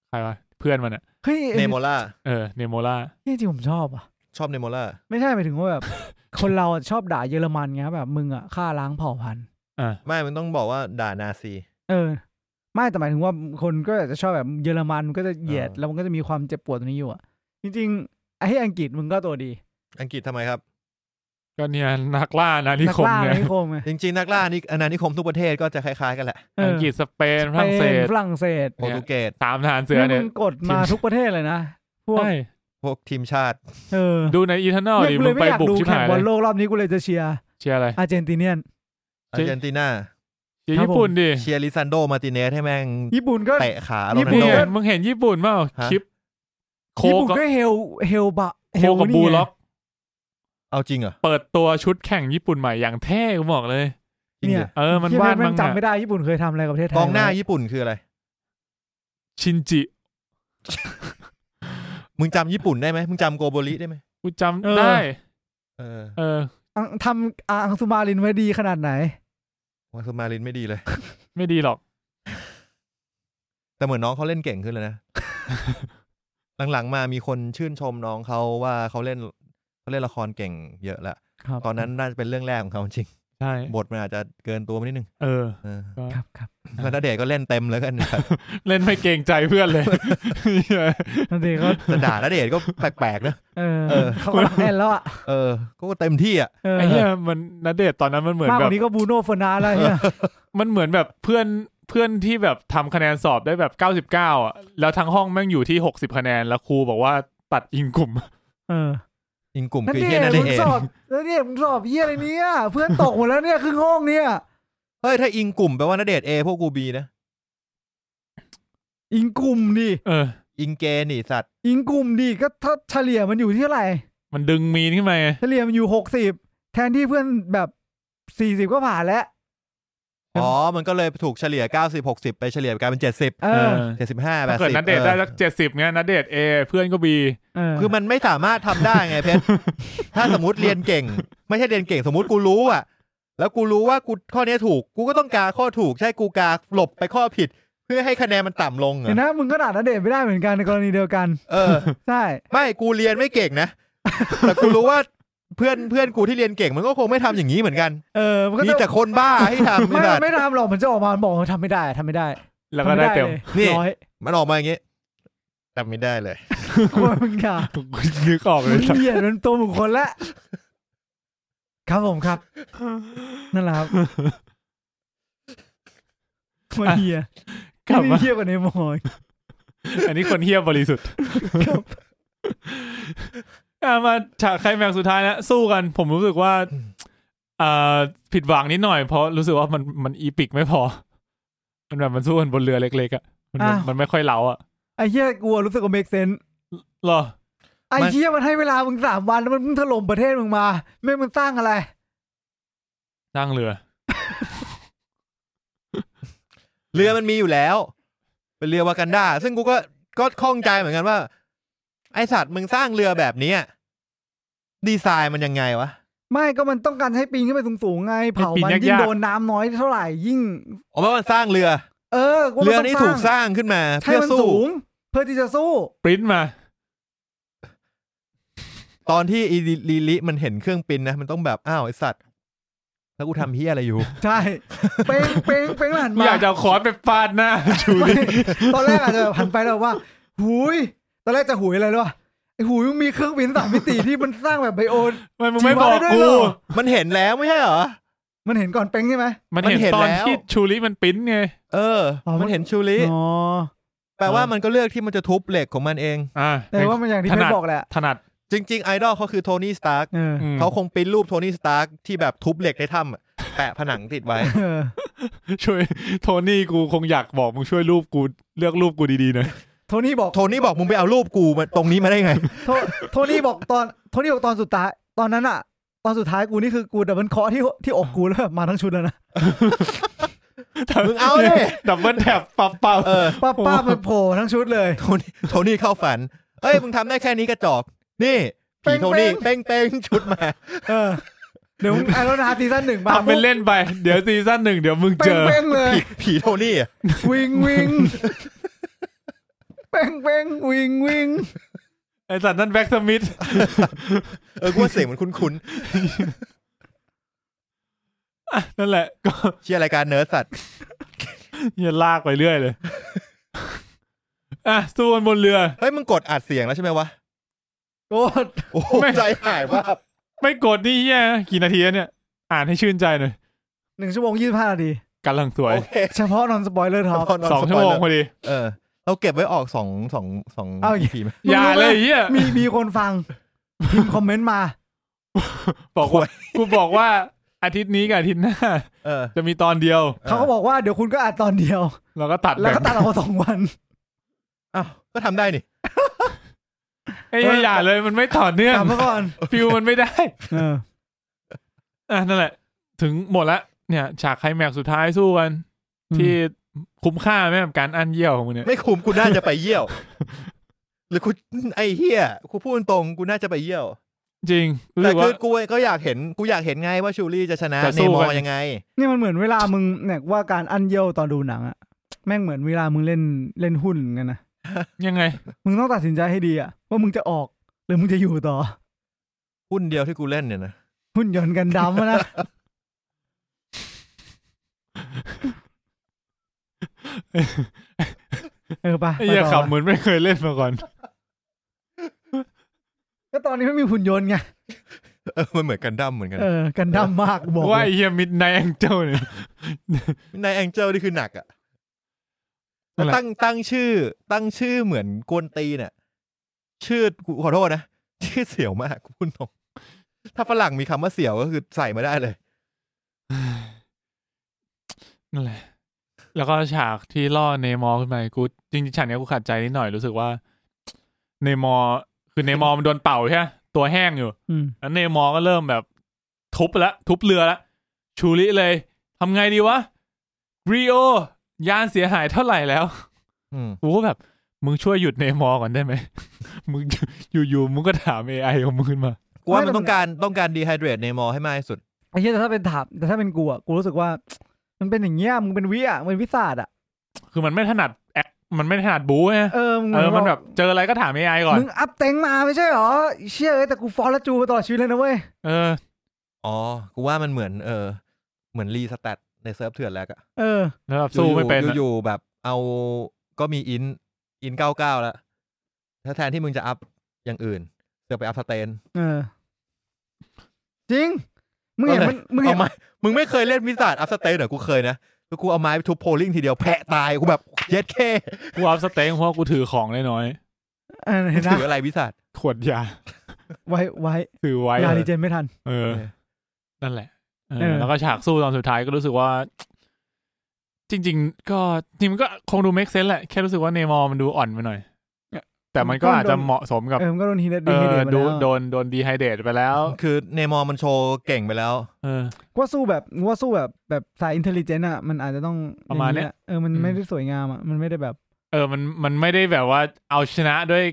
C: ใครวะเพื่อนมันอะ
B: เฮ้ย
A: เน
B: เน
A: โมล่า
C: เออเนโมล่า
B: ี่ยจริงผมชอบอ่ะ
A: ชอบเนโมล่า
B: ไม่ใช่หมายถึงว่าแบบ คนเราอะชอบด่าเยอรมันไงแบบมึงอ่ะฆ่าล้างเผ่าพันธุ์
C: อ่ะ
A: ไม่มันต้องบอกว่าด่านาซี
B: เออ ไม่แต่หมายถึงว่าคนก็อาจจะชอบแบบเยอรมันมันก็จะเหยียด
A: เออ
B: แล้วมันก็จะมีความเจ็บปวดตรงนี้อยู่อ่ะ จริงๆไอ้อังกฤษมึงก็ตัวดี
A: อังกฤษทำไมครับ
C: ก็เนี่ยนักล่านานิ
B: นัก
C: คม
B: ล่า
C: เนี่ย
B: นิคมไง
A: จริง ๆ นักล่านี่อาณานิคมทุกประเทศก็จะคล้ายๆกันแหละ
B: เออ
C: อังกฤษสเปนฝรั่งเศ
B: สเป
C: ส
B: นฝรั่งเศส
A: โปรตุเกส
C: สามทหารเสื
B: เนี่
C: อย เนี่
B: มึ
C: ย
B: งกดมา
C: ทีม
B: ทุกประเทศเลยนะพวก
C: ใช่
A: พวกทีมชาติ
B: เออ
C: ดูในอีเทอร์นอลดิ
B: เนี่ยกูเลย
C: มึงไป
B: ไม่อยาก
C: บุก
B: ดู
C: ชิบ
B: แข่ง
C: หาย
B: บอล
C: เลย
B: โลกรอบนี้กูเลยจะเชียร์
C: เชียร์อะไร
B: อาร์เจนติเนียน
A: อาร์เจนตินา
C: เชียร์
B: ครับ
C: ญี่ปุ่นดิ
A: เชียร์ลิซันโดมาร์ติเนสให้แม่ง
B: ญี่ปุ่นก็
A: เตะขาโร
B: ญี่
A: นั
B: ปุ่
A: ล
B: น
A: โด
C: เนี่ยมึงเห็นญี่ปุ่นเปล่า
A: ฮะ
C: คลิป โค
B: ญี่ปุ่น
C: กับ
B: ก็เฮลเฮลบะ
C: โคกับบูลล็อก
A: เอาจริงเหรอ
C: เปิดตัวชุดแข่งญี่ปุ่นใหม่อย่างเท่กูบอกเลย
A: จริง
B: เนี่
A: ดิ
B: ย
C: เออมัน
B: ที่
C: วาด
B: แม่
C: มั
B: ง
C: ง
B: จำไม่
C: อะ
B: ได้ญี่ปุ่นเคยทำอะไรกับประเทศไทย
A: กองหน้า
B: ไว้
A: ญี่ปุ่นคืออะไร
C: ชินจิ
A: มึงจำญี่ปุ่นได้ไหมมึงจำโกโบริได้ไหม
C: กูจำได้
A: เออ
C: เออ
B: อังทำอังสุมารินไว้ดีขนาดไหน
A: วาสมารินไม่ดีเลย
C: ไม่ดีหรอก
A: แต่เหมือนน้องเขาเล่นเก่งขึ้นเลยนะ หลังๆมามีคนชื่นชมน้องเขาว่าเขาเล่นเขาเล่นละครเก่งเยอะละ
B: ครับ
A: ตอนนั้นน่าจะเป็นเรื่องแรกของเขาจริง
C: ใช่
A: บทมันอาจจะเกินตัวไปนิดนึง
C: เออ
A: เออ
C: ก็
B: ครับครับ
A: แล้วณเดชน์ก็เล่นเต็มเลยกันครับ
C: เล่นไม่เกรงใจเพื่อน เลย
B: นั่นเองก็
A: แต่ด่าณเดชน์ก็แปลกๆนะ
B: เออ
A: เออ
B: เขากำลังแน่นแล้วอ่ะ
A: เออ ก็เต็มที่อ่ะ
B: เออ
C: ไอ้เหี้ยมันนเดชน์ตอนนั้นมันเหมือน
B: มากก
C: แบบ
B: ว่านี้ก็บูโน่เฟอร์นาแล้วไอ้เหี้ย
C: มันเหมือนแบบเพื่อนเพื่อนที่แบบทำคะแนนสอบได้แบบเก้าสิบเก้าอ่ะแล้วทั้งห้องแม่งอยู่ที่หกสิบคะแนนแล้วครูบอกว่าตัดอิงกลุ่ม
B: เออ
A: อิงกลุ่ม
B: นั่น
A: คือไอ้
B: ดิ
A: เฮียนั่น
B: มึง
A: เอง
B: สอบนั่นดิมึงสอบเหี้ยอะไรเนี่ยเพื่อนตกหมดแล้วเนี่ยครึ่งห้องเนี่ย
A: เฮ้ยถ้าอิงกลุ่มแปลว่าณเดชน์เอพวกกูบีนะ
B: อิงกลุ่มดิ
C: เออ
A: อิงเกนี่สัตว์
B: อิงกลุ่มดิก็ถ้าเฉลี่ยมันอยู่ที่เท่าไหร่
C: มันดึงมีนขึ้นมาไง
B: เฉลี่ยมันอยู่หกสิบแทนที่เพื่อนแบบสี่สิบก็ผ่านแล้ว
A: อ๋อ มันก็เลยถูกเฉลี่ยเก้าสิบหกสิบไปเฉลี่ยกลายเป็นเจ็ดสิบ
B: เอ
C: เอ
B: อ
C: อ
A: เจ็ดสิบห้าแป
C: ถ้า
A: ด
C: เกิด
A: สิบ
C: นัดเดทได้สักเจ็ดสิบเนี้ยนัดเดทเอเพื่อนก็บี
B: เออ
A: คือมันไม่สามารถทำได้ไงเพชร ถ้าสมมติเรียนเก่ง ไม่ใช่เรียนเก่งสมมติกูรู้อ่ะ แล้วกูรู้ว่ากูข้อเนี้ยถูก กูก็ต้องกาข้อถูก ใช่กูกาหลบไปข้อผิด เพื่อให้คะแนนมันต่ำลงเหร
B: เห็น
A: อ
B: นะมึงก็ด่านัดเดทไม่ได้เหมือนกันในกรณีเดียวกัน
A: เออ
B: ใช่
A: ไม่กูเรียนไม่เก่งนะ แต่กูรู้ว่าเพื่อนเพื่อนกูที่เรียนเก่งมันก็คงไม่ทำอย่างนี้เหมือนกัน
B: เออมันก็
A: มี
B: จะ
A: แต่คนบ้าที่ทำ
B: ไม่
A: ไม่ได้
B: ไม่ทำหรอกมันจะออกมาบอกว่าทำไม่ได้ทำไม่ได้
C: แล้วก็ได้เต็ม
B: ทำ
A: นี่
B: ไม่ได้ลยร้อย
A: มันออกมาอย่างนี้จำไม่ได้เลย
B: ควรมึงด่า
C: นึกออกเล
B: มึ
C: ย
B: ง
C: สัต ว์
B: เหยียดเป็นตัวบุคคลละครับผมครับ นั่นแหละครับคนเฮีย
C: กลับ
B: นี่
C: มา
B: เฮียกว่าในมอย
C: อันนี้คนเฮี้ยบริสุทธิ์อ่ะมาฉากใครแม็กซ์สุดท้ายนะสู้กัน ผมรู้สึกว่าอ่าผิดหวังนิดหน่อยเพราะรู้สึกว่ามันมันอีปิกไม่พอ มันแบบมันสู้กันบนเรือเล็กๆอ่ะมันแบบมันไม่ค่อยเล้าอ่ะ
B: ไอ้เฮียกลัวรู้สึกว่าเมกเซน
C: เหรอ
B: ไอ้
A: มัน
B: เหี้ยมันให้เวลามึงสามวันแล้วมันเพิ่งถล่มประเทศมึงมาแม่งมึงสร้างอะไร
C: นั่งเรือ
A: เรือมันมีอยู่แล้ว เป็นเรือวากันดาซึ่งกูก็ก็ข้องใจเหมือนกันว่า ไอสัตว์มึงสร้างเรือแบบเนี้ยดีไซน์มันยังไงวะ
B: ไม่ก็มันต้องการให้ปีนขึ้นไปสูงๆไง เผา
C: ปีน
B: มัน
C: ยากๆ
B: ยิ่งโดนน้ำน้อยเท่าไหร่ยิ่ง
A: ออกมามันสร้างเรือ
B: เออว่ามั
A: เรือ
B: ต้ง
A: นี่ถูกสร้างขึ้นมา
B: ให้
A: เพื่อ
B: มัน
A: สู้
B: สูง เพื่อที่จะสู้
C: ปริ้นมา
A: ตอนที่อีลิลิมันเห็นเครื่องปินนะมันต้องแบบอ้าวไอสัตว์แล้วกูทำเฮียอะไรอยู่
B: ใช่ เป้ง เป้งเป้งหันมาย
C: อากจะเอาคอนไปฟาดหน้า ชู
B: ไม่
C: ลิ
B: ตอนแรกอาจจะแบบหันไปแล้วว่า หุยตอนแรกจะหุยอะไรรู้ป่ะไอ้หุยมึงมีเครื่องบินสามมิติที่มันสร้างแบบไบโอ
C: มันมึงไม่บอก
B: จีวรได้ด้วย
C: กู
B: เหรอ
A: มันเห็นแล้วไม่ใช่เหรอ
B: มันเห็นก่อนเป้งใช่ไหม
C: มัน
A: มัน
C: เห็น
A: เห็น
C: ตอน
A: แล้ว
C: ที่ชูริมันปริ้นไง
A: เออ มันเห็นชูริ
B: อ๋อ
A: แปลว่ามันก็เลือกที่มันจะทุบเหล็กของมันเอง
C: อ่า
B: แต่ว่ามันอย่างที่
C: ถ
B: เป้
C: นัด
B: งบอกแหละ
C: ถนัด
A: จริง ๆ ไอดอลเขาคือโทนี่สตาร์ก
B: เออ
C: อืม
A: เขาคงปริ้นรูปโทนี่สตาร์กที่แบบทุบเหล็กในถ้ำอะแปะผนังติดไว้
B: เออ
C: ช่วย โทนี่กูคงอยากบอกมึงช่วยรูปกูเลือกรูปกูดีๆหน่อย
B: โทนี่บอก
A: โทนี่บอกมึงไปเอารูปกูมาตรงนี้มาได้ไง
B: โทโทนี่บอกตอนโทนี่บอกตอนสุดท้ายตอนนั้นอะตอนสุดท้ายกูนี่คือกูดับเบิลเคาะที่ที่อกกูแล้วแบบมาทั้งชุดแล้วนะ
A: มึงเอาดิ
C: ดับเบิลแท็บปับปับ
A: เออ
B: ป้าป้ามันโผล่ทั้งชุดเลย
A: โทนี่โทนี่เข้าฝัน เอ้ย มึงทำได้แค่นี้กระจอก นี่ผีโทนี่เป้งเป้งชุดมา
B: เออเดี๋ยวมึงไอรอนฮาร์ซีซั่นหนึ่งมา
C: ทำเป็นเล่นไป เดี๋ยวซีซั่นหนึ่งเดี๋ยวมึง
B: ปุ๊บ
C: เจอ
B: เป้งๆเลย
A: ผีโทนี่อะ
B: วิงวิงเป้งเป้งวิงวิง
C: ไอสัตว์นั่นแบ็กสมิธ
A: เออกูว่าเสียงมันคุ้น
C: นั่นแหละ ก็
A: ๆเชียร์รายการเนิร์ดสัตว์
C: อย่าลากไปเรื่อยเลย อ่ะสู้กันบนเรือ
A: เฮ้ย มึงกดอัดเสียงแล้วใช่ไหมวะ
B: โกด
A: โอ้โห
C: ไม่
A: ใจหายว่าบ
C: ไม่กดนี่แย่กี่นาทีแล้วเนี่ย อ่านให้ชื่นใจหน่อย
B: หนึ่งชั่วโมงยี่สิบห้านาที
C: กำลังสวย
A: โอเค
B: เฉพาะนอนสปอยเล อร์ท็อป
A: พนน
C: สองชั่วโมงพอดี
A: เออ เราเก็บไว้ออกสองสองสอง
B: เอาอีก
A: ผีไหม
C: อย่าเลยไอ้เฮีย
B: มีมีคนฟังพิมพ์คอมเมนต์มา
C: บอกว่ากูบอกว่าอาทิตย์นี้กับอาทิตย์หน้า
A: เออ
C: จะมีตอนเดียว
B: เขาก็บอกว่าเดี๋ยวคุณก็อัดตอนเดียว
C: เราก็ตัด
B: แล้ว
C: แบ่
B: ก็
C: ง
B: ตัดออกมาสองวัน
A: อ้าวก็ทำได้นี่
C: ไอ้เหี้ยอย่าเลยมันไม่ต่อเนื่อง
B: กลับมาก่อน
C: ฟิลมันไม่ได้
B: เออ
C: อ่ะนั่นแหละ ถึงหมดละเนี่ย ฉากไคลแม็กซ์สุดท้ายสู้กัน ที่คุ้มค่าไหมกับการอันเยี่ยวของมึงเนี่ย
A: ไม่คุ้มกูน่าจะไปเยี่ยว หรือกูไอ้เฮียกูพูดตรงๆกูน่าจะไปเยี่ยว
C: จริงรู้
A: แต่
C: สึก
A: คื
C: ว่า
A: อกูก็อยากเห็นกูอยากเห็นไงว่าชูรี่จะชนะ
C: จะ
A: เน
C: สู้
A: มอ
C: กัน
A: ร์ยังไง
B: นี่มันเหมือนเวลามึงเนี่ยว่าการอันเยี่ยวตอนดูหนังอะแม่งเหมือนเวลามึงเล่นเล่นหุ้นกันนะ
C: ยังไง
B: มึงต้องตัดสินใจให้ดีอะว่ามึงจะออกหรือมึงจะอยู่ต่อ
A: หุ้นเดียวที่กูเล่นเนี่ยนะ
B: หุ้นยนต์กันดำอะนะ เออไป
C: ไอ้เหี้ย
B: ไป
C: ขั
B: ต่
C: บเหมือนไม่เคยเล่นมาก่อน
B: ก็ตอนนี้ไม่มีหุ่นยนต์ไง
A: เออมันเหมือนกันดั้มเหมือนกัน
B: เออกันดั้มมากบอก
C: ว่า
B: เล
C: ไอ้
B: ย
C: เหี้ยมิดไนแองเจลเนี่ย
A: ในแองเจิลนี่คือหนักอ่ะ
C: นั่นแหละ
A: ตั้งตั้งชื่อ ตั้งชื่อเหมือนกวนตีน่ะ ชื่อกูขอโทษนะ ชื่อเสียวมากกูพูดตรงถ้าฝรั่งมีคำว่าเสียวก็คือใส่มาได้เลย
C: นั่นแหละ แล้วก็ฉากที่ล่อเนมอร์ขึ้นมากูจริงๆฉากเนี้ยกูขัดใจนิดหน่อยรู้สึกว่า เนมอร์คือเนมอร์มันโดนเป่าใช่ไหมตัวแห้งอยู่
B: อืม
C: แล้วเนมอร์ก็เริ่มแบบทุบละทุบเรือละชูริเลยทำไงดีวะริโอยานเสียหายเท่าไหร่แล้ว
A: อืม
C: กูก็แบบ มึงช่วยหยุดเนมอร์ก่อนได้ไหม มึงอยู่ๆมึงก็ถาม AI ของมึงขึ้นมา
A: กูว่ามันต้องการต้องการดีไฮเดรตเนมอให้มากที่สุด
B: ไอ้เหี้ยแต่ถ้าเป็นถามแต่ถ้าเป็นกูอ่ะกูรู้สึกว่า มันเป็นอย่างเงี้ยมึงเป็นวิอ่ะมึงเป็นวิศาสตร์อ่ะ
C: คือมันไม่ถนัดแอคมันไม่ถนัดบู๊ไง
B: เออมึง
C: เออมันแบบเจออะไรก็ถาม AI ก่อน
B: มึงอัพเต็งมาไม่ใช่เหรอเชี่ยเอ้ยแต่กูฟอสและจูมาตลอดชีวิตเลยนะเว้ย
C: เออ
A: อ๋อ กูว่ามันเหมือน เออ เหมือนรีสแตทในเซิร์ฟเถื่อนแล้วอะ
B: เออ
C: แล้วแบบสู้ไม่เป็น
A: อยู่ๆ
C: อะ
A: อยู่ๆแบบ เอาก็มีอิน อินเก้าเก้าแล้วถ้าแทนที่มึงจะอัพอย่างอื่นเดี๋ยวไปอัพสเตน
B: เออ จริง มึงเห็นมันมึงเห็
A: เอา
B: น
A: ไม้มึงไม่เคยเล่นวิสาดอัพสเตนเหรอกูเคยนะแล้วกูเอาไม้ไปทุบโพลิงทีเดียวแพะตายกูแบบเย็ดแค่
C: กูอัพสเต็งเพราะว่ากูถือของได้น้อย
B: เออเห็นนะ
A: ถืออะไรวิสาด
C: ขวดยา
B: ไว้ไว้
C: ถือไว้
B: ยา
C: เอ
B: ดี
C: อ
B: เจนไม่ทัน
C: เออ นั่นแหละเออ
B: เออ
C: แล้วก็ฉากสู้ตอนสุดท้ายก็รู้สึกว่า จริง ๆ ก็จริงมันก็คงดู make sense แหละ แค่รู้สึกว่าเนมอร์มันดูอ่อนไปหน่อย แต่มันก็อาจจะเหมาะสมกับ
B: เออมันก็โดนฮีเด
C: เอ
B: ดีฮีเด
C: อ
B: มา
C: ดู
B: แล้ว
C: โดนโดนดีไฮเดตไปแล้ว
A: คือเนมอมันโชว์เก่งไปแล้ว
C: เออ
B: กูว่าสู้แบบกูว่าสู้แบบแบบสายอินเทลเจนต์อ่ะ มันอาจจะต้อง
C: ประมาณเนี้ย
B: อเออ มัน
C: อืม
B: ไม่ได้สวยงามอ่ะ มันไม่ได้แบบ
C: เออมันมันไม่ได้แบบว่าเอาชนะด้วย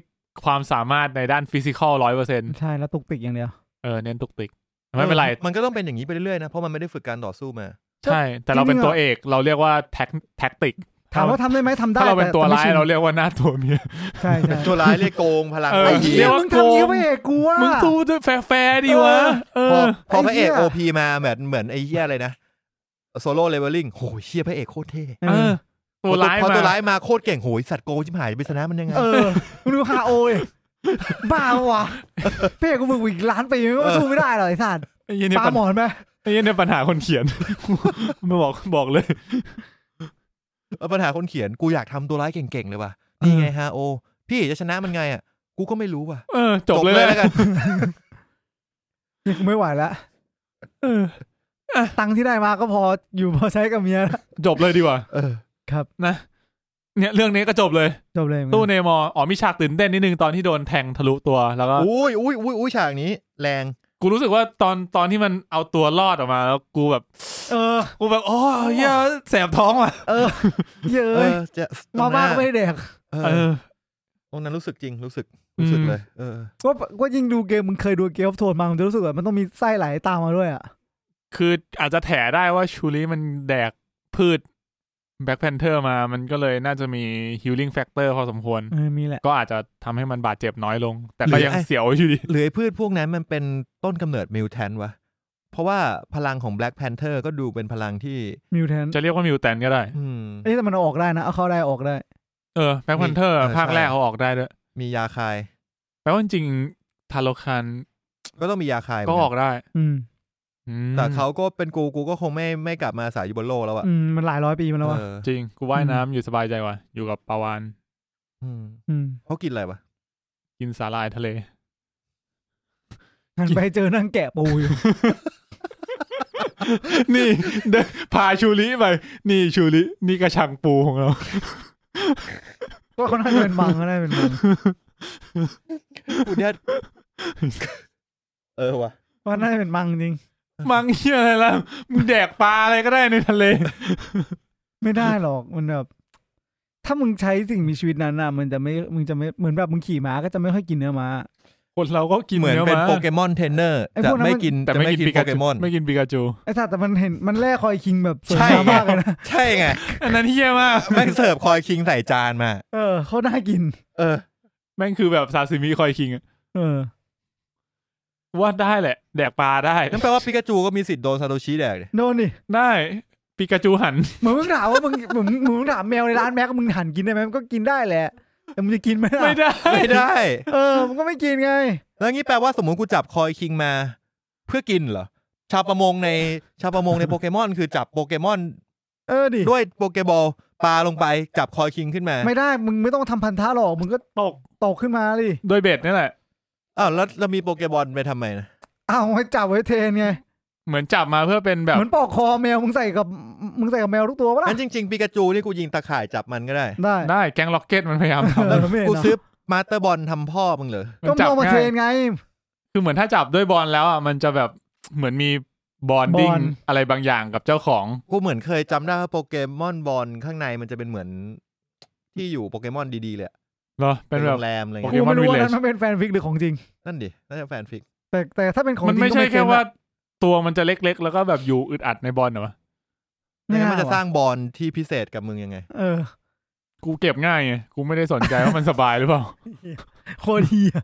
C: ความสามารถในด้านฟิสิกอลร้อยเปอร์เซ็น
B: ใช่ แล้วตุกติกอย่างเดียว
C: เออเน้นตุกติก ไม่เป็นไร
A: มันก็ต้องเป็นอย่างนี้ไปเรื่อยๆนะ เพราะมันไม่ได้ฝึกการต่อสู้มา
C: ใช่ แต่เราเป็นตัวเอกเราเรียกว่าแท็กแท็กติก
B: ถามว่าทำได้ไหมทำได้
C: ถ้าเราเป็นตัวร้าย
B: แไม่ชิน
C: เราเรียกว่าหน้าตัวเมีย
B: ใช่ใช่
A: ตัวร้ายเรียกโกงพลัง
C: เออ
A: ไอ้
B: ไอ้
A: เหี้ย
B: เหี้ย
C: เรียกว่า
B: มึงทำเหี้ยพระ
C: โกง
B: เอกกูว่า
C: มึงสู้ด้วยแฟร์ๆดีวะ เอ
A: พอ
C: อ
A: พอพระเอก
B: ไอ้
A: โอ
B: เหี้ย
A: พีมาแบบเหมือนไอ้เหี้ยอะไรนะโซโล่เลเวลลิ่งโหยเหี้ยพระเอกโคตรเท่
B: เอ
C: เอ
B: อ
C: อ ตัวร้าย
A: พอ
C: มา
A: ตัวร้ายมาโคตรเก่งโหยสัตว์โกงชิบหายไปชนะมันยังไง
B: เออมึงดูฮาโอเลยบ้าวะพระเอกกูมึงอีกล้านปีมันก็สู้ไม่ได้หรอกไอ้สัตว์
C: ไอ้เหี้ยเนี่ย
B: ปา
C: ปัญ
B: หมอนไหม
C: ไอ้เหี้ยเนี่ยปัญหาคนเขียน มาบอกบอกเลย
A: เออปัญหาคนเขียนกูอยากทำตัวร้ายเก่งๆเลยว่ะนี่ไงฮะโอ พี่จะชนะมันไงอ่ะกูก็ไม่รู้ว่ะ
C: เออ จบเลย
A: แล้วกัน
B: นี่กูไม่ไหวละ
C: เออ
B: ตังค์ที่ได้มาก็พออยู่พอใช้กับเมียละ
C: จบเลยดีกว่า
A: เออ
C: นะเนี่ยเรื่องนี้ก็จบเลย
B: จบเลยมึง
C: ตู้เนมอร์อ๋อมีฉากตื่นเต้นนิดนึงตอนที่โดนแทงทะลุตัวแล้วก็
A: อุ้ยอุ้ยอุ้ยอุ้ยฉากนี้ แรง
C: กูรู้สึกว่าตอนตอนที่มันเอาตัวรอดออกมา แล้วกูแบบ
B: เออ
C: กูแบบอ๋อเหี้ยแสบท้องว่ะ
B: เออ เย้
A: เอย อจะ
B: มาบ้าก็
A: ไป
B: ไม่ได้แดก
C: เออ
A: ตรงนั้นรู้สึกจริงรู้สึกรู้สึก
C: อืม
A: เลย เออ
B: ว่าว่ายิ่งดูเกมมึงเคยดูเกมโทนมามึงจะรู้สึกว่ามันต้องมีไส้ไหลตามมาด้วยอ่ะ
C: คืออาจจะแถได้ว่าชูริมันแดกพืชแบ็คแพนเทอร์มามันก็เลยน่าจะมีฮิลลิ่งแฟกเตอร์พอสมควร
B: เออ มีแหละ
C: ก็อาจจะทำให้มันบาดเจ็บน้อยลง แต่
A: หรื
C: ก็
A: อ
C: ยัง
A: ไอ้
C: เสียวอยู่ดี
A: หรือไอ้พืชพวกนั้นมันเป็นต้นกำเนิดมิวแทนวะ เพราะว่าพลังของ Black Panther ก็ดูเป็นพลังที่
B: มิวแทน
C: จะเรียกว่ามิวแตนก็ได้
A: อืม
B: เอ้ยแต่มันเอาออกได้นะ เอาเข้าได้ออกได้
C: เออแบ็คแพนเทอร์
A: เออใช่
C: ภาคแรกเขาออกได้ด้วย
A: มียาคาย
C: แปลว่าจริงๆทารคัน
A: ก็ต้องมียาคายเหมื
C: ก็
A: นน
C: ออกได้
B: อืม
C: อืม
A: แต่เขาก็เป็นกูกูก็คงไม่ไม่กลับมาอาสายอยู่บนโลกแล้วอะ
B: อืม มันหลายร้อยปีมาแล้วว่ะ
A: เออ
C: จริง กูว่ายน้ำอยู่สบายใจว่ะ อยู่กับปลาวาน
A: อืม
B: อืม
A: เขากินอะไรวะ
C: กินสาลายทะเล
B: หันไปเจอนั่งแกะปูอยู่
C: นี่เดินพาชูริไป นี่ชูรินี่กระชังปูของเรา
B: ก็เขาน่าจะเป็นมังก็ได้เป็นมัง
A: กูเนี่ยเออว่ะ
B: ว่าน่าจะเป็นมังจริง
C: มังเฮียอะไรล่ะมึงแดกปลาอะไรก็ได้ในทะเล
B: ไม่ได้หรอก มันแบบ ถ้ามึงใช้สิ่งมีชีวิตนั้นน่ะ มันจะไม่ มึงจะไม่ เหมือนแบบมึงขี่ม้าก็จะไม่ค่อยกินเนื้อม้า
C: คนเราก็กิน
A: เหมือน
C: เนื้อ
A: เป็น
C: มา
A: โปเกมอนเทรนเนอร์
B: ไอ้พ
A: จะ
B: วกนั้นมัน
A: ไม่กิน
C: แต่
A: จะ
C: ไม่
A: ไม่
C: กิ
A: กิ
C: น
A: น
C: ปิ
A: โป
C: กา
A: เก
C: จู
A: มอน
C: ไม่กินปิกาจู
B: ไอ้สัตว์แต่มันเห็นมันแล่คอยคิงแบบสวย
A: ใช่
B: งามมากเลยนะ
A: ใช่ไง
C: อันนั้นเฮียมาก
A: แม่งเสิร์ฟคอยคิงใส่จานมา
B: เออเขาน่ากิน
A: เออ
C: แม่งคือแบบซาซิมิคอยคิงอะ
B: เออ
C: ว่าได้แหละ แดกปลาได้
A: นั่นแปลว่าปิกาจูก็มีสิทธิ์โดนซาโตชิแดกดิ
B: โน่นดิ
C: ได้ ปิ ปิกาจูหัน
B: เหมือนมึงถามว่ามึงเหมือนเหมือนมึงถามแมวในร้านแม็กมึงหันกินได้ไหมมันก็กินได้แหละแต่มึงจะกินไหมล่ะ
C: ไม่ได้
A: ไม่ได้
B: เออมันก็ไม่กินไง
A: แล้วงี้แปลว่าสมมติกูจับคอยคิงมา เพื่อกินเหรอ ชาวประมงในชาวประมงในโปเกมอน คือจับโปเกมอน
B: เออดิ
A: ด้วยโปเกบอลปาลงไปจับคอยคิงขึ้นมา
B: ไม่ได้มึงไม่ต้องทำพันธะหรอกมึงก็
C: ตก
B: ตกขึ้นมาดิ
C: โดยเบ็ดนี่แหละ
A: อ้าวแล้วเรามีโปเกบอลไปทำไมนะ
B: เอาไว้จับไว้เทนไง
C: เหมือนจับมาเพื่อเป็นแบบ
B: เหมือนปอกคอแมวมึงใส่กับมึงใส่กับแมวทุกตัวปะล่ะ
A: งั้นจริง ๆปิกาจูนี่กูยิงตะข่ายจับมันก็ได้
B: ได้
C: ได้แก๊งล็อกเก็ตมันพยายามทำ
B: เออไม่เห็น
A: กู
B: เหรอ
A: ซื้อมาสเตอร์บอลทำพ่อมึงเหรอ
B: ก็มึ
C: น
B: ง
C: จับ
B: เอามา
C: ง่า
B: เท
C: ย
B: นไง
C: คือเหมือนถ้าจับด้วยบอลแล้วอ่ะมันจะแบบเหมือนมีบอนดิ้ง
B: bond
C: อะไรบางอย่างกับเจ้าของ
A: กูเหมือนเคยจำได้ว่าโปเกมอนบอลข้างในมันจะเป็นเหมือน ที่อยู่โปเกมอนดีๆเลยอะ
C: เหรอ เป็น
A: ใน
C: แบ
A: โร
C: บ
A: งแรมอะไร
C: โป
B: กู
A: เงี้ย
B: ไม่รู้ว่า
C: Pokemon Village
B: นั้นมันเป็นแฟนฟิกหรือของจริง
A: นั่นดิน่าจะแฟนฟิก
B: แต่แต่ถ้าเป็นของจ
C: มัน
B: ริง
C: ไม่
B: ก็
C: ใช่แค่
B: เซ็น
C: ว่า
B: อะ
C: ตัวมันจะเล็กๆ แล้วก็แบบอยู่อึดอัดในบอลเหรอวะ
A: ไม่งั้น
B: น่
A: มันจะสร้างบอลที่พิเศษกับมึงยังไง
B: เออ
C: กูเก็บง่ายไงกูไม่ได้สนใจว่ามันสบายหรือ เปล่า
B: โคตรเฮีย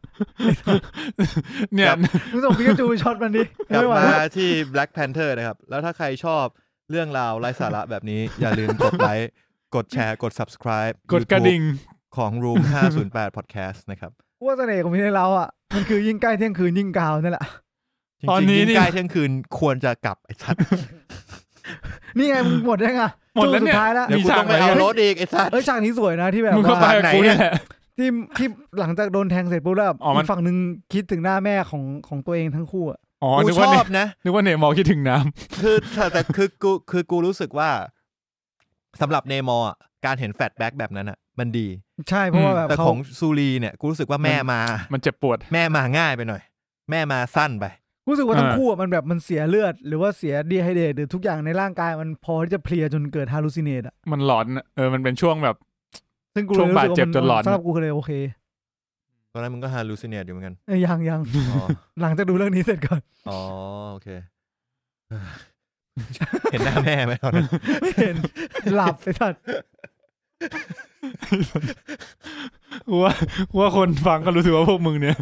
C: เนี่ย
A: ครับ
B: มึงส่งพิกาจูช็อตมันดิ
A: กลับ
B: ไม่ไหว
A: มา
B: แล้ว
A: ที่ Black Panther นะครับ แล้วถ้าใครชอบเรื่องราวไร้สาระแบบนี้ อย่าลืมกดไลค์ กดแชร์ กด subscribe
C: กดกระดิ่ง
A: YouTube ของ Room 508 Podcast นะครับ
B: ว่าเสน่ห์ของพี่ในเราอ่ะมันคือยิ่งใกล้เที่ยงคืนยิ่งกาวนั่นแหละ
A: จริงๆ
C: ตอนนี้
A: ยิ่
C: นี่
A: งใกล้เที่ยงคืนควรจะกลับไอ้สัตว์
B: นี่ไงมึงหมดยังอ่ะ
C: หมดแล้ว
B: สู้
C: เนี่
B: สุ
C: ย
B: ดท้ายแล้ว
A: เดี๋ยวกูต้องไปเอารถอีกไอ้สัตว์
B: เอ้ยฉากนี้สวยนะที่แบบ
C: มึงก็
B: ว่า
C: ไป
A: ว่า
C: กับ
A: ไหน
C: กู
A: เนี่
C: เนี่ย ยแหละ
B: ที่ที่หลังจากโดนแทงเสร็จปุ๊บแล้วแบบ
C: อ๋อมัน
B: อีกฝั่งหนึ่งคิดถึงหน้าแม่ของของตัวเองทั้งคู่อ่ะ
C: อ๋อ
A: กู
C: นึก
A: ช
C: ว่า
A: อ
C: เนี่ย
A: บนะ
C: นึกว่าเนี่ยมองคิดถึงน้ำ
A: คือแต่แต่คือกูคือกูรู้สึกว่าสำหรับเนมอร์อะการเห็นแฟลชแบ็กแบบนั้นอ่ะ มันดี
B: ใช่เพราะว่าแบบ
A: แต่
B: เขา
A: ของซูรีเนี่ย กูรู้สึกว่าแม่มา
C: มันเจ็บปวด
A: แม่มาง่ายไปหน่อย แม่มาสั้นไป
B: รู้สึกว่าทั้ง
C: อ่า
B: คู่อะมันแบบมันเสียเลือด หรือว่าเสียดีไฮเดรตหรือทุกอย่างในร่างกายมันพอที่จะเพลียจนเกิดฮาลูซิเนตอ่ะ
C: มันหลอนอะเออ มันเป็นช่วงแบบ
B: ซึ่งกูเลย
C: ช่วง
B: รู้สึก
C: บาดเจ็บจนหลอน
B: ว่าสำหรับกูเลยโอเค
A: ตอนนั้นมึงก็ฮาลูซิเนตอยู่เหมือนกัน
B: เอ้ยยังยัง
A: อ๋อ
B: หลังจากดูเรื่องนี้เสร็จก่อน
A: อ๋อ โอเค เห็นหน้าแม่ไหมตอนนั้น
B: ไม่เห็นหลับไอ้สัตว์
C: กูว่ากูว่าคนฟังก็รู้สึกว่าพวกมึงเนี่ย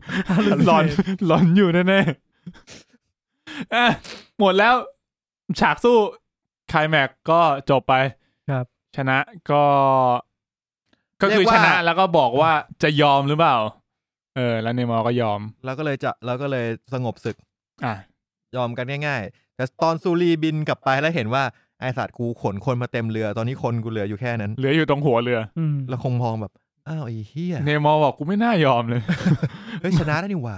C: หลอนหลอนอยู่แน่ๆอ่ะหมดแล้ว ฉากสู้คลายแม็กก็จบไป
B: ครับ
C: ชนะก็ ก็คือ
A: เรียกว่า
C: ชนะแล้วก็บอกว่าจะยอมหรือเปล่า เออ แล้วเนมอร์ก็ยอม
A: เราก็เลยจะเราก็เลยสงบศึก
C: อ่ะ
A: ยอมกันง่ายๆ แต่ตอนซูรีบินกลับไปแล้วเห็นว่า ไอสัตว์กูขนคนมาเต็มเรือ ตอนนี้คนกูเหลืออยู่แค่นั้น
C: เหลืออยู่ตรงหัวเรือ
B: อืม
A: แล้วคงมองแบบ อ้าวไอ้เฮีย
C: เนมอร์บอกกูไม่น่ายอมเลย
A: เฮ้ย ชนะแล้วนี่หว่า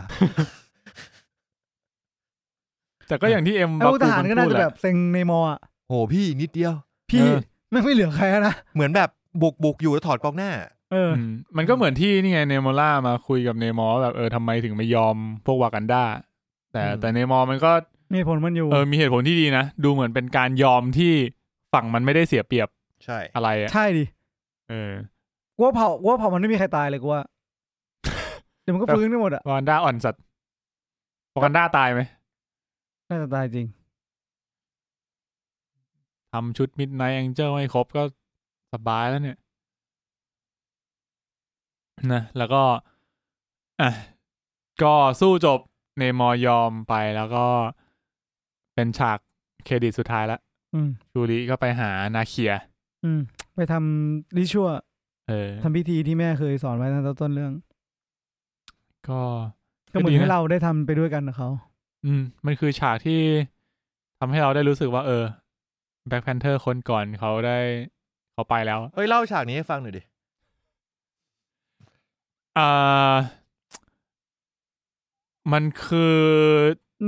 C: แต่ก็อย่างที่เอ็ม
B: ไอ้พวกทหารก็น่าจะแบบเซ็งในมออะ
A: โหพี่อีกนิดเดียว
B: พี่ไม่งไม่เหลือใครแล้วนะ
A: เหมือนแบบบุกบุกอยู่แล้วถอดกองหน้า
B: เออ
C: อืมมันก็เหมือนที่นี่ไงเนมอล่ามาคุยกับเนมอร์ว่าแบบเออทำไมถึงไม่ยอมพวกวากันดาแต่
A: อืม
C: แต่เนมอร์มันก็
B: มีเหตุผลมันอยู่
C: เออ มีเหตุผลที่ดีนะ ดูเหมือนเป็นการยอมที่ฝั่งมันไม่ได้เสียเปรียบ
A: ใช่
C: อะไรอะ
B: ใช่ดิ
C: เออ
B: กูว่าเผากูว่าเผามันไม่มีใครตายเลยกูว่า เดี๋ยวมันก็ฟื้นไปหมดอ่ะ
C: วากันดาอ่อนสัตว์วากันดาตายไหม
B: น่าจะตายจริง
C: ทำชุดมิดไน g h แองเจิลให้ครบก็สบายแล้วเนี่ยนะแล้วก็อ่ะก็สู้จบเนมอร์ยอมไปแล้วก็เป็นฉากเครดิตสุดท้ายละ
B: อืม
C: ชูริก็ไปหานาเคีย
B: อืม ไปทำริชัว
C: เออ
B: ทำพิธีที่แม่เคยสอนไว้ตั้งแต่ต้นเรื่อง
C: ก็
B: ก็เหมือ
C: ก็
B: น
C: ดีนะ
B: ให้เราได้ทำไปด้วยกันกับเขา
C: อืม มันคือฉากที่ทำให้เราได้รู้สึกว่า เออแบ็คแพนเทอร์คนก่อนเขาได้เขาไปแล้ว
A: เอ้ยเล่าฉากนี้ให้ฟังหน่อยดิ
C: อ่ามันคือ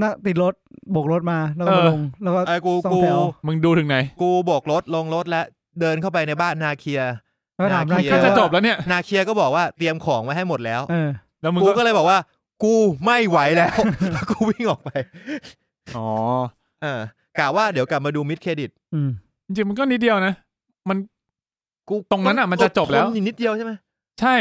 B: นะติดรถโบกรถมาแล้วก็มา
C: เออ
B: ลง แล้วก็
A: ไอ้กู
B: สอง
A: กู
B: แถว
C: มึงดูถึงไหน
A: กูโบกรถลงรถและเดินเข้าไปในบ้านนาเคีย
B: แล้วก็ถาม
A: นา
B: นา
A: คี
B: เคี
C: ก็
B: ย
C: จะ
B: ว่า
C: จบแล้วเนี่ย
A: นาเคียก็บอกว่าเตรียมของไว้ให้หมดแล้ว
B: เออ
C: แล้วมึง
A: กู
C: ก็
A: ก็เลยบอกว่า กูไม่ไหวแล้ว กูวิ่งออกไป
C: อ๋อ
A: เออกะว่าเดี๋ยวกลับมาดูมิดเครดิต
B: อืม
C: จริงๆมันก็นิดเดียวนะ มัน
A: กู
C: ตรงนั้นอ่ะมันจะจบแล้ว
A: ทนอีกนิดเดียวใช่ไหม
C: ใช่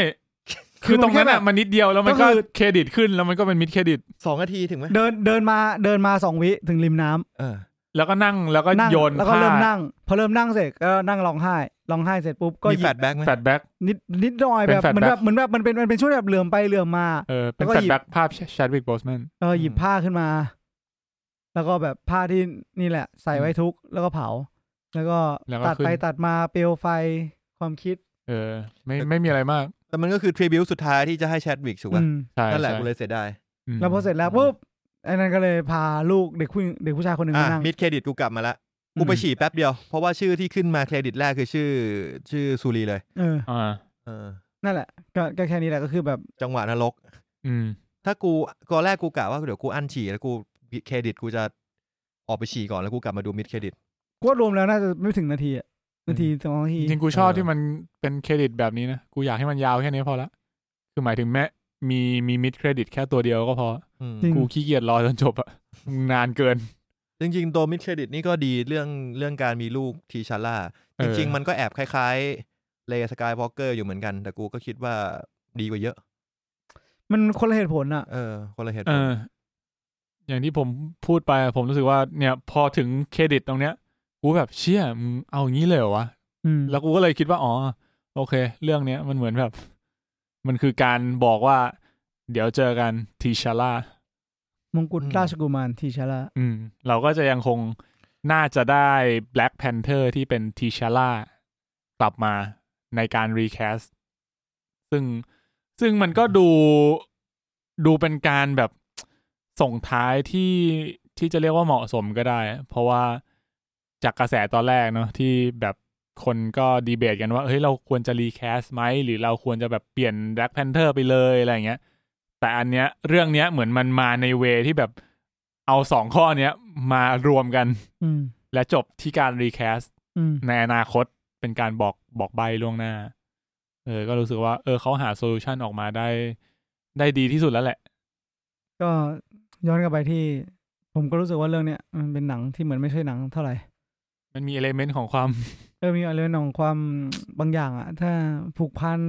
C: คือตรงนั้นอ่ะมันนิดเดียวแล้วมันก็
B: ก็คือ
C: เครดิตขึ้นแล้วมันก็เป็นมิดเครดิต
A: สองนาทีถึงไหม
B: เดินเดินมาเดินมาสองวิถึงริมน้ำ
A: เออ
C: แล้วก็นั่งแล้วก็
B: นั่ง
C: โยน
B: แล้วก็
C: ผ้า
B: เริ่มนั่ง พอเริ่มนั่งเสร็จก็นั่งร้องไห้ร้องไห้เสร็จปุ๊บก็
A: มี
B: หยิ
A: แฟ
B: บ
A: ดแบ็กไหม
C: แฟดแบ็ก
B: นิดนิดหน่อย
C: เป็
B: แบบ
C: น
B: เหมือนแบ
C: flashback
B: บเหมือนแบบมันเป็นมันเป็นช่วงแบบเหลื่อมไปเหลื่อมมา
C: เออเป็น
B: แล้วก็
C: แฟด
B: หยิบ
C: แบ็กภาพชาดวิกโบสแมน
B: เออหยิบผ้าขึ้นมา แล้วก็แบบผ้าที่นี่แหละ ใส่ไว้ทุกข์แล้วก็เผา แล้วก็
C: แล้วก็
B: ตัด
C: ขึ้น
B: ไปตัดมาเปลวไฟความคิด
C: เออ ไม่ไม่มีอะไรมาก
A: แต่มันก็คือทริบิวสุดท้ายที่จะให้แชดวิกถูกป่ะ
B: อืม
C: ใช่
A: นั่นแหละ
C: ใช่
A: กูเลยเสียดาย
C: ม
B: แล้วพอเสร็จแล้วปุ๊บไอ้นั่นก็เลยพาลูกเด็กผู้หญิงเด็กผู้ชายคนหนึ่ง
A: อ่ะ
B: มานั่ง
A: มิดเครดิตกูกลับมาละกูไปฉี่แป๊บเดียว เพราะว่าชื่อที่ขึ้นมาเครดิตแรกคือชื่อชื่อซูรีเลย
B: เออ
C: อ่า
A: เออ
B: นั่นแหละก็ก็แค่นี้แหละก็คือแบบ
A: จังหวะนรก
C: อืม
A: ถ้ากูก่อนแรกกูกะว่าเดี๋ยวกูอั้นฉี่แล้วกูเครดิตกูจะออกไปฉี่ก่อนแล้วกูกลับมาดูมิดเครดิต
B: กวดรวมแล้วน่าจะไม่ถึงนาทีอะนาทีสองนาที
C: จริงๆกูชอบ
A: เออ
C: ที่มันเป็นเครดิตแบบนี้นะ กูอยากให้มันยาวแค่นี้พอละ คือหมายถึงแม้มีมีมิดเครดิตแค่ตัวเดียวก็พอ
A: อืม
B: จริง
C: กูขี้เกียจรอจนจบอะ นานเกิน
A: จริงๆตัวมิดเครดิตนี่ก็ดีเรื่องเรื่องการมีลูกทีชาร่า
C: เอ
A: จ
C: อ
A: ริง ๆ มันก็แอบคล้ายๆเลสกายวอล์กเกอร์อยู่เหมือนกัน แต่กูก็คิดว่าดีกว่าเยอะ
B: มันคนละเหตุผลอะ
A: เออ คนละเหตุ
C: เอ
A: ผล
C: อ อย่างที่ผมพูดไปอะผมรู้สึกว่าเนี่ย พอถึงเครดิตตรงเนี้ย กูแบบเชี่ยมึงเอางี้เลยเหรอวะ
B: อืม
C: แล้วกูก็เลยคิดว่า อ๋อ โอเค เรื่องเนี้ยมันเหมือนแบบ มันคือการบอกว่า เดี๋ยวเจอกันทีชาร่าม
B: งกุฎราชกุมารทีชาร่า
C: อืม เราก็จะยังคงน่าจะได้ Black Panther ที่เป็นทีชาร่ากลับมาในการรีแคสซึ่งซึ่งมันก็ดูดูเป็นการแบบส่งท้ายที่ที่จะเรียกว่าเหมาะสมก็ได้ เพราะว่าจากกระแสตอนแรกเนาะที่แบบคนก็ดีเบตกันว่า เฮ้ยเราควรจะรีแคสไหม หรือเราควรจะแบบเปลี่ยน Black Panther ไปเลยอะไรอย่างเงี้ย แต่อันเนี้ยเรื่องเนี้ยเหมือนมันมาในเวที่แบบเอาสองข้อเนี้ยมารวมกัน
B: อืม
C: และจบที่การรีแคส
B: อืม
C: ในอนาคตเป็นการบอกบอกใบล่วงหน้า เออ ก็รู้สึกว่า เออเขาหาโซลูชันออกมาได้ ได้ดีที่สุดแล้วแหละ
B: ก็ย้อนกลับไปที่ ผมก็รู้สึกว่าเรื่องเนี้ยมันเป็นหนังที่เหมือนไม่ใช่หนังเท่าไหร่
C: มันมีเอลเมนต์ของความ
B: เออมีอะไรหนองความ บางอย่างอะถ้าผูกพัน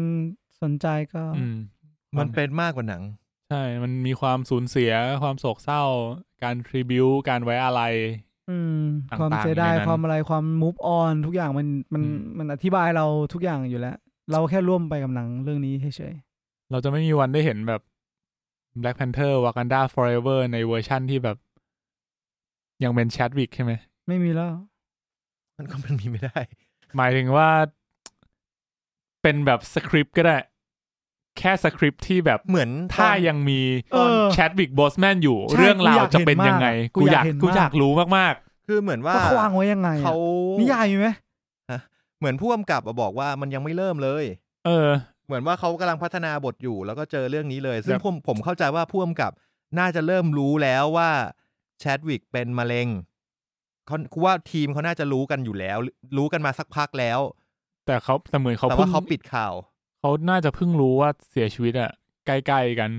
B: สนใจก็
C: อืม
A: มันเป็นมากกว่าหนัง
C: ใช่ มันมีความสูญเสีย ความโศกเศร้า การทริบิวการไว้อะไร
B: อืม
C: ต่างๆ
B: ความเสียดาย
C: ในนั้น
B: ความอะไรความมูฟออนทุกอย่างมันมัน
C: อืม
B: มันอธิบายเราทุกอย่างอยู่แล้ว เราแค่ร่วมไปกับหนังเรื่องนี้เฉย
C: เราจะไม่มีวันได้เห็นแบบ Black Panther Wakanda Forever ในเวอร์ชั่นที่แบบ ยังเป็นแชดวิกใช่ไหม
B: ๆไม่มีแล้ว
A: มันก็มันมีไม่ได้
C: หมายถึงว่าเป็นแบบสคริปต์ก็ได้ แค่สคริปต์ที่แบบ
A: เหมือน
C: ถ้า
A: ตอน
C: ยังมี
B: เออ
C: แชทวิกบอสแมนอยู่
B: ใช่
C: เรื่องราวจะเป็นยังไง
B: กู
C: กูอ
B: อาย
C: ยาก ก
B: เห็นมาก
C: กูอยากรู้มาก
A: คือเหมือนว่า
B: ว่าเขาวางไว้ยังไงอะ
A: เขา
B: นิยายมีไหม
A: เหมือนผู้กำกับอะบอกว่ามันยังไม่เริ่มเลย
C: ๆ เออ
A: เหมือนว่าเขากำลังพัฒนาบทอยู่ แล้วก็เจอเรื่องนี้เลย ซึ่งผมผมเข้าใจว่าผู้กำกับน่าจะเริ่มรู้แล้วว่าแชดวิกเป็นมะเร็งเขากูว่าทีมเขาน่าจะรู้กันอยู่แล้ว รู้กันมาสักพักแล้ว
C: แต่เขาแต่เหมือนเขา
A: แต่
C: เพิ่
A: ว่าง เขาปิดข่าว
C: เขาน่าจะเพิ่งรู้ว่าเสียชีวิตอะใกล้ๆกัน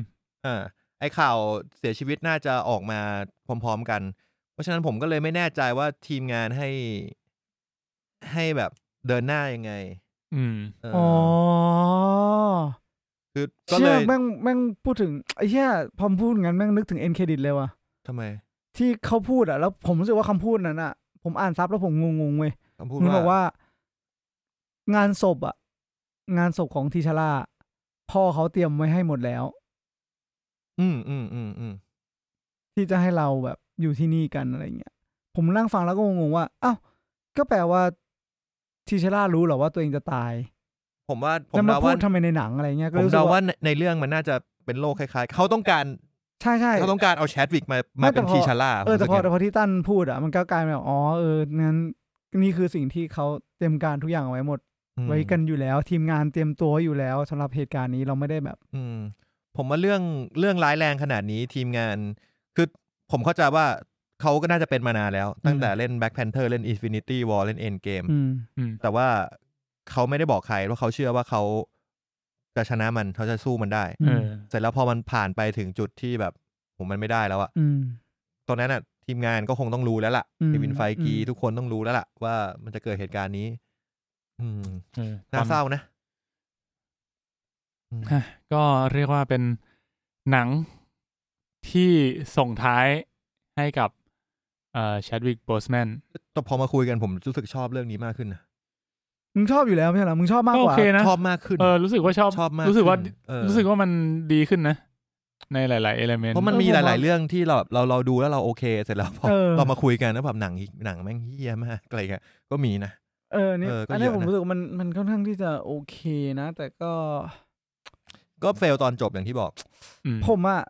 A: อ่าไอ้ข่าวเสียชีวิตน่าจะออกมาพร้อม ๆกัน เพราะฉะนั้นผมก็เลยไม่แน่ใจว่าทีมงานให้ ให้แบบเดินหน้ายังไง
C: อืม
A: เอออ
B: อ๋อ
A: คือก็
B: เชื่
A: เล
B: อย แม่งแม่งพูดถึงไอ้เชี่ยพอมนพูดงั้นแม่งนึกถึงเอ็นเครดิตเลยว่ะ
A: ทำไม
B: ที่เขาพูดอ่ะ แล้วผมรู้สึกว่าคำพูดนั้นอ่ะ ผมอ่านซับแล้วผมงงงๆเว้ย
A: คำพูด
B: มันบอก
A: ว่า
B: ว่า งานศพอ่ะ งานศพของทีชาร่าพ่อเขาเตรียมไว้ให้หมดแล้ว
A: อืมอืมอืมอืม
B: ที่จะให้เราแบบอยู่ที่นี่กันอะไรเงี้ยผมนั่งฟังแล้วก็งงๆว่าอ้าวก็แปลว่าทีชาร่ารู้เหรอว่าตัวเองจะตาย
A: ผมว่าผ
B: แล้ว
A: ม
B: มา
A: เดา
B: พู
A: ว่า
B: ดทำไมในหนังอะไรเงี้ยก็
A: ผม
B: รู้สึ
A: เดาก
B: ว่า
A: ว่าในในเรื่องมันน่าจะเป็นโลกคล้ายๆ เขาต้องการ
B: ใช่ใช่
A: เขาต้องการเอาแชทวิกมา
B: ไม่
A: มา
B: แต่
A: เป็น
B: พอ
A: ทีชาร่า
B: เออแต่พอ
A: ผม
B: แต่พอที่ตั้นพูดอ่ะมันก็กลายเป็นแบบอ๋อเอองั้นนี่คือสิ่งที่เขาเตรียมการทุกอย่างเอาไว้หมด
A: รู้สึกอย่าง
B: ไว้กันอยู่แล้ว ทีมงานเตรียมตัวไว้อยู่แล้วสำหรับเหตุการณ์นี้เราไม่ได้แบบ
A: อืมผมว่าเรื่องเรื่องร้ายแรงขนาดนี้ทีมงาน คือผมเข้าใจว่าเขาก็น่าจะเป็นมานานแล้ว ตั้งแต่เล่น Black Panther เล่น Infinity War เล่น Endgame
B: อืม
C: อืม
A: แต่ว่าเขาไม่ได้บอกใครว่าเขาเชื่อว่าเขาจะชนะมันเขาจะสู้มันได้
B: อืม
C: เออ
A: เสร็จแล้วพอมันผ่านไปถึงจุดที่แบบผมมันไม่ได้แล้วอะ
B: อืม
A: ตอนนั้นน่ะ ทีมงานก็คงต้องรู้แล้วล่ะ
B: อืม
A: เดวินไฟกี
B: อืม
A: ทุกคนต้องรู้แล้วล่ะ ว่ามันจะเกิดเหตุการณ์นี้ อืม
C: เออ
A: น่าเศร้านะ
C: ก็เรียกว่าเป็นหนังที่ส่งท้ายให้กับเอ่อแชดวิกบอสแมน
A: แต่พอมาคุยกันผมรู้สึกชอบเรื่องนี้มากขึ้นนะ
B: มึงชอบอยู่แล้วไม่ใช่เหรอมึงชอบมาก
C: ก็
B: ก
C: โอ
B: ว่า
C: เคนะ
A: ชอบมากขึ้น
C: เออรู้สึกว่าชอบ
A: ชอบมาก
C: รู้สึกว่า
A: ขึ้นเออ
C: รู้สึกว่ามันดีขึ้นนะ ในหลาย ๆ เอลเมนต์
A: เพราะมันมี
B: เอ
A: ห
B: อผมว่า
A: ลาย ๆ เรื่องที่เราแบบเราเราดูแล้วเราโอเค เสร็จแล้วพอ
B: เออ
A: เรามาคุยกันแล้วแบบหนังอีกหนังแม่งเฮี้ยมากอะไรเงี้ยก็มีนะ
B: เออเนี่ย
A: เออก็
B: อันนี้
A: เยอะนะ
B: ผมรู้สึกว่ามันมันค่อนข้างที่จะโอเคนะ แต่ก็
A: ก็เฟลตอนจบอย่างที่บอก
C: อืม
B: ผมอะ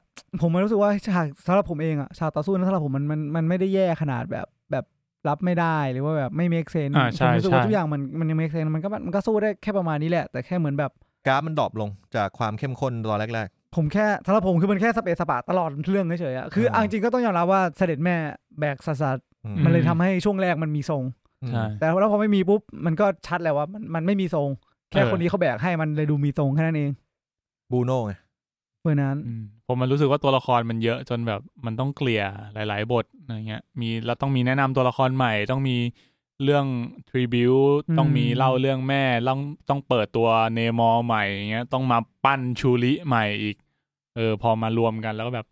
B: ผมมันรู้สึกว่าฉากสำหรับผมเองอะฉากต่อสู้นะสำหรับผมมันมันมันไม่ได้แย่ขนาดแบบแบบรับไม่ได้หรือว่าแบบไม่ make sense
C: อ่าใช่
B: ผมรู้สึกว่า
C: ใช่
B: ทุกอย่างมันมันยัง make sense มันก็มันก็สู้ได้แค่ประมาณนี้แหละแต่แค่เหมือนแบบ
A: กราฟมันดรอปลงจากความเข้มข้นตอนแรก
B: ผมแค่สำหรับผมคือมันแค่สเปซสปะตลอดเรื่องเฉยๆอะคือ
A: อ่า
B: เอาจริงๆก็ต้องยอมรับว่าเสด็จแม่แบกสัสๆ
A: ๆอืม
C: อื
B: มันเลยทำให้ช่วงแรกมันมีทรง
C: ใช่
B: แต่แล้วพอไม่มีปุ๊บ มันก็ชัดแล้วว่ามันมันไม่มีทรง แค่
C: เออ
B: คนนี้เขาแบกให้มันเลยดูมีทรงแค่นั้นเอง
A: บูโน่ไง
B: เพราะฉะนั้น
C: อืมผมมันรู้สึกว่าตัวละครมันเยอะจนแบบมันต้องเกลี่ยหลาย ๆ บทอะไรเงี้ย มีเราต้องมีแนะนำตัวละครใหม่ ต้องมีเรื่องทริบิว
B: อืม
C: ต้องมีเล่าเรื่องแม่ต้องต้องเปิดตัวเนมอร์ใหม่อย่างเงี้ยต้องมาปั้นชูริใหม่อีก เออ พอมารวมกันแล้วก็แบบ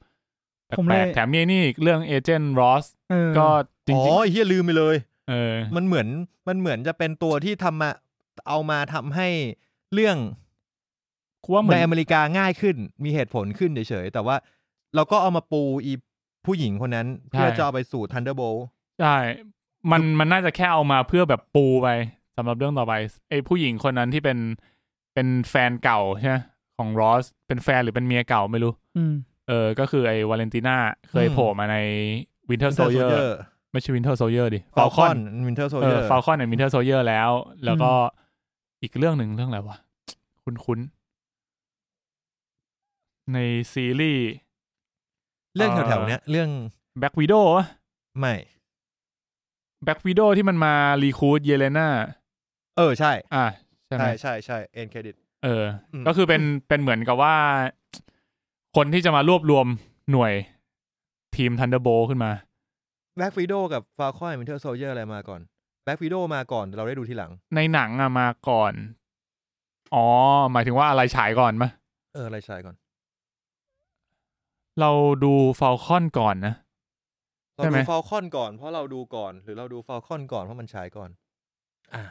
B: ผม
C: แป
B: เล
C: ล
B: ย
C: กๆแถมมีไอ้นี่อีกเรื่องเอเจนต์รอส
B: เออ
C: ก็จริ
A: อ๋
C: ง
A: อไอ้เฮี้ยลืมไปเลย
C: ๆเออ
A: มันเหมือนมันเหมือนจะเป็นตัวที่ทำมาเอามาทำให้เรื่อง
C: ว่าเหมื
A: ใน
C: อน
A: อเมริกาง่ายขึ้น มีเหตุผลขึ้นเฉยๆแต่ว่าเราก็เอามาปูอีผู้หญิงคนนั้น เพื่อจะเอาไปสู่ทันเดอร์โบล
C: ใช่มันมันน่าจะแค่เอามาเพื่อแบบปูไปสำหรับเรื่องต่อไปไอ้ผู้หญิงคนนั้นที่เป็นเป็นแฟนเก่าใช่ไหมของรอสเป็นแฟนหรือเป็นเมียเก่าไม่รู้
B: อืม
C: เออ ก็คือไอ้วาเลนติน่าเคยโผล่มาในวินเทอร์โซเยอร์ไม่ใช่วินเทอร์โซเยอร์ดิ
A: ฟาลคอ
C: ฟาลคอน น
A: วินเทอร์โซ
C: เอ
A: เยอ
C: อ
A: ร์
C: ฟาลคอนในวินเทอร์โซเยอร์แล้ว แล้วก็อีกเรื่องหนึ่งเรื่องอะไรวะ คุ้นคุ้นๆในซีรีส์
A: เรื่องแถวๆเนี้ยเรื่อง
C: แบ็กวีโด
A: ไม่
C: แบ็กวีโดที่มันมารีคูดเยเลนา
A: เออใช่
C: อ่ะใช่ไหม
A: ใช่ใช่ใช่เอ็นเครดิต
C: เอออ
A: ม
C: ก็คือเป็นเป็นเหมือนกับว่า คนที่จะมารวบรวมหน่วยทีมทันเดอร์โบขึ้นมา
A: แบ็กฟิโดกับฟาคอนวินเทอร์โซเยอร์อะไรมาก่อนแบ็กฟิโดมาก่อนเราได้ดูทีหลัง
C: ในหนังอะมาก่อน อ๋อ หมายถึงว่าอะไรฉายก่อนมะ
A: เอออะไรชายก่อน
C: เราดูฟ a ลคอนก่อนนะ
A: เรา
C: ใช่ไหม
A: ดูฟาคอนก่อนเพราะเราดูก่อนหรือเราดูฟาคอนก่อนเพราะมันฉายก่อน อ่า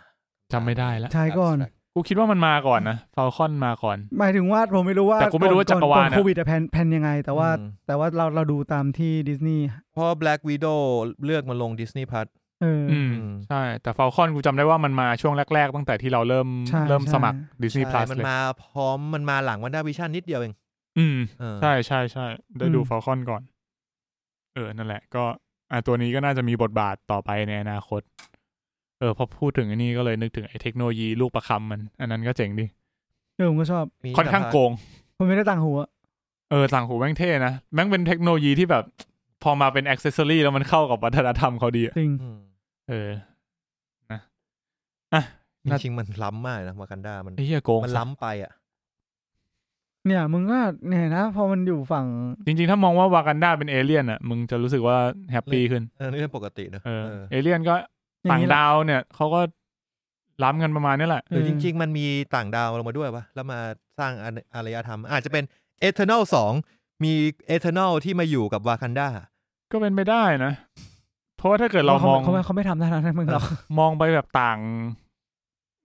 C: จำไม่ได้แล้ว
B: ใช่ก่อน
C: กูคิดว่ามันมาก่อนนะฟ a ลคอนมาก่อน
B: หมายถึงว่าผมไม่รู้ว่า
C: แต่กูไม่รู้ว่าจักรวาล
B: อนอน
C: อะ
B: โควิดอะแพนแพนยังไง แต่ว่า
A: อืม
B: แต่ว่าเราเราดูตามที่ดิสนีย์
A: เพราะ Black Widow เลือกมาลง Disney Plus
B: เอออ
C: อืม ใช่ แต่ฟ a ลคอนกูจำได้ว่ามันมาช่วงแรก ๆ ตั้งแต่ที่เราเริ่ม
B: ใช่
C: เริ่ม
B: ใช่
C: สมัครดิสนีย์พลัส
A: มัน
C: เลย
A: มาพร้อมมันมาหลังวันด้าวิชั่นนิดเดียวเอง
C: อืม
A: เออ
C: ใช่ใช่ใช่ได้ดู
B: อืม
C: ฟ a ลคอนก่อน เออ นั่นแหละ ก็อ่ะตัวนี้ก็น่าจะมีบทบาทต่อไปในอนาคต เออ พอพูดถึงอันนี้ก็เลยนึกถึงไอ้เทคโนโลยีลูกประคำมัน อันนั้นก็เจ๋งดี
B: เออผมก็ชอบ
A: มี
C: ค่อนข้างโกง
B: ผมไม่ได้ต่างหัว
C: เออต่างหูแม่งเท่นะ แม่งเป็นเทคโนโลยีที่แบบ พอมาเป็นอ c เซสซอรีแล้วมันเข้ากับวัฒนธรรมเขาดีอะ
B: จริง
A: อืม
C: เออ
A: จ
C: น่า
A: ริงๆมันล้ำมากนะวากันดามัน
C: ไอ้เหี้ยโกง
A: มันล้ำไปอ่ะ
B: เนี่ยมึงก็เนี่ยนะ พอมันอยู่ฝั่ง
C: จริงๆ ถ้ามองว่าวากันดาเป็นเอเลี่ยนอ่ะ มึงจะรู้สึกว่าแฮปปี้ขึ้น
A: เออนี่เรื่องปกติเนอะ
C: เออ
A: เออ
C: เอเลี่ยนก็
B: อย่า
C: ต่าง ง
B: นี้แหละ
C: ดาวเนี่ยเขาก็ล้ำกันประมาณนี้แหละ
A: หรือจริง ๆ มันมีต่างดาวลงมาด้วยปะแล้วมาสร้างอาอารยธรรม อาจจะเป็น Eternal 2 มี Eternal ที่มาอยู่กับวากันดา
C: ก็เป็นไปได้นะ เพราะว่าถ้าเกิดเรา
B: เขา
C: มอง
B: เขาไม่เขาไม่ทำท่านั้นให้มึงหรอก
C: มองไปแบบต่าง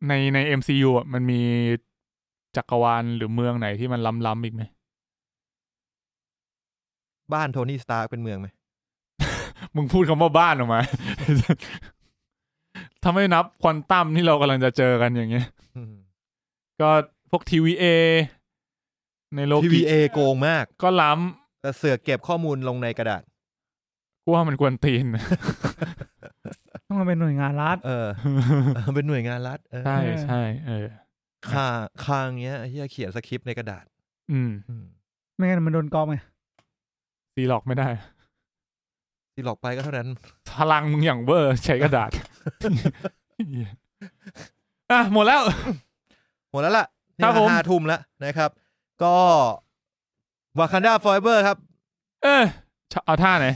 C: ในใน MCU อ่ะมันมีจักรวาลหรือเมืองไหนที่มันล้ำๆอีกไหม
A: บ้านโทนี่สตาร์เป็นเมืองไหม
C: มึงพูดคำว่าบ้านออกมา ถ้าไม่นับควอนตัมที่เรากำลังจะเจอกันอย่างเงี้ย
A: อืม
C: ก็พวก TVA ในโลกิ
A: TVA โกงมาก
C: ก็ล้
A: แต่เสือกเก็บข้อมูลลงในกระดาษ
C: ำกูว่ามันกวนตีน
B: ต้องมาเป็นหน่วยงานรัฐ
A: เอ อเออเป็นหน่วยงานรัฐเออ
C: ใช่ใช่เออ
A: ค่าค่าอย่างเงี้ยเฮียเขียนสคริปต์ในกระดาษ
C: อืม
A: อืม
B: ไม่งั้นมันโดนกองไง
C: ซีหลอกไม่ได้
A: ที่หลอกไปก็เท่านั้น
C: พลังมึงอย่างเวอร์ ใช้กระ ดาษ อ่ะ หมดแล้ว
A: หมดแล้วล่ะนี่
C: ครับผม
A: ห้าทุ่มแล้วนะครับ ก็วา k ันดาฟ o เ e อร์ครับ
C: เออเอาท่าไหน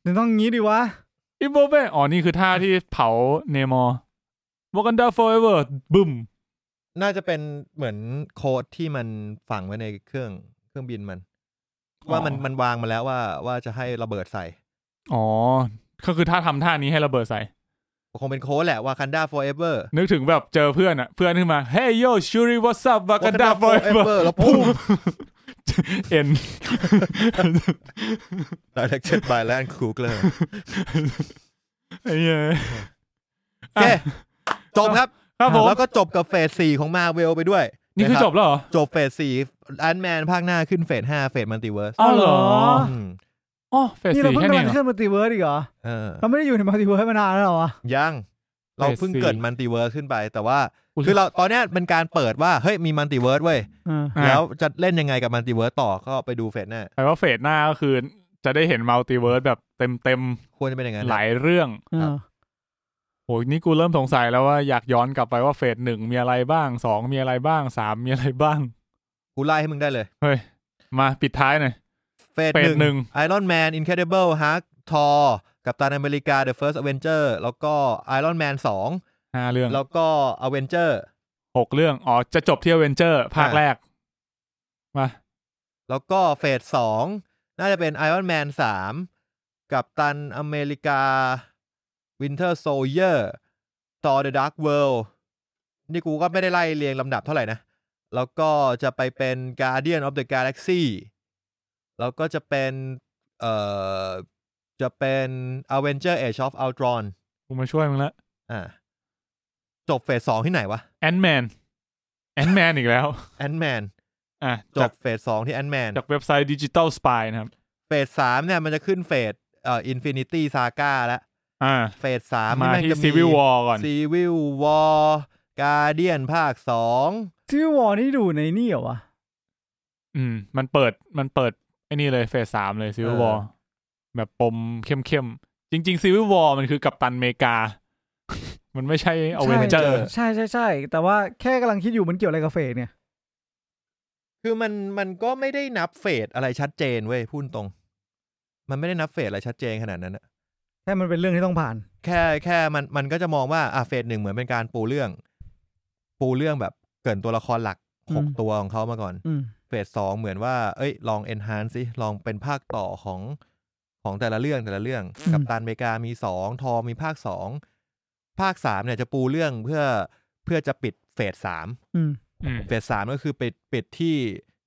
B: เดี๋ยวต้องงี้ดิวะ
C: อิโบเบอ๋อ นี่คือท่าที่เผาเนมอร์วอกันดาฟอร์เอเวอร์บึ้ม
A: น่าจะเป็นเหมือนโค้ดที่มันฝังไว้ในเครื่องเครื่องบินมัน
C: อ๋อ
A: ว่ามันมันวางมาแล้วว่าว่าจะให้ระเบิดใส่
C: อ๋อ ก็คือถ้าทำท่านี้ให้ระเบิดใส่
A: คงเป็นโค้ดแหละวา k ันดาฟ o เ e อร์
C: นึกถึงแบบเจอเพื่อนอ่ะ เพื่อนขึ้นมา Hey yo Shuri what's up Wakanda forever
A: แล้วพุ่ง
C: เอ็น
A: directed by Ryan Coogler
C: ไอ้เหี้ย
A: โอเค จบครับ
C: ครับผม
A: แล้วก็จบกับเฟสสี่ของมาเวลไปด้วย
C: นี่คือะ จ
A: รั
C: บแล้วเหรอ
A: จบเฟสสี่แอนแมนภาคหน้าขึ้นเฟสห้าเฟสมัลติเวิร์ส
C: อ้าวเหรอ
A: ม
C: อ๋อเฟส
B: นี่เรา
C: สี่
B: เพิ่งกำ
C: แค่นี้
B: ลัง
C: เหร
B: จะ
C: อ
B: ขึ้นมัลติเวิร์สอีกเหรอ
A: เออ
B: เราไม่ได้อยู่ในมัลติเวิร์สมานานแล้วเหรอวะ
A: ยัง เรา
C: เฟส
A: เพิ่ง
C: สี่
A: เกริดมัลติเวิร์สขึ้นไป แต่ว่า
C: ย
A: คือเราตอนเนี้ยเป็นการเปิดว่า เฮ้ย มีมัลติเวิร์สเว้ย
B: เออ
C: อ่ะ
A: แล้วจะเล่นยังไงกับมัลติเวิร์สต่อก็ไปดูเฟสหน้า
C: แปลว่าเฟสหน้าก็คือจะได้เห็นมัลติเวิร์สแบบเต็มเต็ม
A: ควรจะเป็นอย่างนั้น
C: ๆหลายเรื่อง
B: เออ
C: โหนี่กูเริ่มสงสัยแล้วว่าอยากย้อนกลับไปว่าเฟสหนึ่งมีอะไรบ้างสองมีอะไรบ้างสามมีอะไรบ้าง
A: กูไล่ให้มึงได้เลย
C: เฮ้ย มาปิดท้ายหน่อย
A: เฟส
C: เฟส
A: ห
C: หนึ่
A: นึ่ง
C: ง
A: ไอรอนแมนอินเครดิเบิลฮักทอกับตันอเมริกาเดอะเฟิร์สอเวนเจอร์แล้วก็ไอรอนแมนสอง
C: ห้าเรื่อง
A: แล้วก็อเวนเจอร์
C: หกเรื่อง อ๋อ จะจบที่ a เวนเจอร์ภาคแรก มา
A: แล้วก็เฟสสองน่าจะเป็นไอรอนแมนสามกับตันอเมริกาวินเทอร์โซเยอร์ตอเดอะดาร์กเวิลด์นี่กูก็ไม่ได้ไล่เรียงลำดับเท่าไหร่นะ แล้วก็จะไปเป็น Guardian of the Galaxy แล้วก็จะเป็น เอ่อ จะเป็น Avenger Age of Ultron
C: กูมาช่วยมึงละ
A: อ่า จบเฟสสองที่ไหนวะ
C: แอนแมนแอนแมนอีกแล้ว
A: Ant-Man
C: อ่ะ
A: จ
C: จาก
A: บเฟสสองที่ Ant-Man
C: จากเว็บไซต์ดิจิตอลสปายนะครับ
A: เฟสสามเนี่ยมันจะขึ้นเฟสเอ่อ Infinity Saga แล้ว
C: อ่า
A: เฟสสาม
C: มา
A: แง
C: ที่
A: จะมี
C: ซีวิววอลก่อน
A: Civil War Guardian ภาคสอง
B: ซีวอร์นี่ดูในนี่เหรอวะ
C: อืม มันเปิดมันเปิดไอ้นี่เลยเฟสสามเลยซีวิววอลแบบปมเข้มเข้มๆจริง ๆซีวิววอลมันคือกัปตันอเมริกา มันไม่ใช่อเวนเจอร์
B: ใช่ใช่ใช่แต่ว่าแค่กำลังคิดอยู่มันเกี่ยวอะไรกับเฟสเนี่ย
A: คือมันมันก็ไม่ได้นับเฟสอะไรชัดเจนเว้ยพูดตรง มันไม่ได้นับเฟสอะไรชัดเจนขนาดนั้นอะ
B: แค่มันเป็นเรื่องที่ต้องผ่าน
A: แค่แค่มันมันก็จะมองว่าอ่ะเฟสหนึ่งเหมือนเป็นการปูเรื่อง ปูเรื่องแบบเกรินตัวละครหลักหก
B: อืม
A: ตัวของเขามาก่อน
B: อืม
A: เฟสสองเหมือนว่าเอ้ย ลอง enhance สิลองเป็นภาคต่อของของแต่ละเรื่องแต่ละเรื่อง
B: อืม
A: กับตันอเมริกามีสองทอมีภาคสองภาคสามเนี่ยจะปูเรื่องเพื่อเพื่อจะปิดเฟสสาม
B: อืม
C: อืม
A: เฟสสามก็คือปิดปิดที่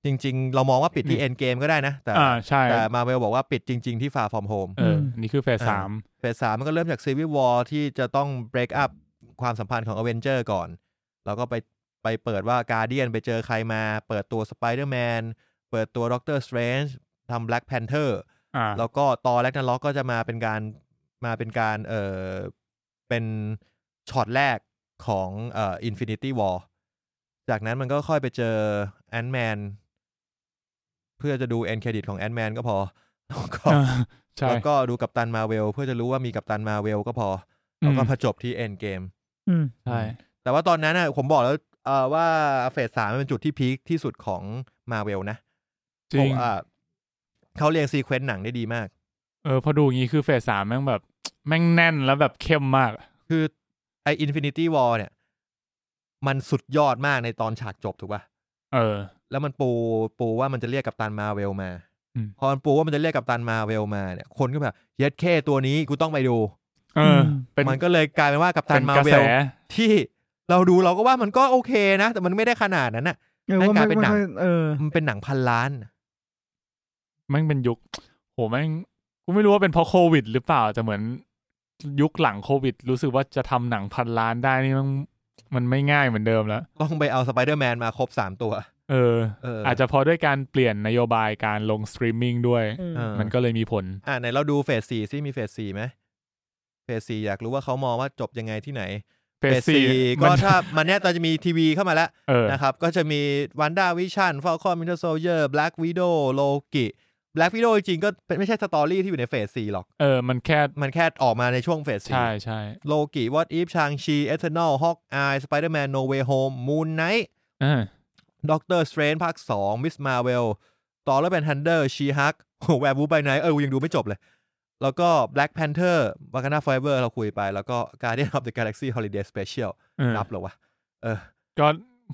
A: จริง ๆ เรามองว่าปิดที่เอ็นเกมก็ได้นะ แต่
C: อ่าใช่
A: แต่มาเวลบอกว่าปิดจริง ๆที่ฟาฟอร์มโฮม
C: เออ
B: ม
C: อันนี่คือเฟส
A: อ่า
C: สาม
A: เฟสสามมันก็เริ่มจากซีวิววอ r ที่จะต้อง break up ความสัมพันธ์ของอเวนเจอร์ก่อน แล้วก็ไปไปเปิดว่าการเดียนไปเจอใครมา เปิดตัวสไปเดอร์แมนเปิดตัวด็อกเตอร์สเตรนจ์ทำแบล็กแพนเทอร์
C: อ่า
A: แล้วก็ตอแรกนันล็อกก็จะมาเป็นการมาเป็นการเออเป็นช็อตแรกของเอ่ออินฟินิตี้วอจากนั้นมันก็ค่อยไปเจอแอนแมนเพื่อจะดูเอ็นเครดิตของแอนแมนก็พอ แล้วก็
C: อ่าใช่
A: แล้วก็ดูกัปตันมาเวลเพื่อจะรู้ว่ามีกัปตันมาเวลก็พออแล้วก็
C: อืม
A: ผจบที่เอ็นเกม
B: อืม
C: ใช่
A: แต่ว่าตอนนั้นน่ะผมบอกแล้วเอ่อว่าเฟสสามนเป็นจุดที่พีคที่สุดของมาเวลนะ
C: จริง
A: เพาะว่าเขาเรียงซีเควนต์หนังได้ดีมาก
C: เออ พอดูอย่างงี้คือเฟสสามแม่งแบบ แม่งแน่นแล้วแบบเข้มมาก
A: คือไออินฟินิตี้วอลเนี่ย มันสุดยอดมากในตอนฉากจบถูกป่ะ
C: เออ
A: แล้วมันปูปูว่ามันจะเรียกกัปตันมาเวลมา
C: อืม
A: พอมันปูว่ามันจะเรียกกัปตันมาเวลมาเนี่ยคนก็แบบเย็ดเคตัวนี้กูต้องไปดู
C: เออ
B: ม
C: เป็น
A: มันก็เลยกลายเป็นว่ากัปตั
C: เป็น น
A: มาก
C: ระ
A: เว
C: แส
A: ล ที่เราดูเราก็ว่ามันก็โอเคนะ แต่มันไม่ได้ขนาดนั้นน่ะ
B: เออว่า
A: ให้กลาย
B: ไม่
A: เป็น
B: ไม่
A: หนัง
B: ค่อยเออ
A: มันเป็นหนังพันล้านน่ะ
C: แม่งเป็นยุค โหแม่งกูไม่รู้ว่าเป็นเพราะโควิด หรือเปล่าแต่เหมือนยุคหลังโควิด รู้สึกว่าจะทำหนังพันล้านได้นี่มันมันไม่ง่ายเหมือนเดิมแล้ว
A: ต้องไปเอาสไปเดอร์แมนมาครบสามตัว
C: เออ
A: เออ
C: อาจจะเพอด้วยการเปลี่ยนนโยบายการลงสตรีมมิ่งด้วย
A: เออ
C: มันก็เลยมีผล
A: อ่าไหนเราดูเฟสสี่ซิมีเฟสสี่ไหมเฟสสี่อยากรู้ว่าเขามองว่าจบยังไงที่ไหน
C: เฟสสี่
A: ก็
C: มัน
A: ถ้ามันเนี้ยตอนจะมีทีวีเข้ามาแล้ว
C: เออ
A: นะครับ ก็จะมีวันด้าวิชั่นฟอลคอนมินเทอร์โซเยอร์แบล็กวิดโอโลกิแบล็กวิดโอจริงๆก็เป็นไม่ใช่สตอรี่ที่อยู่ในเฟสสี่หรอก
C: เออ มันแค่
A: มันแค่ออกมาในช่วงเฟสสี่
C: ใช่ใช่
A: โลกิวอตอีฟชางชีเอเทนอลฮอกอายสไปเดอร์แมนโนเวโฮมมูนไน
C: เออ
A: ด็อกเตอร์สเตรนภาคสองมิสมาเวลต่อแล้วเป็นฮันเดอร์ชีฮักแวร์บูไปไหนเออกูยังดูไม่จบเลย แล้วก็ Black Panther วากา d a าไฟเบอร์เราคุยไป แล้วก็ Guardian of the Galaxy Holiday Special
C: เออ
A: นับเหรอวะ เออ
C: ก็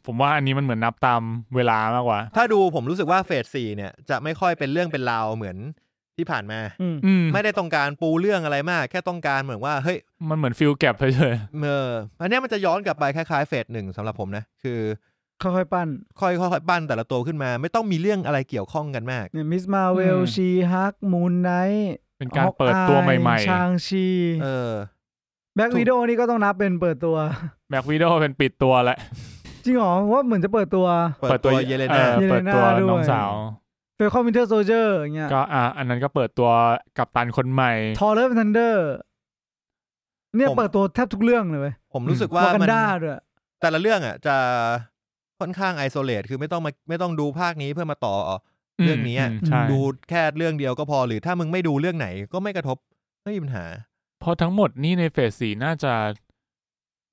C: ผมว่าอันนี้มันเหมือนนับตามเวลามากกว่า
A: ถ้าดูผมรู้สึกว่าเฟสสี่เนี่ย จะไม่ค่อยเป็นเรื่องเป็นราวเหมือนที่ผ่านมา
B: อืม
C: อืม
A: ไม่ได้ต้องการปูเรื่องอะไรมาก แค่ต้องการเหมือนว่า เฮ้ย
C: มันเหมือนฟิลแก็บเฉย
A: เอออันเนี้ยมันจะย้อนกลับไปคล้ายๆเฟสหนึ่งสำหรับผมนะ คือ
B: ค่อยๆปั้น
A: ค่อยค่อยๆปั้นแต่ละตัวขึ้นมา ไม่ต้องมีเรื่องอะไรเกี่ยวข้องกันมาก
B: เนี่ยมิสมาเวล
C: อืม
B: ชีฮักมูนไนท์
C: เป็นการเปิดตัวใหม่
B: ชางชี
A: เออ
B: แบ็ก
A: ถูก
B: วีดโอนี่ก็ต้องนับเป็นเปิดตัว
C: ๆแบ็กวิดโอเป็นปิดตัวแหละ
B: จริงเหรอว่าเหมือนจะเปิดตัว
A: เปิดตัวเยเลนา
C: ออเปิดตัว
B: เยเลนาด้วย
C: น้องสาว
B: เฟลคอมวินเทอร์โซเจอร์อย่างเงี้ย
C: ก็อ่ะอันนั้นก็เปิดตัวกับตันคนใหม่
B: ทอร์เรนทันเดอร์เนี่ย
A: ผม
B: เปิดตัวแทบทุกเรื่องเลยเว้ย
A: ผมรู้สึก
B: วา
A: ว่า
B: กัน
A: มัน
B: ดาด้วย
A: แต่ละเรื่องอ่ะ จะค่อนข้างไอโซเลตคือไม่ต้องมาไม่ต้องดูภาคนี้เพื่อมาต่อ เรื่องนี้อะ
C: มใช่
A: ดูแค่เรื่องเดียวก็พอหรือถ้ามึงไม่ดูเรื่องไหนก็ไม่กระทบไม่มีปัญหา
C: เพราะทั้งหมดนี่ในเฟสสี่น่าจะ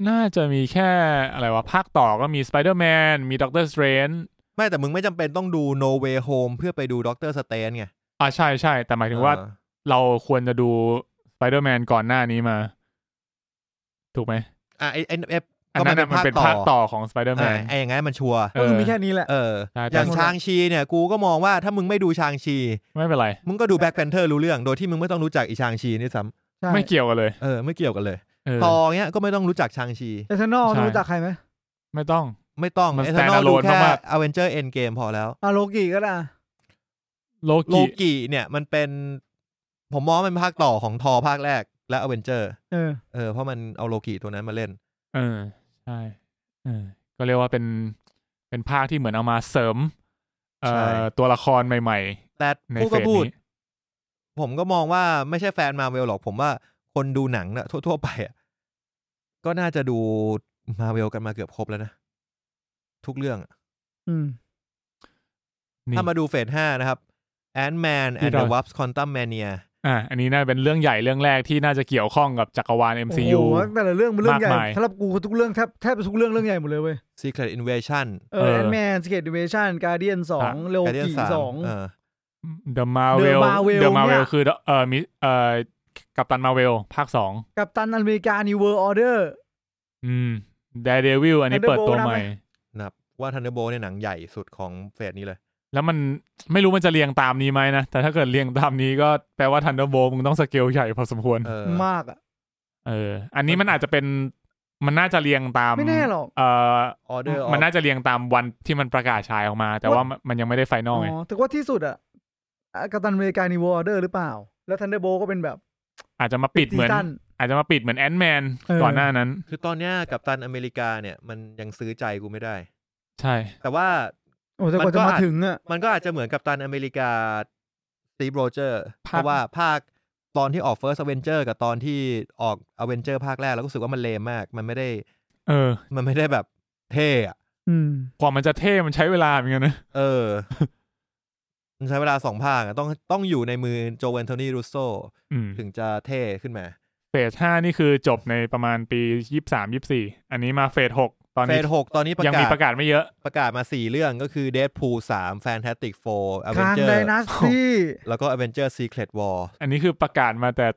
C: น่าจะมีแค่อะไรวะ ภาคต่อก็มีสไปเดอร์แมนมีด็อกเตอร์สเตรน
A: ไม่แต่มึงไม่จำเป็นต้องดู No Way Home เพื่อไปดูด็อกเตอร์สเตนไง
C: อ่ะใช่ใช่แต่หมายถึงว่า
A: เออ
C: เราควรจะดูสไปเดอร์แมนก่อนหน้านี้มา ถูกไหม
A: อ่ะไอไอเอฟ
C: อันนั้น
A: ก็
C: น่ะ
A: มั
C: มัน
A: นเป็
C: เป็น น
A: ภา
C: ภา
A: ค
C: ค
A: ต่
C: ต่
A: อ
C: อของสไปเดอร์แม
A: อ่ะ
C: น
A: ไออย่างงั้นมันชัวร์
C: เอ
B: ก็
C: อ
B: คือมีแค่นี้แหละ
A: เออ
C: ใช่
A: อย่าง
C: แต่
A: ชางชีเนี่ย กูก็มองว่าถ้ามึงไม่ดูชางชี
C: ไม่เป็นไร
A: มึงก็ดูแบ็คแพนเทอร์รู้เรื่อง โดยที่มึงไม่ต้องรู้จักอีชางชีนี่ซ้
B: ใช่
C: ไม่เกี่ยวกันเลย
A: ำเออไม่เกี่ยวกันเลย
C: เออ
A: ตอเนี้ยก็ไม่ต้องรู้จักชางชี
B: เอเทนอล
C: ใช่
B: รู้จักใครไหม
C: ไม่ต้อง
A: ไม่ต้อง
C: มัน
A: ไอ้
C: stand
A: นอลดู
C: alone
A: แค่
C: มาก
A: อเวนเจอร์เอ็นเกมพอแล้ว
B: อาโลกิก็ได้อะ
C: โล
A: โล
C: กิ
A: กิเนี่ยมันเป็น ผมมองว่ามันเป็นภาคต่อของทอภาคแรกและอเวนเจอร์
B: เออ
A: เออเพราะมันเอาโลกิตัวนั้นมาเล่น
C: เออใช่เออก็เรียกว่าเป็นเป็นภาคที่เหมือนเอามาเสริม เอ่
A: ใช่
C: อตัวละครใหม่
A: แต่
C: ๆ ใน
A: พูด
C: เฟ
A: ก็
C: ส
A: พูด
C: นี้
A: ผมก็มองว่าไม่ใช่แฟนมาเวลหรอกผมว่าคนดูหนังนะทั่วๆไปอ่ะก็น่าจะดูมาเวลกันมาเกือบครบแล้วนะ ทุกเรื่องอะ
B: อืม
C: นี่
A: ถ้ามาดูเฟสห้านะครับแอนแมน
C: ที่
A: แอน
C: เรา
A: ด์วัฟส์คอนตัมแมเนีย
C: อ่ะอันนี้น่าเป็นเรื่องใหญ่เรื่องแรกที่น่าจะเกี่ยวข้องกับจักรวาล
B: โอ้
C: MCU
B: โหแต่ละเรื่องมันเรื่องใหญ่
C: มากมาย
B: สำหรับกูทุกเรื่องแทบแทบจะทุกเรื่องเรื่องใหญ่หมดเลยเว้ย
A: ซีเครตอินเวชั่น
B: เออแอนแมนสเกตดิเวชั่นการเดียนสองเลโอ
A: การเดียน
B: กิ
A: สาม
B: สอง
A: เออ
C: The Marvel
B: The Marvel
C: The Marvel
B: เนี่ย
C: คือเอ่อมิเอ่อกัปตันมาเวลภาคสอง
B: กับตันอเมริกานิเวอร์ออเดอร์
C: อืม Daredevil อันนี้เปิดตัวใหม่
B: Thunderbolt
A: นะครับว่าทันเดอร์โบในยหนังใหญ่สุดของเฟสนี้เลย
C: แล้วมันไม่รู้มันจะเรียงตามนี้ไหมนะ แต่ถ้าเกิดเรียงตามนี้ก็แปลว่า Thunderbolt มึงต้องสเกลใหญ่พอสมควร
A: เออ
B: มากอ่ะ
C: เออ อันนี้มันอาจจะเป็นมันน่าจะเรียงตาม
B: ไม่แน่หรอก
C: เอ่อ
A: Order of
C: มันน่าจะเรียงตามวันที่มันประกาศฉายออกมา แต่ว่ามันยังไม่ได้ไฟน
B: อ๋
C: อ
B: อ
C: ลไง
B: แต่ว่าที่สุดอ่ะอ่ะกัปตันอเมริกานิเวอร์ออเดอร์หรือเปล่า แล้วทันเดอร์โบก็เป็นแบบ
C: อาจจะมาปิด
B: ซี
C: เหมือน
B: ซั่น
C: อาจจะมาปิดเหมือนแอนด์แมน
B: เออ
C: ก่อนหน้านั้น
A: คือตอนเนี้ยกับตันอเมริกาเนี่ย มันยังซื้อใจกูไม่ได้
C: ใช่
A: แต่ว่า
B: โอ้แต่กว่าจะมาถึงอ่ะ
A: มันก็อาจจะเหมือนกับตันอเมริกาสตี v โรเจอร์เพ
C: ภาค
A: ราะว่าภาคตอนที่ออก First Avenger กับตอนที่ออก Avenger ภาคแรกแล้วก็รู้สึกว่ามันเลมมาก มันไม่ได้
C: เออ
A: มันไม่ได้แบบเท่อะ
B: อืม
C: กว่ามันจะเท่มันใช้เวลาเหมือนกันนะ
A: เออ มันใช้เวลาสองภาคอะต้องต้องอยู่ในมือโจแอนโทนีรูโซ
C: อืม
A: ถึงจะเท่ขึ้นมา
C: เฟสห้านี่คือจบในประมาณปียี่สามยี่สี่อันนี้มาเฟสหกตอน
A: เฟ
C: นี้
A: สหกตอนนี้ประ
C: ยังมี
A: กาศ
C: ประกาศไม่เยอะ
A: ประกาศมาสี่เรื่องก็คือ Deadpool 3 Fantastic Four
B: คาง
A: Avenger
B: ไดนาสตี้
A: แล้วก็ Avenger Secret War
C: อันนี้คือประกาศมาแต่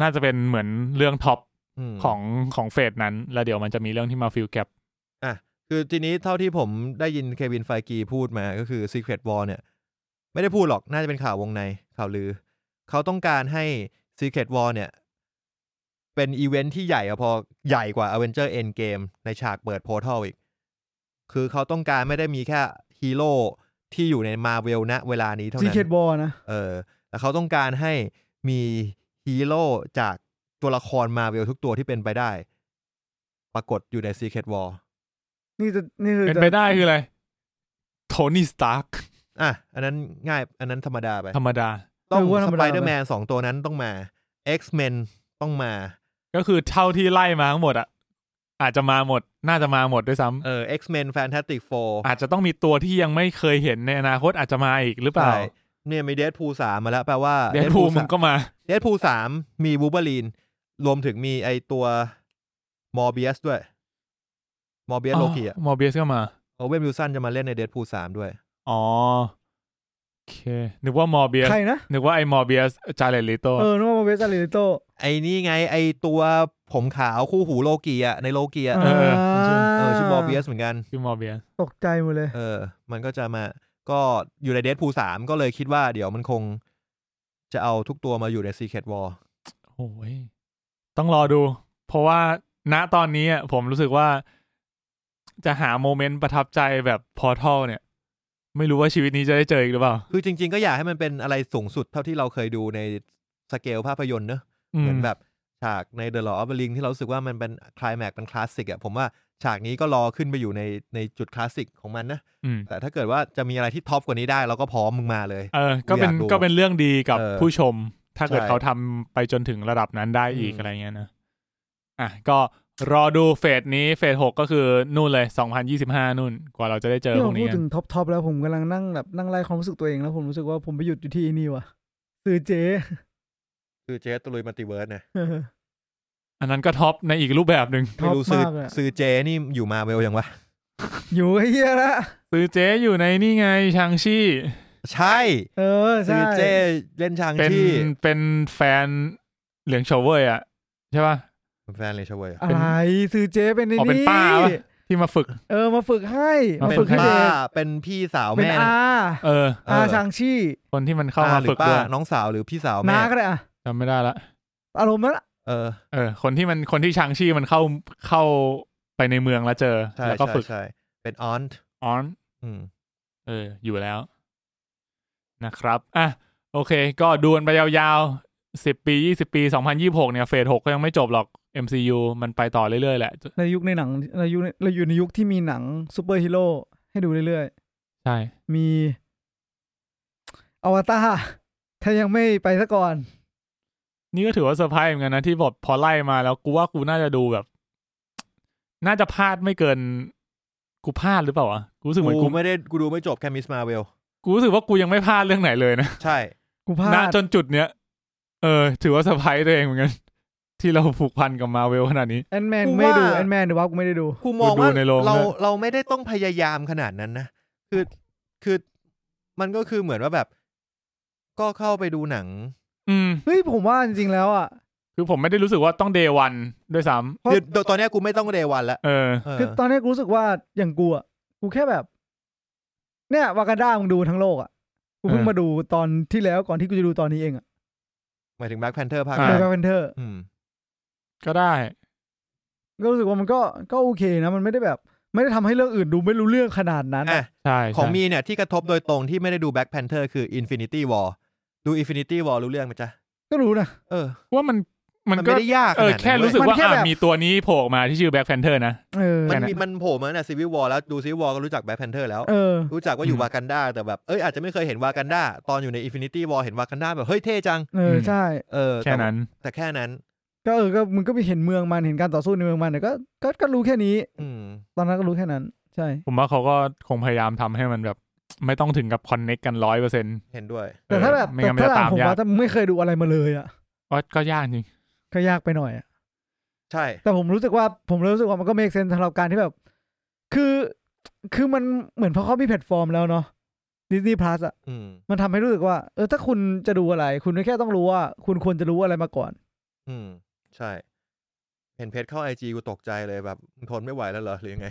C: น่าจะเป็นเหมือนเรื่องท็อป
A: ม
C: ของของเฟสนั้น แล้วเดี๋ยวมันจะมีเรื่องที่มาฟิลแกป
A: คือทีนี้เท่าที่ผมได้ยินเควินไฟกีพูดมาก็คือ Secret War เนี่ย ไม่ได้พูดหรอกน่าจะเป็นข่าววงในข่าวลือ เขาต้องการให้ Secret War เนี่ย เป็นอีเวนท์ที่ใหญ่อะพอใหญ่กว่า Avenger Endgame ในฉากเปิดโพท a ลอีก คือเขาต้องการไม่ได้มีแค่ฮีโร่ที่อยู่ในมาเวลณเวลานี้เท่า
B: ซี
A: นั้
B: เ e
A: น
B: ตบอลนะ
A: เออแต่เขาต้องการให้มีฮีโร่จากตัวละครมาเวลทุกตัวที่เป็นไปได้ ปรากฏอยู่ใน Secret War
B: นี่จะนี่คือ
C: เป็น
B: จะ
C: ไปได้คืออะไรโทนี่สตาร์
A: อ่ะ อันนั้นง่าย อันนั้นธรรมดาไป
C: ธรรมดา
A: ต้อง
B: เว่าธ
A: ส
B: ม
A: ไป
B: ดา
A: เดอร์แมนสองตัวนั้นต้องมา X-Men ต้องมา
C: ก็คือเท่าที่ไล่มาทั้งหมดอ่ะ อาจจะมาหมด น่าจะมาหมดด้วยซ้ำ
A: เออ X-Men Fantastic Four
C: อาจจะต้องมีตัวที่ยังไม่เคยเห็นในอนาคตอาจจะมาอีกหรือเปล่า
A: ใช่เนี่ยมีเด p พูสามมาแล้ว แปลว่า
C: เดนพูมันก็มา
A: เดดพูสามมีบูเบอรีน รวมถึงมีไอตัวมอร์เบียสด้วยมอร์เบียสโลคีอะ
C: มอร์เบียสก็มา
A: โอเวนวิลสันจะมาเล่นในเด p พูสามด้วย
C: อ๋อ โอเค นึกว่ามอร์เบียส
B: ใครนะ
C: นึกว่าไอ้มอร์เบียสจาเลตลิโต
B: เออนึกว่าเวสอาริโต
A: ไอนี่ไงไอตัวผมขาวคู่หูโลกีอะในโลกีอะ
B: เออ
A: เออชื่อมอร์เบียสเหมือนกัน
C: คือมอร์เบียส
B: ตกใจหมดเลย
A: เออ มันก็จะมา ก็อยู่ในเด p พูสามก็เลยคิดว่าเดี๋ยวมันคงจะเอาทุกตัวมาอยู่ใน Secret War
C: โอ้ย ต้องรอดู เพราะว่าณตอนนี้อะผมรู้สึกว่า จะหาโมเมนต์ประทับใจแบบพอทัลเนี่ย ไม่รู้ว่าชีวิตนี้จะได้เจออีกหรือเปล่า
A: คือจริง ๆ ก็อยากให้มันเป็นอะไรสูงสุดเท่าที่เราเคยดูในสเกลภาพยนตร์เนอะ เหมือนแบบฉากใน The Lord of the Ring ที่เรารู้สึกว่ามันเป็นคลายแม็กเป็นคลาสสิกอะผมว่าฉากนี้ก็รอขึ้นไปอยู่ในในจุดคลาสสิกของมันนะ
C: อืม
A: แต่ถ้าเกิดว่าจะมีอะไรที่ท็อปกว่านี้ได้เราก็พร้อมมึงมาเลย
C: เออ ก็เป็
A: อยา
C: น
A: กดู
C: ก็เป็นเรื่องดีกับ
A: เออ
C: ผู้ชม ถ้าเกิด
A: ใช่
C: เขาทำไปจนถึงระดับนั้นได้อีก
A: อืม
C: อะไรเงี้ยนะ อ่ะ ก็รอดูเฟสนี้เฟสหกก็คือนู่นเลยสองพันยี่สิบห้านู่น กว่าเราจะได้เจอ
B: นี่ผ
C: พว
B: ม
C: ก
B: พู
C: นี้
B: ด
C: กัน
B: ถึงท็อปทอปแล้วผมกำลังนั่งแบบนั่งไล่ความรู้สึกตัวเองแล้วผมรู้สึกว่าผมไปหยุดอยู่ที่นี่ว่ะซื้อเจ
A: คือเจสตุลุยมัลติเวิร์สนะ
C: อันนั้นก็ท็อปในอีกรูปแบบหนึ่ง
B: ท็
A: ไม่
B: อป
A: รู้ซื้อ
B: มากเลยอะ
A: ซื้อเจนี่อยู่มาเวลยังวะ
B: อยู่ไอ้เหี้ยละ
C: ซื้อเจ๊อยู่ในนี่ไงชางชี่
A: ใช่
B: เออ
A: ซื้
B: ใช่
A: อเจเล่นชาง
C: เป็น
A: ที่
C: เป็นแฟนเหลืองโชเวยอ่ะ ใช่ป่ะ
A: เป็นแฟนเลยชเวยอะ
B: อะไรซื้อเจเป็นใน
C: อ๋อเป็น
B: นี่
C: ป้าวะ ที่มา ฝึก
B: เออมาฝึกให้มา
A: เป็
B: ฝึ
A: น
B: กให้
A: ป้า
B: เด็ก
A: เป็นพี่สาว
B: เป็น
A: แม่
B: อา
C: เออ
A: เ
B: อาชางชี่
C: คนที่มันเข้ามา
A: หรื
C: ฝึก
A: อป้า
C: ด้วย
A: น้องสาวหรือพี่สาวแม่
B: นาก็ได้อะ
C: จำไม่ได้ละ
B: อารมณ์นั้นอะ
A: เออ
C: เออ คนที่มันคนที่ชางชี่มันเข้าเข้าไปในเมืองแล้วเจอ
A: ใช่
C: แล้วก็
A: ใช่
C: ฝึก
A: ใช่เป็นออน
C: ออน เออ อยู่แล้วนะครับ อ่ะ โอเค ก็ดูกันไปยาวๆสิบปียี่สิบปีสองพันยี่หกเนี่ยเฟสหกก็ยังไม่จบหรอก MCU มันไปต่อเรื่อยๆ แหละ
B: ในยุคในหนังในยุคเราอยู่ในยุคที่มีหนังซูเปอร์ฮีโร่ให้ดูเรื่อย
C: ใช่
B: ๆ มีอวตารถ้ายังไม่ไปซะก่อน
C: นี่ก็ถือว่าเซอร์ไพรส์เหมือนกันนะ ที่บอกพอไล่มาแล้วกูว่ากูน่าจะดูแบบ น่าจะพลาดไม่เกิน กูพลาดหรือเปล่าวะกูรู้สึกเหมือน
A: กู
C: กู
A: ไม่ได้กูดูไม่จบแค่มิสมาเวล
C: กูรู้สึกว่ากูยังไม่พลาดเรื่องไหนเลยนะ
A: ใช่
B: กูพลา
C: ณ
B: ด
C: จนจุดเนี้ยเออ ถือว่าเซอร์ไพรส์ตัวเองเหมือนกัน ที่เราผูกพันกับมาเวลขนาดนี้
B: แอนแมน
A: กู
B: ไม่ดู
A: ว่า
B: แอนแมนหรือว่ากูไม่ได้ดู
A: กูมอง
C: กูดู
A: ว่า
C: ในโรง
A: เรา
C: ด้วย
A: เราไม่ได้ต้องพยายามขนาดนั้นนะ คือคือมันก็คือเหมือนว่าแบบ ก็เข้าไปดูหนัง
C: อืม
B: เฮ้ยผมว่าจริงๆแล้วอ่ะ
C: คือผมไม่ได้รู้สึกว่าต้องเดวันด้วยซ้
B: เพราะ
A: คือตอนเนี้ยกูไม่ต้องเดวันละ
C: ำเออ
A: เออ
B: คือตอนนี้กูรู้สึกว่าอย่างกูอ่ะกูแค่แบบ เนี่ยวากาด้ามึงดูทั้งโลกอ่ะกูเพิ่ง
C: เออ
B: มาดูตอนที่แล้วก่อนที่กูจะดูตอนนี้เองอ่ะ
A: หมายถึงแบ็คแพนเทอร์ภาค
C: อ่า
B: ใน
A: แรก
B: แบล็คแพนเทอร์
A: อืม
C: ก็ได้
B: ก็รู้สึกว่ามันก็ก็โอเคนะ มันไม่ได้แบบ ไม่ได้ทำให้เรื่องอื่นดูไม่รู้เรื่องขนาดนั้น
A: อ่ะ
B: อะ
C: ใช่
A: ของ
C: ใช่
A: มีเนี่ยที่กระทบโดยตรงที่ไม่ได้ดูแบ็คแพนเทอร์คืออินฟินิตี้วอลดูอินฟินิตี้วอลรู้เรื่องไหมจ๊ะ
B: ก็รู้นะ
A: เออ
C: ว่ามัน
A: มั
C: มัน นก็
A: ไม่ได้ยาก
C: เออ
A: ขนาดนั้น
C: แค่รู้สึก
B: มัน
C: ว่า
B: แค่
C: อ่ะ
B: แบบ
C: มีตัวนี้โผล่ออกมาที่ชื่อแบ็คแพนเทอร์นะ
B: เออ
A: เว้ยมัน
C: แค่นั้น
A: มีมันโผล่มาเนี่ยซีวิววอลแล้วดูซีวิวอลก็รู้จักแบ็คแพนเทอร์แล้ว
B: เออ
A: รู้จักว่าอยู่
C: อืม
A: วากันดาแต่แบบเอ้ยอาจจะไม่เคยเห็นวากันดาตอนอยู่ในอินฟินิตี้วอลเห็นวากันดาแบบเฮ้ยเท่จัง
B: เออใช่
A: เออ
C: แค่นั้น
A: แต่แค่นั้น
B: ก็เออก็มึงก็มีเห็นเมืองมันเห็นการต่อสู้ในเมืองมันแต่ก็ก็ก็รู้แค่นี้
A: อืม
B: ตอนนั้นก็รู้แค่นั้น ใช่
C: ผมว่าเขาก็คงพยายามทำให้มันแบบ ไม่ต้องถึงกับคอนเน็กกันร้อยเปอร์เซ็นต์
A: เห็นด้วย
B: แต่ถ้าแบบ
C: ไม่
B: แต่
C: งั้นมัน
B: ถ้า
C: จะ
B: หลั
C: ตาง ม
B: ผม
C: ยา
B: ว่าก ถ้าไม่เคยดูอะไรมาเลยอ่ะ
C: อ๋อก็ยากจริง
B: ก็ยากไปหน่อยอะ
A: ใช่
B: แต่ผมรู้สึกว่าผมรู้สึกว่ามันก็เม e เซนสำหรับการที่แบบ คือคือมันเหมือนเพราะเขามีแพลตฟอร์มแล้วเนาะดิสนีย์พลัสอ่ะ
A: อืม
B: มันทำให้รู้สึกว่า เออถ้าคุณจะดูอะไร คุณก็แค่ต้องรู้ว่า คุณควรจะรู้อะไรมาก่อน
A: อืม ใช่ เห็นเพจเข้าไอจีกูตกใจเลยแบบมึงทนไม่ไหวแล้วเหรอ หรือยังไง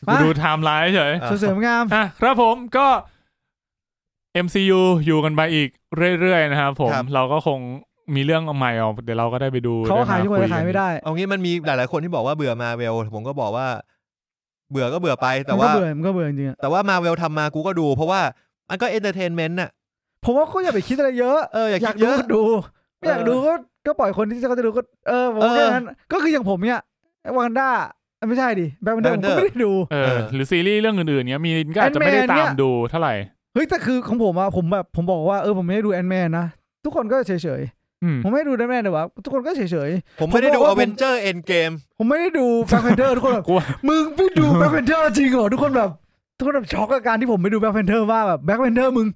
C: กู
B: มา
C: ดูไทม์ไลน์เฉย
A: อ่ะ
B: เสริมงาม
C: อ่ะครับผมก็ MCU อยู่กันไปอีกเรื่อยๆนะครับผม
A: ครับ
C: เราก็คงมีเรื่องใหม่ออกเดี๋ยวเราก็ได้ไปดู
B: เขาก็ขายทุกคน
C: ด้
B: จะขายไม่ได้
A: เอางี้มันมีหลาย ๆ คนที่บอกว่าเบื่อมาเวล ผมก็บอกว่า เบื่อก็เบื่อไป แต่
B: มันก็
A: ว่า
B: เบื่อมันก็เบื่อจริงๆอะ
A: แต่ว่ามาเวลทำมากูก็ดู เพราะว่ามันก็เอนเตอร์เทนเมนต์น่ะ
B: ผมว่าก็อย่าไปคิดอะไรเยอะ
A: เออ อย่า
B: อ
A: คิ
B: ยา
A: ด
B: กดู
A: เยอะ
B: ก็ดูไม่อยากดูก็ก็ปล่อยคนที่เขาจะดูก็เออผมว่า
A: เออ
B: แค่นั้นก็คืออย่างผมเนี่ยวันด้าไม่ใช่ดิแบล็คแพนเดอร์ผมก็
A: Black Panther
B: ไม่ได้ดู
C: เอ
A: เอ
C: อ
A: อ
C: หรือซีรีส์เรื่องอื่นๆเนี้ยมีก็อาจจะไม่ได้
B: Ant-Man
C: ตาม
B: เนี่ย
C: ดูเท่าไหร่
B: เฮ้ยแต่คือของผมอะผมแบบผมบอกว่าเออผมไม่ได้ดูแอนแมนนะทุกคนก็เฉยๆ
C: อืม
B: ผมไม่ดูแมนแต่ว่าทุกคนก็เฉย
A: ผมไม่ได้ดู
B: ผมบ
A: อ
B: อกว่าผม
A: เวนเจอร์เอ็นเกม
B: ๆ ผมไม่ได้ดูแบ็คแพนเทอร์ ทุกคนแบบ
C: กลัว
B: มึงไม่ดูแบ็คแพนเทอร์จริงเหรอทุกคนแบบทุกคนแบบช็อกกับการที่ผมไม่ดูแบ็คแพนเทอร์ว่าแบบแบ็คแพนเทอร์มึง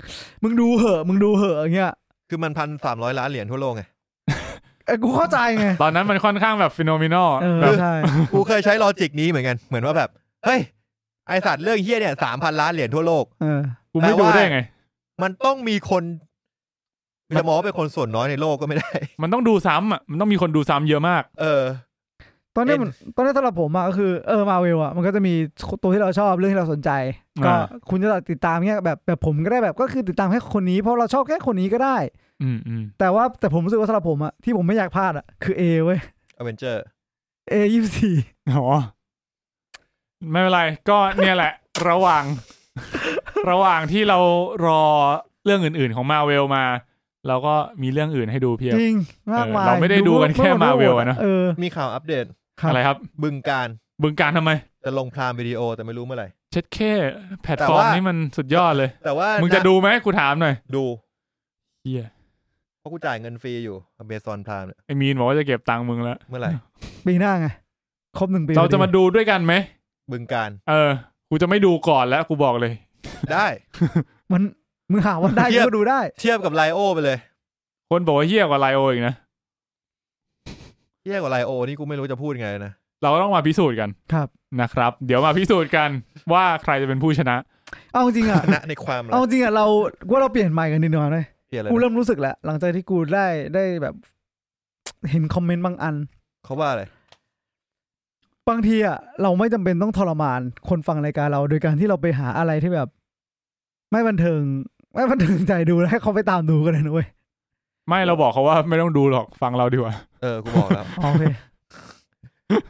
B: มึงดูเหอะมึงดูเหอะอย่างเงี้ย
A: คือมันพันสามร้อยล้านเหรียญทั่วโลกไง
B: เอ้ยกูเข้าใจไง
C: ตอนนั้นมันค่อนข้างแบบฟิโนมินอล
B: เออ
C: แบบ
B: ใช่
A: กูเคยใช้ลอจิกนี้เหมือนกัน เหมือนว่าแบบ เฮ้ย ไอสัตว์เรื่องเฮี้ยเนี่ยสามพันล้านเหรียญทั่วโลก
B: เออ
C: กูไม่ดูได้ไง
A: มันต้องมีคนจะมองว่าเป็นคนส่วนน้อยในโลกก็ไม่ได้
C: มันต้องดูซ้ำอ่ะมันต้องมีคนดูซ้ำเยอะมาก
A: เออ
B: ตอนนี้มันตอนนี้สำหรับผมอะก็คือเออมาเวลอะมันก็จะมีตัวที่เราชอบเรื่องที่เราสนใจ ก็
C: อ่า
B: คุณจะติดตามเงี้ยแบบแบบผมก็ได้แบบก็คือติดตามแค่คนนี้เพราะเราชอบแค่คนนี้ก็ได้
C: อืมอืม
B: แต่ว่าแต่ผมรู้สึกว่าสำหรับผมอะที่ผมไม่อยากพลาดอะคือเอเว้ย
A: อเวนเจอร์
B: เอยี่สี่
C: อ๋อ ไม่เป็นไร ก็เนี่ยแหละ ระหว่าง ระหว่างที่เรารอเรื่องอื่นๆของมาเวลมา เราก็มีเรื่องอื่นให้ดูเพียบ
B: จริงมากมาย
C: เราไม่ได้ดูกันแค่
B: เอ
C: Marvel
B: ห
C: อะนะ
B: เออ
A: มีข่าวอัปเดต
B: ครับ
C: อะไรครับ
A: บึงการ
C: บึงการทำไม
A: จะลงพรามวิดีโอแต่ไม่รู้เมื่อไหร่
C: เช็ดแค่แพลตฟอร์ม
A: แต่ว่า
C: นี้มันสุดยอดเลย
A: แต่ว่า
C: มึ
A: มึ
C: งจะดูไหมกูถามหน่อย
A: ดู
C: เฮีย
A: เพราะกูจ่ายเงินฟรีอยู่อเมซอนพรามเนี่ย
C: ไอมีนบอกว่าจะเก็บตังค์มึงแล้ว
A: เมื่อไหร่
B: ปีหน้าไงครบหนึ่งปี
C: เราจะ
B: พ
C: มา
B: อดี
C: ดูด้วยกันไหม
A: บึงการ
C: เออ กูจะไม่ดูก่อนแล้ว กูบอกเลย
A: ได้
B: มันมึงหาวันได้
A: เทียบ
B: ก็ดูได้
A: เทียบกับไลโอไปเลย
C: คนบอกว่าเฮี้ยกว่าไลโออีกนะ
A: เทียบกับไลโอนี่กูไม่รู้จะพูดไงนะ
C: เราก็ต้องมาพิสูจน์กัน
B: ครับ
C: นะครับ เดี๋ยวมาพิสูจน์กันว่าใครจะเป็นผู้ชนะ
B: เอาจ ริงอ่ะ
A: ณในความ
B: เอาจริงอ่ะเราว่าเราเปลี่ยนใหม่กันนิดหน่อยเลย
A: เปลี่ยนอะไร
B: กู
A: นะ
B: เริ่มรู้สึกแล้ว หลังจากที่กูได้ได้แบบ เห็นคอมเมนต์บางอัน
A: เขาว่าอะไร
B: บางทีอ่ะเราไม่จำเป็นต้องทรมานคนฟังรายการเรา โดยการที่เราไปหาอะไรที่แบบ ไม่บันเทิง ไม่บันเทิงใจดูแล้วให้เขาไปตามดูกันเลยนุ้ย
C: ไม่เราบอกเขาว่าไม่ต้องดูหรอกฟังเราดีกว่า
A: เออกูบอกแล้ว
B: อ๋อโอเค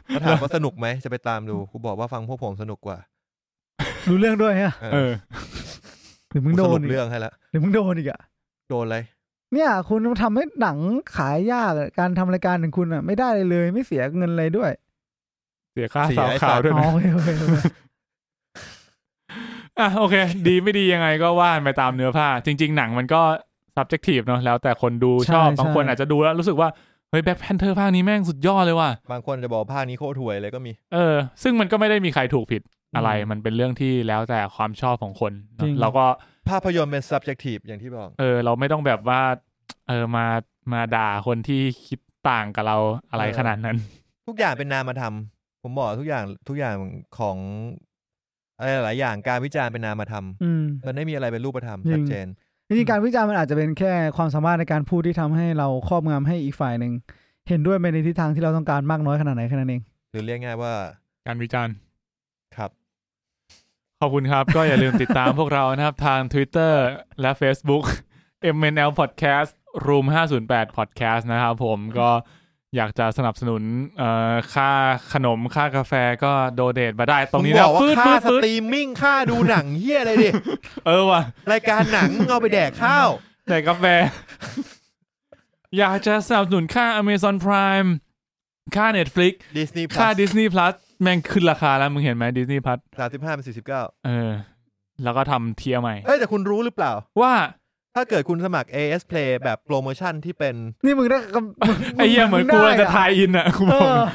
A: เขาถามว่าสนุกไหมจะไปตามดูกูบอกว่าฟังพวกผมสนุกกว่า
B: รู้เรื่องด้วยฮะ
C: เออ
B: หรือมึ
A: กู
B: งโด
A: สรุป
B: นอีก
A: เรื่องให้ละ
B: หรือมึงโดนอีกอ่ะ
A: โดนเลย
B: เนี่ย คุณทำให้หนังขายยากอะการทำรายการของคุณอ่ะไม่ได้เลยเลยไม่เสียเงินเลยด้วย
C: เสียค่าสาวข่าวด้วย
B: อ๋อ
C: นะ
B: โอเคโอเคโอเค
C: อ่ะโอเค ดีไม่ดียังไงก็ว่านไปตามเนื้อผ้า จริง ๆ หนังมันก็ subjective เนอะแล้วแต่คนดูชอบบางคนอาจจะดูแล้วรู้สึกว่า เฮ้ยแบ็คแพนเทอร์ภาคนี้แม่งสุดยอดเลยว่ะ
A: บางคนจะบอกภาคนี้โคตรห่วยเลยก็มี
C: เออ ซึ่งมันก็ไม่ได้มีใครถูกผิดอะไร มันเป็นเรื่องที่แล้วแต่ความชอบของคนเนอะเราก็
A: ภาพยนตร์เป็น subjective อย่างที่บอก
C: เออ เราไม่ต้องแบบว่า เออมามาด่าคนที่คิดต่างกับเราอะไร
A: เออ
C: ขนาดนั้น
A: ทุกอย่างเป็นนามธรรมผมบอกทุกอย่างทุกอย่างของอะไรหลายอย่างการวิจารณ์เป็นนามธรรม
B: อืม
A: มันไม่มีอะไรเป็นรูปธรรม
B: จริง
A: ชัดเจน
B: จริงๆการวิจารณ์มันอาจจะเป็นแค่ความสามารถในการพูดที่ทำให้เราครอบงำให้อีกฝ่ายหนึ่งเห็นด้วยไปในทิศทางที่เราต้องการมากน้อยขนาดไหนแค่นั้นเอง
A: หรือเรียกง่ายว่า
C: การวิจารณ์
A: ครับ
C: ขอบคุณครับ ก็อย่าลืมติดตามพวกเรานะครับ ทาง Twitter และ Facebook MNL Podcast Room 508 Podcast นะครับผมก็อยากจะสนับสนุนเอ่อค่าขนมค่ากาแฟก็โดเดตมาได้ตรงนี้
A: มึ
C: นะ
A: บอกว่า
C: ฟืดฟื
A: ค่า
C: ด
A: ส
C: ฟืด
A: ตรีมมิ่งค่าดูหนังเฮียอะไรดิ
C: เออว่ะ
A: รายการหนังเอาไปแดกข้าว
C: แต่กาแฟ อยากจะสนับสนุนค่า Amazon Prime ค่า Netflix
A: ดิสนีย์พลั
C: ค่า
A: ส
C: Disney Plus แม่งขึ้นราคาแล้ว มึงเห็นไหม Disney Plus
A: สามสิบห้าเป็นสี่สิบเก้า
C: เออ แล้วก็ทำเทียร์ใหม่
A: เอ้ยแต่คุณรู้หรือเปล่า
C: ว่า
A: ถ้าเกิดคุณสมัคร AS Play แบบโปรโมชั่นที่เป็น
B: นี่มึงได้กับมึง
C: ไอ้เหี้ยเหมือนกูจะทายอินอ่ะกู
B: เอบ
C: อ
B: อก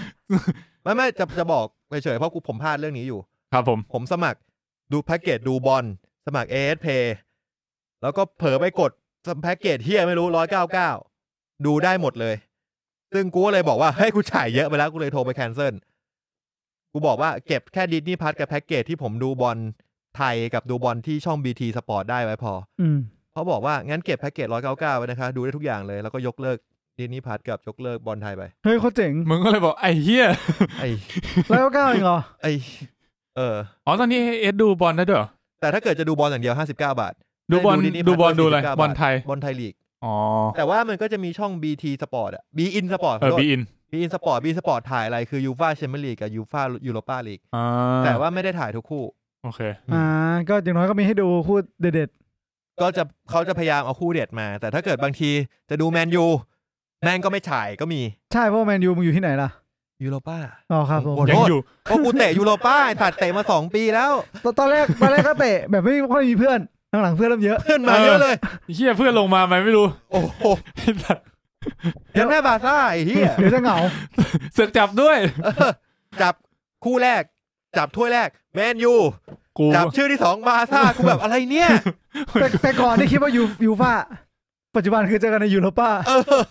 A: ไม่ไม่จะจะบอกเฉยๆเพราะกูผมพลาดเรื่องนี้อยู่
C: ครับผม
A: ผมสมัครดูแพ็กเกจดูบอลสมัคร AS Play แล้วก็เผลอไปกดแพ็กเกจเฮียไม่รู้ร้อยเก้าเก้าดูได้หมดเลย ซึ่งกูก็เลยบอกว่า เฮ้ย กูจ่ายเยอะไปแล้ว กูเลยโทรไปแคนเซิลกูบอกว่าเก็บแค่ดิสนีย์พัทกับแพ็กเกจที่ผมดูบอลไทยกับดูบอลที่ช่อง BT Sport ได้ไว้พอ
B: อืม
A: เขาบอกว่า งั้นเก็บแพ็กเกจร้อยเก้าเก้าไว้นะคะ ดูได้ทุกอย่างเลย แล้วก็ยกเลิกดิสนีย์พัทกับยกเลิกบอลไทยไป
B: เฮ้ยเขาเจ๋ง
C: มึงก็เลยบอกไอ้เหี้ย
A: ไอ้
B: แล้วก็เก้าเองเหรอ
A: ไอ้เออ
C: อ๋อ ตอนนี้เอสดูบอลได้ด้วยเหรอ
A: แต่ถ้าเกิดจะดูบอลอย่างเดียว 59 บาท
C: ดูบอล
A: ได้ดู Disney
C: ดูบอล
A: Plus
C: ดูอะไร
A: 49
C: บอลไทย
A: บอลไทยลีก
C: อ๋อ
A: แต่ว่ามันก็จะมีช่อง BT Sport อะ B In Sport
C: เออบีอิน
A: B In Sport B Sport ถ่ายอะไรคือ UEFA Champions League กับ UEFA Europa League
C: อ่า
A: แต่ว่าไม่ได้ถ่ายทุกคู่
C: โอเค
A: อืม
B: อ่า ก็อย่างน้อยก็มีให้ดูคู่เด็ด
A: ก็จะเขาจะพยายามเอาคู่เด็ดมา แต่ถ้าเกิดบางทีจะดูแมนยูแม่งก็ไม่ฉายก็มี
B: ๆใช่เพราะแมนยูมึงอยู่ที่ไหนล่ะ
A: ยูโรป้า
B: อ๋อครับผม
A: โอ้โห
C: ยังอยู่
A: เพราะกูเตะยูโรป้าไอ้สัตว์เตะมาสองปีแล้ว
B: ตอนตอนแรกตอนแรกก็เตะแบบไม่ค่อยมีเพื่อนหลังๆเพื่อนเริ่มเยอะ
A: เพื่อนมาเยอะเลย
C: เหี้ยเพื่อนลงมาไหมไม่รู้
A: โอ้โหยังแม่บาซ่าไอ้เหี้ ย
B: เดี๋ยวจะเหงา
C: เสือกจับด้วย
A: เออจับคู่แรก จับถ้วยแรกแมนยู
C: กู
A: จับชื่อที่สองบาซ่ากูแบบอะไรเนี่ย
B: แต่แต่ก่อนนี่คิดว่ายูยูฟ่าปัจจุบันคือเจอกันในยูโรป้า
A: เออ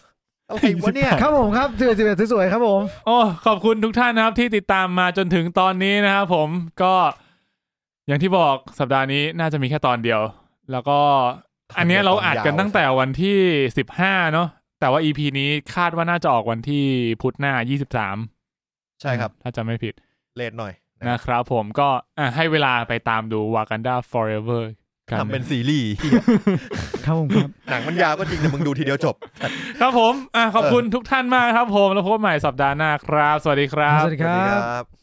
A: อะไรวะเนี่ย
B: ครับผมครับสิบเอ็ดสิบเอ็ดสวยๆครับผม
C: โอ้ ขอบคุณทุกท่านนะครับที่ติดตามมาจนถึงตอนนี้นะครับผมก็อย่างที่บอกสัปดาห์นี้น่าจะมีแค่ตอนเดียว แล้วก็อันเนี้ยเราอัดกันตั้งแต่วันที่สิบห้าเนาะแต่ว่า EP นี้คาดว่าน่าจะออกวันที่พุธหน้ายี่สิบสาม
A: ใช่ครับ
C: ถ้าจะไม่ผิด
A: เลทหน่อย
C: นะครับผมก็อ่ะให้เวลาไปตามดู Wakanda Forever กั
A: ทำเป็นซีรีส์
B: ครับผมครับ
A: หนังมันยาวก็จริงแต่มึงดูทีเดียวจบ
C: ครับผมอ่ะขอบคุณทุกท่านมากครับผม แล้วพบกันใหม่สัปดาห์หน้าครับ สวัสดีครับ
B: สวัสดีครับ
A: ครับ